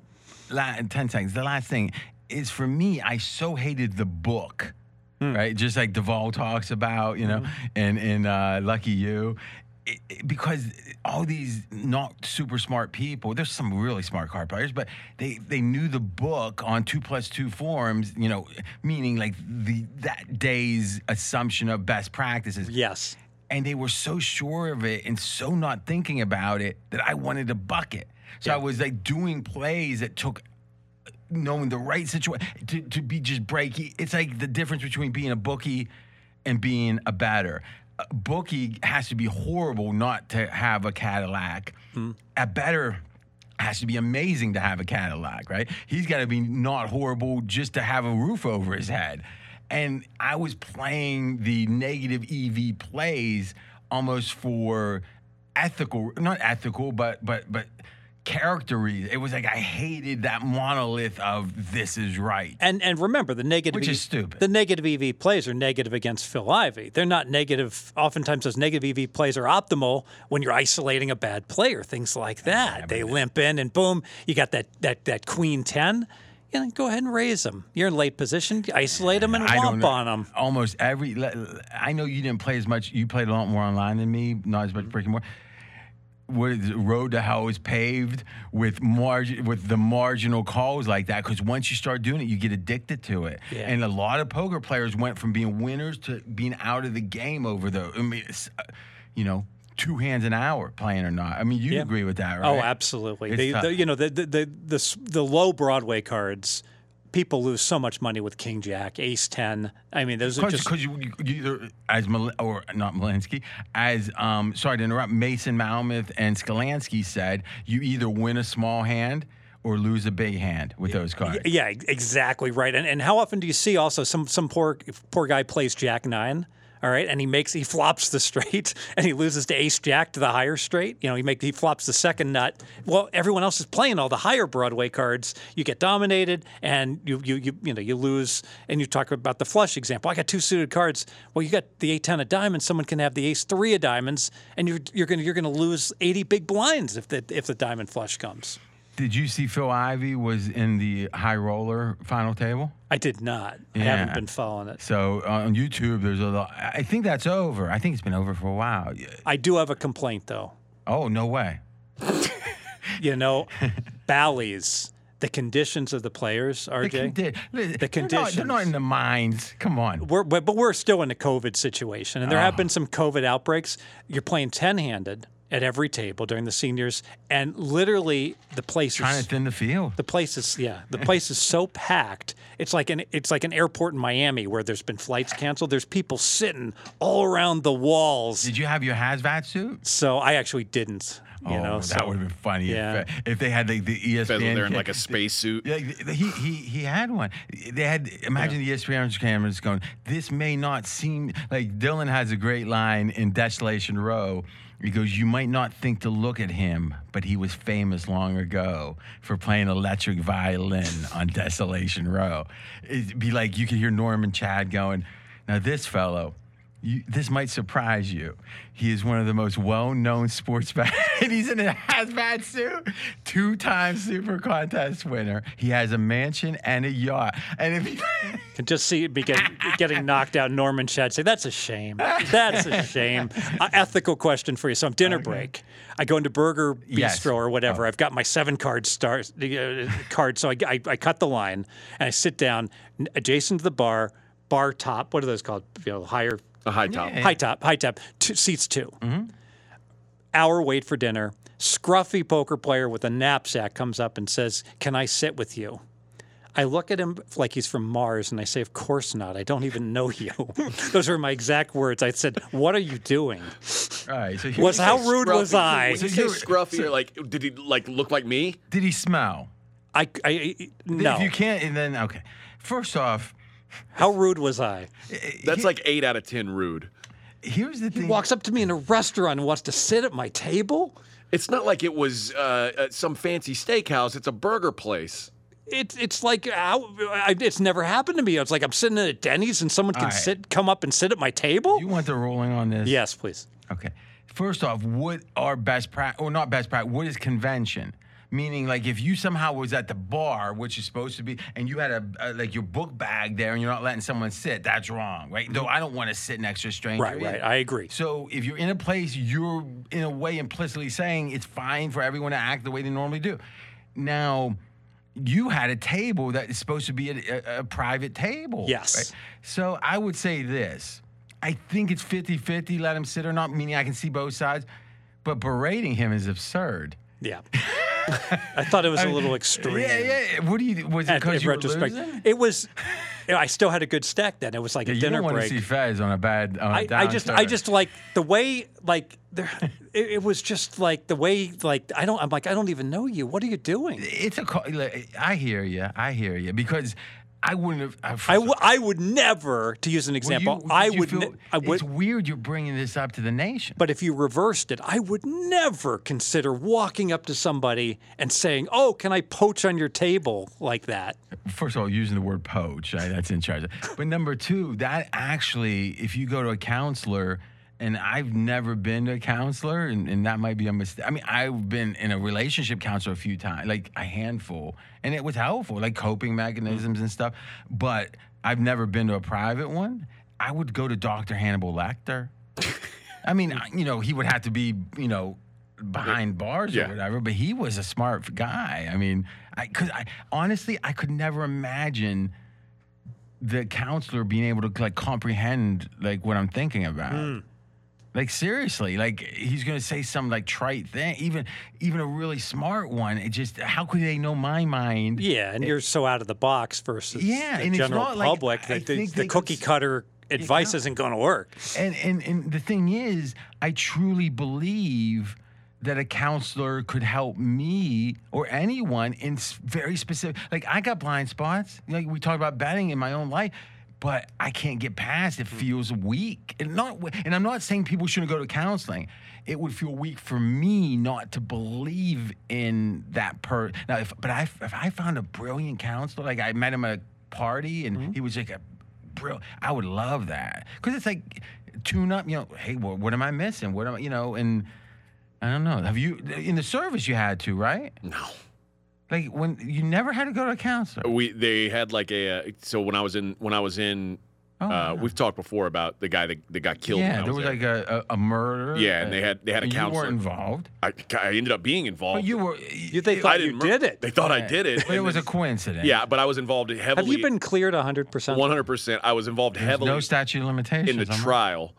Speaker 1: La- ten seconds. The last thing is for me. I so hated the book, right? Just like Duvall talks about, you know, and and uh, Lucky You. It- it- because all these not super smart people, there's some really smart card players, but they they knew the book on two plus two forms, you know, meaning like the that day's assumption of best practices.
Speaker 3: yes.
Speaker 1: and they were so sure of it and so not thinking about it that I wanted to bucket. So I was like doing plays that took knowing the right situation to, to be just breaky. It's like the difference between being a bookie and being a batter. A bookie has to be horrible not to have a Cadillac. A batter has to be amazing to have a Cadillac, right? He's got to be not horrible just to have a roof over his head. And I was playing the negative EV plays almost for ethical, not ethical, but but but character reasons. It was like I hated that monolith of this is right.
Speaker 3: And and remember the negative E
Speaker 1: Which is stupid.
Speaker 3: The negative EV plays are negative against Phil Ivey. They're not negative. Oftentimes those negative EV plays are optimal when you're isolating a bad player, things like that. they limp in and boom, you got that that that queen ten. You know, go ahead and raise them. You're in late position. Isolate them and
Speaker 1: I don't
Speaker 3: womp
Speaker 1: know.
Speaker 3: on them.
Speaker 1: Almost every. le- le- I know you didn't play as much. You played a lot more online than me. Not as much brick and mortar. What is it, road to hell is paved with margin with the marginal calls like that because once you start doing it, you get addicted to it.
Speaker 3: Yeah.
Speaker 1: And a lot of poker players went from being winners to being out of the game over the. I mean, it's, uh, you know, two hands an hour playing or not. I mean, you
Speaker 3: Yeah.
Speaker 1: agree with that, right?
Speaker 3: Oh, absolutely.
Speaker 1: It's
Speaker 3: They,
Speaker 1: tough.
Speaker 3: the, you know, the the, the the s- the low Broadway cards, people lose so much money with King Jack, Ace Ten. I mean, those are
Speaker 1: Because
Speaker 3: just.
Speaker 1: because you, you, you as Mil- or not Malinsky as um sorry to interrupt Mason Malmuth and Skalansky said you either win a small hand or lose a big hand with those cards.
Speaker 3: Yeah, ex- exactly right. And and how often do you see also some some poor poor guy plays Jack Nine, all right, and he makes he flops the straight and he loses to Ace Jack to the higher straight. You know, he make he flops the second nut. Well, everyone else is playing all the higher Broadway cards. You get dominated and you you you you know you lose. And you talk about the flush example. I got two suited cards. Well, you got the eight ten of diamonds. Someone can have the ace three of diamonds, and you're you're gonna you're gonna lose eighty big blinds if the if the diamond flush comes.
Speaker 1: Did you see Phil Ivey was in the high roller final table?
Speaker 3: I did not. I
Speaker 1: Yeah.
Speaker 3: haven't been following it.
Speaker 1: So uh, on YouTube, there's a lot. I think that's over. I think it's been over for a while. Yeah.
Speaker 3: I do have a complaint though.
Speaker 1: Oh no way!
Speaker 3: You know, Bally's, the conditions of the players,
Speaker 1: The,
Speaker 3: RJ.
Speaker 1: condi- the They're
Speaker 3: conditions.
Speaker 1: not in the mines. Come on.
Speaker 3: we're, but, but we're still in a COVID situation, and there
Speaker 1: Ah.
Speaker 3: have been some COVID outbreaks. You're playing ten handed at every table during the seniors, and literally the place
Speaker 1: Trying
Speaker 3: is
Speaker 1: to thin the field.
Speaker 3: the place is yeah the place is so packed it's like an it's like an airport in Miami where there's been flights canceled. There's people sitting all around the walls.
Speaker 1: Did you have your Hazvat suit?
Speaker 3: So I actually didn't. You
Speaker 1: oh,
Speaker 3: know,
Speaker 1: that
Speaker 3: so-
Speaker 1: would have been funny. if,
Speaker 3: yeah.
Speaker 1: uh, If, they had like the ESPN.
Speaker 7: Fezzle there in
Speaker 1: kid-
Speaker 7: like a spacesuit.
Speaker 1: Yeah, th- he, he he had one. They had imagine the E ESPN cameras going. This may not seem like Dylan has a great line in Desolation Row. He goes, "You might not think to look at him, but he was famous long ago for playing electric violin on Desolation Row." It'd be like you could hear Norman Chad going, "Now this fellow." You, this might surprise you. He is one of the most well-known sports bat, and he's in a hazmat suit. Two-time Super Contest winner. He has a mansion and a yacht. And if he,
Speaker 3: Can just see it be get, getting knocked out. Norman Chad say, "That's a shame. That's a shame." uh, ethical question for you. So I'm dinner break. I go into Burger Bistro
Speaker 1: Yes.
Speaker 3: or whatever. I've got my seven card star uh, card. So I, I, I cut the line and I sit down n- adjacent to the bar, bar top. What are those called? You know, higher
Speaker 7: A high top.
Speaker 3: High top, high top, two, seats 2
Speaker 1: Mm-hmm.
Speaker 3: Hour wait for dinner. Scruffy poker player with a knapsack comes up and says, Can I sit with you? I look at him like he's from Mars and I say, Of course not. I don't even know you. Those were my exact words. I said, What are you doing?
Speaker 1: all right, so here-
Speaker 3: Was how rude was I?
Speaker 7: When you say scruffy, or like, did he like look like me?
Speaker 1: did he smell?
Speaker 3: I, I- I- no.
Speaker 1: If you can't, and then okay. First off,
Speaker 3: How rude was I?
Speaker 7: That's like eight out of ten rude.
Speaker 1: here's the
Speaker 3: He
Speaker 1: thing.
Speaker 3: walks up to me in a restaurant and wants to sit at my table.
Speaker 7: It's not like it was uh, at some fancy steakhouse. It's a burger place.
Speaker 3: It's it's like how, I, it's never happened to me. It's like I'm sitting at a Denny's and someone can
Speaker 1: All right.
Speaker 3: sit, come up and sit at my table.
Speaker 1: you want the ruling on this?
Speaker 3: Yes, please.
Speaker 1: Okay. First off, what are best practice, or not best practice, what is convention? Meaning, like, if you somehow was at the bar, which is supposed to be, and you had a, a like your book bag there, and you're not letting someone sit, that's wrong, right? Though I don't want to sit next to a stranger.
Speaker 3: Mm-hmm. Right, right.
Speaker 1: either.
Speaker 3: I agree.
Speaker 1: So if you're in a place, you're in a way implicitly saying it's fine for everyone to act the way they normally do. Now, you had a table that is supposed to be a, a, a private table.
Speaker 3: Yes.
Speaker 1: So I would say this. I think it's 50 50, let him sit or not, meaning I can see both sides, but berating him is absurd.
Speaker 3: Yeah. I thought it was a little extreme.
Speaker 1: Yeah, yeah. What do you? Was it
Speaker 3: At,
Speaker 1: because
Speaker 3: in
Speaker 1: you were
Speaker 3: retrospect,
Speaker 1: losing?
Speaker 3: it was. I still had a good stack then. It was like
Speaker 1: Yeah,
Speaker 3: a
Speaker 1: you
Speaker 3: dinner
Speaker 1: don't want
Speaker 3: break.
Speaker 1: to see Fez on a bad. On a
Speaker 3: I, I
Speaker 1: down
Speaker 3: just I
Speaker 1: start.
Speaker 3: just like the way like there, it, it was just like the way like I don't I'm like I don't even know you. What are you doing?
Speaker 1: It's a. co- like, I hear you. I hear you because I wouldn't have. I've-
Speaker 3: I, w- I would never to use an
Speaker 1: Well,
Speaker 3: example.
Speaker 1: you-
Speaker 3: I
Speaker 1: you
Speaker 3: would
Speaker 1: feel-
Speaker 3: ne- I would
Speaker 1: It's weird you're bringing this up to the nation.
Speaker 3: But if you reversed it, I would never consider walking up to somebody and saying, "Oh, can I poach on your table?" like that.
Speaker 1: First of all, using the word poach, right, that's in charge. But number two, that actually, if you go to a counselor, and I've never been to a counselor, and, and that might be a mistake. I mean, I've been in a relationship counselor a few times, like a handful, and it was helpful, like coping mechanisms and stuff. But I've never been to a private one. I would go to Dr. Hannibal Lecter. I mean, I- you know, he would have to be, you know, behind bars
Speaker 7: Yeah.
Speaker 1: or whatever, but he was a smart guy. I mean, I cuz I honestly I could never imagine the counselor being able to like comprehend like what I'm thinking about. Like seriously, like he's going to say some like trite thing, even even a really smart one. It just how could they know my mind?
Speaker 3: Yeah, and you're so out of the box versus
Speaker 1: Yeah,
Speaker 3: the
Speaker 1: and it's
Speaker 3: general
Speaker 1: not like-
Speaker 3: public
Speaker 1: I
Speaker 3: that the,
Speaker 1: think they
Speaker 3: the
Speaker 1: could
Speaker 3: cookie
Speaker 1: s-
Speaker 3: cutter advice isn't going to work.
Speaker 1: And, and and the thing is, I truly believe that a counselor could help me or anyone in s- very specific. Like I got blind spots. Like we talked about betting in my own life, but I can't get past. It feels weak, and not. And I'm not saying people shouldn't go to counseling. It would feel weak for me not to believe in that person. Now, if but I if I found a brilliant counselor, like I met him at a party, and he was like a Bro, I would love that because it's like tune up. You know, hey, what, what am I missing? What am I, you know? And I don't know. Have you in the service you had to right? No. Like when you never had to go to a counselor.
Speaker 7: We they had like a uh, so when I was in when I was in
Speaker 1: Oh,
Speaker 7: uh,
Speaker 1: wow.
Speaker 7: we've talked before about the guy that, that got killed. when I
Speaker 1: yeah, there was like a, a, a murder.
Speaker 7: Yeah, and they had- they had a
Speaker 1: and You
Speaker 7: counselor.
Speaker 1: were involved,
Speaker 7: like I, I ended up being involved.
Speaker 1: but you were.
Speaker 3: You they
Speaker 7: I
Speaker 3: thought you
Speaker 7: didn't mur-
Speaker 3: did it.
Speaker 7: They thought I did it.
Speaker 1: But it
Speaker 7: and
Speaker 1: was a
Speaker 7: then-
Speaker 1: coincidence.
Speaker 7: yeah, but I was involved
Speaker 3: Have
Speaker 7: heavily.
Speaker 3: you been cleared 100%?
Speaker 7: One hundred percent. I was involved
Speaker 1: There's
Speaker 7: heavily
Speaker 1: no statute of limitations
Speaker 7: in the
Speaker 1: I'm-
Speaker 7: trial.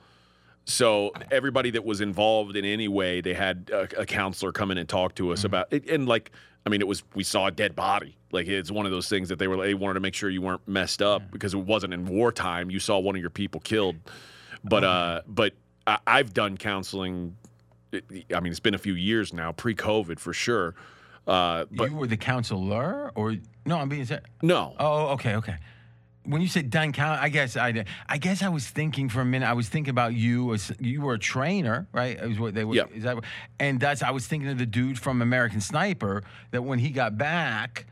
Speaker 7: So everybody that was involved in any way, they had a, a counselor come in and talk to
Speaker 1: Mm-hmm.
Speaker 7: us about it. And like, I mean, it was we saw a dead body. Like it's one of those things that they were they wanted to make sure you weren't messed up because it wasn't in wartime. You saw one of your people killed. But
Speaker 1: Oh,
Speaker 7: uh, but I, I've done counseling. I mean, it's been a few years now, pre-COVID for sure. Uh, but
Speaker 1: you were the counselor, or no? I'm being serious.
Speaker 7: no,
Speaker 1: Oh, okay, okay. When you said done count, I guess I, did- I guess I was thinking for a minute. I was thinking about you as you were a trainer, right? Is what they were.
Speaker 7: Yeah.
Speaker 1: Is that, what- and that's I was thinking of the dude from American Sniper that when he got back,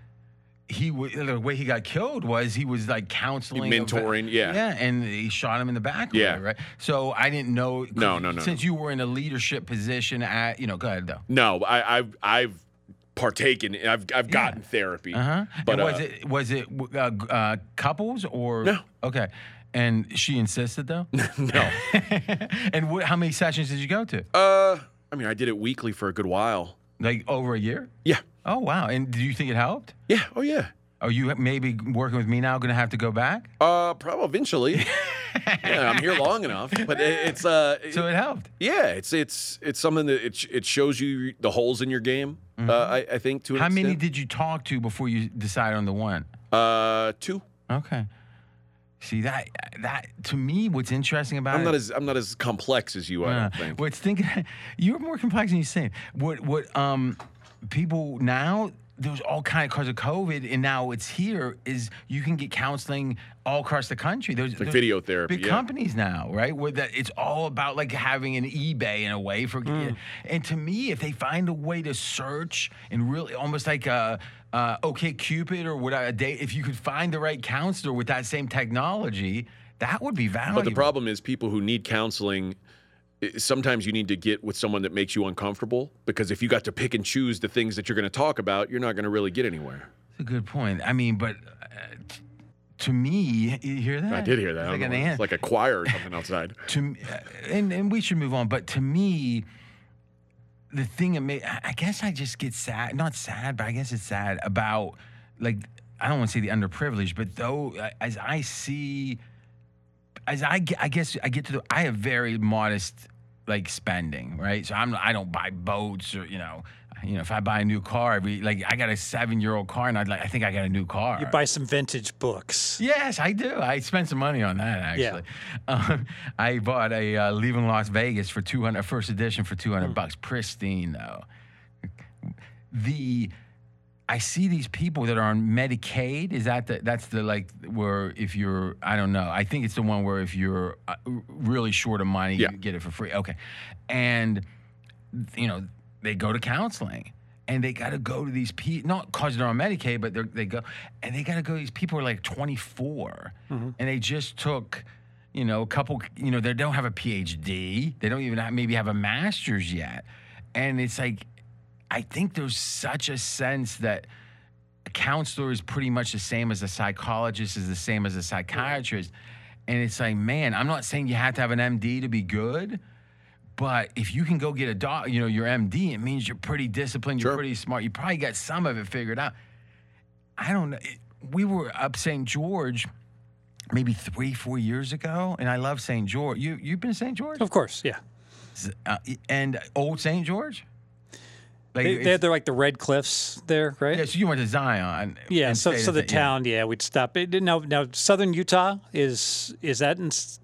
Speaker 1: he wa- the way he got killed was he was like counseling, a vet-
Speaker 7: Mentoring, yeah.
Speaker 1: yeah, and he shot him in the back, or
Speaker 7: Yeah.
Speaker 1: whatever, right. So I didn't know.
Speaker 7: No, no, no,
Speaker 1: Since you were in a leadership position at, you know, go ahead though.
Speaker 7: no, I, I've I've partaken. I've I've gotten therapy.
Speaker 1: Uh-huh.
Speaker 7: But,
Speaker 1: and was
Speaker 7: uh,
Speaker 1: it was it uh, g- uh, couples or
Speaker 7: No.
Speaker 1: Okay. And she insisted though.
Speaker 7: No.
Speaker 1: and wh- how many sessions did you go to?
Speaker 7: Uh, I mean, I did it weekly for a good while.
Speaker 1: Like over a year?
Speaker 7: Yeah.
Speaker 1: Oh wow! And do you think it helped?
Speaker 7: Yeah. Oh, yeah.
Speaker 1: Are you maybe working with me now? Going to have to go back?
Speaker 7: Uh, probably eventually. yeah, I'm here long enough, but it, it's uh, it-
Speaker 1: So it helped.
Speaker 7: yeah, it's it's it's something that it sh- it shows you the holes in your game. Uh, I, I think to an
Speaker 1: Mm-hmm. How many
Speaker 7: extent.
Speaker 1: did you talk to before you decided on the one?
Speaker 7: uh two.
Speaker 1: Okay. See that that to me, what's interesting about
Speaker 7: I'm
Speaker 1: it,
Speaker 7: not as I'm not as complex as you. I
Speaker 1: Uh,
Speaker 7: don't think.
Speaker 1: What's thinking? You're more complex than you seem. What what um people now? There's all kind of cause of COVID, and now it's here. Is you can get counseling all across the country. There's,
Speaker 7: like
Speaker 1: there's
Speaker 7: video therapy,
Speaker 1: Big
Speaker 7: yeah.
Speaker 1: companies now, right? Where that it's all about like having an eBay in a way for.
Speaker 7: Hmm.
Speaker 1: And to me, if they find a way to search and really almost like a. Uh, okay, Cupid or what a date. If you could find the right counselor with that same technology, that would be valuable.
Speaker 7: But the problem is people who need counseling. i- Sometimes you need to get with someone that makes you uncomfortable because if you got to pick and choose the things that you're going to talk about, you're not going to really get anywhere.
Speaker 1: That's a good point. I mean, but uh, t- to me, you hear that?
Speaker 7: I did hear that.
Speaker 1: It's
Speaker 7: I
Speaker 1: like
Speaker 7: don't
Speaker 1: an
Speaker 7: know,
Speaker 1: ant.
Speaker 7: it's like a choir or something outside.
Speaker 1: to me, uh, and and we should move on. But to me, the thing that made, I I guess I just get sad. Not sad, but I guess it's sad about like I don't want to say the underprivileged, but though uh, as I see, as I ge- I guess I get to the I have very modest like spending, right? So I'm I don't buy boats or you know. I you know, if I buy a new car every, like, I got a seven year old car and I'd like, I think I got a new car.
Speaker 3: You buy some vintage books.
Speaker 1: Yes, I do. I spent some money on that
Speaker 3: Yeah.
Speaker 1: actually. Um, I bought a uh, Leaving Las Vegas for 200, a first edition for 200 bucks, pristine though. The I see these people that are on Medicaid. Is that the that's the like where if you're I don't know. I think it's the one where if you're uh, r- really short of money,
Speaker 7: Yeah.
Speaker 1: you get it for free. Okay, and you know, they go to counseling and they got to go to these people, not because they're on Medicaid, but they're, they go and they got to go. These people are like 24 and they just took, you know, a couple, you know, they don't have a PhD. They don't even have, maybe have a master's yet. And it's like, I think there's such a sense that a counselor is pretty much the same as a psychologist, is the same as a psychiatrist. And it's like, man, I'm not saying you have to have an MD to be good. But if you can go get a doc, you know, your MD, it means you're pretty disciplined, you're
Speaker 7: Sure.
Speaker 1: pretty smart. You probably got some of it figured out. I don't know. It, we were up St. George maybe three, four years ago, and I love St. George. You you've been to St. George?
Speaker 3: Of course, yeah.
Speaker 1: Uh, and old St. George? Like,
Speaker 3: They,
Speaker 1: it's-
Speaker 3: they're, they're like the Red Cliffs there, right?
Speaker 1: yeah, so you went to Zion.
Speaker 3: Yeah,
Speaker 1: and
Speaker 3: so
Speaker 1: stayed
Speaker 3: so
Speaker 1: at
Speaker 3: the
Speaker 1: that- yeah.
Speaker 3: town, yeah, we'd stop. It, now, now southern Utah is is that in, s-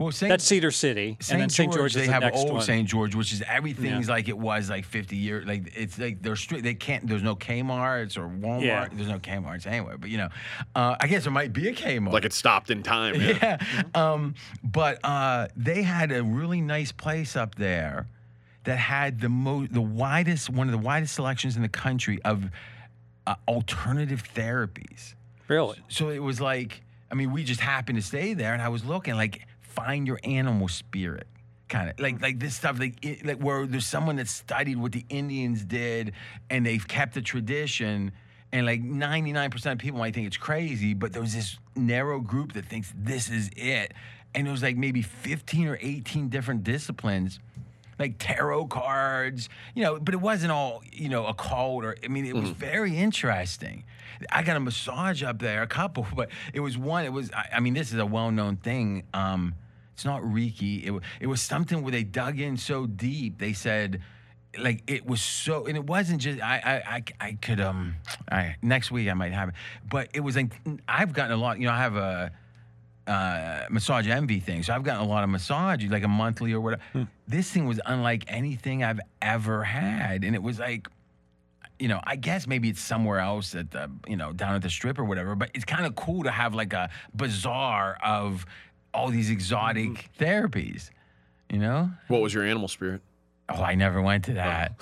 Speaker 1: Well, St.
Speaker 3: that's Cedar City,
Speaker 1: St.
Speaker 3: and then St. George,
Speaker 1: they
Speaker 3: is the
Speaker 1: have
Speaker 3: next
Speaker 1: old
Speaker 3: one.
Speaker 1: St. George, which is everything's like it was like 50 years. Like it's like they're strict. They can't. There's no Kmart's or Walmart.
Speaker 3: Yeah.
Speaker 1: There's no Kmart's anywhere. But you know, uh, I guess there might be a Kmart.
Speaker 7: Like it stopped in time. Yeah.
Speaker 1: yeah. Um, but uh, they had a really nice place up there that had the most, the widest, one of the widest selections in the country of uh, alternative therapies.
Speaker 3: really?
Speaker 1: So it was like, I mean, we just happened to stay there, and I was looking like, find your animal spirit, kind of like like this stuff, like it, like where there's someone that studied what the Indians did, and they've kept the tradition. And like 99% of people might think it's crazy, but there's this narrow group that thinks this is it. And there's like maybe 15 or 18 different disciplines like tarot cards, you know, but it wasn't all, you know, occult or I mean, it was very interesting. I got a massage up there, a couple, but it was one, it was I, I mean, this is a well-known thing. Um it's not Reiki. It, wa- it was something where they dug in so deep. They said like it was so and it wasn't just I I I, c- I could um I next week I might have it. But it was like I've gotten a lot, you know, I have a uh, massage envy thing. So I've gotten a lot of massage, like a monthly or whatever. This thing was unlike anything I've ever had, and it was like, you know, I guess maybe it's somewhere else at the, you know, down at the strip or whatever. But it's kind of cool to have like a bazaar of all these exotic therapies. You know?
Speaker 7: What was your animal spirit?
Speaker 1: Oh, I never went to that.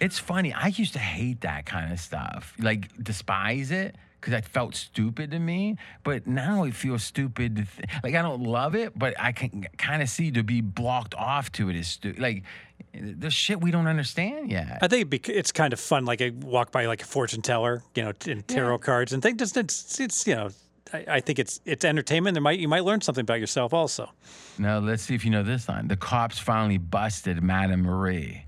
Speaker 1: it's funny. I used to hate that kind of stuff, like despise it because that felt stupid to me. But now it feels stupid. To th- like I don't love it, but I can kind of see to be blocked off to it is stupid. Like there's shit we don't understand yet.
Speaker 3: I think it'd be, c- it's kind of fun. Like I walk by like a fortune teller, you know, t- and tarot cards and think just it's, it's you know, I, I think it's it's entertainment. There might you might learn something about yourself also.
Speaker 1: Now let's see if you know this line. The cops finally busted Madame Marie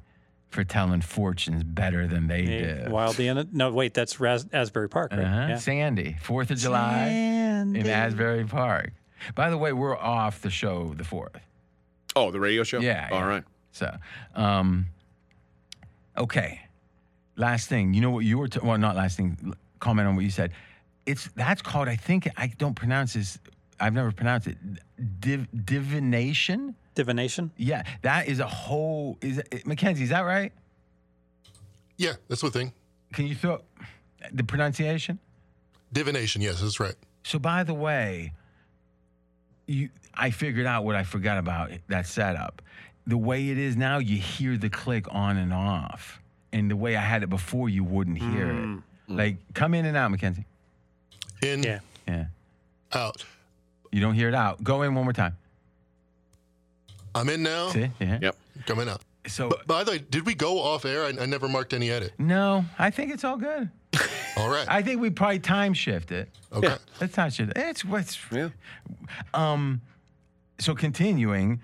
Speaker 1: for telling fortunes better than they
Speaker 3: Yeah.
Speaker 1: do.
Speaker 3: Wild Indiana. No, wait, that's Ras- Asbury Park, right?
Speaker 1: Uh-huh.
Speaker 3: Yeah.
Speaker 1: Sandy, Fourth of July in Asbury Park. By the way, we're off the show the fourth.
Speaker 7: Oh, the radio show?
Speaker 1: Yeah,
Speaker 7: All
Speaker 1: yeah.
Speaker 7: right.
Speaker 1: So, um, okay. Last thing, you know what you were t- well, not last thing. l- Comment on what you said. It's that's called. I think I don't pronounce this. I've never pronounced it. Div, divination.
Speaker 3: Divination.
Speaker 1: Yeah, that is a whole. Is it- Mackenzie? Is that right?
Speaker 6: Yeah, that's the thing.
Speaker 1: Can you throw the pronunciation?
Speaker 6: Divination. Yes, that's right.
Speaker 1: So, by the way, you, I figured out what I forgot about it- that setup. The way it is now, you hear the click on and off, and the way I had it before, you wouldn't hear it. Like come in and out, Mackenzie.
Speaker 6: In,
Speaker 3: Yeah.
Speaker 1: Yeah,
Speaker 6: out.
Speaker 1: you don't hear it out. Go in one more time.
Speaker 6: I'm in now.
Speaker 1: See? Yeah.
Speaker 7: Yep.
Speaker 6: Coming out.
Speaker 1: So
Speaker 6: But by the way, did we go off air? I, I never marked any edit.
Speaker 1: no, I think it's all good.
Speaker 6: All right.
Speaker 1: I think we probably time shift it.
Speaker 6: okay.
Speaker 1: Let's not shift it. It's what's
Speaker 7: Yeah.
Speaker 1: um so continuing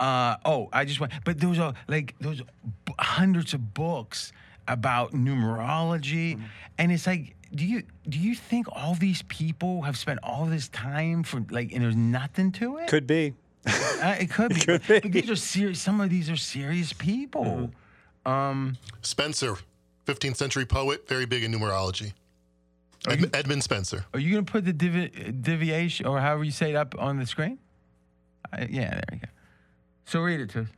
Speaker 1: uh oh i just went but there was a like there was b- hundreds of books about numerology
Speaker 3: Mm-hmm.
Speaker 1: and it's like do you do you think all these people have spent all this time for like and there's nothing to it
Speaker 3: Could be.
Speaker 1: uh, it could be,
Speaker 3: could
Speaker 1: but-
Speaker 3: be. Mm-hmm.
Speaker 1: but these are serious some of these are serious people um
Speaker 6: Spencer 15th century poet, very big in numerology. Ed- Edmund Spencer.
Speaker 1: Are you going to put the devi- deviation or however you say it up on the screen? I, yeah, there we go. So read it to us.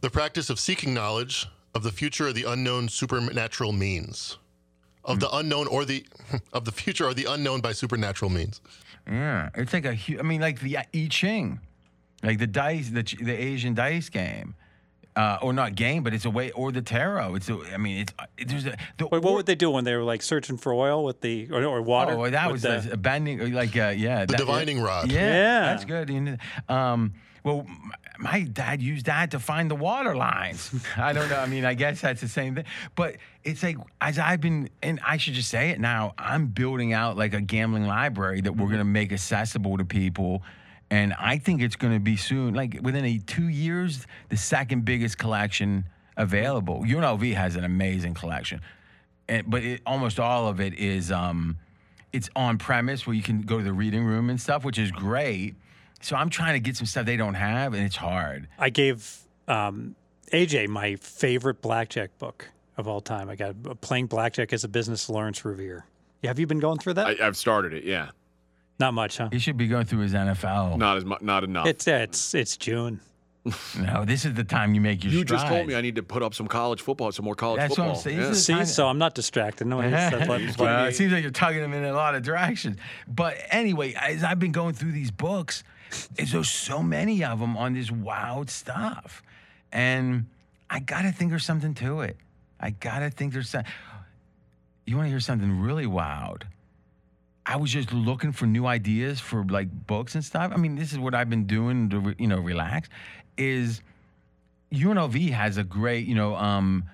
Speaker 6: The practice of seeking knowledge of the future or the unknown supernatural means. Of
Speaker 1: Hmm.
Speaker 6: the unknown or the of the future or the unknown by supernatural means.
Speaker 1: Yeah, it's like a huge. I mean, like the I Ching, like the dice, the Ch- the Asian dice game, uh, or not game, but it's a way, or the tarot. It's a, I mean, it's it, there's a. The,
Speaker 3: Wait, what would they do when they were like searching for oil with the or, or water?
Speaker 1: Oh, that
Speaker 3: with
Speaker 1: was the,
Speaker 3: the-
Speaker 1: abandoning, like uh, yeah, the
Speaker 6: divining rod.
Speaker 1: Yeah,
Speaker 3: Yeah.
Speaker 1: that's good. You know, Um, well, m- my dad used that to find the water lines. I don't know. I mean, I guess that's the same thing. But it's like as I've been, and I should just say it now. I'm building out like a gambling library that we're gonna make accessible to people. And I think it's going to be soon, like within a two years, the second biggest collection available. UNLV has an amazing collection, and, but it, almost all of it is um, it's on premise where you can go to the reading room and stuff, which is great. So I'm trying to get some stuff they don't have, and it's hard.
Speaker 3: I gave um, AJ my favorite blackjack book of all time. I got uh, playing blackjack as a business, Lawrence Revere. Yeah, have you been going through that?
Speaker 7: I, I've started it. Yeah,
Speaker 3: Not much, huh?
Speaker 1: He should be going through his NFL. No,
Speaker 7: not as much, not enough.
Speaker 3: It's yeah, it's it's June.
Speaker 1: this is the time you make your.
Speaker 7: you just told
Speaker 1: strides.
Speaker 7: me I need to put up some college football, some more college
Speaker 1: That's what I'm
Speaker 7: football.
Speaker 1: saying.
Speaker 7: Yeah.
Speaker 1: This is-
Speaker 3: See,
Speaker 1: kinda-
Speaker 3: so I'm not distracted. No, it's- that's what- that's what
Speaker 1: well,
Speaker 3: it
Speaker 1: it
Speaker 3: is.
Speaker 1: seems like you're tugging them in a lot of directions. But anyway, as I've been going through these books, is there's so many of them on this wild stuff, and I gotta think there's something to it. I gotta think there's some. You want to hear something really wild? I was just looking for new ideas for like books and stuff. I mean, this is what I've been doing to re- you know relax. Is UNLV has a great you know um,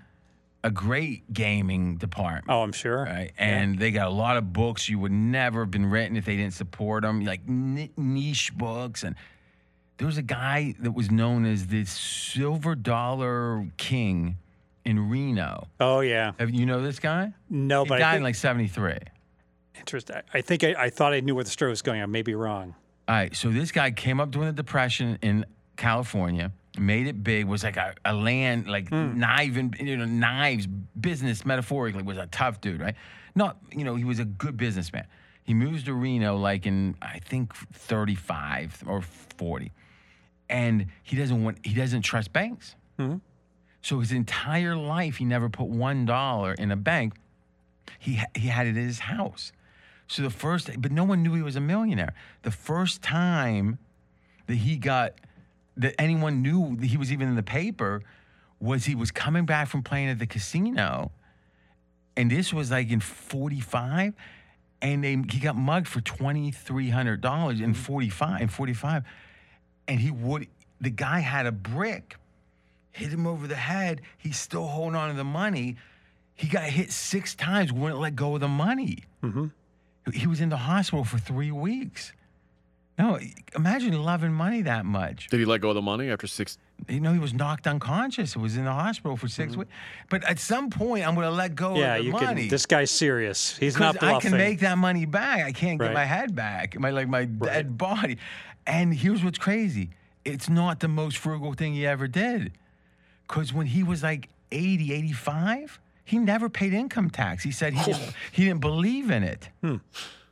Speaker 1: a great gaming department
Speaker 3: oh, I'm sure.
Speaker 1: right? And they got a lot of books you would never have been written if they didn't support them, like ni- niche books. And there was a guy that was known as the Silver Dollar King in Reno.
Speaker 3: Oh yeah.
Speaker 1: Have you know this guy?
Speaker 3: No,
Speaker 1: he
Speaker 3: but
Speaker 1: died
Speaker 3: I
Speaker 1: in
Speaker 3: think,
Speaker 1: like '73.
Speaker 3: interest, I- I think I, I thought I knew where the story was going. I may be wrong.
Speaker 1: All right, so this guy came up during the Depression in California, made it big, was like a, a land, like knife and you know, knives business metaphorically, was a tough dude, right? Not, you know, he was a good businessman. He moves to Reno like in, I think, 35 or 40. And he doesn't want, he doesn't trust banks. So his entire life, he never put $1 in a bank. He, ha- he had it at his house. So the first, but no one knew he was a millionaire. The first time that he got, that anyone knew that he was even in the paper, was he was coming back from playing at the casino, and this was like in '45, and they he got mugged for twenty three hundred dollars in '45 in '45, and he would the guy had a brick, hit him over the head. He's still holding on to the money. He got hit six times, wouldn't let go of the money. He was in the hospital for three weeks. No, imagine loving money that much.
Speaker 7: Did he let go of the money after six?
Speaker 1: You know, he was knocked unconscious. He was in the hospital for 6 weeks. But at some point, I'm going to let go
Speaker 3: Mm-hmm. yeah,
Speaker 1: of the
Speaker 3: you
Speaker 1: money.
Speaker 3: can. This guy's serious. He's
Speaker 1: 'Cause
Speaker 3: not bluffing.
Speaker 1: I can make that money back. I can't get
Speaker 3: Right.
Speaker 1: my head back, my like my dead body. And here's what's crazy: it's not the most frugal thing he ever did, because when he was like 80, 85, he never paid income tax. He said he didn't, he didn't believe in it.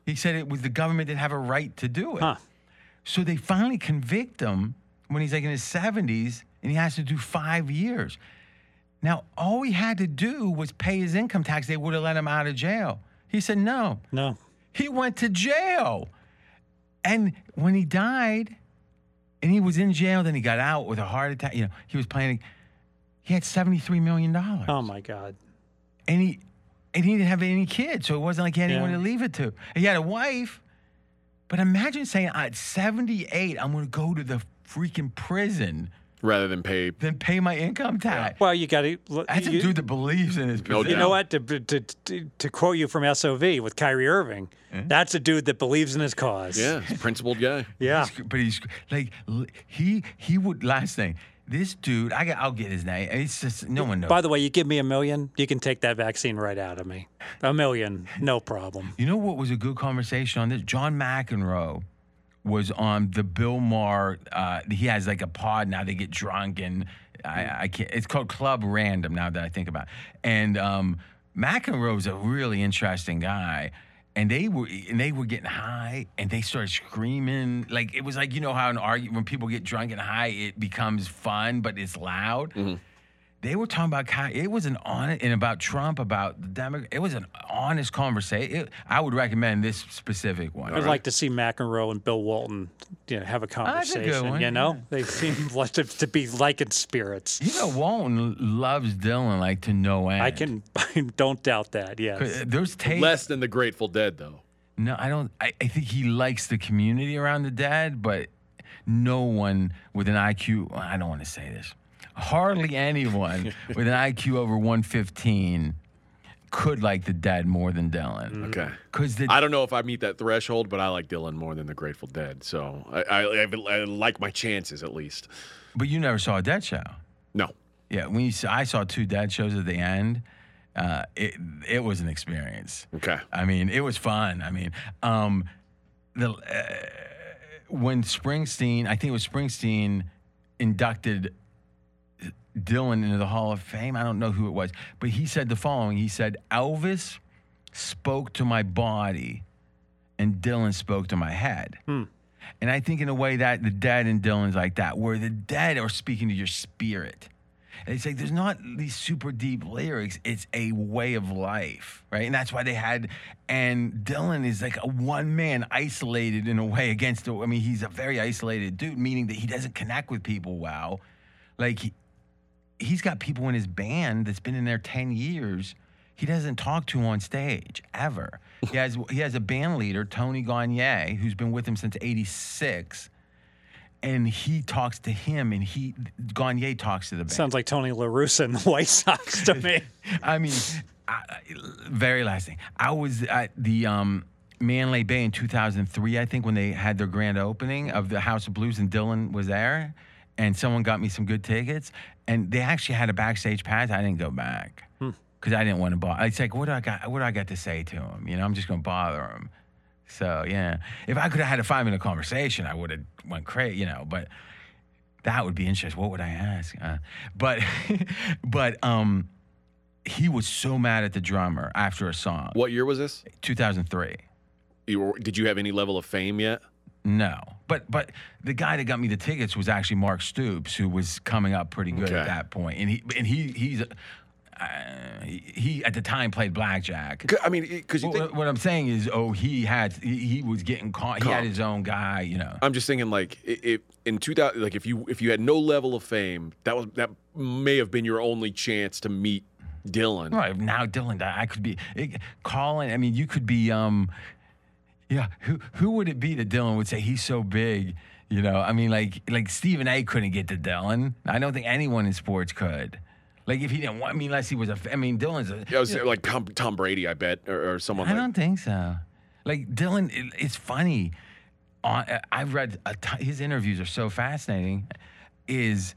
Speaker 1: He said it was the government didn't have a right to do it.
Speaker 3: Hmm. Huh.
Speaker 1: So they finally convict him when he's like in his 70s, and he has to do five years. Now, all he had to do was pay his income tax. They would have let him out of jail. He said no.
Speaker 3: no.
Speaker 1: He went to jail. And when he died, and he was in jail, then he got out with a heart attack. You know, he was playing. He had $73 million.
Speaker 3: Oh my God.
Speaker 1: And he and he didn't have any kids, so it wasn't like he had anyone
Speaker 3: Yeah.
Speaker 1: to leave it to. He had a wife. But imagine saying, at 78, I'm going to go to the freaking prison,
Speaker 7: Rather than pay,
Speaker 1: then pay my income tax.
Speaker 3: Well, you got to.
Speaker 1: That's a dude that believes in his
Speaker 7: No
Speaker 1: position.
Speaker 3: You
Speaker 7: Yeah.
Speaker 3: know what? To, to, to, to quote you from SOV with Kyrie Irving, that's a dude that believes in his cause.
Speaker 7: yeah, he's a principled guy.
Speaker 3: Yeah.
Speaker 1: He's- but he's like l- he he would last thing. This dude, I got, I'll get his name. It's just no one knows.
Speaker 3: By the way, you give me a million, you can take that vaccine right out of me. A million, no problem.
Speaker 1: you know what was a good conversation on this? John McEnroe was on the Bill Maher. Uh, he has like a pod now. They get drunk and I, I can't. It's called Club Random now that I think about. It. And um, McEnroe's a really interesting guy. And they were and they were getting high and they started screaming. Like it was like, you know how an argument when people get drunk and high, it becomes fun, but it's loud. They were talking about Ky- it was an honest and about Trump, about the Democrat. It was an honest conversation. I would recommend this specific one.
Speaker 3: I'd like to see McEnroe and Bill Walton you know, have a
Speaker 1: Oh, that's a good
Speaker 3: conversation.
Speaker 1: one,
Speaker 3: you know,
Speaker 1: yeah.
Speaker 3: they seem like to, to be like in spirits.
Speaker 1: You know, Walton loves Dylan like to no end.
Speaker 3: I can, I don't doubt that. Yes.
Speaker 1: Uh, There's tapes.
Speaker 7: Less than the Grateful Dead, though.
Speaker 1: No, I don't. I, I think he likes the community around the dad, but no one with an IQ. I don't want to say this. Hardly anyone with an IQ over 115 could like the dad more than Dylan.
Speaker 7: Okay.
Speaker 1: Because the
Speaker 7: I don't know if I meet that threshold, but I like Dylan more than the Grateful Dead, so I, I, I, I like my chances at least.
Speaker 1: but you never saw a dead show.
Speaker 7: No,
Speaker 1: Yeah, when you saw, I saw two dad shows at the end. Uh, it it was an experience.
Speaker 7: okay.
Speaker 1: I mean, it was fun. I mean, um, the uh, when Springsteen, I think it was Springsteen, inducted Dylan into the Hall of Fame. I don't know who it was, but he said the following: He said, "Elvis spoke to my body, and Dylan spoke to my head." And I think in a way that the dead and Dylan's like that, where the dead are speaking to your spirit. And it's like there's not these super deep lyrics. It's a way of life, right? And that's why they had. And Dylan is like a one man, isolated in a way against. The, I mean, he's a very isolated dude, meaning that he doesn't connect with people well. Like he, he's got people in his band that's been in there ten years. He doesn't talk to on stage ever. He has he has a band leader, Tony Gagne, who's been with him since '86, and he talks to him, and he Gagne talks to the band.
Speaker 3: Sounds like Tony La Russa and the White Sox to me.
Speaker 1: I mean, I, I- very last thing. I was at the um, Manley Bay in 2003, I think, when they had their grand opening of the House of Blues, and Dylan was there, and someone got me some good tickets, and they actually had a backstage pass. I didn't go back because I didn't want to bother. It's like, what do I got? What do I got to say to him? You know, I'm just gonna bother him. So yeah, if I could have had a five minute conversation, I would have went crazy, you know. But that would be interesting. What would I ask? Uh, but but um he was so mad at the drummer after a song.
Speaker 7: What year was this?
Speaker 1: 2003.
Speaker 7: You were, did you have any level of fame yet?
Speaker 1: No, but but the guy that got me the tickets was actually Mark Stoops, who was coming up pretty good
Speaker 7: Okay.
Speaker 1: at that point, and he and he he's. Uh, he, he at the time played blackjack.
Speaker 7: C- I mean, because you
Speaker 1: What,
Speaker 7: think
Speaker 1: what I'm saying is, oh, he had he, he was getting caught. He had his own guy, you know.
Speaker 7: I'm just thinking like i- if in 2000, like if you if you had no level of fame, that was that may have been your only chance to meet Dylan.
Speaker 1: Right now, Dylan, I I could be it, Colin. I mean, you could be. um Yeah, who who would it be that Dylan would say he's so big? You know, I mean, like like Stephen A. couldn't get to Dylan. I don't think anyone in sports could. Like if he didn't want, I mean, unless he was a. f- I mean, Dylan's a.
Speaker 7: I was like Tom, Tom Brady, I bet, or, or someone
Speaker 1: I
Speaker 7: like.
Speaker 1: don't think so. Like Dylan, it, it's funny. On I- I've read a ton, his interviews are so fascinating. Is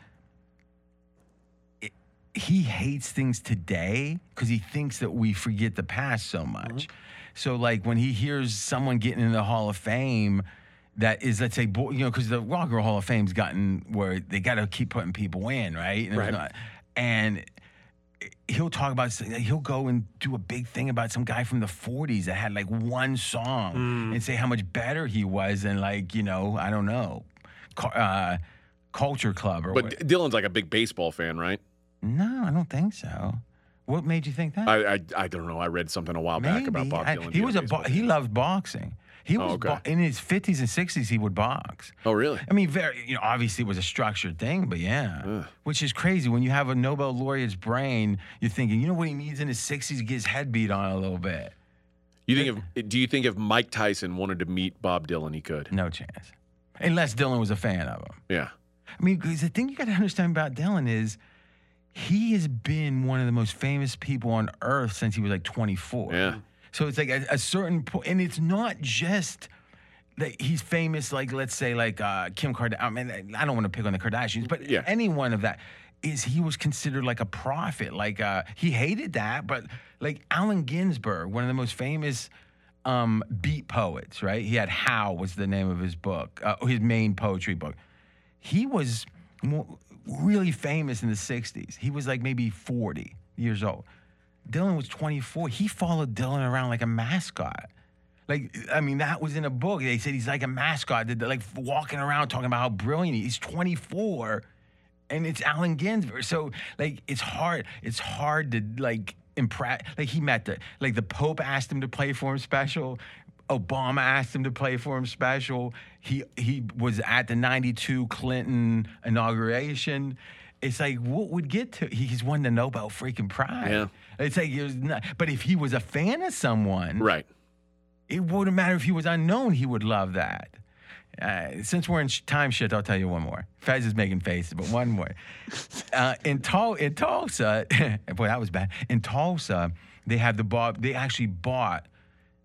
Speaker 1: it, he hates things today because he thinks that we forget the past so much.
Speaker 7: Mm-hmm.
Speaker 1: So like when he hears someone getting in the Hall of Fame. That is, let's say, bo- you know, because the Rock and Roll Hall of Fame's gotten where they got to keep putting people in, right? And, if
Speaker 3: Right.
Speaker 1: not- and he'll talk about he'll go and do a big thing about some guy from the 40s that had like one song
Speaker 7: Mm.
Speaker 1: and say how much better he was than like you know i don't know cu- uh, culture club or
Speaker 7: But
Speaker 1: what.
Speaker 7: D- Dylan's like a big baseball fan, right?
Speaker 1: no i don't think so what made you think that
Speaker 7: I, I I don't know. I read something a while back about Bob
Speaker 1: I-
Speaker 7: Dylan.
Speaker 1: he
Speaker 7: being
Speaker 1: was a
Speaker 7: baseball
Speaker 1: bo- he
Speaker 7: fan.
Speaker 1: loved boxing he was
Speaker 7: Oh, okay.
Speaker 1: bo- in his 50s and 60s he would box
Speaker 7: Oh really?
Speaker 1: I mean, very, you know, obviously it was a structured thing, but yeah, which is crazy. When you have a Nobel laureate's brain, you're thinking, you know what he needs in his 60s? Get his head beat on a little bit.
Speaker 7: You think if do you think if Mike Tyson wanted to meet Bob Dylan, he could?
Speaker 1: No chance. Unless Dylan was a fan of him.
Speaker 7: Yeah.
Speaker 1: I mean, 'cause the thing you got to understand about Dylan is he has been one of the most famous people on earth since he was like 24.
Speaker 7: Yeah.
Speaker 1: So it's like a, a certain point, and it's not just that he's famous, like let's say like uh, Kim Kardashian. I mean, I don't want to pick on the Kardashians, but
Speaker 7: Yeah.
Speaker 1: anyone of that is he was considered like a prophet. Like uh, he hated that, but like Allen Ginsberg, one of the most famous um, beat poets, right? He had How was the name of his book, uh, his main poetry book. He was mo really famous in the 60s. He was like maybe 40 years old. Dylan was 24. He followed Dylan around like a mascot. Like, I mean, that was in a book. They said he's like a mascot, They're, like walking around talking about how brilliant he is. He's 24, and it's Allen Ginsberg. So, like, it's hard. It's hard to like impress. Like, he met the like the Pope asked him to play for him special. Obama asked him to play for him special. He he was at the 92 Clinton inauguration. It's like what would get to he- he's won the Nobel freaking prize.
Speaker 7: Yeah.
Speaker 1: It's like it was not, but if he was a fan of someone,
Speaker 7: Right.
Speaker 1: it wouldn't matter if he was unknown, he would love that. Uh, since we're in sh- time shift, I'll tell you one more. Fez is making faces, but one more. Uh, in, Tul- in Tulsa, boy, that was bad. In Tulsa, they had the Bob, they actually bought.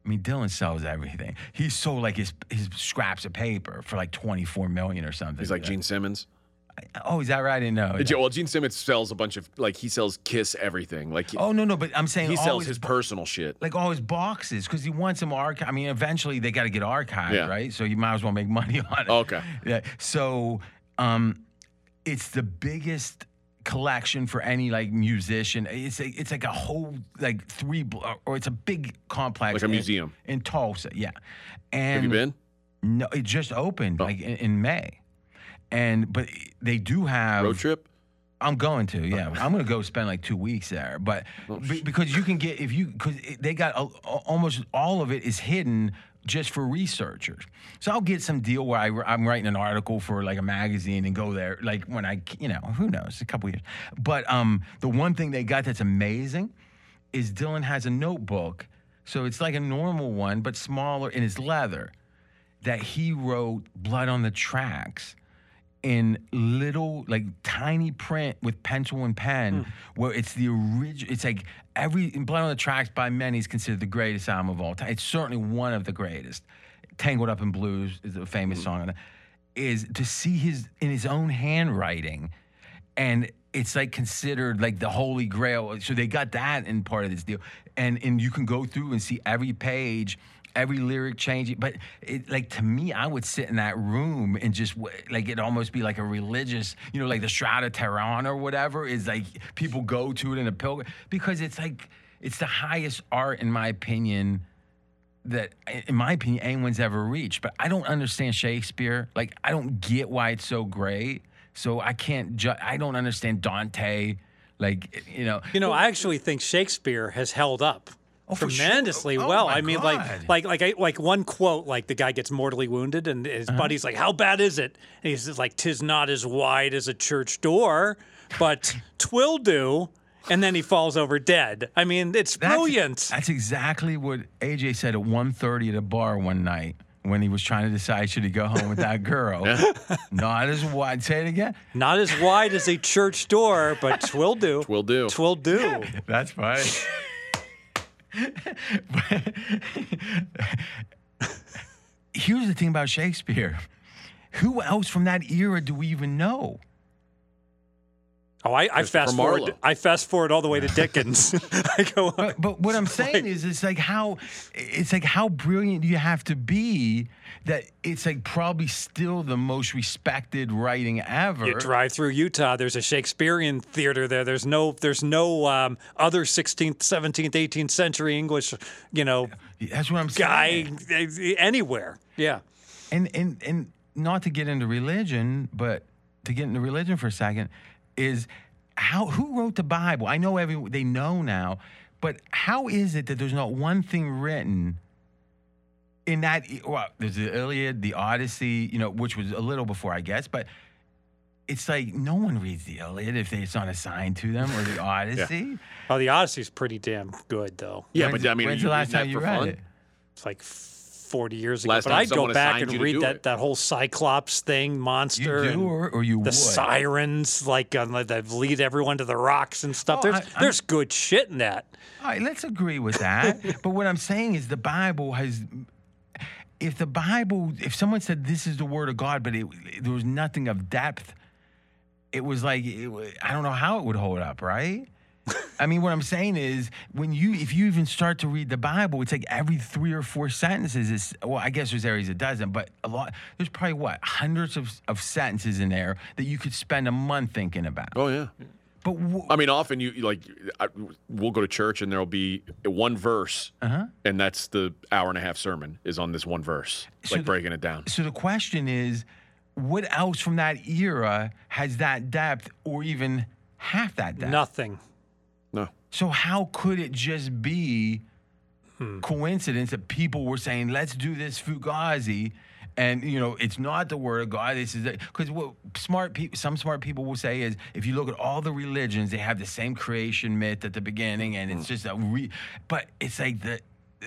Speaker 1: I mean, Dylan sells everything. He sold like his his scraps of paper for like twenty four million or something.
Speaker 7: He's like Gene Simmons.
Speaker 1: Oh, is that right? I didn't know.
Speaker 7: Yeah, Well, Gene Simmons sells a bunch of like he sells Kiss everything. Like he,
Speaker 1: Oh no, no, but I'm saying
Speaker 7: he
Speaker 1: all
Speaker 7: sells
Speaker 1: his
Speaker 7: his personal shit.
Speaker 1: like all his boxes because he wants them archived. I mean, eventually they got to get archived,
Speaker 7: Yeah.
Speaker 1: right? So you might as well make money on it.
Speaker 7: Okay.
Speaker 1: Yeah. So um, it's the biggest collection for any like musician. It's a, it's like a whole like three bl- or it's a big complex,
Speaker 7: Like a
Speaker 1: in-
Speaker 7: museum.
Speaker 1: in, Tulsa. Yeah. And
Speaker 7: Have you been? Oh.
Speaker 1: No, it just opened like in, in May. And but they do have
Speaker 7: Road trip?
Speaker 1: I'm going to, yeah. I'm going to go spend like two weeks there, but be- because you can get if you because they got a, a- almost all of it is hidden just for researchers. So I'll get some deal where I, I'm writing an article for like a magazine and go there, like when I c- you know who knows a couple years. But um, the one thing they got that's amazing is Dylan has a notebook, so it's like a normal one but smaller and it's leather that he wrote "Blood on the Tracks." in little like tiny print with pencil and pen where it's the original it's like every blood on the tracks by many is considered the greatest album of all time it's certainly one of the greatest tangled up in blues is a famous song on that is to see his in his own handwriting and it's like considered like the holy grail so they got that in part of this deal and and you can go through and see every page every lyric change but it, like to me i would sit in that room and just w- like it'd almost be like a religious you know like the shroud of tehran or whatever is like people go to it in a pilgrim because it's like it's the highest art in my opinion that, in my opinion, anyone's ever reached. But I don't understand Shakespeare. Like, I don't get why it's so great. So I can't. Ju- I don't understand Dante. Like, you know.
Speaker 3: You know, I actually think Shakespeare has held up
Speaker 1: for sure.
Speaker 3: tremendously
Speaker 1: Oh,
Speaker 3: well.
Speaker 1: my
Speaker 3: I mean,
Speaker 1: God.
Speaker 3: like, like, like, I, like one quote, like the guy gets mortally wounded, and his
Speaker 1: Uh-huh.
Speaker 3: buddy's like, "How bad is it?" And he's just like, "Tis not as wide as a church door, but twill do." And then he falls over dead. I mean, it's brilliant.
Speaker 1: That's exactly what AJ said at 1.30 at a bar one night when he was trying to decide should he go home with that girl. Not as wide. Say it again.
Speaker 3: Not as wide as a church door, but twill do.
Speaker 7: Will do.
Speaker 3: Twill do.
Speaker 1: That's fine. But- Here's the thing about Shakespeare. Who else from that era do we even know?
Speaker 3: Oh, I, I
Speaker 7: Christopher
Speaker 3: fast forward.
Speaker 7: Marlowe.
Speaker 3: I fast forward all the way to Dickens. I go. on.
Speaker 1: But, but what I'm saying is, it's like how, it's like how brilliant you have to be that it's like probably still the most respected writing ever.
Speaker 3: You drive through Utah. There's a Shakespearean theater there. There's no there's no um, other 16th, 17th, 18th century English, you know,
Speaker 1: That's what I'm saying.
Speaker 3: guy eh, anywhere. Yeah.
Speaker 1: and and and not to get into religion, but to get into religion for a second is how who wrote the Bible? I know every they know now, but how is it that there's not one thing written in that? e, Well, there's the Iliad, the Odyssey, you know, which was a little before, I guess, but. It's like no one reads the Iliad if it's not assigned to them or the Odyssey.
Speaker 3: Oh, the Odyssey's pretty damn good though.
Speaker 7: Yeah,
Speaker 1: When's-
Speaker 7: but I mean, are
Speaker 1: when's
Speaker 7: you
Speaker 1: the last
Speaker 7: reading that
Speaker 1: time you
Speaker 7: for
Speaker 1: read
Speaker 7: fun?
Speaker 1: it?
Speaker 3: It's like 40 years ago.
Speaker 7: Last
Speaker 3: but
Speaker 7: time
Speaker 3: I'd go
Speaker 7: someone
Speaker 3: back
Speaker 7: assigned
Speaker 3: and
Speaker 7: you to
Speaker 3: read
Speaker 7: do
Speaker 3: that,
Speaker 7: it.
Speaker 3: that whole Cyclops thing, monster.
Speaker 1: You
Speaker 3: and
Speaker 1: do or, or you
Speaker 3: the
Speaker 1: would.
Speaker 3: sirens, like uh, that lead everyone to the rocks and stuff.
Speaker 1: Oh,
Speaker 3: there's
Speaker 1: I- I'm-
Speaker 3: there's good shit in that.
Speaker 1: All right, let's agree with that. but what I'm saying is the Bible has. If the Bible, if someone said this is the word of God, but it, there was nothing of depth, it was like it, wa- I don't know how it would hold up, right? I mean, what I'm saying is when you, if you even start to read the Bible, it's like every three or four sentences is. Well, I guess there's areas it doesn't, but a lot. There's probably what hundreds of, of sentences in there that you could spend a month thinking about.
Speaker 7: Oh yeah.
Speaker 1: But w-
Speaker 7: I mean, often you you like I, we'll go to church and there'll be one verse,
Speaker 1: Uh-huh.
Speaker 7: and that's the hour and a half sermon is on this one verse, like
Speaker 1: the-
Speaker 7: breaking it down.
Speaker 1: so the question is, what else from that era has that depth, or even half that depth?
Speaker 3: Nothing.
Speaker 7: No,
Speaker 1: So how could it just be coincidence that people were saying, "Let's do this fugazi," and you know, it's not the word of God. This is because what smart people, some smart people will say is, if you look at all the religions, they have the same creation myth at the beginning, and it's just a re. But it's like the. uh,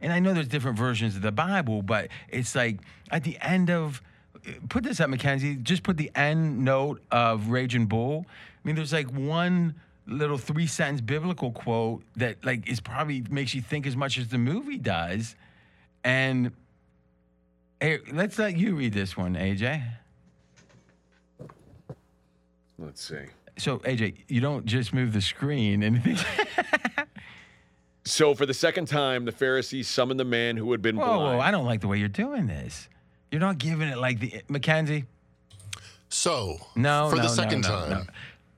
Speaker 1: And I know there's different versions of the Bible, but it's like at the end of put this up, Mackenzie. Just put the end note of Raging Bull. I mean, there's like one little three sentence biblical quote that like is probably makes you think as much as the movie does. And hey, let's let you read this one, AJ.
Speaker 7: let's see.
Speaker 1: So AJ, you don't just move the screen and
Speaker 7: So for the second time, the Pharisees summoned the man who had been
Speaker 1: whoa,
Speaker 7: blind.
Speaker 1: whoa, I don't like the way you're doing this. You're not giving it like the Mackenzie.
Speaker 6: So,
Speaker 1: No,
Speaker 6: for
Speaker 1: no,
Speaker 6: the
Speaker 1: no,
Speaker 6: second
Speaker 1: no,
Speaker 6: time,
Speaker 1: no.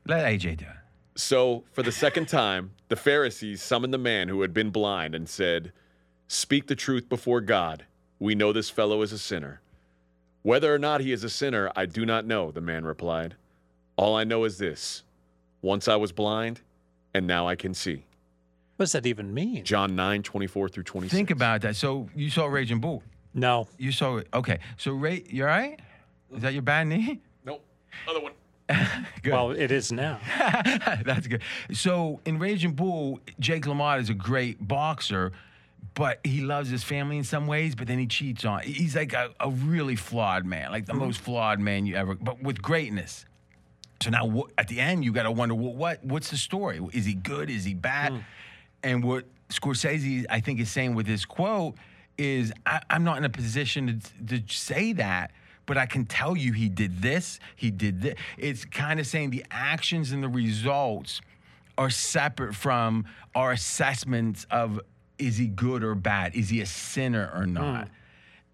Speaker 1: Let AJ do it.
Speaker 7: So, for the second time, the Pharisees summoned the man who had been blind and said, Speak the truth before God. We know this fellow is a sinner. Whether or not he is a sinner, I do not know, the man replied. All I know is this once I was blind, and now I can see.
Speaker 3: What does that even mean?
Speaker 7: John 9 24 through 26.
Speaker 1: Think about that. So you saw Raging Bull.
Speaker 3: No.
Speaker 1: You saw it. Okay. So Ray, you all right? Is that your bad knee?
Speaker 7: Nope. Other one.
Speaker 1: Good.
Speaker 3: Well, it is now.
Speaker 1: That's good. So in Raging Bull, Jake LaMotta is a great boxer, but he loves his family in some ways, but then he cheats on. He's like a, a really flawed man, like the most flawed man you ever, but with greatness. So now wha- at the end, you got to wonder, well, what what's the story? Is he good? Is he bad? And what Scorsese, I think, is saying with his quote is, I, I'm not in a position to, to say that, but I can tell you he did this, he did this. It's kind of saying the actions and the results are separate from our assessments of is he good or bad? Is he a sinner or not?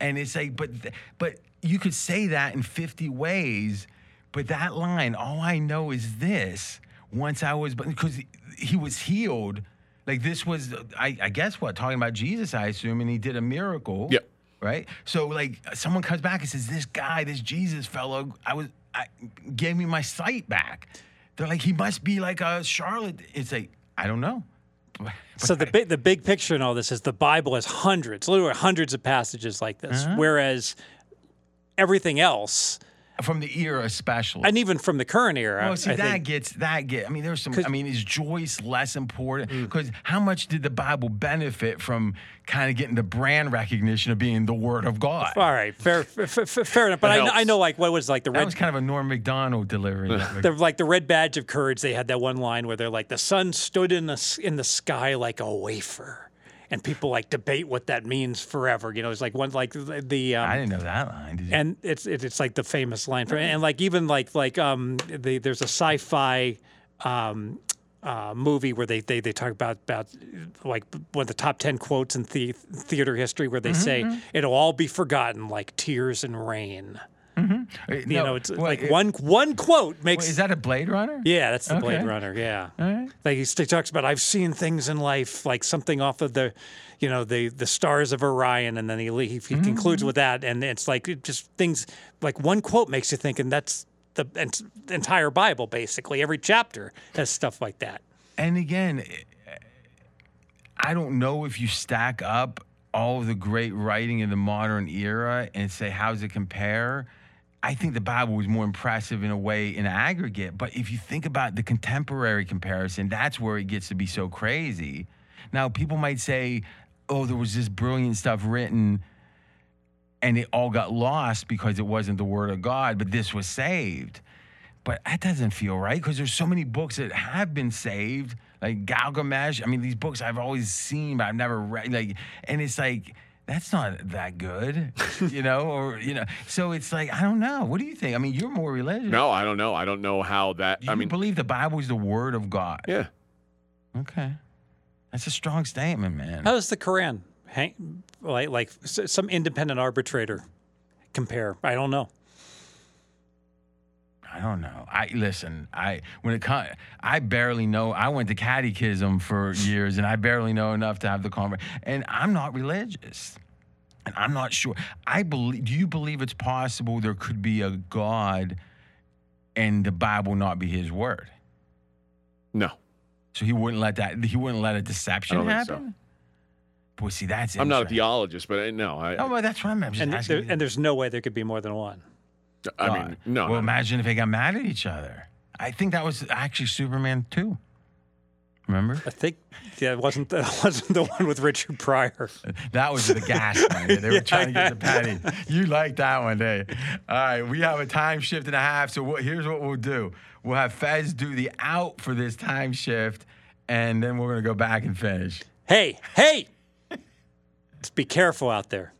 Speaker 1: And it's like, but th- but you could say that in 50 ways, but that line, all I know is this. Once I was, because he was healed, like this was, I, I guess what talking about Jesus, I assume, and he did a miracle.
Speaker 7: Yep.
Speaker 1: Right. So like someone comes back and says, this guy, this Jesus fellow, I was, I gave me my sight back. They're like, he must be like a Charlotte. It's like, I don't know.
Speaker 3: So the big the big picture in all this is the Bible has hundreds, literally hundreds of passages like this.
Speaker 1: Uh-huh.
Speaker 3: Whereas everything else,
Speaker 1: From the era, especially.
Speaker 3: and even from the current era,
Speaker 1: Well, Oh, see,
Speaker 3: I
Speaker 1: that
Speaker 3: think,
Speaker 1: gets that get. I mean, there's some. I mean, is Joyce less important?
Speaker 3: Mm.
Speaker 1: Because how much did the Bible benefit from kind of getting the brand recognition of being the Word of God?
Speaker 3: all right, fair, fair, fair, fair enough. But I, kn- I
Speaker 7: helps.
Speaker 3: know like what was like the
Speaker 1: That
Speaker 3: red
Speaker 1: was kind of a Norm Macdonald delivery.
Speaker 3: They're like the red badge of courage. They had that one line where they're like, "The sun stood in the s- in the sky like a wafer," and people like debate what that means forever. You know, it's like one like the the,
Speaker 1: I
Speaker 3: um,
Speaker 1: didn't know that line. Did you?
Speaker 3: and it's it, it's like the famous line from and like even like like um the, there's a sci-fi um uh, movie where they, they they talk about about like one of the top ten quotes in the, theater history where they
Speaker 1: Mm-hmm,
Speaker 3: say it'll all be forgotten like tears and rain.
Speaker 1: Uh,
Speaker 3: You
Speaker 1: no,
Speaker 3: know, it's it's
Speaker 1: well,
Speaker 3: like
Speaker 1: it-
Speaker 3: one one quote makes
Speaker 1: wait, Is that a Blade Runner?
Speaker 3: yeah, that's the Blade
Speaker 1: Okay.
Speaker 3: Runner. Yeah,
Speaker 1: right.
Speaker 3: like he st- talks about I've seen things in life, like something off of the, you know, the the stars of Orion, and then he le- he, he
Speaker 1: Mm.
Speaker 3: concludes with that, and it's like it just things like one quote makes you think, and that's the ent- entire Bible basically. Every chapter has stuff like that.
Speaker 1: And again, I don't know if you stack up all of the great writing in the modern era and say, how does it compare? I think the Bible was more impressive in a way in aggregate. But if you think about the contemporary comparison, that's where it gets to be so crazy. Now, people might say, oh, there was this brilliant stuff written and it all got lost because it wasn't the word of God, but this was saved but that doesn't feel right because there's so many books that have been saved, like Gilgamesh. I mean, these books I've always seen, but I've never read. Like, and it's like that's not that good, you know, or you know. So it's like I don't know. What do you think? I mean, you're more religious.
Speaker 7: No, I don't know. I don't know how that.
Speaker 1: you
Speaker 7: I mean,
Speaker 1: believe the Bible is the word of God.
Speaker 7: yeah.
Speaker 1: Okay, that's a strong statement, man.
Speaker 3: How does the Quran hang, like like s- some independent arbitrator compare? I don't know.
Speaker 1: I don't know. I listen. I when it comes, I barely know. I went to catechism for years, and I barely know enough to have the conversation. And I'm not religious, and I'm not sure. I believe. Do you believe it's possible there could be a God, and the Bible not be His word?
Speaker 7: No,
Speaker 1: So He wouldn't let that. He wouldn't let a deception
Speaker 7: I don't think so.
Speaker 1: happen. Boy, see, that's
Speaker 7: I'm not a
Speaker 1: interesting.
Speaker 7: theologist, but I, no, I,
Speaker 1: Oh, well, that's what I'm, I'm just
Speaker 3: And,
Speaker 1: asking.
Speaker 3: there,
Speaker 1: you.
Speaker 3: and there's no way there could be more than one.
Speaker 7: I mean, no.
Speaker 1: Well,
Speaker 7: no, no.
Speaker 1: imagine if they got mad at each other. I think that was actually Superman 2. Remember?
Speaker 3: I think yeah, it wasn't that wasn't the one with Richard Pryor.
Speaker 1: That was the gaslighting. They were trying to get the patty. You like that one, day. All right, we have a time shift and a half. So what, here's what we'll do: we'll have Fez do the out for this time shift, and then we're gonna go back and finish.
Speaker 3: Hey, hey! Just be careful out there.